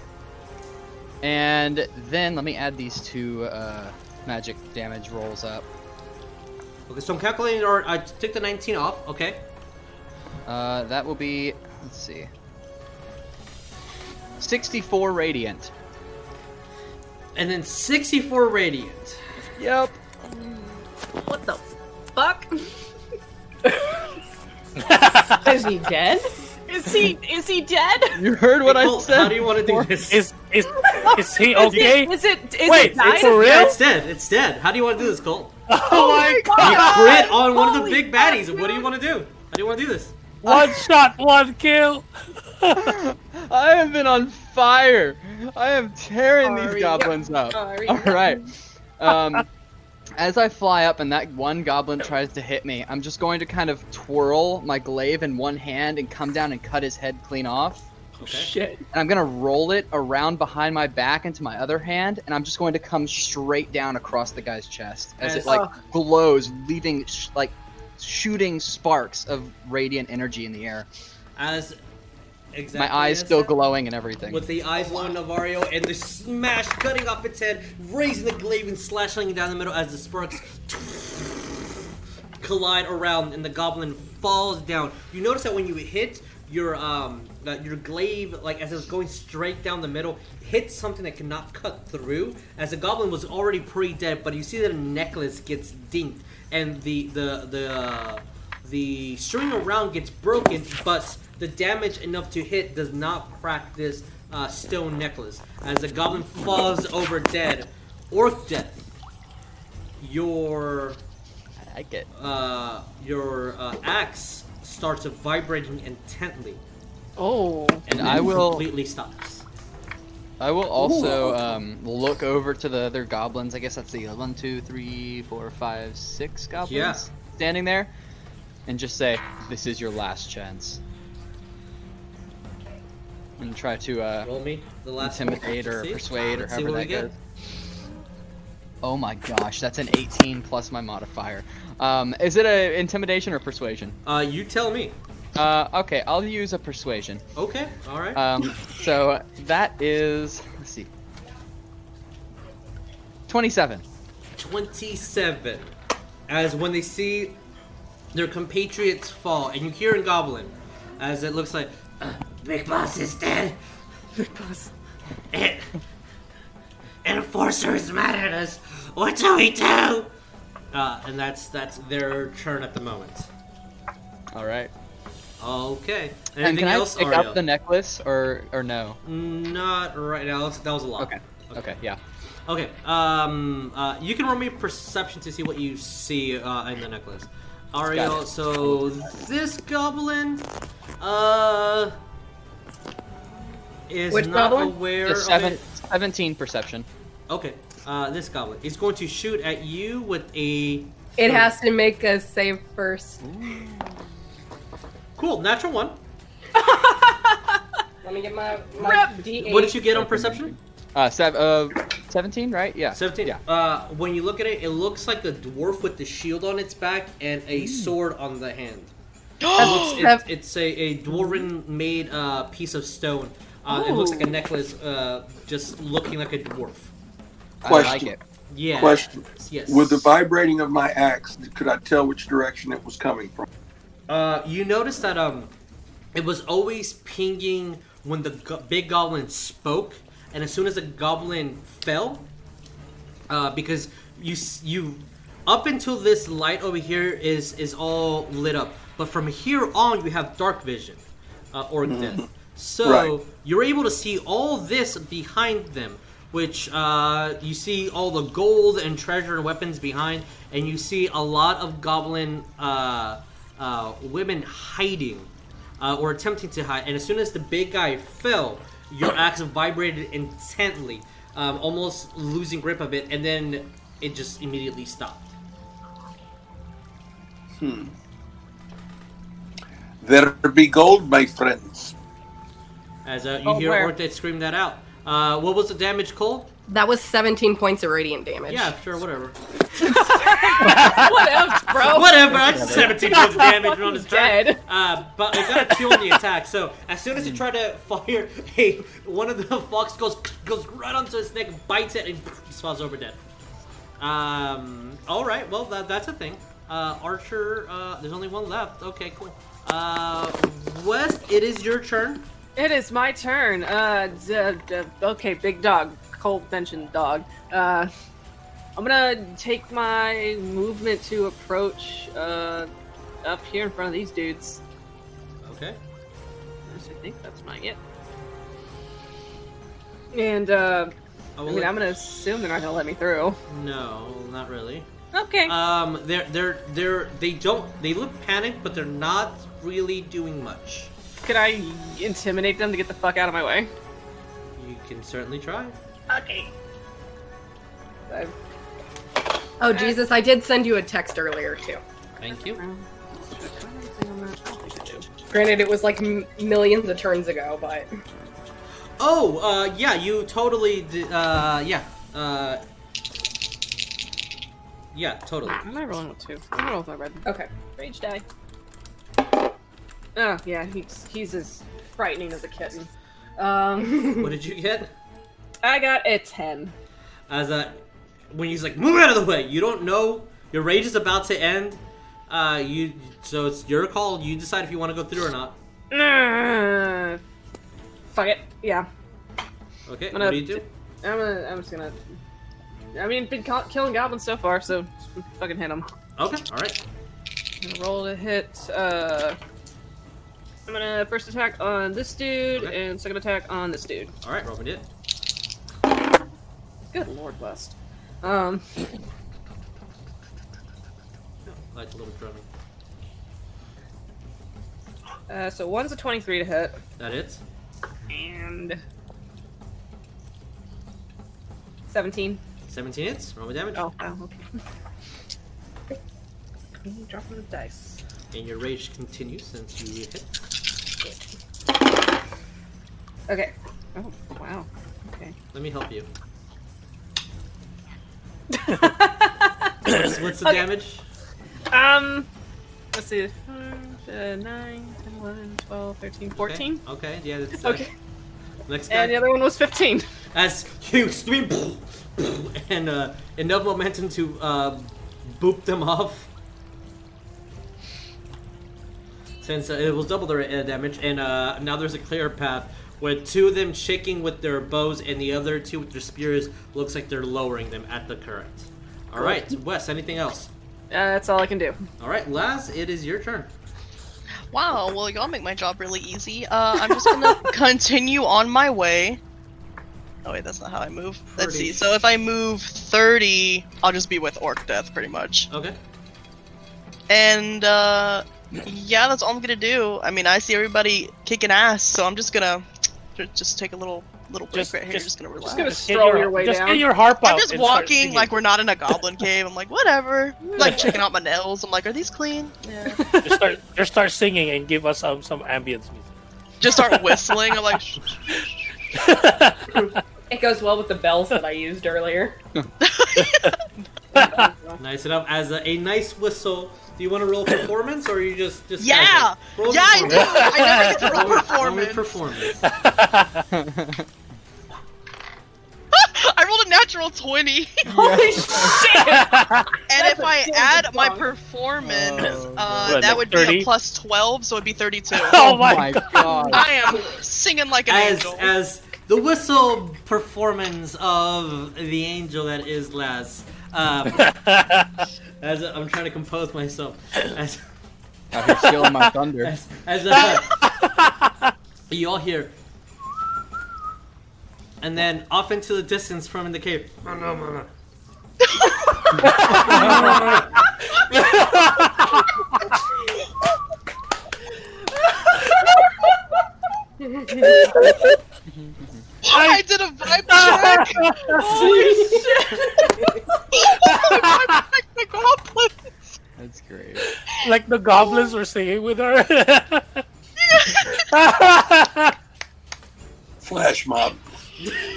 Speaker 6: and then let me add these two uh, magic damage rolls up.
Speaker 2: Okay. So I'm calculating, or I took the 19 off. Okay.
Speaker 6: Uh, that will be, let's see, 64 radiant.
Speaker 2: And then 64 radiant.
Speaker 6: Yep.
Speaker 9: What the fuck?
Speaker 10: Uh,
Speaker 9: is he dead? Is he is he dead?
Speaker 6: You heard what
Speaker 2: I said. How do you want to do this?
Speaker 4: Is is is he
Speaker 9: Is
Speaker 4: okay?
Speaker 9: it, is it is
Speaker 4: Wait,
Speaker 9: it died?
Speaker 4: for
Speaker 2: Yeah,
Speaker 4: real?
Speaker 2: it's dead. It's dead. How do you want to do this, Colt?
Speaker 4: Oh, my
Speaker 2: You
Speaker 4: god!
Speaker 2: crit on one of the
Speaker 9: Holy
Speaker 2: big baddies. What do you want to do? How do you want to do this?
Speaker 4: One shot, one kill.
Speaker 6: I have been on fire. I am tearing
Speaker 9: Sorry.
Speaker 6: these goblins up.
Speaker 9: Sorry.
Speaker 6: All right. Um, as I fly up and that one goblin tries to hit me, I'm just going to kind of twirl my glaive in one hand and come down and cut his head clean off.
Speaker 2: Okay.
Speaker 9: Shit.
Speaker 6: And I'm going to roll it around behind my back into my other hand, and I'm just going to come straight down across the guy's chest as
Speaker 2: Nice.
Speaker 6: it like glows, leaving sh- like shooting sparks of radiant energy in the air.
Speaker 2: As exactly.
Speaker 6: My eyes
Speaker 2: as
Speaker 6: still
Speaker 2: that.
Speaker 6: glowing and everything.
Speaker 2: With the eyes on Navario and the smash cutting off its head, raising the glaive and slashing it down the middle as the sparks collide around and the goblin falls down. You notice that when you hit your um that your glaive, like as it was going straight down the middle, hits something that cannot cut through. As the goblin was already pre-dead, but you see that a necklace gets dinked and the the the. Uh, the string around gets broken, but the damage enough to hit does not crack this uh, stone necklace. As the goblin falls over dead, Orc death. Your
Speaker 6: I like it.
Speaker 2: uh, your uh, axe starts vibrating intently,
Speaker 3: Oh.
Speaker 2: and
Speaker 6: I
Speaker 2: then
Speaker 6: will-
Speaker 2: completely stops.
Speaker 6: I will also um, look over to the other goblins. I guess that's the one, two, three, four, five, six goblins
Speaker 2: Yeah.
Speaker 6: standing there, and just say, "This is your last chance." And try to uh,
Speaker 2: Roll me the last
Speaker 6: intimidate or
Speaker 2: See?
Speaker 6: persuade or
Speaker 2: Let's see
Speaker 6: however
Speaker 2: what we
Speaker 6: that
Speaker 2: get.
Speaker 6: goes. Oh my gosh, that's an 18 plus my modifier. Um, is it a intimidation or persuasion?
Speaker 2: Uh, you tell me.
Speaker 6: Uh, okay, I'll use a persuasion.
Speaker 2: Okay, all right.
Speaker 6: Um, so that is let's see, 27.
Speaker 2: 27 as when they see their compatriots fall and you hear in goblin as it looks like "Uh, big boss is dead big boss and enforcer is mad at us what do we do uh, and that's that's their turn at the moment
Speaker 6: All right.
Speaker 2: okay
Speaker 6: And
Speaker 2: anything
Speaker 6: can I
Speaker 2: else
Speaker 6: pick
Speaker 2: Ariel?
Speaker 6: up the necklace or or no?
Speaker 2: not right now That's- that was a lot
Speaker 6: Okay. Okay. Yeah.
Speaker 2: Okay. Um. Uh. You can roll me perception to see what you see uh, in the necklace. Ariel.
Speaker 6: it.
Speaker 2: So this goblin, uh, is
Speaker 10: Which
Speaker 2: not
Speaker 10: goblin?
Speaker 2: aware
Speaker 6: Just seven,
Speaker 2: of it.
Speaker 6: 17 perception.
Speaker 2: Okay. Uh. This goblin is going to shoot at you with a.
Speaker 10: It has to make a save first.
Speaker 2: Cool. Natural one.
Speaker 10: Let me get my, my
Speaker 3: Rip.
Speaker 10: D8.
Speaker 2: What did you get on perception?
Speaker 6: Uh, sev- uh, 17, right? Yeah.
Speaker 2: 17.
Speaker 6: Yeah.
Speaker 2: Uh, when you look at it, it looks like a dwarf with the shield on its back and
Speaker 6: Mm.
Speaker 2: a sword on the hand. It looks- it's- it's a, a dwarven made uh, piece of stone. Uh, it looks like a
Speaker 6: Ooh.
Speaker 2: necklace, uh, just looking like a dwarf.
Speaker 8: Question.
Speaker 2: Yeah.
Speaker 8: Question.
Speaker 2: Yes.
Speaker 8: With the vibrating of my axe, could I tell which direction it was coming from?
Speaker 2: Uh, you notice that um, it was always pinging when the go- big goblin spoke, and as soon as the goblin fell, uh, because you s- you up until this light over here is is all lit up, but from here on you have dark vision, uh, or
Speaker 8: Mm-hmm.
Speaker 2: death. So
Speaker 12: Right.
Speaker 2: you're able to see all this behind them, which uh, you see all the gold and treasure and weapons behind, and you see a lot of goblin uh, uh, women hiding uh, or attempting to hide. And as soon as the big guy fell, your axe vibrated intently, um, almost losing grip of it, and then it just immediately stopped.
Speaker 8: Hmm. There be gold, my friends.
Speaker 2: As uh, you
Speaker 10: Oh,
Speaker 2: hear
Speaker 10: where?
Speaker 2: Orthed scream that out. Uh, what was the damage, Cole?
Speaker 10: That was 17 points of radiant damage.
Speaker 2: Yeah, sure, whatever.
Speaker 10: Whatever, bro.
Speaker 2: Whatever. I just 17 points of damage on his turn. Uh, but it got two on the attack. So as soon as you try to fire, hey, one of the fox goes goes right onto his neck, bites it, and just falls over dead. Um. All right. Well, that, that's a thing. Uh, Archer. Uh, there's only one left. Okay. Cool. Uh, West. It is your turn.
Speaker 3: It is my turn. Uh, d- d- okay, big dog. Cole mentioned dog. Uh, I'm gonna take my movement to approach uh, up here in front of these dudes.
Speaker 2: Okay.
Speaker 3: Yes, I think that's my it. And uh,
Speaker 2: I
Speaker 3: I,
Speaker 2: will
Speaker 3: mean,
Speaker 2: let-
Speaker 3: I'm gonna assume they're not gonna let me through.
Speaker 2: No, not really.
Speaker 3: Okay.
Speaker 2: Um. They're they're they're they don't they look panicked, but they're not really doing much.
Speaker 3: Could I intimidate them to get the fuck out of my way?
Speaker 2: You can certainly try.
Speaker 3: Okay. I've
Speaker 10: Oh, Jesus, I did send you a text earlier, too.
Speaker 2: Thank you.
Speaker 10: Granted, it was like m- millions of turns ago, but.
Speaker 2: Oh, uh, yeah, you totally. D- uh, yeah. Uh, yeah, totally.
Speaker 3: I'm not rolling with two. I'm rolling with my red.
Speaker 10: Okay.
Speaker 3: Rage die. Oh yeah, he's he's as frightening as a kitten. Um,
Speaker 2: What did you get?
Speaker 3: I got a ten.
Speaker 2: As a when he's like, move out of the way. You don't know your rage is about to end. Uh, you so it's your call. You decide if you want to go through or not.
Speaker 3: Uh, fuck it. Yeah.
Speaker 2: Okay.
Speaker 3: I'm gonna-
Speaker 2: what do you do?
Speaker 3: I'm gonna, I'm just gonna. I mean, been co- killing goblins so far, so fucking hit him.
Speaker 2: Okay. All right.
Speaker 3: I'm gonna roll to hit. Uh, I'm gonna first attack on this dude and second attack on this dude.
Speaker 2: All right. Robin it.
Speaker 3: Good lord, West. Um,
Speaker 2: Like a little drumming.
Speaker 3: uh, so one's a 23 to hit,
Speaker 2: That it?
Speaker 3: and 17.
Speaker 2: Seventeen hits. Roll my damage.
Speaker 3: Oh, wow, okay. Dropping the dice.
Speaker 2: And your rage continues since you hit.
Speaker 3: Okay. Oh, wow. Okay.
Speaker 2: Let me help you. what's, what's the
Speaker 3: Okay.
Speaker 2: damage?
Speaker 3: Um, let's see. Five, uh, 9, 10, 11, 12, 13, 14.
Speaker 2: Okay. Yeah. That's, uh,
Speaker 3: Okay.
Speaker 2: Next guy.
Speaker 3: And the other one was Uh, 15.
Speaker 2: As you swing and uh, enough momentum to uh, boop them off. Since uh, it was double their uh, damage, and uh, now there's a clear path where two of them shaking with their bows, and the other two with their spears. Looks like they're lowering them at the current. All
Speaker 3: Cool.
Speaker 2: right, Wes. Anything else?
Speaker 3: Uh, that's all I can do.
Speaker 2: All right, Laz. It is your turn.
Speaker 7: Wow, well, y'all make my job really easy. Uh, I'm just gonna continue on my way. Oh, wait, that's not how I move. Let's
Speaker 2: Pretty-
Speaker 7: see. So if I move 30, I'll just be with Orc Death, pretty much.
Speaker 2: Okay.
Speaker 7: And, uh, yeah, that's all I'm gonna do. I mean, I see everybody kicking ass, so I'm just gonna just take a little little break
Speaker 4: Just-
Speaker 7: right here.
Speaker 4: just-
Speaker 7: Just, gonna relax.
Speaker 4: just gonna Just get stroll your- your way just down. get your harp
Speaker 7: I'm
Speaker 4: out
Speaker 7: just
Speaker 4: and start
Speaker 7: walking
Speaker 4: singing.
Speaker 7: like we're not in a goblin cave. I'm like, whatever. like checking out my nails. I'm like, are these clean? Yeah.
Speaker 4: Just start, just start singing and give us some some ambience music.
Speaker 7: Just start whistling. I'm like,
Speaker 10: It goes well with the bells that I used earlier.
Speaker 2: Nice enough. As a, a nice whistle, do you want to roll performance or are you just just
Speaker 7: Yeah!
Speaker 2: casual? Roll
Speaker 7: Yeah, I do.
Speaker 2: performance.
Speaker 7: I never get to roll
Speaker 2: Roll your performance.
Speaker 7: I rolled a natural 20.
Speaker 10: Holy shit!
Speaker 7: And if I add my performance,
Speaker 2: Oh,
Speaker 7: uh,
Speaker 2: What,
Speaker 7: that
Speaker 2: like
Speaker 7: would
Speaker 2: 30?
Speaker 7: be a plus 12, so it'd be 32.
Speaker 2: Oh my Oh my god. god.
Speaker 7: I am singing like an
Speaker 2: as
Speaker 7: angel.
Speaker 2: as the whistle performance of the angel that is Laz. Um, as I'm trying to compose myself. As,
Speaker 6: Out here stealing my thunder.
Speaker 2: As, as uh, you all hear, and then off into the distance from the cave.
Speaker 7: I did a vibe check! Holy shit! I vibe checked the goblin!
Speaker 6: That's great.
Speaker 4: like the goblins were singing with her.
Speaker 8: Flash mob.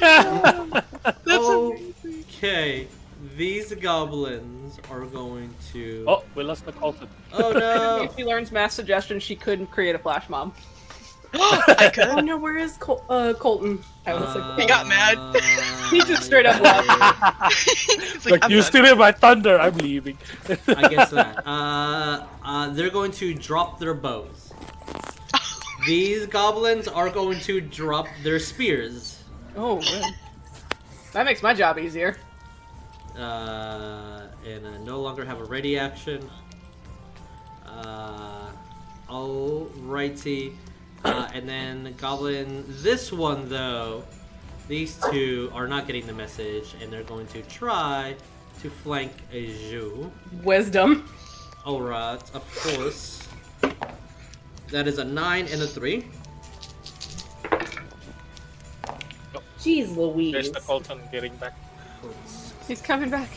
Speaker 10: Oh.
Speaker 2: okay, these goblins are going to.
Speaker 4: oh, we lost the culprit.
Speaker 2: Oh, no.
Speaker 3: if she learns mass suggestion, she could create a flash mob.
Speaker 7: I could.
Speaker 10: Oh no, where is Col- uh, Colton? I was like,
Speaker 7: He got mad.
Speaker 2: Uh,
Speaker 10: he just straight up left.
Speaker 7: He's like,
Speaker 4: Like,
Speaker 7: I'm
Speaker 4: you
Speaker 7: done.
Speaker 4: stealing my thunder. I'm leaving.
Speaker 2: I guess that. Uh, uh, they're going to drop their bows. These goblins are going to drop their spears.
Speaker 3: Oh, good. that makes my job easier.
Speaker 2: Uh, and I no longer have a ready action. Uh, alrighty. Uh, and then goblin. This one though, these two are not getting the message, and they're going to try to flank a Zhu.
Speaker 10: Wisdom.
Speaker 2: Alright, of course. That is a nine and a three.
Speaker 10: Jeez
Speaker 4: There's
Speaker 10: Louise.
Speaker 4: the Colton getting back.
Speaker 3: He's coming back.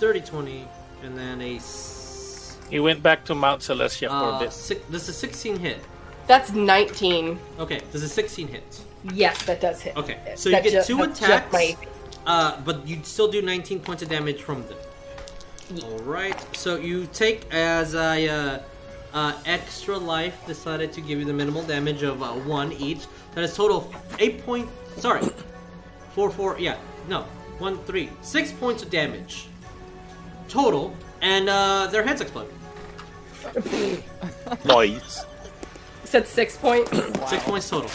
Speaker 2: 30 20 and then a s-
Speaker 4: He went back to Mount Celestia for
Speaker 2: uh,
Speaker 4: a bit.
Speaker 2: si- this is 16 hit
Speaker 10: That's 19.
Speaker 2: okay this is 16 hits
Speaker 10: Yes, that does hit.
Speaker 2: okay so
Speaker 10: That
Speaker 2: you get
Speaker 10: just-
Speaker 2: two
Speaker 10: that's just
Speaker 2: attacks
Speaker 10: my-
Speaker 2: uh, but you'd still do 19 points of damage from them all right so you take as a uh, uh, extra life decided to give you the minimal damage of uh, one each that is total of eight point sorry four four yeah no one three six points of damage total and uh, their heads explode
Speaker 4: Noise.
Speaker 10: Said six points.
Speaker 2: Six points total.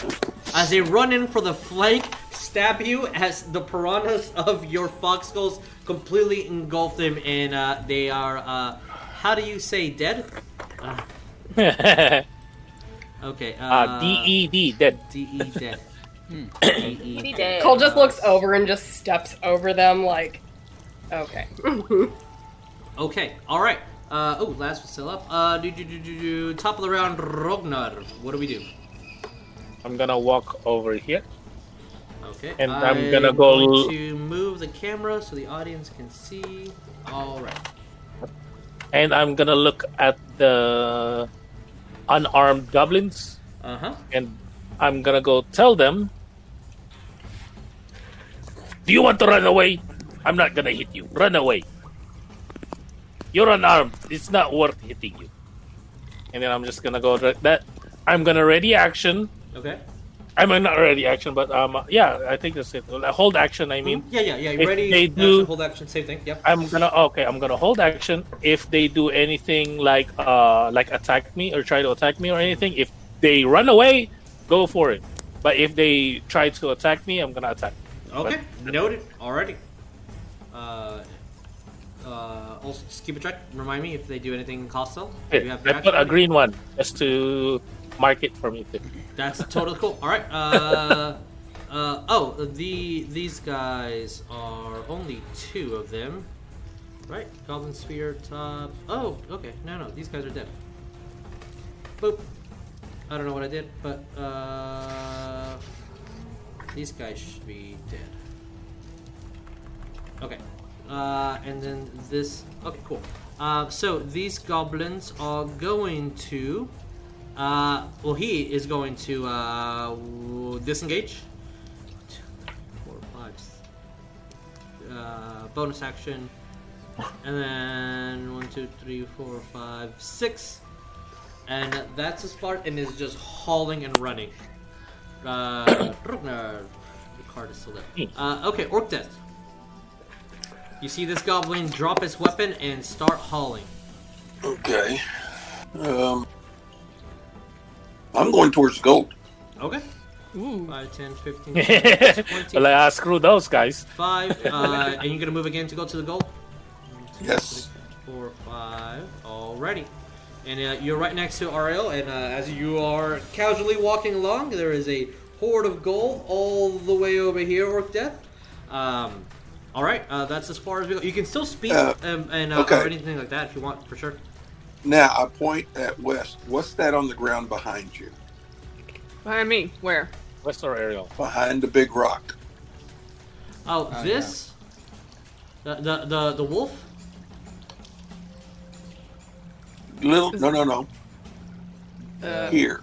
Speaker 2: As they run in for the flank, stab you as the piranhas of your fox skulls completely engulf them, and uh, they are, uh, how do you say, dead? Ah,
Speaker 4: uh,
Speaker 2: okay. Uh,
Speaker 4: D E D dead.
Speaker 2: D-E dead. E
Speaker 10: He
Speaker 2: D-E
Speaker 10: did. Cole just looks over and just steps over them, like, okay.
Speaker 2: Okay, alright. Uh, oh, last was still up. Uh, do, do, do, do, do. Top of the round, Rognar. What do we do?
Speaker 4: I'm gonna walk over here.
Speaker 2: Okay.
Speaker 4: And I'm gonna go-
Speaker 2: going to move the camera so the audience can see. Alright.
Speaker 4: and I'm gonna look at the unarmed goblins,
Speaker 2: Uh huh.
Speaker 4: and I'm gonna go tell them, "Do you want to run away? I'm not gonna hit you. Run away. You're unarmed. It's not worth hitting you." And then I'm just gonna go dra- that. I'm gonna ready action.
Speaker 2: Okay.
Speaker 4: I mean, not ready action, but um, yeah, I think that's it. Hold action. I mean,
Speaker 2: Yeah, yeah, yeah.
Speaker 4: If
Speaker 2: Ready?
Speaker 4: they
Speaker 2: action,
Speaker 4: do-
Speaker 2: hold action, same thing. Yep.
Speaker 4: I'm gonna okay. I'm gonna hold action if they do anything like uh like attack me or try to attack me or anything. If they run away, go for it. But if they try to attack me, I'm gonna attack.
Speaker 2: Okay. Noted. Alrighty. Uh, uh, also just keep a track. Remind me if they do anything hostile.
Speaker 4: Okay,
Speaker 2: You have
Speaker 4: I
Speaker 2: your
Speaker 4: put
Speaker 2: action.
Speaker 4: a green one just to mark it for me. Too.
Speaker 2: That's totally cool. All right. Uh, uh, oh, the these guys are only two of them, right? Goblin Sphere top. Oh, okay. No, no, these guys are dead. Boop. I don't know what I did, but uh, these guys should be dead. Okay. Uh, and then this. Okay, cool. Uh, so these goblins are going to. Uh, well, he is going to uh, w- disengage. Two, three, four, uh, bonus action, and then one, two, three, four, five, six, and that's his part, and is just hauling and running. Uh, Ragnar, the card is still there. Uh, okay, orc death. You see this goblin drop his weapon and start hauling.
Speaker 8: Okay. Um, I'm going towards gold.
Speaker 2: Okay. Ooh. 5, 10, 15, 20.
Speaker 4: like, ah, screw those guys.
Speaker 2: 5, uh, and you're going to move again to go to the goal?
Speaker 8: Yes.
Speaker 2: 4, 5, alrighty. And uh, you're right next to Ariel, and uh, as you are casually walking along, there is a horde of gold all the way over here, Orc Death. Um, alright, uh, that's as far as we go. You can still speak
Speaker 8: Uh,
Speaker 2: um, and uh,
Speaker 8: okay.
Speaker 2: or anything like that if you want, for sure.
Speaker 8: Now I point at West. What's that on the ground behind you?
Speaker 3: Behind me. Where?
Speaker 4: West or Ariel?
Speaker 8: Behind the big rock.
Speaker 2: Oh,
Speaker 8: Oh,
Speaker 2: this? The, the, the, the wolf?
Speaker 8: Little? No, no, no.
Speaker 3: Uh,
Speaker 8: here,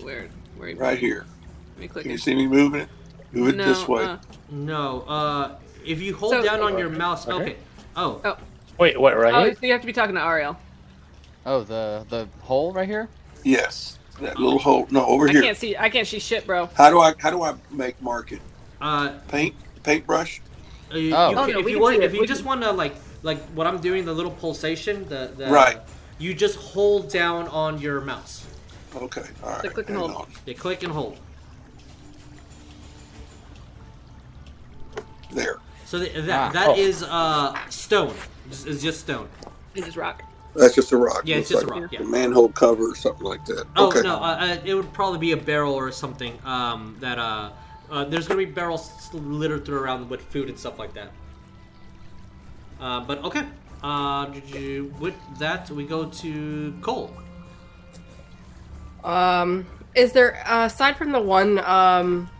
Speaker 3: Where? Where?
Speaker 8: right here.
Speaker 3: Let me click
Speaker 8: Can you
Speaker 3: it.
Speaker 8: see me moving it? Move it
Speaker 3: No,
Speaker 8: this way.
Speaker 3: uh,
Speaker 2: No. Uh, if you hold
Speaker 3: So-
Speaker 2: down on your mouse,
Speaker 3: Okay.
Speaker 2: okay. Oh.
Speaker 3: Oh.
Speaker 4: Wait, what? Right
Speaker 3: Oh, so you have to be talking to Ariel.
Speaker 6: Oh, the the hole right here.
Speaker 8: Yes. That little hole. No, over
Speaker 3: I
Speaker 8: here.
Speaker 3: can't see. I can't see shit, bro.
Speaker 8: How do I? How do I make mark it?
Speaker 2: Uh,
Speaker 8: Paint. Paintbrush.
Speaker 2: Uh, you-
Speaker 8: Oh.
Speaker 2: you
Speaker 8: Oh,
Speaker 2: can-
Speaker 8: no,
Speaker 2: if
Speaker 8: we
Speaker 2: you
Speaker 8: can
Speaker 2: want,
Speaker 8: see it.
Speaker 2: if you
Speaker 8: We
Speaker 2: just
Speaker 8: can-
Speaker 2: want to like like what I'm doing, the little pulsation, the, the
Speaker 8: Right.
Speaker 2: You just hold down on your mouse.
Speaker 8: Okay. All right.
Speaker 2: They click and hold. They click and hold.
Speaker 8: There.
Speaker 2: So th-
Speaker 8: Ah.
Speaker 2: that
Speaker 8: Oh.
Speaker 2: that is uh stone. It's it's just stone.
Speaker 3: This is rock.
Speaker 8: That's just a rock.
Speaker 2: Yeah, it's
Speaker 8: Looks
Speaker 2: just a
Speaker 8: like
Speaker 2: rock, yeah.
Speaker 8: manhole cover or something like that.
Speaker 2: Oh
Speaker 8: okay.
Speaker 2: no, uh, uh, it would probably be a barrel or something. Um, that uh, uh there's gonna be barrels s- littered through around with food and stuff like that. Uh, but okay. Uh, d- d- with that we go to Cole.
Speaker 10: Um, is there aside from the one um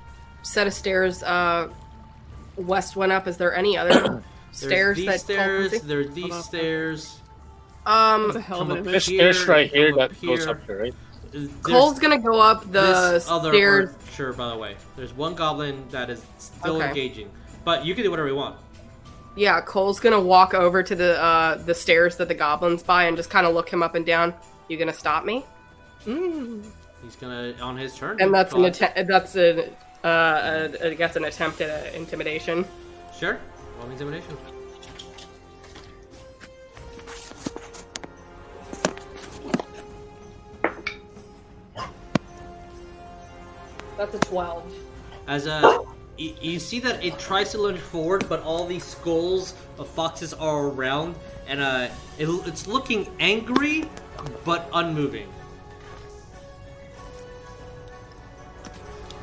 Speaker 10: set of stairs uh west went up? Is there any other
Speaker 2: There's
Speaker 10: stairs
Speaker 2: these
Speaker 10: that
Speaker 2: stairs. There's
Speaker 10: Hold
Speaker 2: these
Speaker 10: on.
Speaker 2: stairs.
Speaker 10: Um,
Speaker 2: Come up
Speaker 4: There's stairs right
Speaker 2: come
Speaker 4: here
Speaker 2: up
Speaker 4: that goes up here, right?
Speaker 2: There's
Speaker 10: Cole's gonna go up the
Speaker 2: this other
Speaker 10: stairs.
Speaker 2: Sure. by the way. There's one goblin that is still
Speaker 10: Okay.
Speaker 2: engaging, but you can do whatever you want.
Speaker 10: Yeah, Cole's gonna walk over to the uh, the stairs that the goblins by and just kind of look him up and down. You gonna stop me? Mm.
Speaker 2: He's gonna on his turn.
Speaker 10: And that's an
Speaker 2: Uh,
Speaker 10: att- that's a, uh, a, a I guess an attempt at uh, intimidation.
Speaker 2: Sure. Roll intimidation.
Speaker 10: That's a twelve.
Speaker 2: As a, you, you see that it tries to lunge forward, but all these skulls of foxes are around, and uh, it, it's looking angry, but unmoving.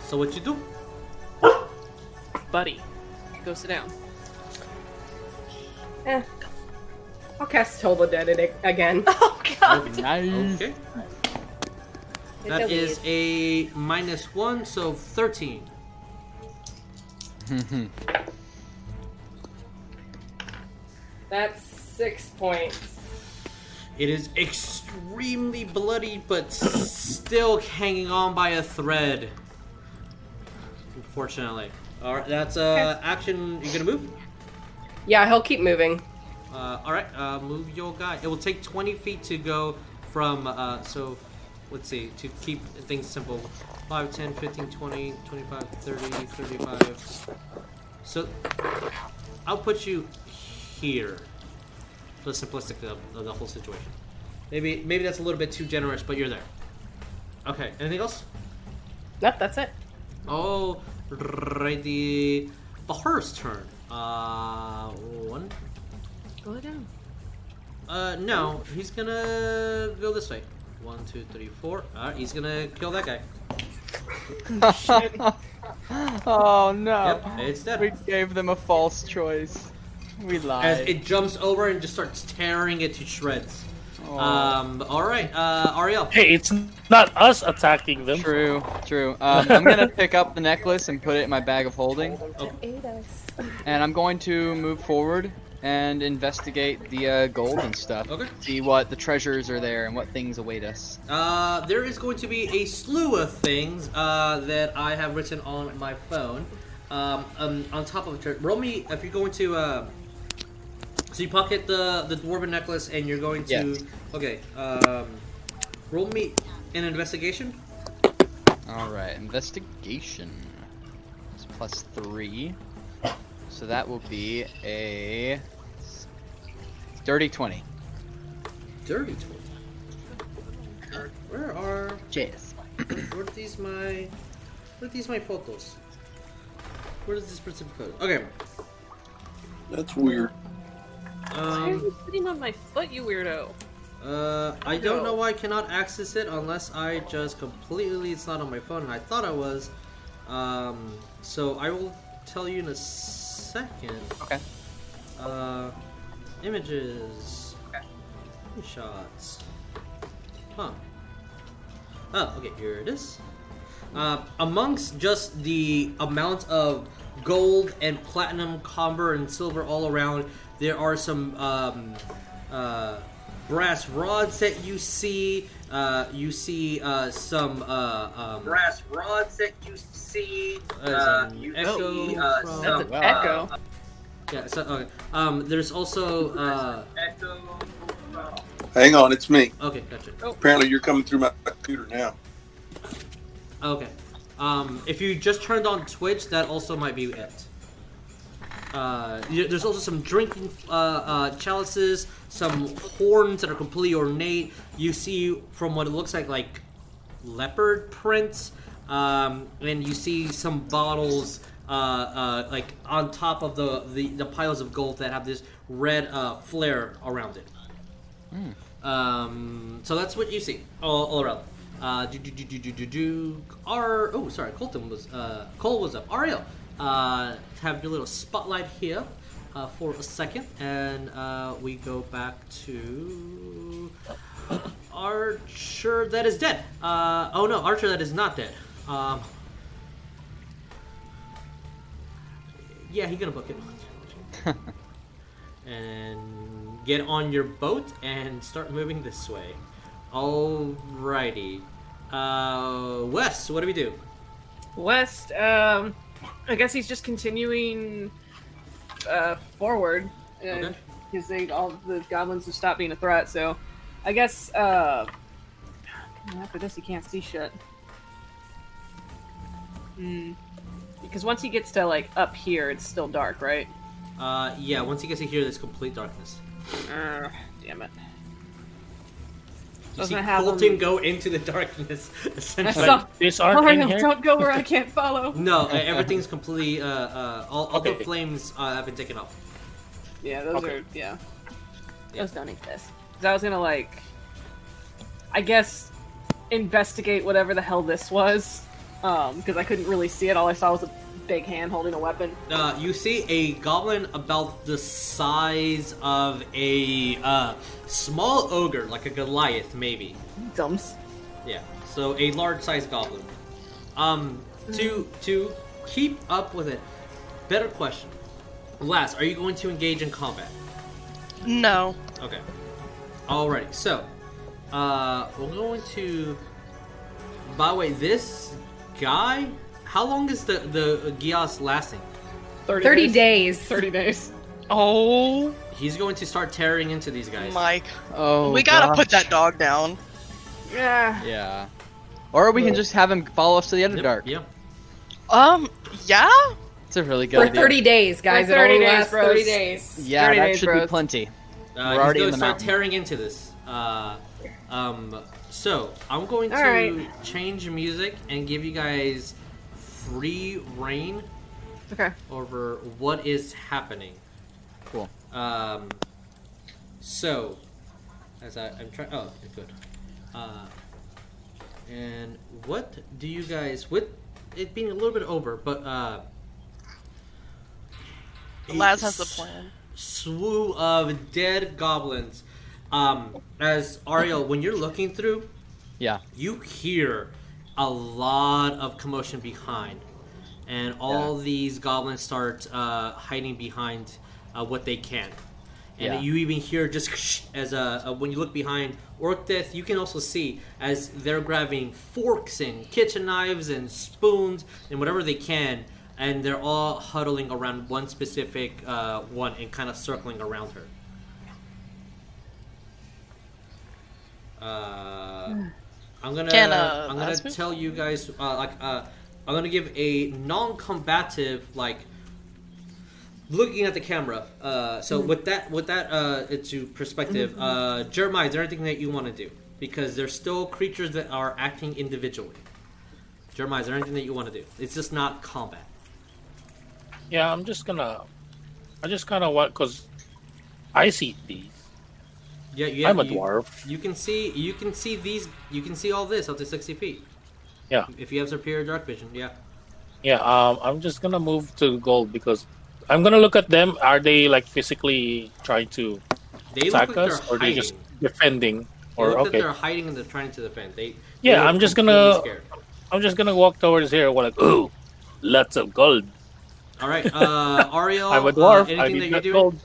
Speaker 2: So what you do?
Speaker 3: Buddy, go sit down.
Speaker 10: Eh. I'll cast Toll the Dead it- again.
Speaker 6: God.
Speaker 10: Oh
Speaker 6: Mm.
Speaker 2: Okay. That is a minus one, so thirteen.
Speaker 10: That's six points.
Speaker 2: It is extremely bloody, but still hanging on by a thread. Unfortunately. All right, that's uh, action. You're gonna move.
Speaker 10: Yeah, he'll keep moving.
Speaker 2: Uh, all right, uh, move your guy. It will take 20 feet to go from. Uh, so, let's see. To keep things simple, 5, 10, 15, 20, 25, 30, 35. So, I'll put you here. The simplistic of, of the whole situation. Maybe maybe that's a little bit too generous, but you're there. Okay. Anything else?
Speaker 10: Nope, that's it.
Speaker 2: Oh, righty. Bahar's turn. Uh, one.
Speaker 3: Go lay down.
Speaker 2: Uh, no, he's gonna go this way. One, two, three, four. Alright, he's gonna kill that guy.
Speaker 6: oh no!
Speaker 2: Yep, it's dead.
Speaker 6: We gave them a false choice. We
Speaker 2: As
Speaker 6: lied.
Speaker 2: it jumps over and just starts tearing it to shreds.
Speaker 6: Aw.
Speaker 2: Um, alright, uh, Ariel.
Speaker 4: Hey, it's not us attacking them.
Speaker 6: True, true. Um, I'm gonna pick up the necklace and put it in my bag of holding,
Speaker 2: Oh.
Speaker 5: Ate us.
Speaker 6: and I'm going to move forward and investigate the uh, gold and stuff.
Speaker 2: Okay.
Speaker 6: See what the treasures are there and what things await us.
Speaker 2: Uh, there is going to be a slew of things uh, that I have written on my phone. Um, um, on top of a turn. Roll me if you're going to. Uh, so you pocket the the dwarven necklace and you're going to.
Speaker 6: Yes.
Speaker 2: Okay. Um, roll me an investigation.
Speaker 6: All right, investigation. It's plus three, so that will be a dirty twenty.
Speaker 2: Dirty twenty. Where are?
Speaker 6: Yes.
Speaker 2: Where are these my? Where are these my photos? Where is this particular? Okay.
Speaker 8: That's weird.
Speaker 3: Why are
Speaker 2: Um,
Speaker 3: you sitting on my foot, you weirdo?
Speaker 2: Uh, I don't know why I cannot access it unless I just completely. It's not on my phone. I thought I was. Um, so I will tell you in a second.
Speaker 6: Okay.
Speaker 2: Uh, images. Shots. Huh. Oh, okay, here it is. Uh, amongst just the amount of gold and platinum, copper, and silver all around, there are some um, uh, brass rods that you see. Uh, you see uh, some uh, um, brass rods that you see.
Speaker 11: uh,
Speaker 2: you
Speaker 11: echo
Speaker 2: see uh,
Speaker 11: from-
Speaker 2: some
Speaker 11: That's an echo.
Speaker 2: uh, yeah. So okay. Um, there's also uh,
Speaker 8: Hang on, it's me.
Speaker 2: Okay, gotcha.
Speaker 3: Oh.
Speaker 8: Apparently, you're coming through my computer now.
Speaker 2: Okay. Um, if you just turned on Twitch, that also might be it. Uh, y- there's also some drinking uh, uh, chalices, some horns that are completely ornate. You see from what it looks like, like leopard prints, um, and you see some bottles uh, uh, like on top of the, the, the piles of gold that have this red uh, flare around it. Um, so that's what you see all, all around. Uh, do, do, do, do, do, do, do. Ar- oh, sorry, Colton was uh, Cole was up. Ariel, uh, have your little spotlight here uh, for a second, and uh, we go back to Archer that is dead. Uh, oh no, Archer that is not dead. Um, yeah, he gonna book it. and get on your boat and start moving this way. Alrighty. Uh, Wes, what do we do?
Speaker 3: West, um, I guess he's just continuing uh, forward because they all the goblins have stopped being a threat. So, I guess uh, after this, he can't see shit. Hmm. Because once he gets to like up here, it's still dark, right?
Speaker 2: Uh, yeah, once he gets to here, there's complete darkness.
Speaker 3: Uh, damn it.
Speaker 2: You see
Speaker 3: Doesn't have
Speaker 2: Colton
Speaker 3: them.
Speaker 2: go into the darkness, essentially.
Speaker 3: saw- Ariel, Don't go where I can't follow.
Speaker 2: No, uh, everything's completely. Uh, uh, all, all the
Speaker 3: Okay.
Speaker 2: flames uh, have been taken off.
Speaker 3: Yeah, those
Speaker 2: Okay.
Speaker 3: are yeah. Those don't exist. Cause I was gonna like, I guess, investigate whatever the hell this was, um, because I couldn't really see it. All I saw was a big hand holding a weapon.
Speaker 2: Uh, you see a goblin about the size of a uh, small ogre, like a Goliath, maybe.
Speaker 3: Dumps.
Speaker 2: Yeah. So a large-sized goblin. Um, to to keep up with it. Better question. Last, are you going to engage in combat?
Speaker 7: No.
Speaker 2: Okay. Alrighty. So, uh, we're going to. By the way, this guy. How long is the the Gias lasting?
Speaker 3: 30,
Speaker 5: 30 days.
Speaker 3: 30 days.
Speaker 7: Oh.
Speaker 2: He's going to start tearing into these guys.
Speaker 7: Mike.
Speaker 6: Oh,
Speaker 7: we gotta
Speaker 6: gosh.
Speaker 7: put that dog down.
Speaker 3: Yeah.
Speaker 6: Yeah. Or we can just have him follow us to the Underdark.
Speaker 2: Yeah.
Speaker 7: Um. Yeah.
Speaker 6: It's a really good
Speaker 5: For
Speaker 6: idea.
Speaker 5: 30 days, guys.
Speaker 3: For
Speaker 5: it
Speaker 3: 30
Speaker 5: only
Speaker 3: days,
Speaker 5: lasts
Speaker 3: bros.
Speaker 5: 30 days.
Speaker 6: Yeah,
Speaker 3: 30
Speaker 6: that
Speaker 3: days,
Speaker 6: should
Speaker 3: bros.
Speaker 6: be plenty.
Speaker 2: Uh,
Speaker 6: We're already
Speaker 2: he's going
Speaker 6: in the
Speaker 2: to start
Speaker 6: mountain.
Speaker 2: tearing into this. Uh, um, so I'm going
Speaker 3: All
Speaker 2: to
Speaker 3: right.
Speaker 2: change music and give you guys free reign
Speaker 3: Okay.
Speaker 2: over what is happening.
Speaker 6: Cool.
Speaker 2: Um, so as I, I'm trying. Oh, good. Uh, and what do you guys with it being a little bit over, but uh,
Speaker 7: Laz has a plan.
Speaker 2: slew of dead goblins. Um, as Ariel, when you're looking through,
Speaker 6: Yeah.
Speaker 2: you hear a lot of commotion behind, and all these goblins start uh, hiding behind uh, what they can. And
Speaker 6: Yeah.
Speaker 2: you even hear just as a, uh when you look behind Orc Death, you can also see as they're grabbing forks and kitchen knives and spoons and whatever they can and they're all huddling around one specific uh, one and kind of circling around her. Uh, I'm gonna
Speaker 7: Can, uh,
Speaker 2: I'm gonna
Speaker 7: Aspen?
Speaker 2: tell you guys uh, like uh, I'm gonna give a non-combative like looking at the camera. Uh, so
Speaker 7: Hmm.
Speaker 12: Mhm.
Speaker 2: with that with that uh, into perspective,
Speaker 7: Mm-hmm.
Speaker 12: Mhm.
Speaker 2: uh, Jeremiah, is there anything that you want to do? Because there's still creatures that are acting individually. Jeremiah, is there anything that you want to do? It's just not combat.
Speaker 4: Yeah, I'm just gonna. I just kind of want because I see these.
Speaker 2: Yeah, you
Speaker 4: I'm a
Speaker 2: you-
Speaker 4: dwarf.
Speaker 2: You can see you can see these you can see all this up to sixty feet.
Speaker 4: Yeah.
Speaker 2: If you have superior dark vision, yeah.
Speaker 4: Yeah, um, I'm just gonna move to gold because I'm gonna look at them. Are they like physically trying to
Speaker 2: They look
Speaker 4: attack
Speaker 2: like
Speaker 4: us,
Speaker 2: they're
Speaker 4: or they just defending?
Speaker 2: Or
Speaker 4: Or
Speaker 2: look that
Speaker 4: okay,
Speaker 2: they're hiding and they're trying to defend. They they
Speaker 4: yeah,
Speaker 2: look
Speaker 4: I'm just
Speaker 2: completely
Speaker 4: gonna.
Speaker 2: scared.
Speaker 4: I'm just gonna walk towards here. We're like, ooh, lots of gold.
Speaker 2: All right, uh, Ariel.
Speaker 4: I'm a
Speaker 2: uh,
Speaker 4: dwarf. I
Speaker 2: anything
Speaker 4: need
Speaker 2: that you're
Speaker 4: that
Speaker 2: doing?
Speaker 4: gold.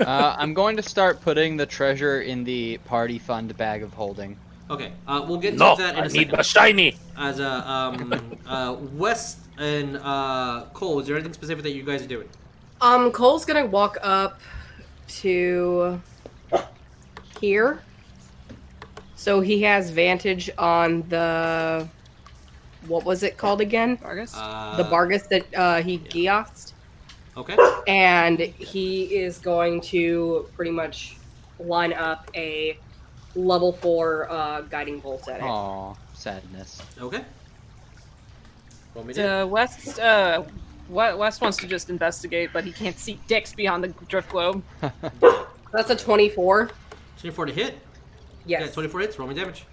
Speaker 6: uh, I'm going to start putting the treasure in the party fund bag of holding.
Speaker 2: Okay, uh, we'll get
Speaker 6: No,
Speaker 2: to that in
Speaker 6: I
Speaker 2: a
Speaker 6: need
Speaker 2: second.
Speaker 6: the shiny.
Speaker 2: As a um, uh, West and uh, Cole, is there anything specific that you guys are doing?
Speaker 10: Um, Cole's gonna walk up to here, so he has vantage on the what was it called again? Bargus. the
Speaker 2: Uh,
Speaker 10: Bargus that uh, he geossed,
Speaker 2: Okay.
Speaker 10: and he is going to pretty much line up a level four uh, guiding bolt at it.
Speaker 6: Aw, sadness.
Speaker 2: Okay. Want me to?
Speaker 3: Uh, West, uh, Wa- West wants to just investigate, but he can't see dicks beyond the drift globe.
Speaker 10: That's a twenty-four.
Speaker 2: Twenty-four to hit.
Speaker 10: Yes.
Speaker 2: Yeah, twenty-four hits. Roll me damage.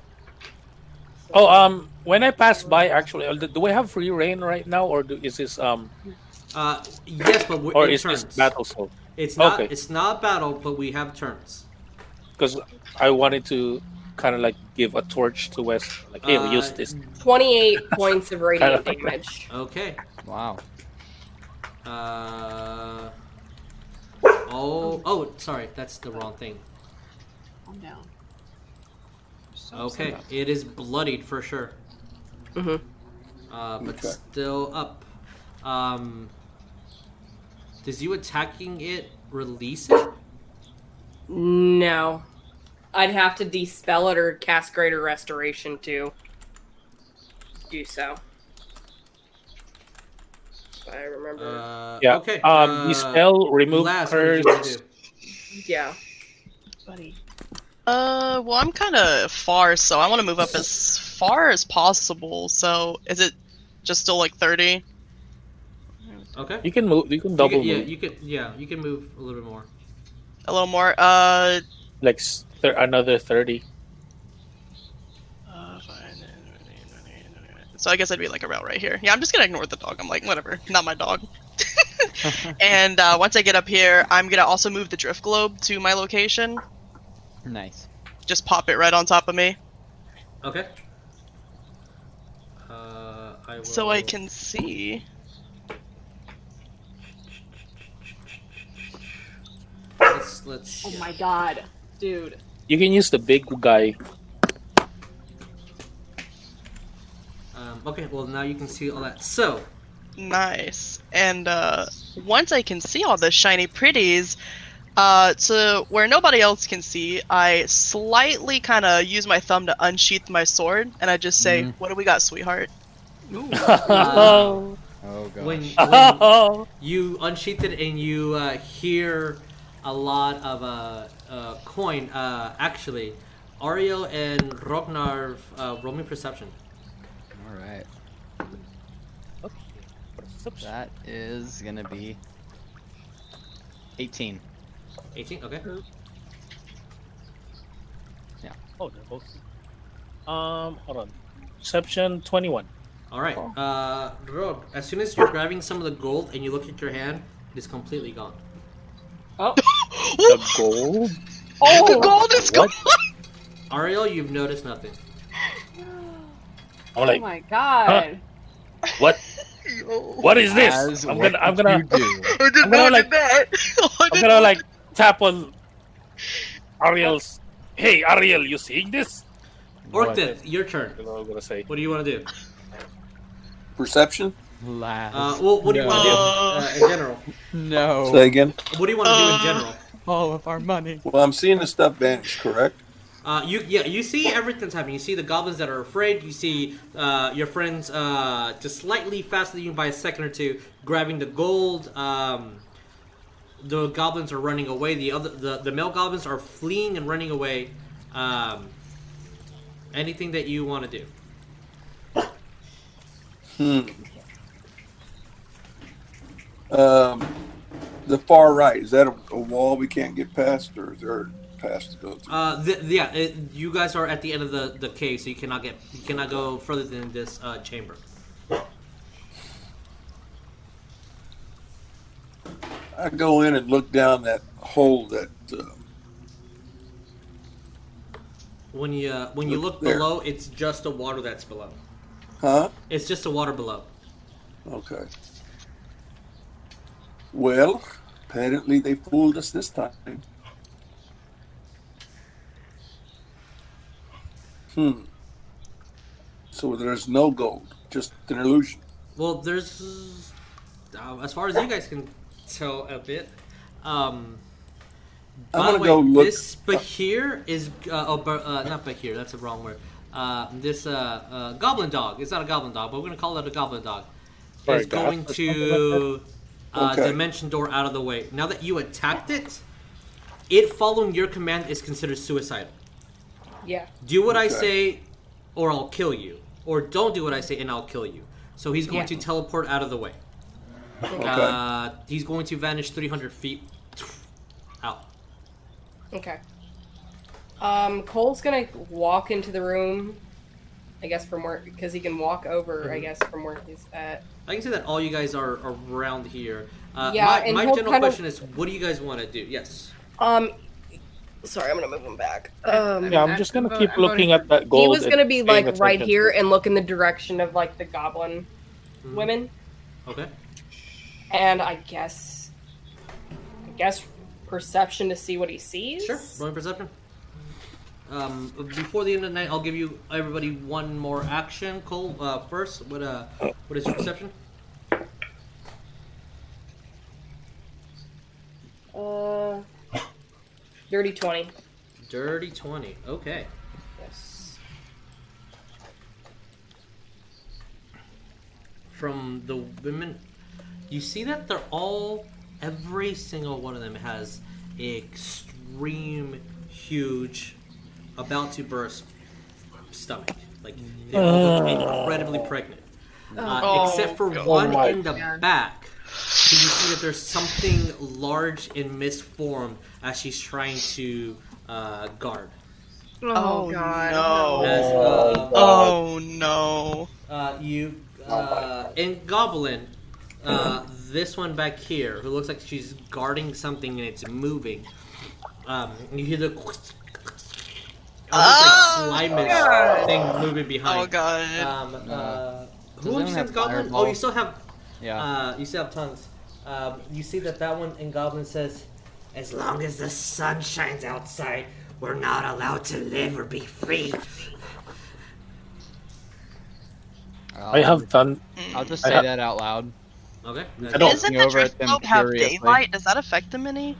Speaker 4: Oh, um, when I pass by, actually, uh, do we have free reign right now, or do, is this um,
Speaker 2: Uh, yes, but we're,
Speaker 4: or
Speaker 2: it
Speaker 4: is
Speaker 2: turns.
Speaker 4: this battle soul?
Speaker 2: It's not.
Speaker 4: okay.
Speaker 2: It's not battle, but we have turns.
Speaker 4: Because I wanted to kind of like give a torch to West, like, hey,
Speaker 2: Uh,
Speaker 4: use this.
Speaker 10: Twenty-eight points of radiant
Speaker 4: Kinda.
Speaker 10: damage.
Speaker 2: Okay.
Speaker 6: Wow.
Speaker 2: Uh. Oh. Oh. Sorry. That's the wrong thing.
Speaker 9: Calm down.
Speaker 2: Okay. It is bloodied for sure.
Speaker 10: Mm-hmm.
Speaker 2: Uh, but
Speaker 10: Okay.
Speaker 2: still up. Um, does you attacking it release it?
Speaker 10: No. I'd have to dispel it or cast Greater Restoration to do so. If I remember.
Speaker 2: Uh,
Speaker 4: Yeah.
Speaker 2: Okay.
Speaker 4: Um,
Speaker 2: uh,
Speaker 4: dispel, remove
Speaker 2: Laz, what did you wanna
Speaker 4: curse.
Speaker 2: do?
Speaker 10: yeah.
Speaker 9: Buddy.
Speaker 7: Uh, well, I'm kind of far, so I want to move up as far as possible. So, is it just still like 30?
Speaker 2: Okay.
Speaker 4: You can move. You can double
Speaker 2: You can, yeah.
Speaker 4: move.
Speaker 2: You can. Yeah. You can move a little bit more.
Speaker 7: A little more. Uh,
Speaker 4: Like s- thir- another thirty.
Speaker 7: uh, fine. so I guess I'd be like around right here. Yeah, I'm just gonna ignore the dog. I'm like, whatever, not my dog. and uh, once I get up here, I'm gonna also move the drift globe to my location.
Speaker 6: Nice.
Speaker 7: Just pop it right on top of me,
Speaker 2: Okay. Uh, I will...
Speaker 7: so I can see.
Speaker 2: Let's, let's.
Speaker 9: Oh my god, dude.
Speaker 4: You can use the big guy.
Speaker 2: Um, okay. Well, now you can see all that. So.
Speaker 7: Nice. And uh, once I can see all the shiny pretties, uh, to where nobody else can see, I slightly kind of use my thumb to unsheath my sword, and I just say,
Speaker 6: Mhm.
Speaker 7: "What do we got, sweetheart?"
Speaker 2: uh,
Speaker 6: Oh god.
Speaker 2: when,
Speaker 4: Oh,
Speaker 2: when you unsheathed it and you uh, hear a lot of uh, uh, coin, uh, actually, Ariel and Rognar, uh, roll me perception.
Speaker 6: All right. That is gonna be 18.
Speaker 2: 18? Okay.
Speaker 6: Yeah.
Speaker 4: Oh, they're both. Um, hold on. Perception twenty-one.
Speaker 2: All right. Uh, Rog, as soon as you're grabbing some of the gold and you look at your hand, it is completely gone.
Speaker 10: Oh.
Speaker 4: the gold.
Speaker 7: Oh, the gold is
Speaker 4: What?
Speaker 2: Ariel, you've noticed nothing.
Speaker 4: I'm like,
Speaker 9: oh my god.
Speaker 4: what? What is this?
Speaker 6: As
Speaker 4: I'm
Speaker 6: what
Speaker 4: gonna. I'm
Speaker 6: did
Speaker 4: gonna.
Speaker 6: you do?
Speaker 7: I
Speaker 4: I'm gonna like. I'm gonna like tap on Ariel's. Hey, Ariel, you seeing this?
Speaker 2: Orctith, your turn.
Speaker 4: What I'm gonna say.
Speaker 2: What do you want to do?
Speaker 8: Perception?
Speaker 6: Last.
Speaker 2: Uh, well, what do you want to do uh, in general?
Speaker 6: No.
Speaker 8: Say again.
Speaker 2: What do you want to do in general?
Speaker 6: All of our money.
Speaker 8: Well, I'm seeing the stuff vanish, correct?
Speaker 2: Uh, you yeah, you see everything's happening. You see the goblins that are afraid. You see uh, your friends uh, just slightly faster than you by a second or two, grabbing the gold. Um, the goblins are running away. The other the, the male goblins are fleeing and running away. Um, anything that you want to do?
Speaker 8: Hmm. Um, the far right is that a, a wall we can't get past, or is there a pass to go through?
Speaker 2: Uh, th- yeah, it, you guys are at the end of the, the cave, so you cannot get you cannot go further than this uh, chamber.
Speaker 8: I go in and look down that hole that uh,
Speaker 2: When you uh, when you
Speaker 8: Look
Speaker 2: look
Speaker 8: there.
Speaker 2: below, it's just the water that's below.
Speaker 8: huh?
Speaker 2: It's just the water below.
Speaker 8: Okay. Well, apparently they fooled us this time. Hmm. So there's no gold, just an illusion.
Speaker 2: Well, there's uh, as far as you guys can tell a bit. Um,
Speaker 8: I'm
Speaker 2: by
Speaker 8: gonna
Speaker 2: the way,
Speaker 8: go look-
Speaker 2: This Bahir is uh, oh, Ba- uh, not Bahir. That's the wrong word. Uh, this uh, uh, goblin dog. It's not a goblin dog, but we're gonna call it a goblin dog.
Speaker 4: Sorry,
Speaker 2: Is
Speaker 4: God.
Speaker 2: going to uh,
Speaker 8: Okay.
Speaker 2: dimension door out of the way. Now that you attacked it, it following your command is considered suicidal.
Speaker 10: Yeah.
Speaker 2: Do what I
Speaker 10: Okay.
Speaker 2: say, or I'll kill you. Or don't do what I say, and I'll kill you. So he's going
Speaker 10: Yeah.
Speaker 2: to teleport out of the way.
Speaker 10: Okay.
Speaker 2: Uh, he's going to vanish 300 feet out.
Speaker 10: Okay. Um, Cole's gonna walk into the room, I guess from where because he can walk over, I
Speaker 4: Mm-hmm.
Speaker 2: Mhm.
Speaker 10: guess from where he's at.
Speaker 2: I can say that all you guys are around here. Uh,
Speaker 10: Yeah,
Speaker 2: my
Speaker 10: and
Speaker 2: my
Speaker 10: he'll
Speaker 2: general
Speaker 10: kind of-
Speaker 2: question is, what do you guys want to do? Yes.
Speaker 10: Um, sorry, I'm gonna move him back. Um,
Speaker 4: Yeah, I'm just gonna keep looking at that gold.
Speaker 10: he was
Speaker 4: and
Speaker 10: gonna be
Speaker 4: paying
Speaker 10: like right
Speaker 4: attention.
Speaker 10: here and look in the direction of like the goblin
Speaker 4: Mm-hmm.
Speaker 10: women,
Speaker 2: Okay.
Speaker 10: and I guess, I guess perception to see what he sees.
Speaker 2: Sure. Rolling perception. Um, before the end of the night, I'll give you everybody one more action. Cole, uh, first, what uh, what is your perception?
Speaker 10: Uh, dirty twenty.
Speaker 2: Dirty 20. Okay.
Speaker 10: Yes.
Speaker 2: From the women, you see that they're all, every single one of them has extreme, huge, about to burst stomach. Like, they all look
Speaker 4: Ugh.
Speaker 2: incredibly pregnant. Uh,
Speaker 4: Oh,
Speaker 2: except for
Speaker 4: God.
Speaker 2: one
Speaker 4: Oh my
Speaker 2: in the back. So you see that there's something large and misformed as she's trying to uh, guard.
Speaker 7: Oh, God.
Speaker 2: Oh,
Speaker 7: No.
Speaker 2: As, uh,
Speaker 7: oh no.
Speaker 2: Uh, you uh, in Goblin, uh, this one back here, who looks like she's guarding something and it's moving. Um, you hear the almost
Speaker 7: Oh,
Speaker 2: like slime
Speaker 7: God.
Speaker 2: thing moving behind.
Speaker 7: Oh, God.
Speaker 2: Um, uh,
Speaker 6: Does
Speaker 2: who
Speaker 6: anyone
Speaker 2: understands
Speaker 6: have
Speaker 2: Goblin?
Speaker 6: Fireball?
Speaker 2: Oh, you still have.
Speaker 6: Yeah.
Speaker 2: Uh, you still have tongues. Um, you see that that one in Goblin says, "As long as the sun shines outside, we're not allowed to live or be free."
Speaker 4: I have done.
Speaker 6: I'll just
Speaker 4: I
Speaker 6: say
Speaker 4: have-
Speaker 6: that out loud.
Speaker 2: Okay.
Speaker 6: I don't
Speaker 7: Isn't
Speaker 6: look
Speaker 7: the
Speaker 6: over at them
Speaker 7: Driftlope have
Speaker 6: curiously.
Speaker 7: daylight? Does that affect them any?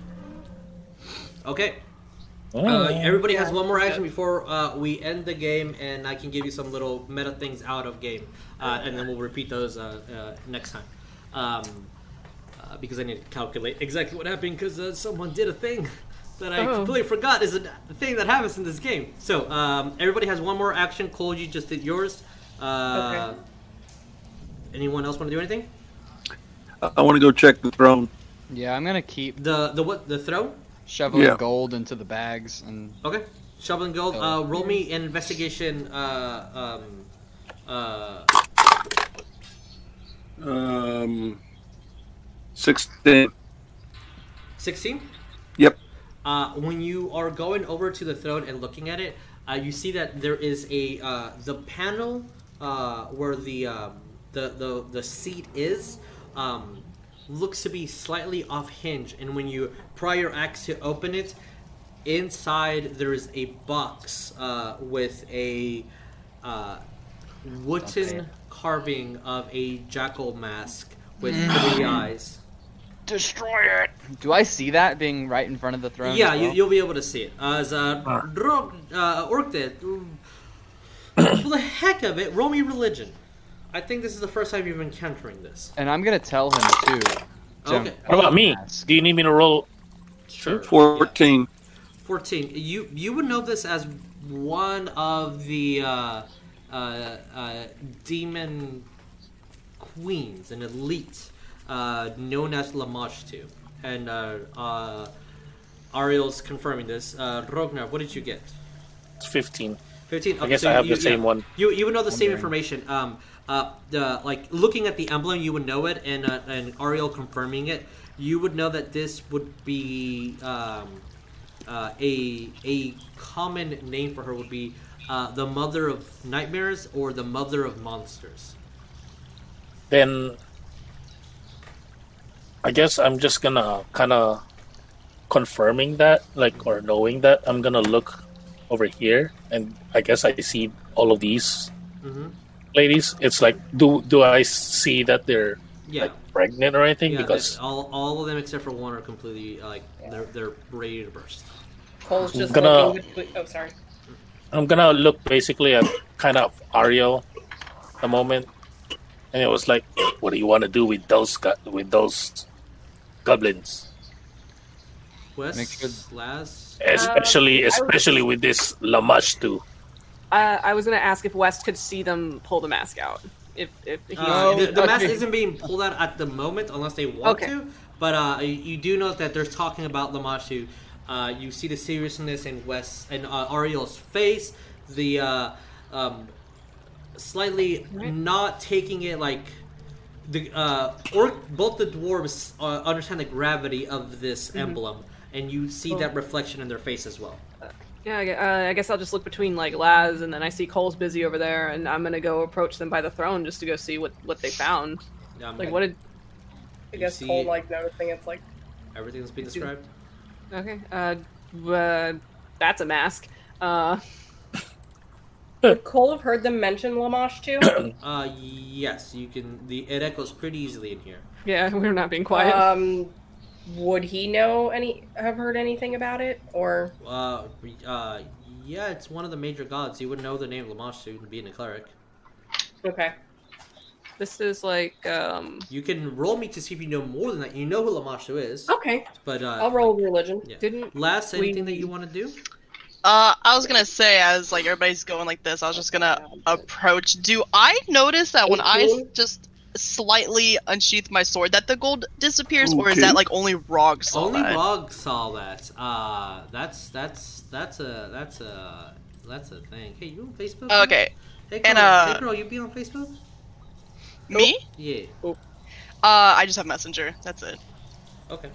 Speaker 2: Okay.
Speaker 4: Oh.
Speaker 2: Uh, everybody has one more action before uh, we end the game, and I can give you some little meta things out of game, uh, and then we'll repeat those uh, uh, next time. Um, uh, because I need to calculate exactly what happened, because uh, someone did a thing that I
Speaker 12: Oh.
Speaker 2: completely forgot is a thing that happens in this game. So um, everybody has one more action. Cole, you just did yours. Uh, Anyone else want to do anything?
Speaker 8: I, I want to go check the throne.
Speaker 6: Yeah, I'm gonna keep
Speaker 2: the the what the throw
Speaker 6: shoveling
Speaker 8: Yeah.
Speaker 6: gold into the bags and
Speaker 2: Okay. Shoveling gold. Uh, roll me an investigation. Uh, um, uh,
Speaker 8: Um, sixteen.
Speaker 2: 16?
Speaker 8: Yep.
Speaker 2: Uh, when you are going over to the throne and looking at it, uh, you see that there is a uh, the panel uh, where the, um, the the the seat is um, looks to be slightly off hinge, and when you pry your axe to open it, inside there is a box uh, with a uh, wooden carving of a jackal mask with three eyes.
Speaker 7: Destroy it.
Speaker 6: Do I see that being right in front of the throne?
Speaker 2: Yeah,
Speaker 6: as
Speaker 2: you,
Speaker 6: well?
Speaker 2: you'll be able to see it. As uh, drog, uh, orc did. For the heck of it, roll me religion. I think this is the first time you've been encountering this.
Speaker 6: And I'm gonna tell him too. to-
Speaker 2: Okay.
Speaker 4: What about me? Do you need me to roll?
Speaker 2: Sure.
Speaker 8: Fourteen.
Speaker 2: 14 you you would know this as one of the uh, uh, uh, demon queens an elite uh, known as Lamashtu and uh, uh, Ariel's confirming this uh, Rognar what did you get
Speaker 4: It's 15.
Speaker 2: 15
Speaker 4: I guess I have the same
Speaker 2: yeah.
Speaker 4: one.
Speaker 2: you, you would know the same
Speaker 4: Wondering.
Speaker 2: information um, uh, the, like looking at the emblem you would know it and, uh, and Ariel confirming it you would know that this would be um, uh, a a common name for her would be uh, the mother of nightmares or the mother of monsters.
Speaker 4: Then I guess I'm just gonna kind of confirming that, like, or knowing that I'm gonna look over here, and I guess I see all of these
Speaker 2: Mm-hmm.
Speaker 4: ladies. It's like, do do I see that they're
Speaker 2: Yeah.
Speaker 4: pregnant or anything?
Speaker 2: Yeah,
Speaker 4: because
Speaker 2: they- all, all of them except for one are completely uh, like they're they're ready to burst.
Speaker 10: Cole's just
Speaker 4: Gonna-
Speaker 10: looking. between- Oh, sorry.
Speaker 4: I'm gonna look basically at kind of Ariel at the moment, and it was like, "What do you want to do with those gu- with those goblins,
Speaker 2: West
Speaker 6: Make sure-
Speaker 2: last
Speaker 4: especially
Speaker 3: Um, I would-
Speaker 4: especially with this Lamash too?"
Speaker 3: Uh, I was gonna ask if West could see them pull the mask out. If if he
Speaker 2: Uh, the, the mask
Speaker 6: okay.
Speaker 2: isn't being pulled out at the moment unless they want
Speaker 3: Okay.
Speaker 2: to. But uh, you- you do know that they're talking about Lamashu. Uh, you see the seriousness in Wes and uh, Ariel's face, the uh, um, slightly not taking it like the uh, or both the dwarves uh, understand the gravity of this
Speaker 3: Mm-hmm.
Speaker 2: emblem, and you see that reflection in their face as well.
Speaker 3: yeah, I gu- uh, I guess I'll just look between like Laz and then I see Cole's busy over there, and I'm gonna go approach them by the throne just to go see what what they found.
Speaker 2: Um,
Speaker 3: Like what did?
Speaker 10: I
Speaker 2: You
Speaker 10: guess
Speaker 2: see-
Speaker 10: Cole like noticing it's like
Speaker 2: everything that's been described?
Speaker 3: Okay, uh, uh that's a mask. Uh,
Speaker 10: would Cole have heard them mention Lamash too?
Speaker 2: Uh, yes, you can. The it echoes pretty easily in here.
Speaker 3: yeah, we're not being quiet.
Speaker 10: Um, would he know any? Have heard anything about it or?
Speaker 2: Uh, we- uh, yeah, it's one of the major gods. You would know the name Lamashtu and being a cleric.
Speaker 10: Okay.
Speaker 3: this is like um.
Speaker 2: You can roll me to see if you know more than that. You know who Lamashtu is,
Speaker 10: Okay.
Speaker 2: but
Speaker 10: Oh, I'll
Speaker 2: uh,
Speaker 10: roll religion.
Speaker 2: yeah.
Speaker 3: Didn't
Speaker 2: Last,
Speaker 3: we-
Speaker 2: anything that you want to do?
Speaker 7: Uh, I was gonna say as like everybody's going like this, I was just gonna approach. Do I notice that when I s-
Speaker 10: 18?
Speaker 7: just slightly unsheath my sword that the gold disappears, or is
Speaker 8: Okay.
Speaker 7: that like only Rog saw
Speaker 2: Only
Speaker 7: that?
Speaker 2: Rog saw that. Uh, that's that's that's a that's a that's a thing. Hey, you on Facebook? man?
Speaker 7: Okay,
Speaker 2: Hey girl,
Speaker 7: and, uh,
Speaker 2: hey girl, you be on Facebook?
Speaker 7: me?
Speaker 2: Yeah.
Speaker 7: Uh, I just have messenger. That's it.
Speaker 2: Okay.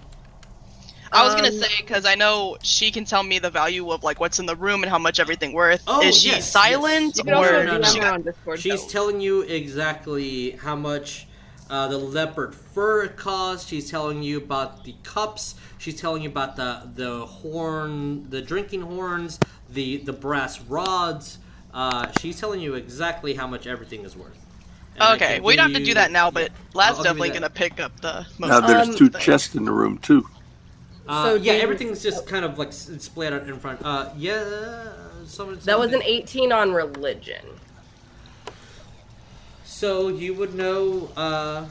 Speaker 7: I was gonna
Speaker 10: Um,
Speaker 7: say because I know she can tell me the value of like what's in the room and how much everything worth.
Speaker 2: Oh,
Speaker 7: is she
Speaker 2: yes, yes.
Speaker 7: silent
Speaker 3: You can
Speaker 2: No,
Speaker 7: or?
Speaker 3: also
Speaker 2: no,
Speaker 3: DM
Speaker 2: no.
Speaker 3: her on Discord.
Speaker 2: She's
Speaker 3: though.
Speaker 2: telling you exactly how much uh, the leopard fur costs. She's telling you about the cups. She's telling you about the the horn, the drinking horns, the the brass rods. Uh, she's telling you exactly how much everything is worth. And I
Speaker 7: Okay,
Speaker 2: can
Speaker 7: we
Speaker 2: give
Speaker 7: don't have to
Speaker 2: you-
Speaker 7: do that now, but Laz's
Speaker 2: I'll give you
Speaker 7: definitely
Speaker 2: that.
Speaker 7: gonna pick up the most.
Speaker 8: Now there's
Speaker 10: Um,
Speaker 8: two
Speaker 7: thing.
Speaker 8: chests in the room too.
Speaker 2: Uh,
Speaker 10: So
Speaker 2: yeah,
Speaker 10: do-
Speaker 2: everything's just kind of like s- splayed out in front. Uh, yeah, someone.
Speaker 10: That
Speaker 2: someone
Speaker 10: was an
Speaker 2: did-
Speaker 10: 18 on religion.
Speaker 2: So you would know. Uh,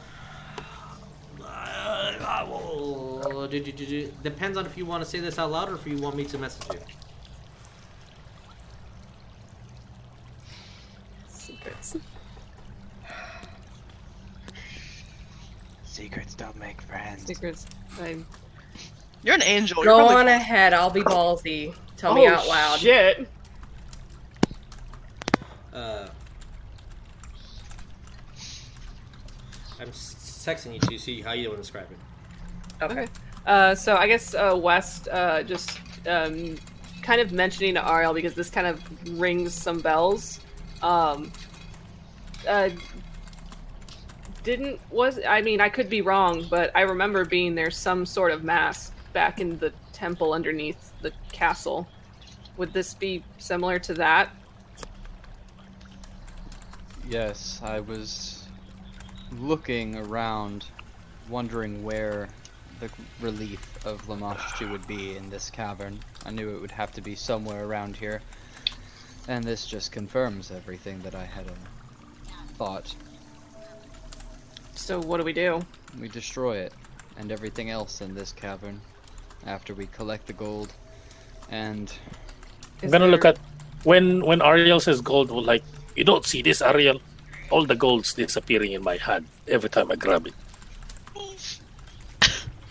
Speaker 2: I will. do- do- do- do- Depends on if you want to say this out loud or if you want me to message you.
Speaker 10: Secrets.
Speaker 6: Secrets don't make friends.
Speaker 3: secrets. I-
Speaker 7: You're an angel. Oh, You're
Speaker 10: Go
Speaker 7: probably-
Speaker 10: on ahead. I'll be ballsy. Tell me
Speaker 3: Oh,
Speaker 10: out loud.
Speaker 3: Shit.
Speaker 2: Uh, I'm s- texting you to see how you want to describe it.
Speaker 10: Okay.
Speaker 3: Uh, so I guess uh, West uh, just um, kind of mentioning to Ariel because this kind of rings some bells. Um, uh, didn't was I mean I could be wrong, but I remember being there some sort of mask back in the temple underneath the castle. Would this be similar to that?
Speaker 6: Yes, I was looking around, wondering where the relief of Lamashtu would be in this cavern. I knew it would have to be somewhere around here, and this just confirms everything that I had uh, thought.
Speaker 3: So what do we do?
Speaker 6: We destroy it and everything else in this cavern after we collect the gold and
Speaker 4: I'm gonna look at when when Ariel says gold. well, Like you don't see this, Ariel. All the gold's disappearing in my hand every time I grab it.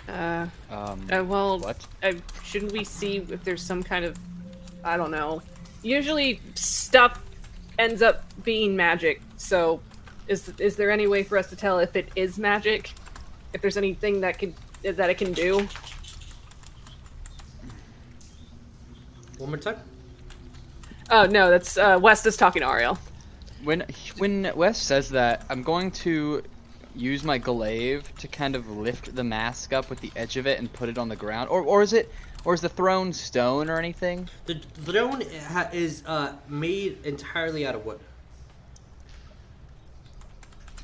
Speaker 3: Uh,
Speaker 6: um
Speaker 3: uh, well,
Speaker 6: what?
Speaker 3: Uh, shouldn't we see if there's some kind of, I don't know. Usually stuff ends up being magic. So, is is there any way for us to tell if it is magic? If there's anything that could that it can do?
Speaker 2: One more time.
Speaker 3: Oh no, that's uh, West is talking to Ariel.
Speaker 6: When when Wes says that, I'm going to use my glaive to kind of lift the mask up with the edge of it and put it on the ground. Or or is it or is the throne stone or anything?
Speaker 2: The throne ha- is uh, made entirely out of wood.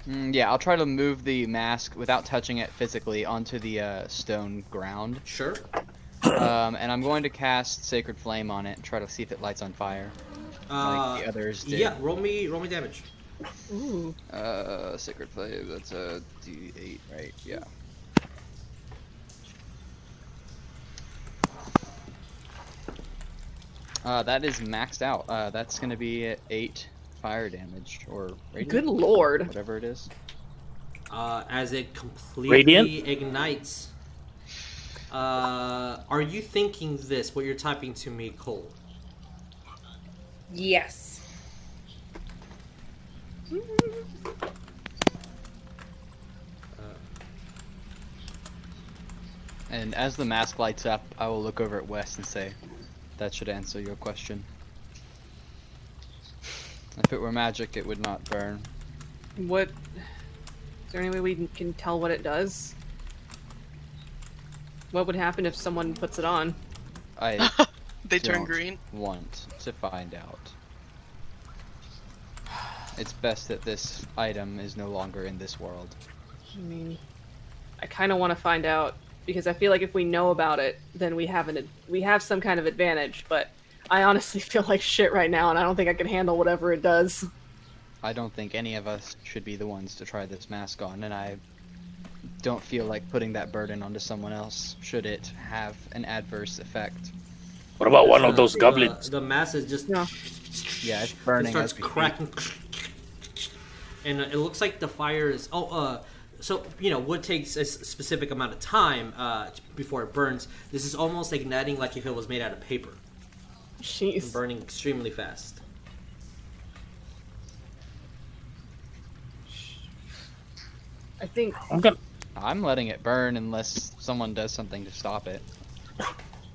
Speaker 6: Mm, yeah, I'll try to move the mask without touching it physically onto the uh, stone ground.
Speaker 2: Sure.
Speaker 6: Um, and I'm going to cast Sacred Flame on it and try to see if it lights on fire.
Speaker 2: Uh,
Speaker 6: like the others did.
Speaker 2: Yeah, roll me, roll me damage.
Speaker 3: Ooh.
Speaker 6: Uh, Sacred Flame, that's a D8, right? Yeah. Uh, that is maxed out. Uh, that's gonna be 8 fire damage, or radiant,
Speaker 3: Good lord.
Speaker 6: Whatever it is.
Speaker 2: Uh, as it completely
Speaker 6: Radiant?
Speaker 2: ignites. Uh, are you thinking this? What you're typing to me, Cole?
Speaker 10: Yes.
Speaker 6: And as the mask lights up, I will look over at Wes and say, that should answer your question. If it were magic, it would not burn.
Speaker 3: What? Is there any way we can tell what it does? What would happen if someone puts it on?
Speaker 6: I
Speaker 7: They turn
Speaker 6: don't
Speaker 7: green.
Speaker 6: Want to find out. It's best that this item is no longer in this world.
Speaker 3: I mean, I kind of want to find out because I feel like if we know about it, then we have an we have some kind of advantage. But I honestly feel like shit right now, and I don't think I can handle whatever it does.
Speaker 6: I don't think any of us should be the ones to try this mask on, and I don't feel like putting that burden onto someone else should it have an adverse effect.
Speaker 4: What about one of
Speaker 2: Uh,
Speaker 4: those
Speaker 2: the-
Speaker 4: goblins?
Speaker 2: The mass is just
Speaker 6: Yeah, it's
Speaker 2: it
Speaker 6: burning.
Speaker 2: starts
Speaker 6: as we speak.
Speaker 2: cracking, and it looks like the fire is. Oh, uh, so you know, wood takes a s- specific amount of time uh, t- before it burns. This is almost igniting like if it was made out of paper.
Speaker 3: Jeez.
Speaker 2: Burning extremely fast.
Speaker 3: I think
Speaker 4: I'm gonna.
Speaker 6: I'm letting it burn unless someone does something to stop it.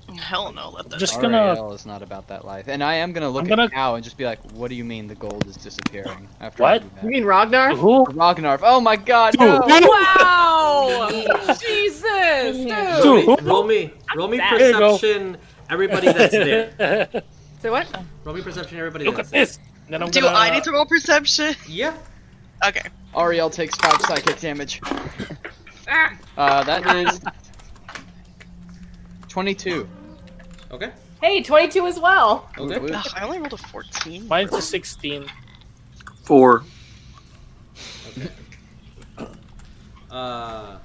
Speaker 7: Mm, Hell no, let that.
Speaker 4: Just gonna-
Speaker 6: RAL is not about that life, and I am gonna look at Cow and just be like, "What do you mean the gold is disappearing?" After I
Speaker 4: What?
Speaker 6: do that?"
Speaker 3: You mean Ragnar?
Speaker 6: Ragnarf. Oh my god, no!
Speaker 3: Wow! Jesus, dude.
Speaker 2: Roll me, roll me, roll me
Speaker 3: There
Speaker 4: you go.
Speaker 2: perception. Everybody that's there.
Speaker 3: So what?
Speaker 2: Roll me perception. Everybody.
Speaker 4: Look
Speaker 2: that's
Speaker 4: at
Speaker 2: there.
Speaker 4: this. Then I'm
Speaker 7: Do
Speaker 4: gonna.
Speaker 7: I need to roll perception?
Speaker 2: Yeah.
Speaker 7: Okay.
Speaker 6: Ariel takes 5 psychic damage.
Speaker 10: Ah.
Speaker 6: Uh, that is 22.
Speaker 2: Okay.
Speaker 10: Hey, 22 as well.
Speaker 2: Okay.
Speaker 6: Woo-woo.
Speaker 7: Ugh, I only rolled a 14.
Speaker 4: Mine's a 16.
Speaker 8: Four.
Speaker 2: Uh,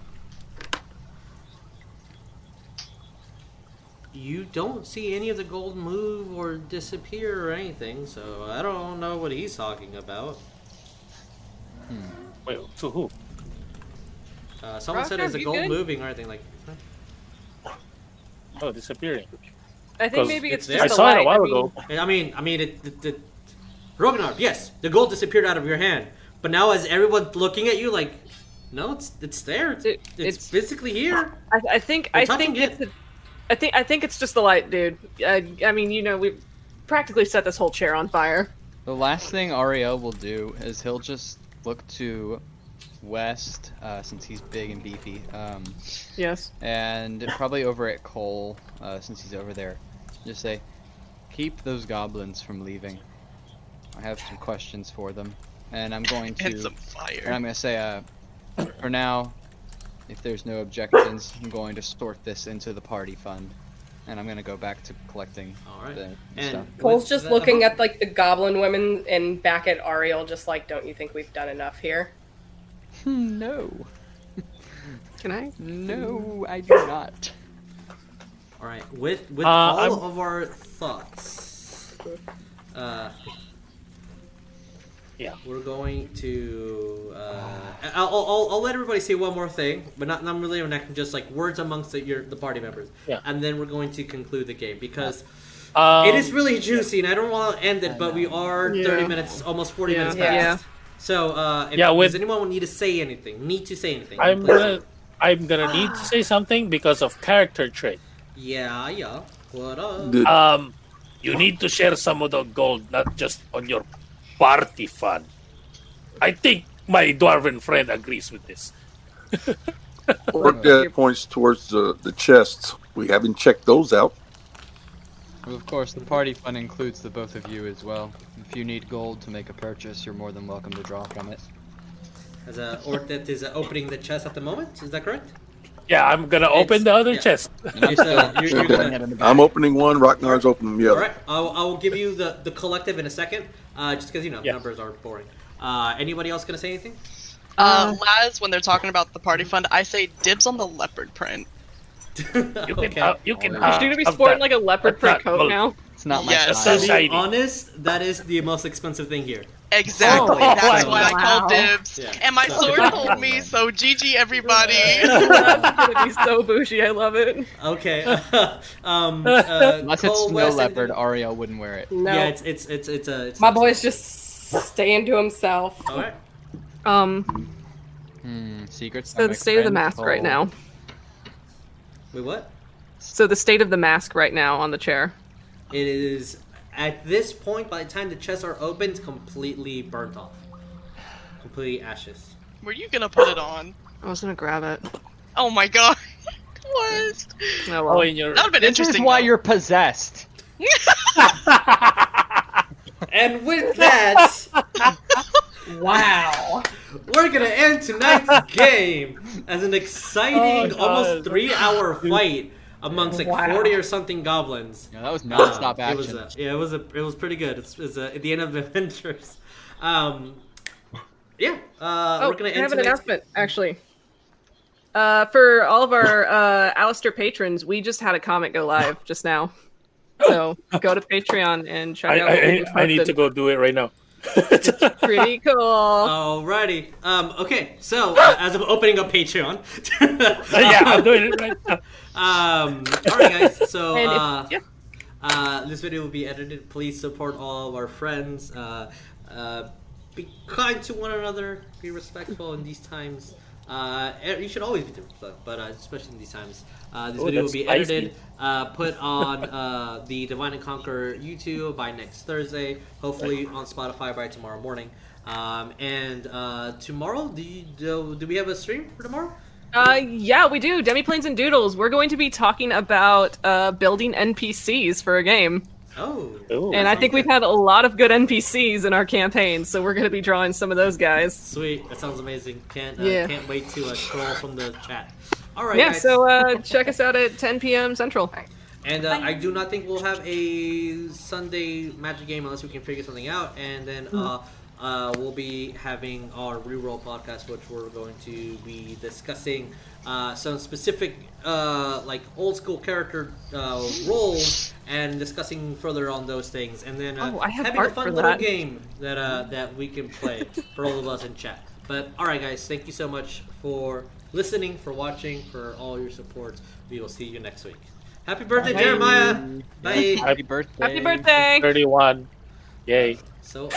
Speaker 2: you don't see any of the gold move or disappear or anything, so I don't know what he's talking about.
Speaker 4: Wait, to who?
Speaker 2: Uh, someone said,
Speaker 3: Rocker,
Speaker 2: "Is the
Speaker 3: you
Speaker 2: gold
Speaker 3: good?
Speaker 2: moving or anything?" Like, huh?
Speaker 4: Oh, disappearing.
Speaker 3: I think
Speaker 4: Because
Speaker 3: maybe it's,
Speaker 2: it's
Speaker 3: just
Speaker 4: I
Speaker 2: there.
Speaker 4: saw
Speaker 3: a
Speaker 4: it a
Speaker 3: light.
Speaker 4: while
Speaker 3: I mean,
Speaker 4: ago.
Speaker 2: And I mean, I mean, it, the, the, Ragnar, yes, the gold disappeared out of your hand, but now as everyone's looking at you, like, no, it's it's there. It's,
Speaker 3: It-
Speaker 2: it's
Speaker 3: it's-
Speaker 2: physically here.
Speaker 3: I, I think
Speaker 2: We're
Speaker 3: I
Speaker 2: talking
Speaker 3: think
Speaker 2: good.
Speaker 3: it's a, I think I think it's just the light, dude. I, I mean, you know, we practically set this whole chair on fire.
Speaker 6: The last thing Ariel will do is he'll just look to West, uh, since he's big and beefy, um,
Speaker 3: Yes.
Speaker 6: and probably over at Cole, uh, since he's over there. Just say, keep those goblins from leaving. I have some questions for them, and I'm going to
Speaker 7: And some fire.
Speaker 6: And I'm going to say, uh, for now, if there's no objections, I'm going to sort this into the party fund, and I'm going to go back to collecting the
Speaker 2: And-
Speaker 6: stuff.
Speaker 5: Cole's
Speaker 2: What's
Speaker 5: just
Speaker 2: that uh,
Speaker 5: looking at like the goblin women and back at Ariel, just like, don't you think we've done enough here?
Speaker 6: Hmm, No.
Speaker 9: Can I?
Speaker 6: No, I do not.
Speaker 2: All right, with with
Speaker 4: Uh,
Speaker 2: all
Speaker 4: I'm-
Speaker 2: of our thoughts, uh,
Speaker 4: yeah,
Speaker 2: we're going to. Uh, I'll, I'll, I'll let everybody say one more thing, but not not really an action, just like words amongst the, your the party members,
Speaker 4: Yeah.
Speaker 2: and then we're going to conclude the game because.
Speaker 4: Um,
Speaker 2: it is really juicy, and I don't want to end it, but we are
Speaker 9: Yeah.
Speaker 2: 30 minutes, almost 40
Speaker 9: Yeah.
Speaker 2: minutes
Speaker 9: Yeah.
Speaker 2: past. So, uh, if,
Speaker 4: Yeah,
Speaker 2: does
Speaker 4: with-
Speaker 2: anyone need to say anything? Need to say anything?
Speaker 4: I'm
Speaker 2: please.
Speaker 4: gonna I'm gonna need to say something because of character trait.
Speaker 2: Yeah, yeah. What up?
Speaker 4: Um, you need to share some of the gold, not just on your party fund. I think my dwarven friend agrees with this.
Speaker 8: Work that points towards the, the chests. We haven't checked those out.
Speaker 6: Of course, the party fund includes the both of you as well. If you need gold to make a purchase, you're more than welcome to draw from it.
Speaker 2: As a orc that is uh, opening the chest at the moment, is that correct?
Speaker 4: Yeah, I'm gonna open the other chest.
Speaker 2: It's, uh, you're- you're gonna-
Speaker 8: I'm opening one, Rocknar's opening the
Speaker 2: All
Speaker 8: other.
Speaker 2: right, I'll, I'll give you the, the collective in a second, uh, just because you know numbers are boring. Uh, anybody else gonna say anything?
Speaker 7: Uh, Laz, when they're talking about the party fund, I say dibs on the leopard print.
Speaker 4: You can have, you can
Speaker 3: Is
Speaker 4: have,
Speaker 3: she gonna be
Speaker 4: have
Speaker 3: sporting
Speaker 4: that.
Speaker 3: like a leopard
Speaker 4: That's
Speaker 3: print
Speaker 4: not-
Speaker 3: coat now?
Speaker 6: It's not
Speaker 7: Yes.
Speaker 2: To
Speaker 4: style.
Speaker 2: be
Speaker 4: Shiny.
Speaker 2: honest, that is the most expensive thing here.
Speaker 7: Exactly.
Speaker 4: Oh,
Speaker 7: That's
Speaker 4: wow.
Speaker 7: why I call
Speaker 3: Wow.
Speaker 7: dibs.
Speaker 2: Yeah.
Speaker 7: And my
Speaker 2: So-
Speaker 7: sword told me, so GG everybody.
Speaker 3: That's gonna be so bougie. I love it.
Speaker 2: Okay. um, uh,
Speaker 6: Unless
Speaker 2: Cole
Speaker 6: it's snow
Speaker 2: Wesson-
Speaker 6: leopard, Ariel wouldn't wear it.
Speaker 5: No.
Speaker 2: Yeah, it's it's it's it's a. It's
Speaker 5: My
Speaker 2: it's-
Speaker 5: boy's just staying to himself.
Speaker 2: All right.
Speaker 3: Um,
Speaker 6: Hmm, secrets.
Speaker 3: so the state of the mask right now.
Speaker 2: Wait, what?
Speaker 3: So the state of the mask right now on the chair.
Speaker 2: It is at this point. By the time the chests are open, it's completely burnt off, completely ashes.
Speaker 7: Were you gonna put it on?
Speaker 3: I was gonna grab it.
Speaker 7: Oh my god. What?
Speaker 3: Oh
Speaker 4: Oh,
Speaker 3: well.
Speaker 4: in your
Speaker 7: That would've been
Speaker 6: This is
Speaker 7: interesting.
Speaker 6: why
Speaker 7: though.
Speaker 6: you're possessed.
Speaker 2: And with that.
Speaker 5: Wow.
Speaker 2: We're gonna end tonight's game as an exciting,
Speaker 4: Oh, God.
Speaker 2: almost three-hour fight amongst like
Speaker 5: Wow.
Speaker 2: forty or something goblins.
Speaker 6: Yeah, that was
Speaker 2: Uh,
Speaker 6: non-stop
Speaker 2: It
Speaker 6: action.
Speaker 2: was a, yeah, it was a, it was pretty good. It's, it's uh at the end of Adventures. Um, yeah, uh,
Speaker 3: Oh,
Speaker 2: we're gonna
Speaker 3: I
Speaker 2: end
Speaker 3: have an
Speaker 2: tonight's.
Speaker 3: announcement actually. Uh, for all of our uh, Alistair patrons, we just had a comic go live just now. So go to Patreon and check
Speaker 4: I,
Speaker 3: out.
Speaker 4: I,
Speaker 3: what we
Speaker 4: I, I need to
Speaker 3: posted.
Speaker 4: go Uh, do it right now.
Speaker 3: Pretty cool.
Speaker 2: Alrighty. Um, okay, so uh, as of opening up Patreon.
Speaker 4: yeah, I'm doing it right now.
Speaker 2: Um, all right, guys. So
Speaker 3: And if-
Speaker 2: uh,
Speaker 3: yeah.
Speaker 2: uh, this video will be edited. Please support all of our friends. Uh, uh, be kind to one another. Be respectful in these times. Uh, and you should always be respectful, but uh, especially in these times. Uh, this
Speaker 4: Oh,
Speaker 2: video will
Speaker 4: that's
Speaker 2: be
Speaker 4: spicy.
Speaker 2: edited, uh, put on uh, the Divine and Conquer YouTube by next Thursday. Hopefully on Spotify by tomorrow morning. Um, and uh, tomorrow, do, you, do do we have a stream for tomorrow?
Speaker 3: Uh, yeah, we do. Demiplanes and Doodles. We're going to be talking about uh, building NPCs for a game.
Speaker 2: Oh,
Speaker 4: Ooh.
Speaker 3: and I think
Speaker 2: sounds
Speaker 3: we've had a lot of good NPCs in our campaign, so we're going to be drawing some of those guys.
Speaker 2: Sweet, that sounds amazing. Can't uh,
Speaker 3: Yeah.
Speaker 2: can't wait to uh, scroll from the chat. All right,
Speaker 3: yeah,
Speaker 2: guys.
Speaker 3: so uh, check us out at 10 p.m. Central.
Speaker 2: and uh, I do not think we'll have a Sunday magic game unless we can figure something out, and then
Speaker 3: Hmm.
Speaker 2: uh, uh, we'll be having our reroll podcast, which we're going to be discussing uh, some specific uh, like old school character uh, roles and discussing further on those things, and then uh,
Speaker 3: Oh, I have
Speaker 2: having a
Speaker 3: art
Speaker 2: fun
Speaker 3: for
Speaker 2: little
Speaker 3: that.
Speaker 2: game that uh, that we can play for all of us in chat. But all right, guys, thank you so much for listening, for watching, for all your support. We will see you next week. Happy birthday, Jeremiah! Bye.
Speaker 6: Happy birthday.
Speaker 3: Happy birthday!
Speaker 4: 31. Yay.
Speaker 2: So.